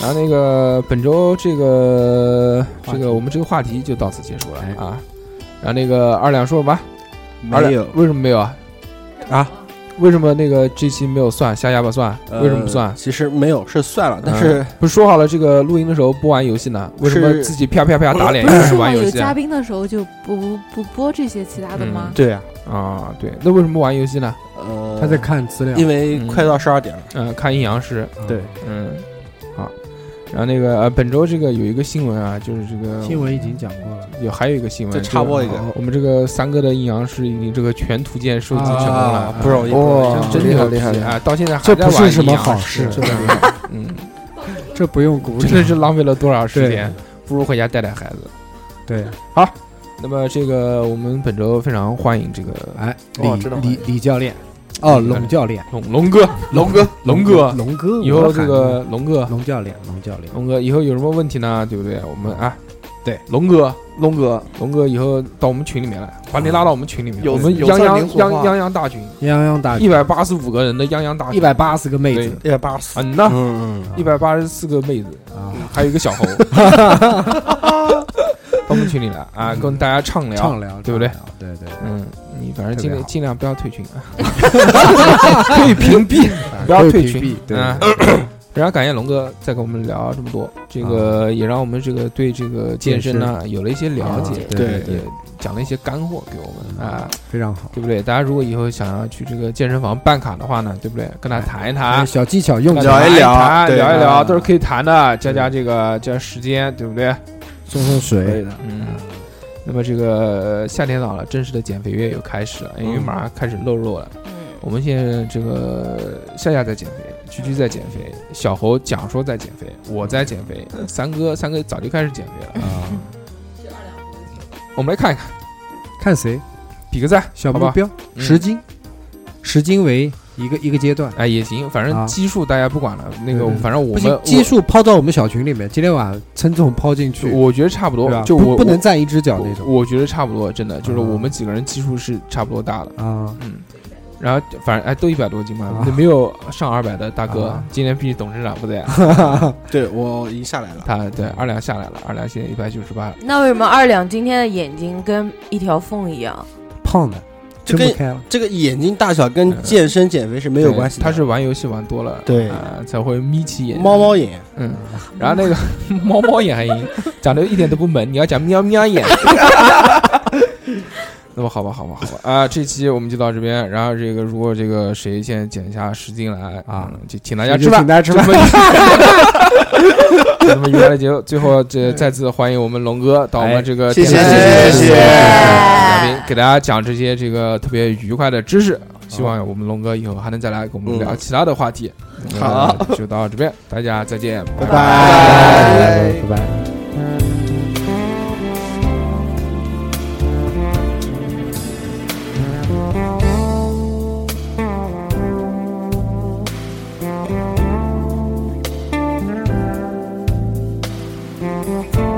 Speaker 1: 然后那个本周这个这个我们这个话题就到此结束了
Speaker 2: 哎
Speaker 1: 啊。然后那个二两说什么？二
Speaker 4: 没
Speaker 1: 两
Speaker 4: 有，
Speaker 1: 为什么没有啊？啊？为什么那个这期没有算下下巴算？
Speaker 4: 呃
Speaker 1: 为什么不算？
Speaker 4: 其实没有，是算了，但是
Speaker 1: 不是说好了这个录音的时候不玩游戏呢？为什么
Speaker 4: 呃是
Speaker 1: 自己啪啪啪打脸
Speaker 6: 不是
Speaker 1: 就是
Speaker 6: 说
Speaker 1: 玩游
Speaker 6: 有
Speaker 1: 戏
Speaker 6: 嘉
Speaker 1: 啊？
Speaker 6: 宾的时候就不不不播这些其他的吗？
Speaker 4: 对啊，
Speaker 1: 啊，对，那为什么玩游戏呢？
Speaker 4: 呃，
Speaker 2: 他在，看资料，
Speaker 4: 因为快到十二点了，
Speaker 1: 嗯，看阴阳师。
Speaker 4: 对，
Speaker 1: 嗯，好。然后那个呃，本周这个有一个新闻啊，就是这个
Speaker 2: 新闻已经讲过了，
Speaker 1: 有还有一个新闻，
Speaker 4: 再插播一个
Speaker 1: 这我们这个三哥的阴阳师已经这个全图鉴收集成功了，
Speaker 2: 啊
Speaker 4: 不容易，
Speaker 1: 啊
Speaker 4: 哇
Speaker 1: 真
Speaker 2: 厉
Speaker 1: 的
Speaker 2: 害
Speaker 1: 有
Speaker 2: 厉害
Speaker 1: 皮啊！到现在还
Speaker 2: 这
Speaker 1: 在
Speaker 2: 不是
Speaker 1: 玩
Speaker 2: 什
Speaker 1: 阴
Speaker 2: 么
Speaker 1: 阳
Speaker 2: 好
Speaker 1: 师
Speaker 2: 事，
Speaker 1: 真的，嗯，
Speaker 2: 这不用鼓
Speaker 1: 真
Speaker 2: 掌
Speaker 1: 的，是浪费了多少时
Speaker 2: 对
Speaker 1: 间，不如回家带带孩子。
Speaker 2: 对，
Speaker 1: 那么这个我们本周非常欢迎这个
Speaker 2: 哎，
Speaker 7: 哦
Speaker 2: 李
Speaker 7: 真的
Speaker 2: 李李教练，哦，龙教练，
Speaker 1: 龙龙哥，龙哥，嗯龙哥，
Speaker 2: 龙哥，
Speaker 1: 以后这个龙哥，
Speaker 2: 龙教练，龙教练，
Speaker 1: 龙哥以后有什么问题呢？对不对？我们啊，
Speaker 2: 对，
Speaker 1: 龙哥，
Speaker 7: 龙哥，
Speaker 1: 龙哥以后到我们群里面来，把你拉到我们群里面，
Speaker 7: 有
Speaker 1: 我们
Speaker 7: 有
Speaker 1: 泱
Speaker 7: 在
Speaker 1: 泱
Speaker 7: 灵活化
Speaker 1: 泱泱泱大群，
Speaker 2: 泱泱大
Speaker 1: 一百八十五个人的泱泱大群，
Speaker 2: 啊一百八十个妹
Speaker 1: 对
Speaker 2: 子，
Speaker 4: 一百八十，
Speaker 1: 嗯呐，
Speaker 4: 嗯
Speaker 1: 一百八十四个妹子，
Speaker 2: 啊，
Speaker 1: 还有一个小猴， 到我们群里来啊，跟大家畅聊，
Speaker 2: 畅聊，
Speaker 1: 对不对
Speaker 2: 畅聊？对对，
Speaker 1: 嗯，你反正
Speaker 2: 特
Speaker 1: 尽
Speaker 2: 别
Speaker 1: 量
Speaker 2: 好
Speaker 1: 尽量不要退群啊， 可以屏蔽，不要退
Speaker 2: 可以
Speaker 1: 群
Speaker 2: 屏蔽。对
Speaker 1: 啊。非常感谢龙哥再跟我们聊这么多，这
Speaker 4: 啊
Speaker 1: 个也让我们这个对这个健身呢有了一些了解，
Speaker 2: 啊对
Speaker 4: 对嗯
Speaker 1: 也讲了一些干货给我们啊，
Speaker 2: 非常好。
Speaker 1: 对不对？大家如果以后想要去这个健身房办卡的话呢，对不对？跟他谈一谈，
Speaker 2: 哎
Speaker 4: 哎
Speaker 2: 小技巧用
Speaker 1: 跟
Speaker 2: 起
Speaker 1: 他
Speaker 2: 来，
Speaker 4: 聊一聊
Speaker 1: 谈
Speaker 4: 对
Speaker 1: 聊一聊
Speaker 4: 啊
Speaker 1: 都是可以谈的，加加这个加时间，对不对？
Speaker 2: 送送
Speaker 7: 可
Speaker 2: 水
Speaker 7: 以，的。
Speaker 1: 嗯，那么这个呃夏天到了，正式的减肥月又开始了，因为马上开始露肉了。
Speaker 3: 嗯，
Speaker 1: 我们现在这个夏夏在减肥，居居在减肥，小猴讲说在减肥，我在减肥，三哥三哥早就开始减肥了。
Speaker 2: 啊，
Speaker 1: 我们来看一看，
Speaker 2: 看谁
Speaker 1: 比个赞，
Speaker 2: 小
Speaker 1: 好
Speaker 2: 目
Speaker 1: 吧？
Speaker 2: 标
Speaker 1: 嗯
Speaker 2: 十斤，十斤为一个一个阶段，
Speaker 1: 哎也行，反正
Speaker 2: 啊
Speaker 1: 基数大家不管了，那个
Speaker 2: 对对
Speaker 1: 反正我
Speaker 2: 不
Speaker 1: 们
Speaker 2: 行，基数抛到我们小群里面，今天晚上称重抛进去
Speaker 1: 我，我觉得差不
Speaker 2: 对
Speaker 1: 多
Speaker 2: 吧？，
Speaker 1: 就
Speaker 2: 不
Speaker 1: 我
Speaker 2: 不能站一只脚
Speaker 1: 我
Speaker 2: 那种
Speaker 1: 我觉得差不多，真的就是
Speaker 2: 啊
Speaker 1: 我们几个人基数是差不多大的。
Speaker 2: 啊，
Speaker 1: 嗯，然后反正哎，都一百多斤嘛，
Speaker 2: 啊
Speaker 1: 没有上二百的大哥，
Speaker 2: 啊
Speaker 1: 今天毕竟董事长不在，啊
Speaker 4: 对我已经下来了，
Speaker 1: 他对二两下来了，二两现在一百九十八，
Speaker 3: 那为什么二两今天的眼睛跟一条缝一样？
Speaker 2: 胖的
Speaker 4: 这
Speaker 2: 撑
Speaker 4: 跟
Speaker 2: 不开了，
Speaker 1: 啊
Speaker 4: 这个眼睛大小跟健身减嗯肥是没
Speaker 1: 没
Speaker 4: 有关系的，
Speaker 1: 他是玩游戏玩多了，
Speaker 4: 对
Speaker 1: 啊才会眯起眼，
Speaker 4: 猫，猫眼，
Speaker 1: 嗯，然后那个 猫猫眼还行，长得一点都不萌，你要讲喵喵眼， 那么好吧，好吧，好吧，啊，这期我们就到这边。然后这个，如果这个谁现在减下十斤来
Speaker 5: 啊
Speaker 1: 嗯就请大家吃
Speaker 2: 就
Speaker 1: 饭
Speaker 2: 请。大家吃
Speaker 1: 这
Speaker 2: 饭。
Speaker 1: 么那么愉快的节目，最后这再次欢迎我们龙哥到我们这个
Speaker 4: 哎谢谢
Speaker 1: 电台
Speaker 4: 谢谢谢谢
Speaker 1: 嘉宾，给大家讲这些这个特别愉快的知识。希望我们龙哥以后还能再来跟我们聊其他的话题。
Speaker 4: 嗯好
Speaker 1: 那就到这边，大家再见，拜拜。
Speaker 5: 哎
Speaker 4: 拜
Speaker 5: 拜拜。
Speaker 9: Thank